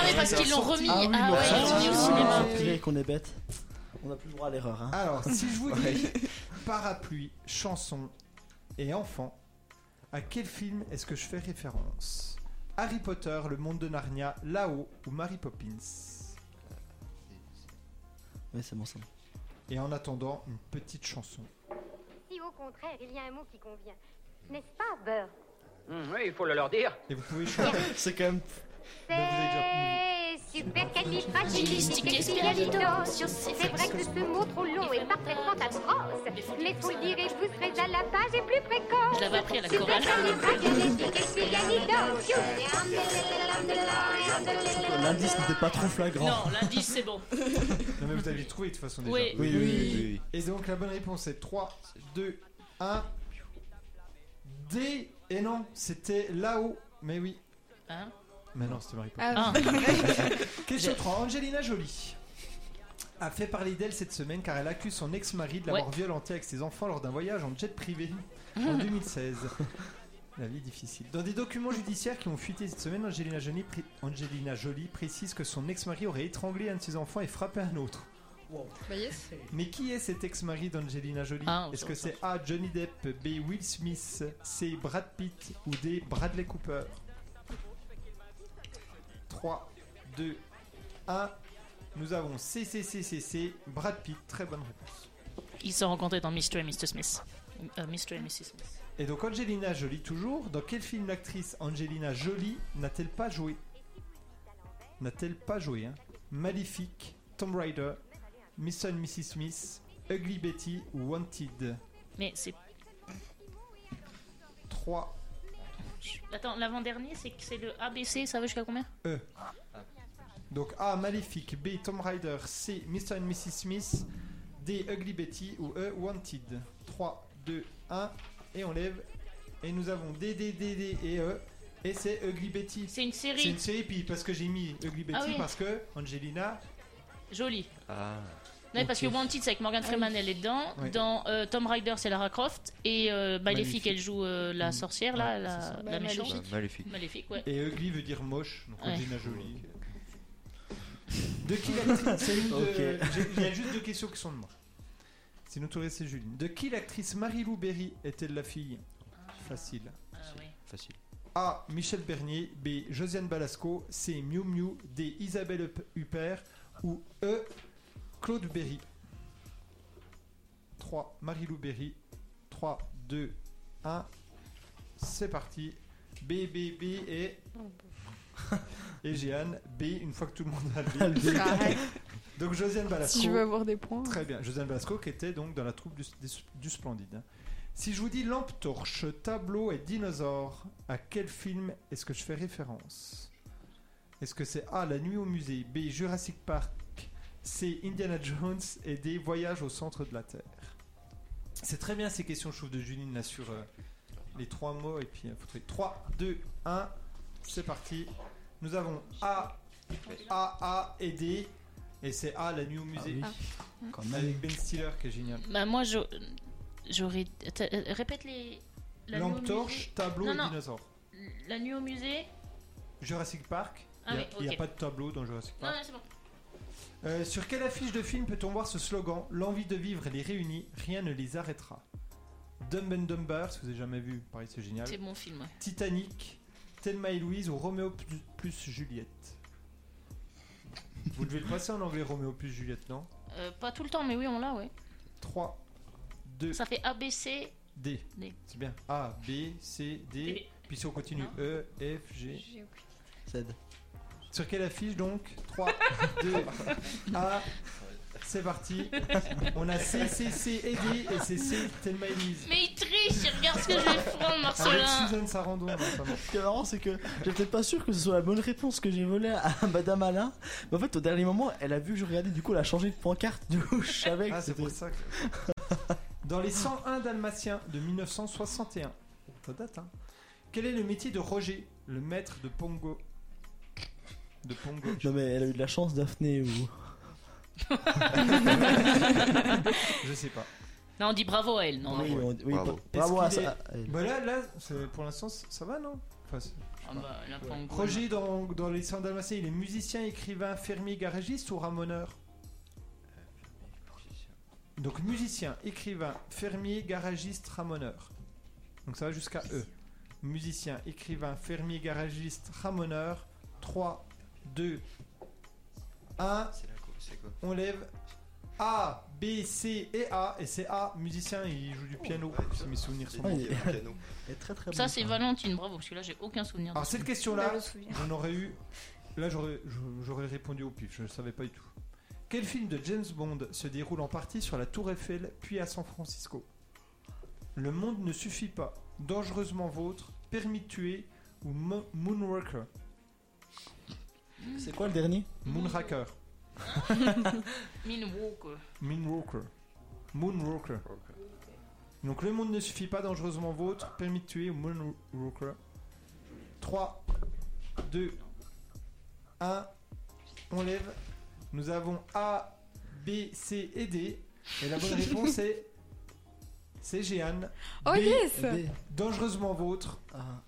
Speaker 2: oui, parce qu'ils l'ont remis. Ah, ouais,
Speaker 1: ça,
Speaker 2: ils l'ont mis au
Speaker 1: c'est-
Speaker 2: cinéma.
Speaker 1: cinéma.
Speaker 3: purée, qu'on est bête. On n'a plus le droit à l'erreur. Hein.
Speaker 1: Alors, si je vous dis parapluie, chanson et enfant, à quel film est-ce que je fais référence Harry Potter, le monde de Narnia, là-haut ou Mary Poppins
Speaker 3: Ouais, c'est bon ça.
Speaker 1: Et en attendant, une petite chanson.
Speaker 13: Si au contraire, il y a un mot qui convient. N'est-ce pas, beurre
Speaker 14: Hum, oui, il faut le leur dire.
Speaker 1: Et vous pouvez choisir.
Speaker 3: C'est quand même.
Speaker 1: Ben, vous avez déjà-
Speaker 13: C'est Supercalifragilisticexpialidocious. C'est vrai que ce mot trop long est parfaitement atroce, mais faut le dire et vous serez à la page et plus précoce.
Speaker 2: Je l'avais appris à la chorale.
Speaker 13: Supercalifragilisticexpialidocious.
Speaker 3: L'indice n'était pas trop flagrant.
Speaker 2: Non, l'indice c'est bon.
Speaker 1: Non, mais vous aviez trouvé de toute façon déjà.
Speaker 2: Oui.
Speaker 4: Oui, oui, oui. oui,
Speaker 1: Et donc la bonne réponse est 3, 2, 1. D. Et non, c'était là-haut. Mais oui.
Speaker 2: Hein
Speaker 1: Mais non, c'était Marie Poppins.
Speaker 7: Ah,
Speaker 2: Un.
Speaker 1: Question 3. Angelina Jolie a fait parler d'elle cette semaine car elle accuse son ex-mari de l'avoir violentée avec ses enfants lors d'un voyage en jet privé en 2016. La vie est difficile. Dans des documents judiciaires qui ont fuité cette semaine, Angelina Jolie, pré- Angelina Jolie précise que son ex-mari aurait étranglé un de ses enfants et frappé un autre.
Speaker 7: bah yes.
Speaker 1: Mais qui est cet ex-mari d'Angelina Jolie
Speaker 2: Ah, on
Speaker 1: Est-ce
Speaker 2: sait,
Speaker 1: que
Speaker 2: on
Speaker 1: c'est A. Johnny Depp, B. Will Smith, C. Brad Pitt ou D. Bradley Cooper 3, 2, 1. Nous avons C, C, C, C, C, Brad Pitt. Très bonne réponse.
Speaker 2: Ils se sont rencontrés dans Mr. et Mr. Smith. Euh, Mr. et Mrs. Smith.
Speaker 1: Et donc Angelina Jolie toujours. Dans quel film l'actrice Angelina Jolie n'a-t-elle pas joué N'a-t-elle pas joué hein Maléfique, Tomb Raider, Mr. and Mrs. Smith, Ugly Betty ou Wanted
Speaker 2: Mais c'est.
Speaker 1: 3,
Speaker 2: Attends, l'avant-dernier, c'est que c'est le ABC, ça va jusqu'à combien
Speaker 1: E. Donc A, Maléfique, B, Tomb Raider, C, Mr. and Mrs. Smith, D, Ugly Betty ou E, Wanted. 3, 2, 1, et on lève. Et nous avons D, D, D, D et E. Et c'est Ugly Betty.
Speaker 2: C'est une
Speaker 1: C'est
Speaker 2: série
Speaker 1: une série, puis parce que j'ai mis Ugly Betty,
Speaker 2: Ah oui.
Speaker 1: parce que Angelina.
Speaker 2: jolie.
Speaker 4: Ah.
Speaker 2: Non, parce que
Speaker 1: Ok. Ah
Speaker 2: Wanted, c'est avec Morgan Freeman, elle est dedans.
Speaker 1: Oui.
Speaker 2: Dans euh, Tomb Raider, c'est Lara Croft. Et euh, Maléfique,
Speaker 1: Maléfique.
Speaker 2: elle joue euh,
Speaker 1: Mm.
Speaker 2: la sorcière, là,
Speaker 1: Ouais,
Speaker 2: la,
Speaker 1: c'est
Speaker 2: la
Speaker 5: Bah,
Speaker 2: méchante.
Speaker 4: bah, maléfique.
Speaker 2: Maléfique, ouais.
Speaker 1: Et Ugly veut dire moche, donc
Speaker 2: Ouais.
Speaker 1: Angelina Jolie. De qui l'actrice c'est une de- j'ai- Il y a juste deux questions qui sont de moi. C'est notorié, c'est Julie. De qui l'actrice Marie-Lou Berry était la fille Facile.
Speaker 2: Ah, ouais.
Speaker 4: Facile.
Speaker 1: A. Michel Bernier. B. Josiane Balasco. C. Miu Miu. D. Isabelle Hupp- Huppert. Ou E. Claude Berry. 3. Marie-Lou Berry. 3, 2, 1. C'est parti. B, B, B et.
Speaker 7: Oh,
Speaker 1: Et Jeanne. B, une fois que tout le monde a le B.
Speaker 7: Arrête,
Speaker 1: Donc Josiane Balasco.
Speaker 7: si je veux avoir des points.
Speaker 1: Très bien. Josiane Blasco qui était donc dans la troupe du, du- du Splendide. hein. Si je vous dis lampe torche, tableau et dinosaure, à quel film est-ce que je fais référence Est-ce que c'est A. La nuit au musée, B. Jurassic Park, C. Indiana Jones et D. Voyage au centre de la Terre C'est très bien ces questions, je trouve, de Juline là sur euh, les trois mots. Et puis, euh, faut trouver 3, 2, 1, c'est parti. Nous avons A, A, A et D. Et c'est A, la nuit au musée.
Speaker 3: Quand
Speaker 1: Avec Ben Stiller qui est génial.
Speaker 2: Bah, moi, je- j'aurais. T'as- euh, Répète les. La nuit au
Speaker 1: Lampe
Speaker 2: musée.
Speaker 1: torche, tableau
Speaker 2: Non,
Speaker 1: et
Speaker 2: non.
Speaker 1: dinosaure.
Speaker 2: La nuit au musée.
Speaker 1: Jurassic Park.
Speaker 2: Ah
Speaker 1: il n'y a,
Speaker 2: oui,
Speaker 1: il y a
Speaker 2: ok.
Speaker 1: pas de tableau dans Jurassic
Speaker 2: Non,
Speaker 1: Park.
Speaker 2: non, c'est bon.
Speaker 1: Euh, sur quelle affiche de film peut-on voir ce slogan L'envie de vivre les réunit, rien ne les arrêtera. Dumb and Dumber, si vous avez jamais vu, pareil c'est génial.
Speaker 2: C'est mon film, ouais.
Speaker 1: Titanic, Thelma et Louise ou Roméo plus, plus Juliette. vous devez le passer en anglais, Roméo plus Juliette, non
Speaker 2: Euh, pas tout le temps, mais oui, on l'a, ouais.
Speaker 1: 3, 2,
Speaker 2: Ça fait ABC.
Speaker 1: D.
Speaker 2: D.
Speaker 1: C'est bien. A, B, C, D.
Speaker 2: D.
Speaker 1: Puis si on continue,
Speaker 2: Non.
Speaker 1: E, F, G.
Speaker 7: J'ai oublié.
Speaker 3: Cède.
Speaker 1: Sur quelle affiche donc 3, 2, 1. C'est parti. On a C, C, C, et D et c'est C, Thelma et Louise.
Speaker 2: Mais il triche, il regarde ce que je vais prendre,
Speaker 1: Avec
Speaker 2: Marcelin.
Speaker 1: Suzanne Sarandon. non, ça hein, va.
Speaker 3: Ce qui est marrant, c'est que j'étais pas sûr que ce soit la bonne réponse que j'ai volée à Madame Alain. Mais en fait, au dernier moment, elle a vu que je regardais, du coup, elle a changé de pancarte. Du coup, je savais que
Speaker 1: Ah, c'est
Speaker 3: c'était-
Speaker 1: pour ça que. Dans les 101 Dalmatiens de 1961. Ça date, hein. Quel est le métier de Roger, le maître de Pongo De Pongo.
Speaker 3: Non, mais elle a eu de la chance, Daphné. Ou...
Speaker 1: Je sais pas.
Speaker 2: Non, on dit bravo à elle, non.
Speaker 3: oui, on- oui,
Speaker 4: Bravo.
Speaker 3: pa- bravo à
Speaker 1: Est-ce qu'il
Speaker 3: ça.
Speaker 2: euh,
Speaker 3: à elle.
Speaker 1: Bah là, là c'est- pour l'instant, ça va, non Enfin, c'est-
Speaker 2: Ah bah, elle a pas en goût,
Speaker 1: Roger, dans, dans les 100 Dalmatiens, il est musicien, écrivain, fermier, garagiste ou ramoneur Donc musicien, écrivain, fermier, garagiste, ramoneur. Donc ça va jusqu'à E. Musicien, écrivain, fermier, garagiste, ramoneur. 3, 2, 1,
Speaker 4: C'est la co- c'est quoi
Speaker 1: on lève. A, B, C et A. Et c'est A, musicien, il joue du piano, si mes souvenirs sont
Speaker 3: Ah,
Speaker 1: bons.
Speaker 3: il est-
Speaker 4: Le piano.
Speaker 3: elle est très très
Speaker 2: Ça,
Speaker 3: bonne.
Speaker 2: c'est Valentine, bravo, parce que là, j'ai aucun souvenir.
Speaker 1: Alors cette question-là,
Speaker 5: Bah, le souvenir.
Speaker 1: j'en aurais eu Là, j'aurais j'aurais- j'aurais répondu au pif, je ne savais pas du tout. Quel film de James Bond se déroule en partie sur la Tour Eiffel, puis à San Francisco Le monde ne suffit pas. Dangereusement vôtre, permis de tuer ou Mo- Moonraker
Speaker 3: C'est quoi le dernier
Speaker 1: Moonraker.
Speaker 2: Minwalk.
Speaker 1: Moonwalker. Moonwalker. Donc le monde ne suffit pas, dangereusement vôtre, permis de tuer ou Moonwalker. 3, 2, 1, on lève. Nous avons A, B, C et D. Et la bonne réponse est. C'est Jeanne.
Speaker 7: Oh
Speaker 1: B,
Speaker 7: yes
Speaker 3: B.
Speaker 1: Dangereusement vôtre.
Speaker 3: Ah.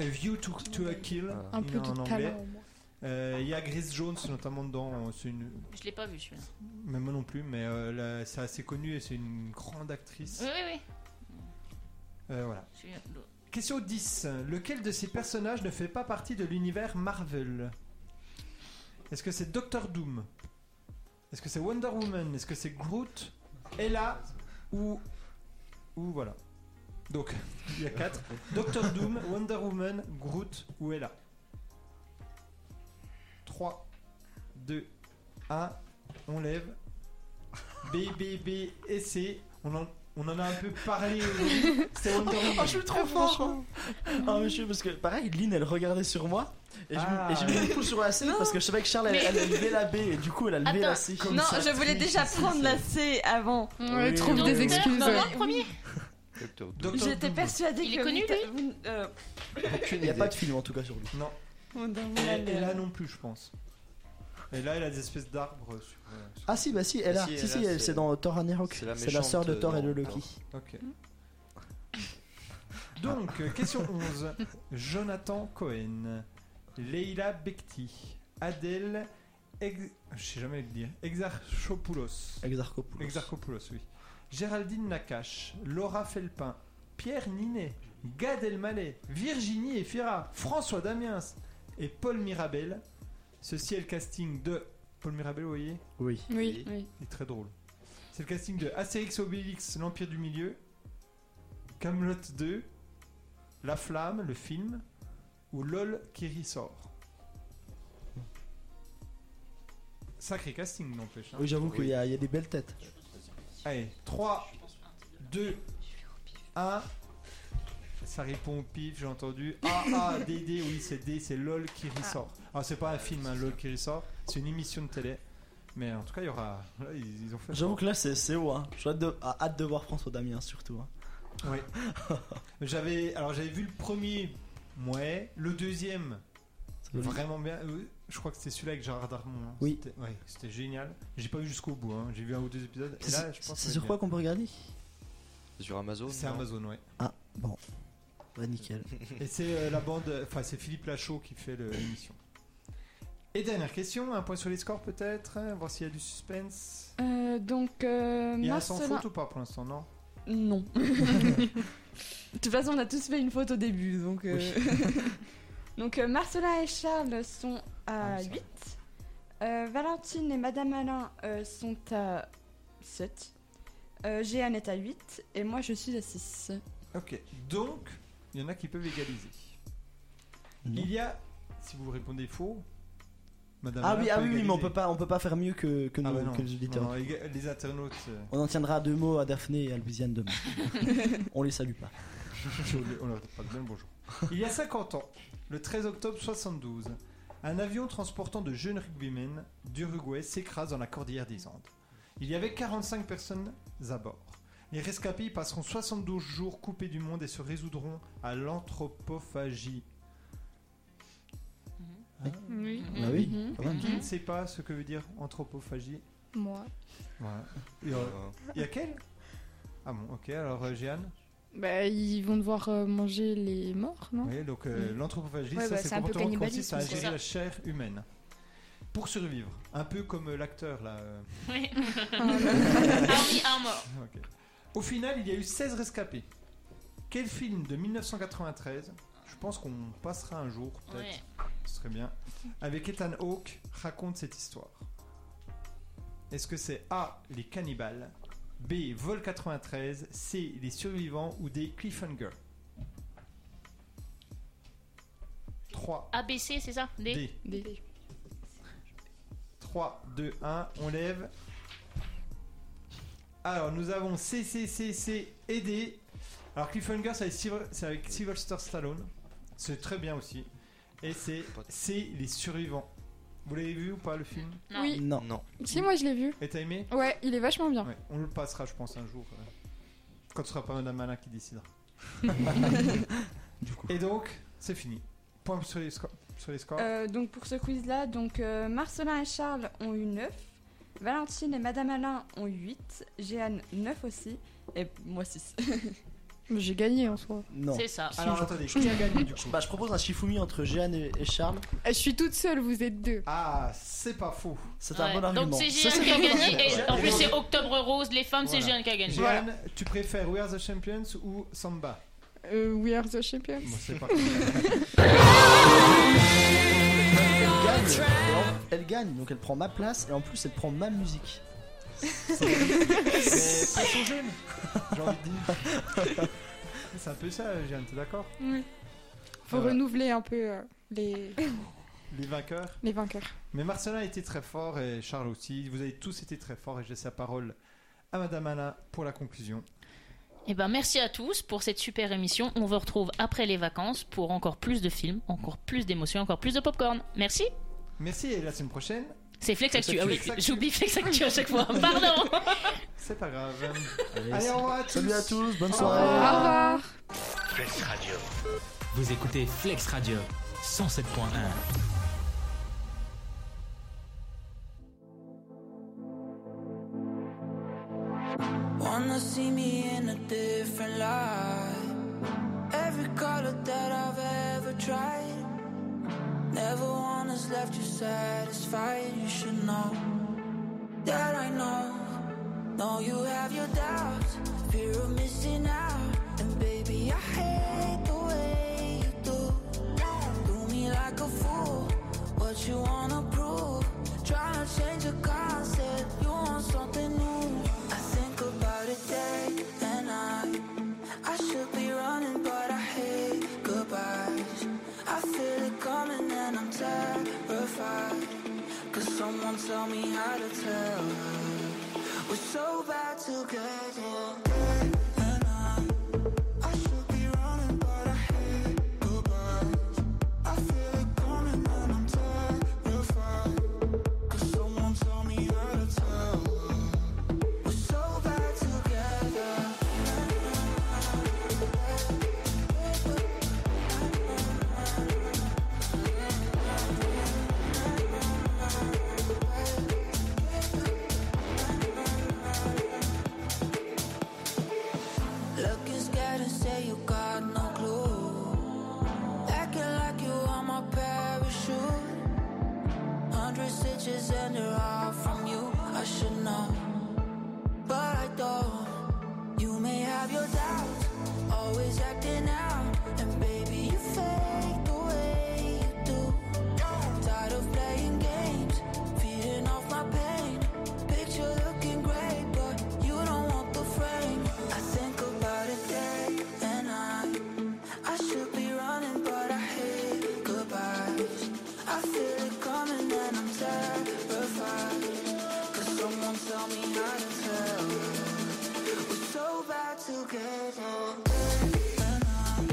Speaker 1: A View to, to a Kill.
Speaker 7: Un
Speaker 1: il
Speaker 7: peu
Speaker 1: est en
Speaker 7: de
Speaker 1: anglais.
Speaker 7: talent.
Speaker 1: Euh, Il y a Grace Jones notamment dans C'est une,
Speaker 2: Je l'ai pas vu celui-là.
Speaker 1: mais moi non plus, mais euh, là, c'est assez connu et c'est une grande actrice.
Speaker 2: Oui, oui, oui.
Speaker 1: Euh, voilà.
Speaker 2: Celui-là, l'autre.
Speaker 1: Question 10. Lequel de ces personnages ne fait pas partie de l'univers Marvel Est-ce que c'est Doctor Doom Est-ce que c'est Wonder Woman Est-ce que c'est Groot Ella Ou. Ou voilà. Donc, il y a 4. Doctor Doom, Wonder Woman, Groot ou Ella 3, 2, 1. On lève. B, B, B et C. On en, on en a un peu parlé. aujourd'hui. C'est Wonder Woman.
Speaker 3: Oh, trop fort Ah monsieur, parce que pareil, Lynn elle regardait sur moi et je
Speaker 1: Ah.
Speaker 3: me- et j'ai mis le coup sur la C parce que je savais que Charles elle, elle a levé la B et du coup elle a levé
Speaker 2: Attends,
Speaker 3: la C.
Speaker 8: Non, je voulais déjà prendre la C avant.
Speaker 7: On
Speaker 3: Oui,
Speaker 7: trouve
Speaker 3: oui,
Speaker 7: des
Speaker 3: oui.
Speaker 7: excuses.
Speaker 2: Non, non, premier.
Speaker 4: Docteur Doom.
Speaker 1: Doctor
Speaker 8: J'étais
Speaker 1: Doom.
Speaker 8: persuadée
Speaker 2: Il
Speaker 8: que
Speaker 2: est connu,
Speaker 8: vous-
Speaker 2: lui
Speaker 8: vous- euh,
Speaker 3: Il n'y a pas de film en tout cas sur lui.
Speaker 1: Non,
Speaker 8: vous- vous
Speaker 1: et,
Speaker 8: l'avez-
Speaker 1: et
Speaker 6: euh,
Speaker 1: là non plus, je pense. Et là, elle a des espèces d'arbres. Sur, euh, sur-
Speaker 3: Ah si, bah si, elle a.
Speaker 4: Ah, si,
Speaker 3: Si,
Speaker 4: elle
Speaker 3: si,
Speaker 4: a,
Speaker 3: elle-
Speaker 4: c'est-
Speaker 3: c'est dans euh, Thor Ragnarok.
Speaker 4: c'est la
Speaker 3: C'est la sœur de
Speaker 4: méchante,
Speaker 3: Thor et de
Speaker 4: euh,
Speaker 3: Loki.
Speaker 1: Ok. Ah, Donc, euh, question 11. Jonathan Cohen, Leila Bekti, Adèle. Ex- Je sais jamais le dire. Exarchopoulos.
Speaker 3: Exarchopoulos.
Speaker 1: Exarchopoulos, oui. Géraldine Nakache, Laura Felpin, Pierre Ninet, Gad Elmaleh, Virginie Efira, François Damiens et Paul Mirabel. Ceci est le casting de Paul Mirabel, vous voyez
Speaker 3: Oui.
Speaker 7: Oui, oui.
Speaker 1: Il est très drôle. C'est le casting de Astérix Obélix, l'Empire du Milieu, Camelot 2, La Flamme, le film, ou LOL qui ressort. Sacré casting, n'empêche. hein.
Speaker 3: Oui, j'avoue qu'il y, a il y a des belles têtes.
Speaker 1: Allez, 3, 2, 1. Ça répond au pif, j'ai entendu. A, A, D, D, oui, c'est D, c'est LOL qui ressort. Alors, c'est pas un film, hein, LOL qui ressort, c'est une émission de télé. Mais en tout cas, il y aura. là, ils, ils ont fait.
Speaker 3: J'avoue que là c'est c'est haut. Hein. J'ai hâte, de- ah, hâte de voir François Damien surtout. hein.
Speaker 1: Oui. j'avais, alors, j'avais vu le premier, ouais. Le deuxième, vraiment bien. Euh, Je crois que c'était celui-là avec Gérard Darmon. hein.
Speaker 3: Oui.
Speaker 1: C'était, ouais, c'était génial. J'ai pas vu jusqu'au bout, hein. j'ai vu un ou deux épisodes. Et
Speaker 3: C'est
Speaker 1: là, je
Speaker 3: c'est-
Speaker 1: pense
Speaker 3: c'est
Speaker 1: que
Speaker 3: sur quoi qu'on peut regarder
Speaker 4: Sur Amazon
Speaker 1: C'est
Speaker 4: non
Speaker 1: Amazon, ouais.
Speaker 3: Ah, Bon. Bah nickel.
Speaker 1: Et c'est euh, la bande, enfin c'est Philippe Lachaud qui fait le- l'émission. Et dernière question, un point sur les scores peut-être, hein, voir s'il y a du suspense.
Speaker 8: Euh, donc, euh,
Speaker 1: Il y a un sans
Speaker 8: Marcelin-
Speaker 1: faute ou pas pour l'instant, non
Speaker 8: Non. de toute façon, on a tous fait une faute au début, donc. euh, donc, euh, Marcelin et Charles sont à
Speaker 1: Ah, oui, c'est
Speaker 8: 8. Euh, Valentine et Madame Alain euh, sont à 7. Euh, Jeanne est à 8 et moi je suis à 6.
Speaker 1: Ok, donc il y en a qui peuvent égaliser.
Speaker 3: Non.
Speaker 1: Il y a, si vous répondez faux, Madame.
Speaker 3: Ah
Speaker 1: Alain
Speaker 3: oui, ah
Speaker 1: peut
Speaker 3: oui, oui, mais on
Speaker 1: égaliser.
Speaker 3: peut pas, on peut pas faire mieux que, que,
Speaker 1: Ah
Speaker 3: nos-
Speaker 1: bah non,
Speaker 3: que les auditeurs.
Speaker 1: non, non, éga- les internautes. euh,
Speaker 3: On en tiendra deux mots à Daphné et à Louisiane demain. on les salue pas.
Speaker 1: Si on le- on leur dit pas bien le bonjour. Il y a 50 ans, le 13 octobre 72, un avion transportant de jeunes rugbymen d'Uruguay s'écrase dans la cordillère des Andes. Il y avait 45 personnes à bord. Les rescapés y passeront 72 jours coupés du monde et se résoudront à l'anthropophagie. Hein
Speaker 3: Bah oui,
Speaker 8: Mhm.
Speaker 3: quand même.
Speaker 1: Qui ne sait pas ce que veut dire anthropophagie
Speaker 5: Moi.
Speaker 1: Voilà. Il y a- il y a quel Ah bon, ok, alors euh, Jeanne
Speaker 7: Bah, ils vont devoir euh, manger les morts, non Mm.
Speaker 1: Oui, donc euh, l'anthropophagie,
Speaker 5: Ouais,
Speaker 1: ça,
Speaker 5: bah,
Speaker 1: c'est
Speaker 5: c'est
Speaker 1: un
Speaker 5: un peu
Speaker 1: comportement qui consiste
Speaker 5: cannibalisme,
Speaker 1: à
Speaker 5: c'est
Speaker 1: ingérer
Speaker 2: ça.
Speaker 1: la chair humaine pour survivre. Un peu comme euh, l'acteur là. euh,
Speaker 2: Oui. Army Armor.
Speaker 1: ok. Au final, il y a eu 16 rescapés. Quel film de 1993 Je pense qu'on passera un jour, peut-être.
Speaker 2: Ouais.
Speaker 1: Ce serait bien. Avec Ethan Hawke, raconte cette histoire. Est-ce que c'est A. Les cannibales B. Vol 93 C. Les survivants ou D. Cliffhanger 3
Speaker 2: ABC, c'est ça D.
Speaker 1: D.
Speaker 7: Des-
Speaker 1: 3, 2, 1, on lève. Alors, nous avons CCCC et D. Alors, Cliffhanger, c'est avec Silver- c'est avec Sylvester Stallone. C'est très bien aussi. Et c'est C'est les survivants. Vous l'avez vu ou pas le film
Speaker 2: Non.
Speaker 7: Oui.
Speaker 3: Non.
Speaker 4: Non.
Speaker 7: Si, moi je l'ai vu.
Speaker 1: Et t'as aimé
Speaker 7: Ouais, il est vachement bien.
Speaker 1: Ouais, On le passera, je pense, un jour. euh, Quand ce sera pas Madame Malin qui décidera.
Speaker 3: Du coup.
Speaker 1: Et donc, c'est fini. Point sur les, sco- sur les scores.
Speaker 6: Euh, donc pour ce quiz là, donc euh, Marcelin et Charles ont eu 9, Valentine et Madame Alain ont eu 8, Jeanne 9 aussi, et moi 6.
Speaker 7: Mais J'ai gagné en soi.
Speaker 3: Non.
Speaker 2: C'est ça.
Speaker 1: Alors, attendez, qui a gagné du coup
Speaker 3: Bah, je propose un Shifumi entre Jeanne et, et Charles.
Speaker 7: Euh, Je suis toute seule, vous êtes deux.
Speaker 1: Ah, c'est pas faux.
Speaker 3: C'est
Speaker 2: Ouais.
Speaker 3: un bon argument.
Speaker 2: Donc c'est
Speaker 3: Ça,
Speaker 2: Jeanne qui a
Speaker 3: un bon
Speaker 2: gagné.
Speaker 3: argument.
Speaker 2: Et en plus, c'est Octobre Rose, les femmes, c'est
Speaker 1: Voilà.
Speaker 2: Jeanne qui a gagné.
Speaker 1: Jeanne, tu préfères We Are the Champions ou Samba
Speaker 7: Euh, we are the champions.
Speaker 1: Moi, c'est pas.
Speaker 3: Elle gagne, et en- elle gagne, donc elle prend ma place et en plus elle prend ma musique.
Speaker 1: Mais elles sont jeunes, j'ai envie de dire. C'est un peu ça, Jeanne, t'es d'accord
Speaker 7: Faut
Speaker 1: Voilà.
Speaker 7: renouveler un peu euh, les,
Speaker 1: Les vainqueurs.
Speaker 7: les vainqueurs.
Speaker 1: Mais Marcelin a été très fort et Charles aussi. Vous avez tous été très forts et je laisse la parole à Madame Alain pour la conclusion.
Speaker 2: Et ben merci à tous pour cette super émission. On vous retrouve après les vacances pour encore plus de films, encore plus d'émotions, encore plus de popcorn. Merci.
Speaker 1: Merci et la semaine prochaine,
Speaker 2: C'est Flex Actu. Ah oui,
Speaker 1: Flex Actu.
Speaker 2: j'oublie Flex Actu à chaque fois. Pardon.
Speaker 1: c'est pas grave.
Speaker 3: Allez,
Speaker 1: Allez, au revoir à tous.
Speaker 3: Salut à tous, bonne
Speaker 1: Au
Speaker 3: soirée.
Speaker 7: Au revoir.
Speaker 14: Flex Radio. Vous écoutez Flex Radio 107.1.
Speaker 11: Wanna see me in a different light. Every color that I've ever tried. Never one has left you satisfied. You should know that I know. No, you have your doubts, fear of missing out. And baby, I hate the way you do. Do me like a fool. What you wanna prove? Try to change the concept. You want something new. I think about it day and night. I should be running, but I hate goodbyes. I feel it coming and I'm terrified. Cause someone tell me how to tell her. We're so bad together. And I, I should be running, but I hate goodbyes. I feel it coming and I'm terrified. Cause someone tell me how to tell her. We're so bad together. Looking scared and say you got no clue. Acting like you are my parachute. Hundred stitches and they're all from you. I should know, but I don't. You may have your doubts, always acting out. And baby, you fake the way you do. Tired of playing games, feeding off my pain. Picture looking great, but you don't want the frame. I think about it day and night. I should be running, but I hate goodbyes. I feel it coming and I'm terrified. Cause someone tell me how to tell. We're so bad together. And I,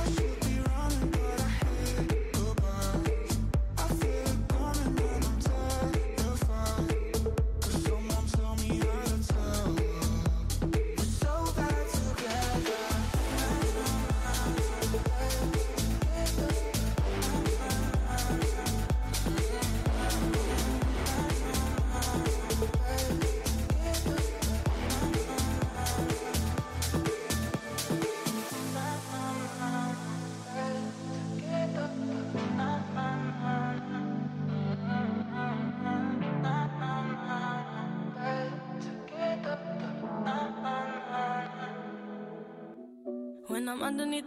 Speaker 11: I should be running, but I hate goodbyes. I feel it coming and I'm terrified. Cause someone tell me how to tell. We're so bad together.
Speaker 13: When I'm underneath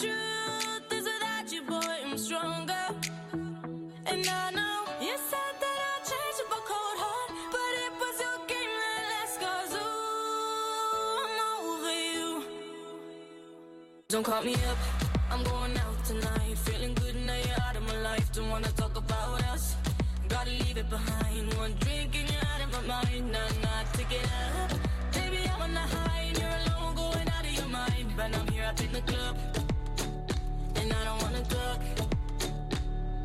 Speaker 13: truth is without you, boy, I'm stronger. And I know you said that I'll change with my cold heart, but it was your game that last cause ooh, I'm over you. Don't call me up, I'm going out tonight. Feeling good now you're out of my life. Don't wanna talk about us. Gotta leave it behind. One drink and you're out of my mind. Nah, nah, take it up. Baby, I'm on the high and you're alone, going out of your mind. But I'm here up in the club, and I don't wanna talk.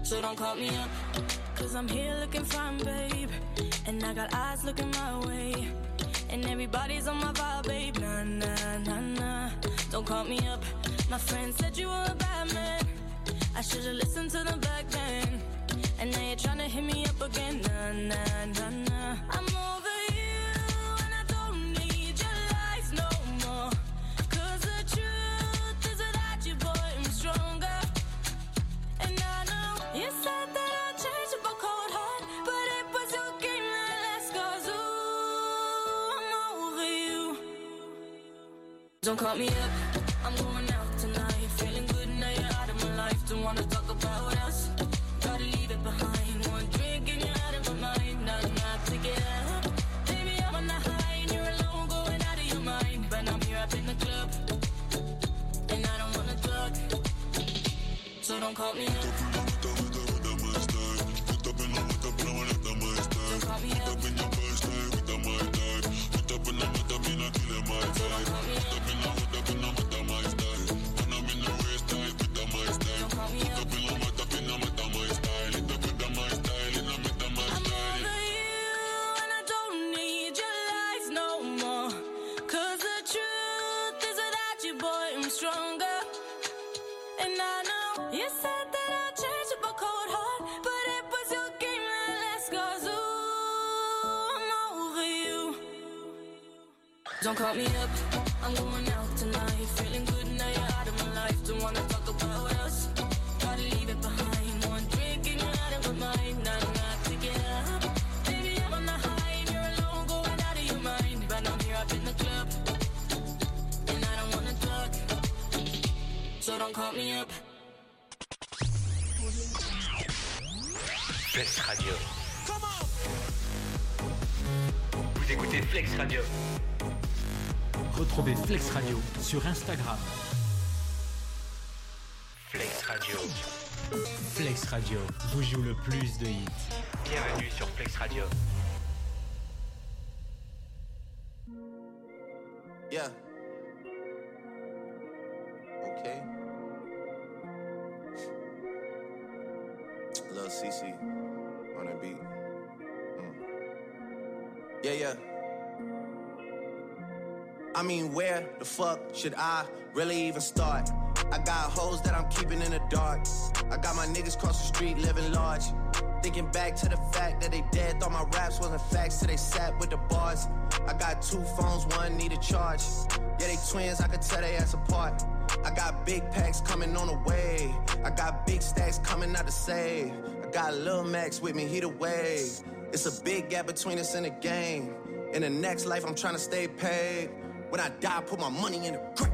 Speaker 13: So don't call me up, cause I'm here looking fine, babe. And I got eyes looking my way, and everybody's on my vibe, babe. Nah, nah, nah, nah. Don't call me up. My friend said you were a bad man. I should've listened to them back then. And now you're trying to hit me up again. Nah, nah, nah, nah. I'm over you, and I don't need your lies no more. Cause the truth is without you, boy, I'm stronger. And I know you said that I'll change with my cold heart. But it was your game that last, cause ooh, I'm over you. Don't call me up, I'm going out tonight. Feeling good now you're out of my life. Don't wanna talk about us. Gotta leave it behind. One drink and you're out of my mind. Not not to get up. Baby, I'm on the high and you're alone, going out of your mind. But I'm here up in the club, and I don't wanna talk. So don't call me up. Don't call me up. over you, and I don't need your lies no more. Cause the truth is without you, boy, I'm stronger. And I know you said that I'll change up a cold heart, but it was your game that last, cause ooh, I'm over you. Don't call me up, I'm going out tonight. Feeling good now you're out of my life, don't wanna talk about us. Gotta leave it behind, one drink and you're out of my mind. Nah, nah, take it up. Baby, I'm on the high and you're alone, going out of your mind. But I'm here up in the club, and I don't wanna talk. So don't call me up.
Speaker 14: Flex Radio. Vous écoutez Flex Radio. Retrouvez Flex Radio sur Instagram. Flex Radio. Flex Radio vous joue le plus de hits. Bienvenue sur Flex Radio.
Speaker 15: Yeah. Okay. Lil CC on that beat. Mm. Yeah, yeah. I mean, where the fuck should I really even start? I got hoes that I'm keeping in the dark. I got my niggas cross the street living large. Thinking back to the fact that they dead, thought my raps wasn't facts till they sat with the bars. I got two phones, one need a charge. Yeah, they twins, I could tell they ass apart. I got big packs coming on the way. I got big stacks coming out to save. I got Lil Max with me, he the wave. It's a big gap between us in the game. In the next life, I'm trying to stay paid. When I die, put my money in the grave.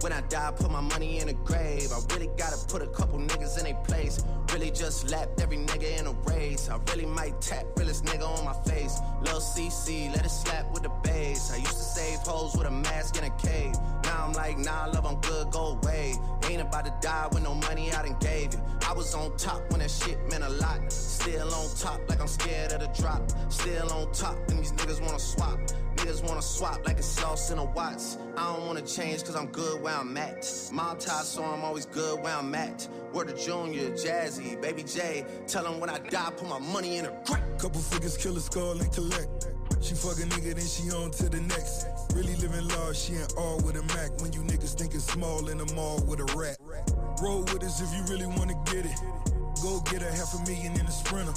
Speaker 15: When I die, put my money in the grave. I really gotta put a couple niggas in their place. Really just lapped every nigga in a race. I really might tap realest nigga on my face. Lil CC, let it slap with the bass. I used to save hoes with a mask in a cave. Now I'm like, nah, love, I'm good, go away. Ain't about to die with no money I done gave you. I was on top when that shit meant a lot. Still on top, like I'm scared of the drop. Still on top, and these niggas wanna swap. Niggas wanna swap like a sauce in a watts. I don't wanna change cause I'm good where I'm at. Mob tie, so I'm always good where I'm at. Word of Junior, Jazzy, Baby J. Tell them when I die, put my money in a crack.
Speaker 16: Couple figures, kill a skull and collect. She fuck a nigga, then she on to the next. Really living large, she in all with a Mac. When you niggas thinking small in the mall with a rat. Roll with us if you really wanna get it. Go get a half a million in a sprinter.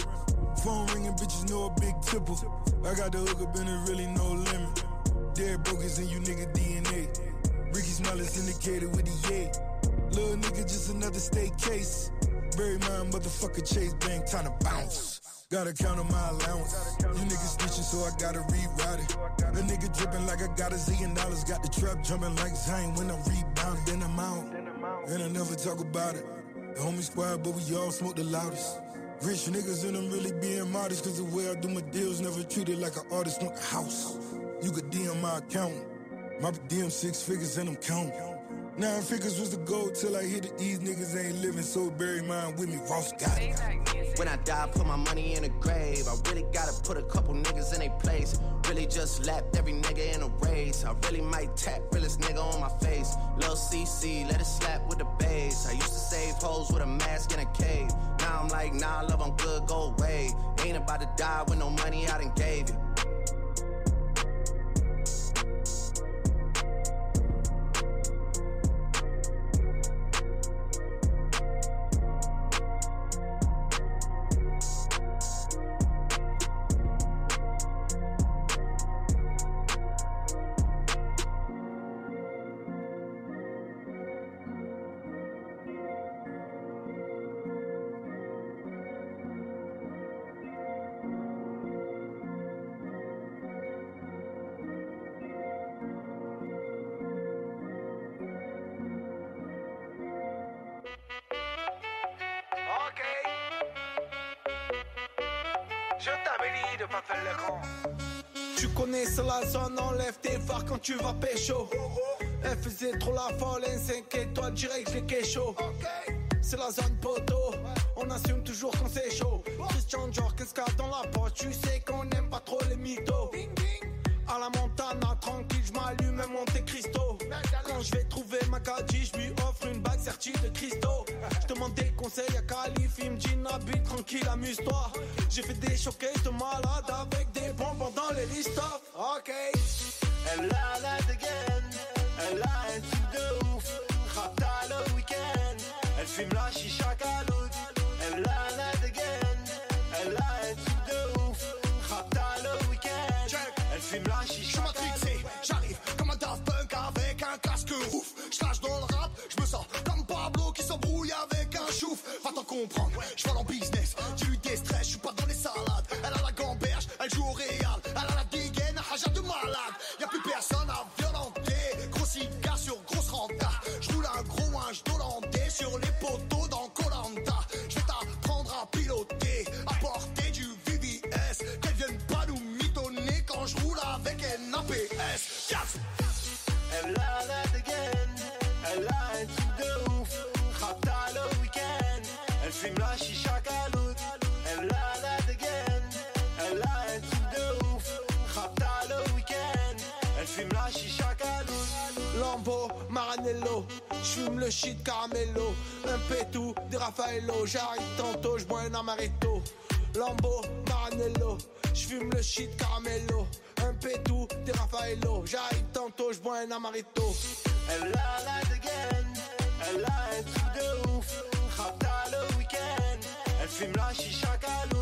Speaker 16: Phone ringing, bitches know a big tipple. I got the hook up and there really no limit. Dead broke is in you nigga DNA. Ricky Smiley syndicated with the yay. Little nigga, just another state case. Bury my motherfucker Chase Bank, time to bounce. Gotta count on my allowance. You niggas stitching, so I gotta rewrite it. A nigga dripping like I got a zillion dollars. Got the trap jumping like Zane when I'm rebounding. Then I'm out, and I never talk about it. The homie squad, but we all smoke the loudest. Rich niggas and I'm really being modest Cause the way I do my deals never treated like an artist want the house You could DM my account My DM six figures and I'm counting Nine figures was the goal till I hit it These niggas ain't living so bury mine with me Ross got it
Speaker 15: When I die, I put my money in a grave. I really gotta put a couple niggas in a place. Really just lapped every nigga in a race. I really might tap realest nigga on my face. Lil CC, let it slap with the bass. I used to save hoes with a mask in a cave. Now I'm like, nah, love, I'm good, go away. Ain't about to die with no money I done gave you.
Speaker 12: Je t'avais dit de pas faire le con. Tu connais la zone, enlève tes phares quand tu vas pécho. Elle faisait trop la folle, elle s'inquiète, toi direct les quechos. C'est la zone poteau, on assume toujours quand c'est chaud. Christian Dior, qu'est-ce qu'il y a dans la poche Tu sais qu'on n'aime pas trop les mythos. À la montagne, tranquille, je m'allume un Monte Cristo. Quand je vais trouver ma gadji, je lui offre une bague sertie de cristaux. Je demande des conseils à Calif, il me dit Nabil, tranquille, amuse-toi. J'ai fait des showcases de malade avec des bonbons dans les list of. Ok. Elle a la dégaine, elle a un type de ouf. Rapta le week-end, elle fume la chicha caloute. Elle a la dégaine, elle a un type de ouf. Rapta le week-end, elle fume la chicha
Speaker 17: matrixé, j'arrive comme un Daft Punk avec un casque ouf. Je lâche dans le rap, je me sens comme Pablo qui s'embrouille avec un chouf. Va t'en comprendre, je vais en business, j'ai eu des stress, je suis pas dans les salades. Elle a la gamberge, elle joue au Real, elle a la dégaine, un haja de malade. Y a plus personne à violenter, grossi gars sur grosse renta. Je roule un gros linge d'Hollandais sur les poteaux dans Colanta. Je vais t'apprendre à piloter, à porter du VVS, qu'elle vienne pas nous mitonner quand je roule avec NAPS. Yes!
Speaker 12: Elle a la dégaine, elle a un truc de ouf. Rapta le week-end, elle fume la chicha caloute. Elle a la dégaine, elle a un truc de ouf. Rapta le week-end, elle fume la chicha caloute. Lambo, Maranello, j'fume le shit caramello. Un pétou, des Raffaello, j'arrive tantôt, j'bois un amaretto. Lambo, Maranello, j'fume le shit caramello. Un pétou, des Raffaello, j'arrive tantôt, j'bois un amaretto. Elle a la dégaine, elle a un truc de ouf. Rapta le week-end, elle fume la chicha caloute.